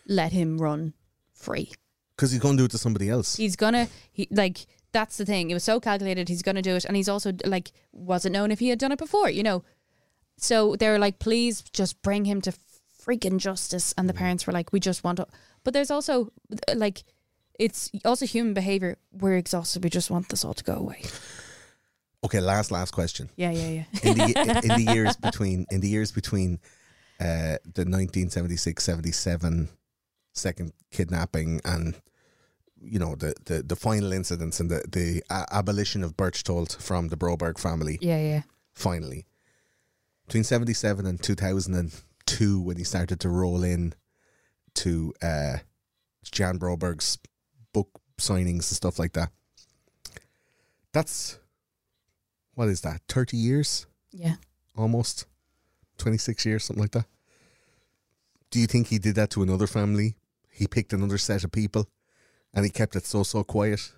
Speaker 3: let him run free."
Speaker 2: because he's going to do it to somebody else.
Speaker 3: he's gonna he like that's the thing it was so calculated he's gonna do it and he's also like wasn't known if he had done it before you know so they were like please just bring him to freaking justice and the parents were like we just want to but there's also uh, like it's also human behavior we're exhausted we just want this all to go away
Speaker 2: Okay, last last question.
Speaker 3: yeah yeah yeah
Speaker 2: in the in the years between in the years between uh, the 1976-77 second kidnapping and you know the the, the final incidents and the the a- abolition of Birchtold from the Broberg family
Speaker 3: yeah yeah
Speaker 2: finally between 77 and 2002 when he started to roll in to uh, Jan Broberg's book signings and stuff like that that's what is that 30 years
Speaker 3: yeah
Speaker 2: almost 26 years, something like that. Do you think he did that to another family? He picked another set of people and he kept it so, so quiet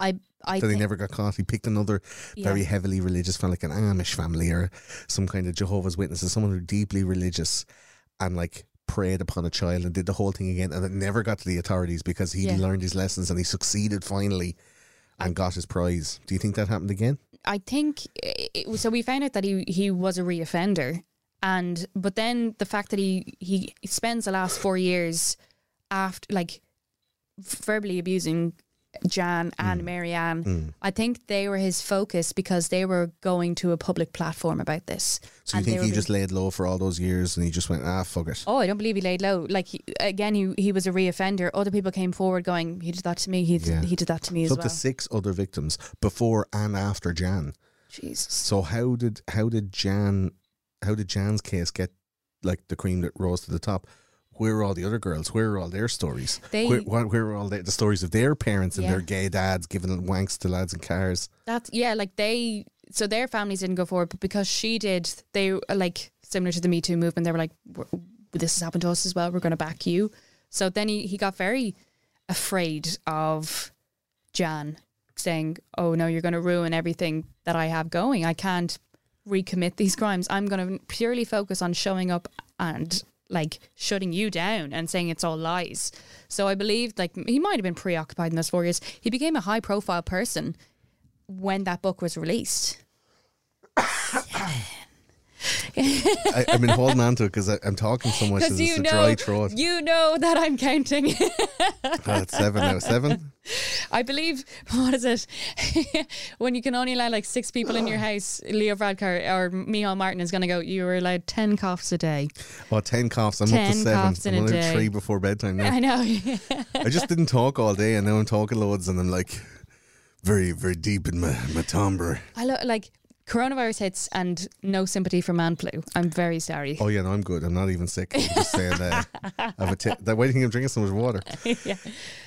Speaker 3: i i
Speaker 2: that he
Speaker 3: think-
Speaker 2: never got caught. He picked another very
Speaker 3: Yeah.
Speaker 2: heavily religious family, like an Amish family or some kind of Jehovah's Witnesses, someone who deeply religious and like preyed upon a child and did the whole thing again. And it never got to the authorities because he
Speaker 3: Yeah.
Speaker 2: learned his lessons and he succeeded finally and got his prize. Do you think that happened again?
Speaker 3: I think i i- so. We found out that he he was a reoffender, and but then the fact that he he spends the last four years after like verbally abusing Jan and Marianne. I think they were his focus because they were going to a public platform about this.
Speaker 2: So you
Speaker 3: and they
Speaker 2: think
Speaker 3: were
Speaker 2: he
Speaker 3: being-
Speaker 2: just laid low for all those years and he just went, ah, fuck it.
Speaker 3: Oh, I don't believe he laid low. Like he, again, he he was a reoffender. Other people came forward going, he did that to me. He did,
Speaker 2: Yeah.
Speaker 3: he did that to me
Speaker 2: It's up
Speaker 3: as well.
Speaker 2: to six other victims before and after Jan.
Speaker 3: Jesus.
Speaker 2: So how did how did Jan how did Jan's case get like the cream that rose to the top? Where are all the other girls? Where are all their stories?
Speaker 3: They-
Speaker 2: where, where, where are all the, the stories of their parents and
Speaker 3: Yeah.
Speaker 2: their gay dads giving wanks to lads in cars?
Speaker 3: That's yeah, like they so their families didn't go forward, but because she did, they uh, like similar to the Me Too movement. They were like, "We're- "This has happened to us as well. We're going to back you." So then he he got very afraid of Jan saying, "Oh no, you're going to ruin everything that I have going. I can't recommit these crimes. I'm going to purely focus on showing up and." Like shutting you down and saying it's all lies. So I believe, like, he might have been preoccupied in those four years. He became a high profile person when that book was released.
Speaker 2: I, I've been holding on to it because I'm talking so much.
Speaker 3: Because
Speaker 2: It's
Speaker 3: you
Speaker 2: a
Speaker 3: know,
Speaker 2: dry throat.
Speaker 3: you know that I'm counting.
Speaker 2: Ah, it's seven now. Seven.
Speaker 3: I believe what is it when you can only allow like six people in your house? Leo Varadkar or Michal Martin is going to go. You were allowed ten coughs a day.
Speaker 2: Well, Oh, ten coughs. I'm up to
Speaker 3: 10
Speaker 2: seven.
Speaker 3: coughs in
Speaker 2: I'm
Speaker 3: a
Speaker 2: only
Speaker 3: day.
Speaker 2: three before bedtime now.
Speaker 3: I know.
Speaker 2: I just didn't talk all day, and now I'm talking loads, and I'm like very, very deep in my my timbre.
Speaker 3: I lo- like coronavirus hits and no sympathy for man flu. I'm very sorry.
Speaker 2: Oh yeah, no, I'm good. I'm not even sick. I'm just saying that. I have a t- that. Why do you think I'm drinking so much water?
Speaker 3: yeah.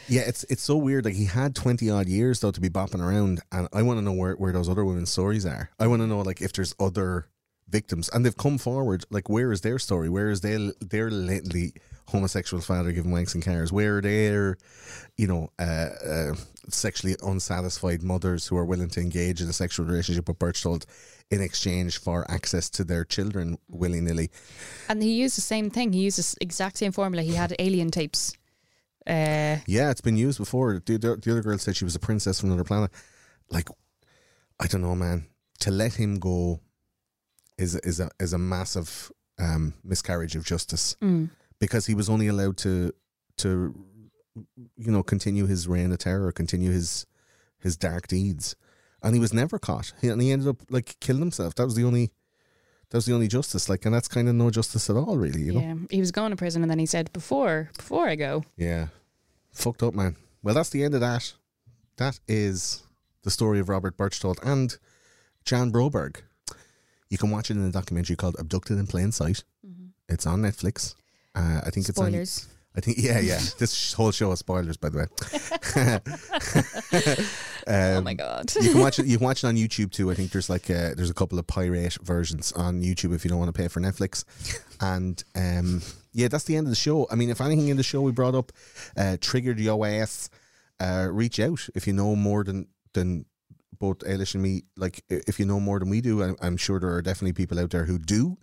Speaker 2: Yeah, it's it's so weird. Like he had twenty odd years though to be bopping around, and I want to know where where those other women's stories are. I want to know like if there's other victims, and they've come forward. Like where is their story? Where is their their lately homosexual father giving wanks and cars? Where are their you know uh, uh, sexually unsatisfied mothers who are willing to engage in a sexual relationship with Birchtold in exchange for access to their children willy nilly?
Speaker 3: And he used the same thing. He used the exact same formula. He had alien tapes. Uh,
Speaker 2: Yeah, it's been used before. The, the, the other girl said she was a princess from another planet. Like, I don't know, man. To let him go is a- is a is a massive um, miscarriage of justice because he was only allowed to to you know continue his reign of terror, continue his his dark deeds, and he was never caught. He, and he ended up like killing himself. That was the only that was the only justice. Like, and that's kind of no justice at all, really. You know.
Speaker 3: yeah, he was going to prison, and then he said, "Before, before I go,
Speaker 2: Yeah. Fucked up, man. Well, that's the end of that. That is the story of Robert Birchtold and Jan Broberg. You can watch it in a documentary called Abducted in Plain Sight. It's on Netflix. Uh, I think it's on.
Speaker 3: Mm-hmm. spoilers."
Speaker 2: I think yeah, yeah. this sh- whole show is spoilers, by the way.
Speaker 3: oh
Speaker 2: Um,
Speaker 3: my god!
Speaker 2: you can watch it. You can watch it on YouTube too. I think there's like uh there's a couple of pirate versions on YouTube if you don't want to pay for Netflix. And um, yeah, that's the end of the show. I mean, if anything in the show we brought up uh, triggered your ass, uh, reach out if you know more than than both Eilish and me. Like i- if you know more than we do, I'm, I'm sure there are definitely people out there who do.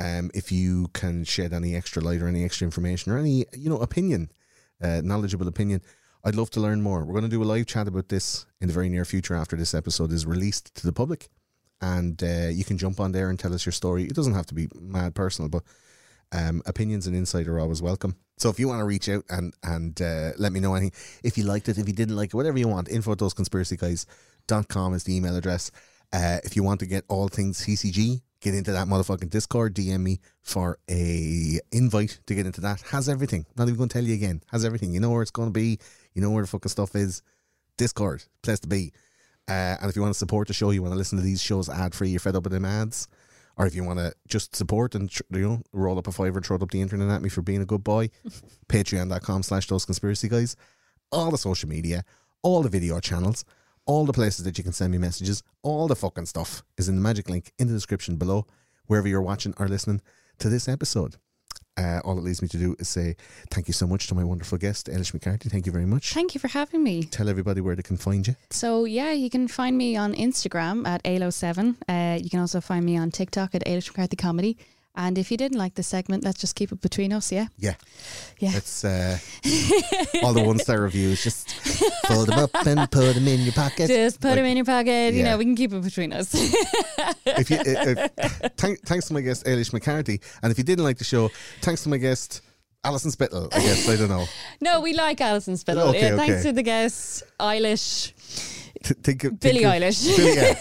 Speaker 2: Um, if you can shed any extra light or any extra information or any you know opinion, uh, knowledgeable opinion. I'd love to learn more. We're going to do a live chat about this in the very near future after this episode is released to the public. And uh, you can jump on there and tell us your story. It doesn't have to be mad personal, but um, opinions and insight are always welcome. So if you want to reach out and and uh, let me know anything, if you liked it, if you didn't like it, whatever you want, info at com is the email address. Uh, if you want to get all things CCG, get into that motherfucking Discord. DM me for a invite to get into that. Has everything. Not even going to tell you again. Has everything. You know where it's going to be. You know where the fucking stuff is. Discord, place to be. Uh, and if you want to support the show, you want to listen to these shows ad free, you're fed up with them ads, or if you want to just support and tr- you know roll up a fiver and throw it up the internet at me for being a good boy, patreon.com slash those conspiracy guys, all the social media, all the video channels, all the places that you can send me messages, all the fucking stuff is in the magic link in the description below, wherever you're watching or listening to this episode. Uh, all it leaves me to do is say thank you so much to my wonderful guest, Elish McCarthy. Thank you very much.
Speaker 3: Thank you for having me.
Speaker 2: Tell everybody where they can find you.
Speaker 3: So yeah, you can find me on Instagram at alo7. Uh, you can also find me on TikTok at Ailish McCarthy Comedy. And if you didn't like this segment, let's just keep it between us, yeah.
Speaker 2: Yeah.
Speaker 3: Yeah.
Speaker 2: That's uh, all the one star reviews. Just fold them up and put them in your pocket.
Speaker 3: Just put
Speaker 2: Like,
Speaker 3: them in your pocket. You
Speaker 2: yeah.
Speaker 3: know, we can keep it between us.
Speaker 2: If you, if, if- thank, thanks to my guest, Eilish McCarthy. And if you didn't like the show, thanks to my guest, Alison Spittle, I guess. I don't know.
Speaker 3: no, we like Alison Spittle.
Speaker 2: Okay,
Speaker 3: yeah, thanks
Speaker 2: okay.
Speaker 3: to the guests, Eilish,
Speaker 2: Th- think of,
Speaker 3: Billie
Speaker 2: think of-
Speaker 3: Eilish.
Speaker 2: Billie, yeah.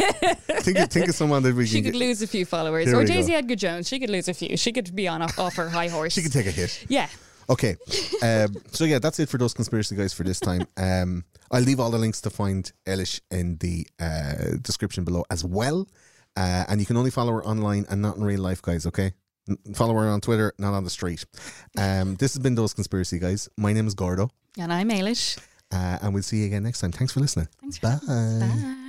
Speaker 2: think, of, think of someone that we
Speaker 3: She
Speaker 2: can
Speaker 3: could
Speaker 2: get-
Speaker 3: lose a few followers.
Speaker 2: There
Speaker 3: or
Speaker 2: we go.
Speaker 3: Daisy Edgar Jones, she could lose a few. She could be on off, off her high horse.
Speaker 2: She could take a hit.
Speaker 3: yeah.
Speaker 2: Okay. Um, so yeah, that's it for those conspiracy guys for this time. Um, I'll leave all the links to find Elish in the uh, description below as well. Uh, and you can only follow her online and not in real life, guys. Okay. N- Follow her on Twitter, not on the street. Um, this has been those conspiracy guys. My name is Gordo,
Speaker 3: And I'm Eilish.
Speaker 2: uh, and we'll see you again next time. Thanks for listening. Bye.
Speaker 3: Bye.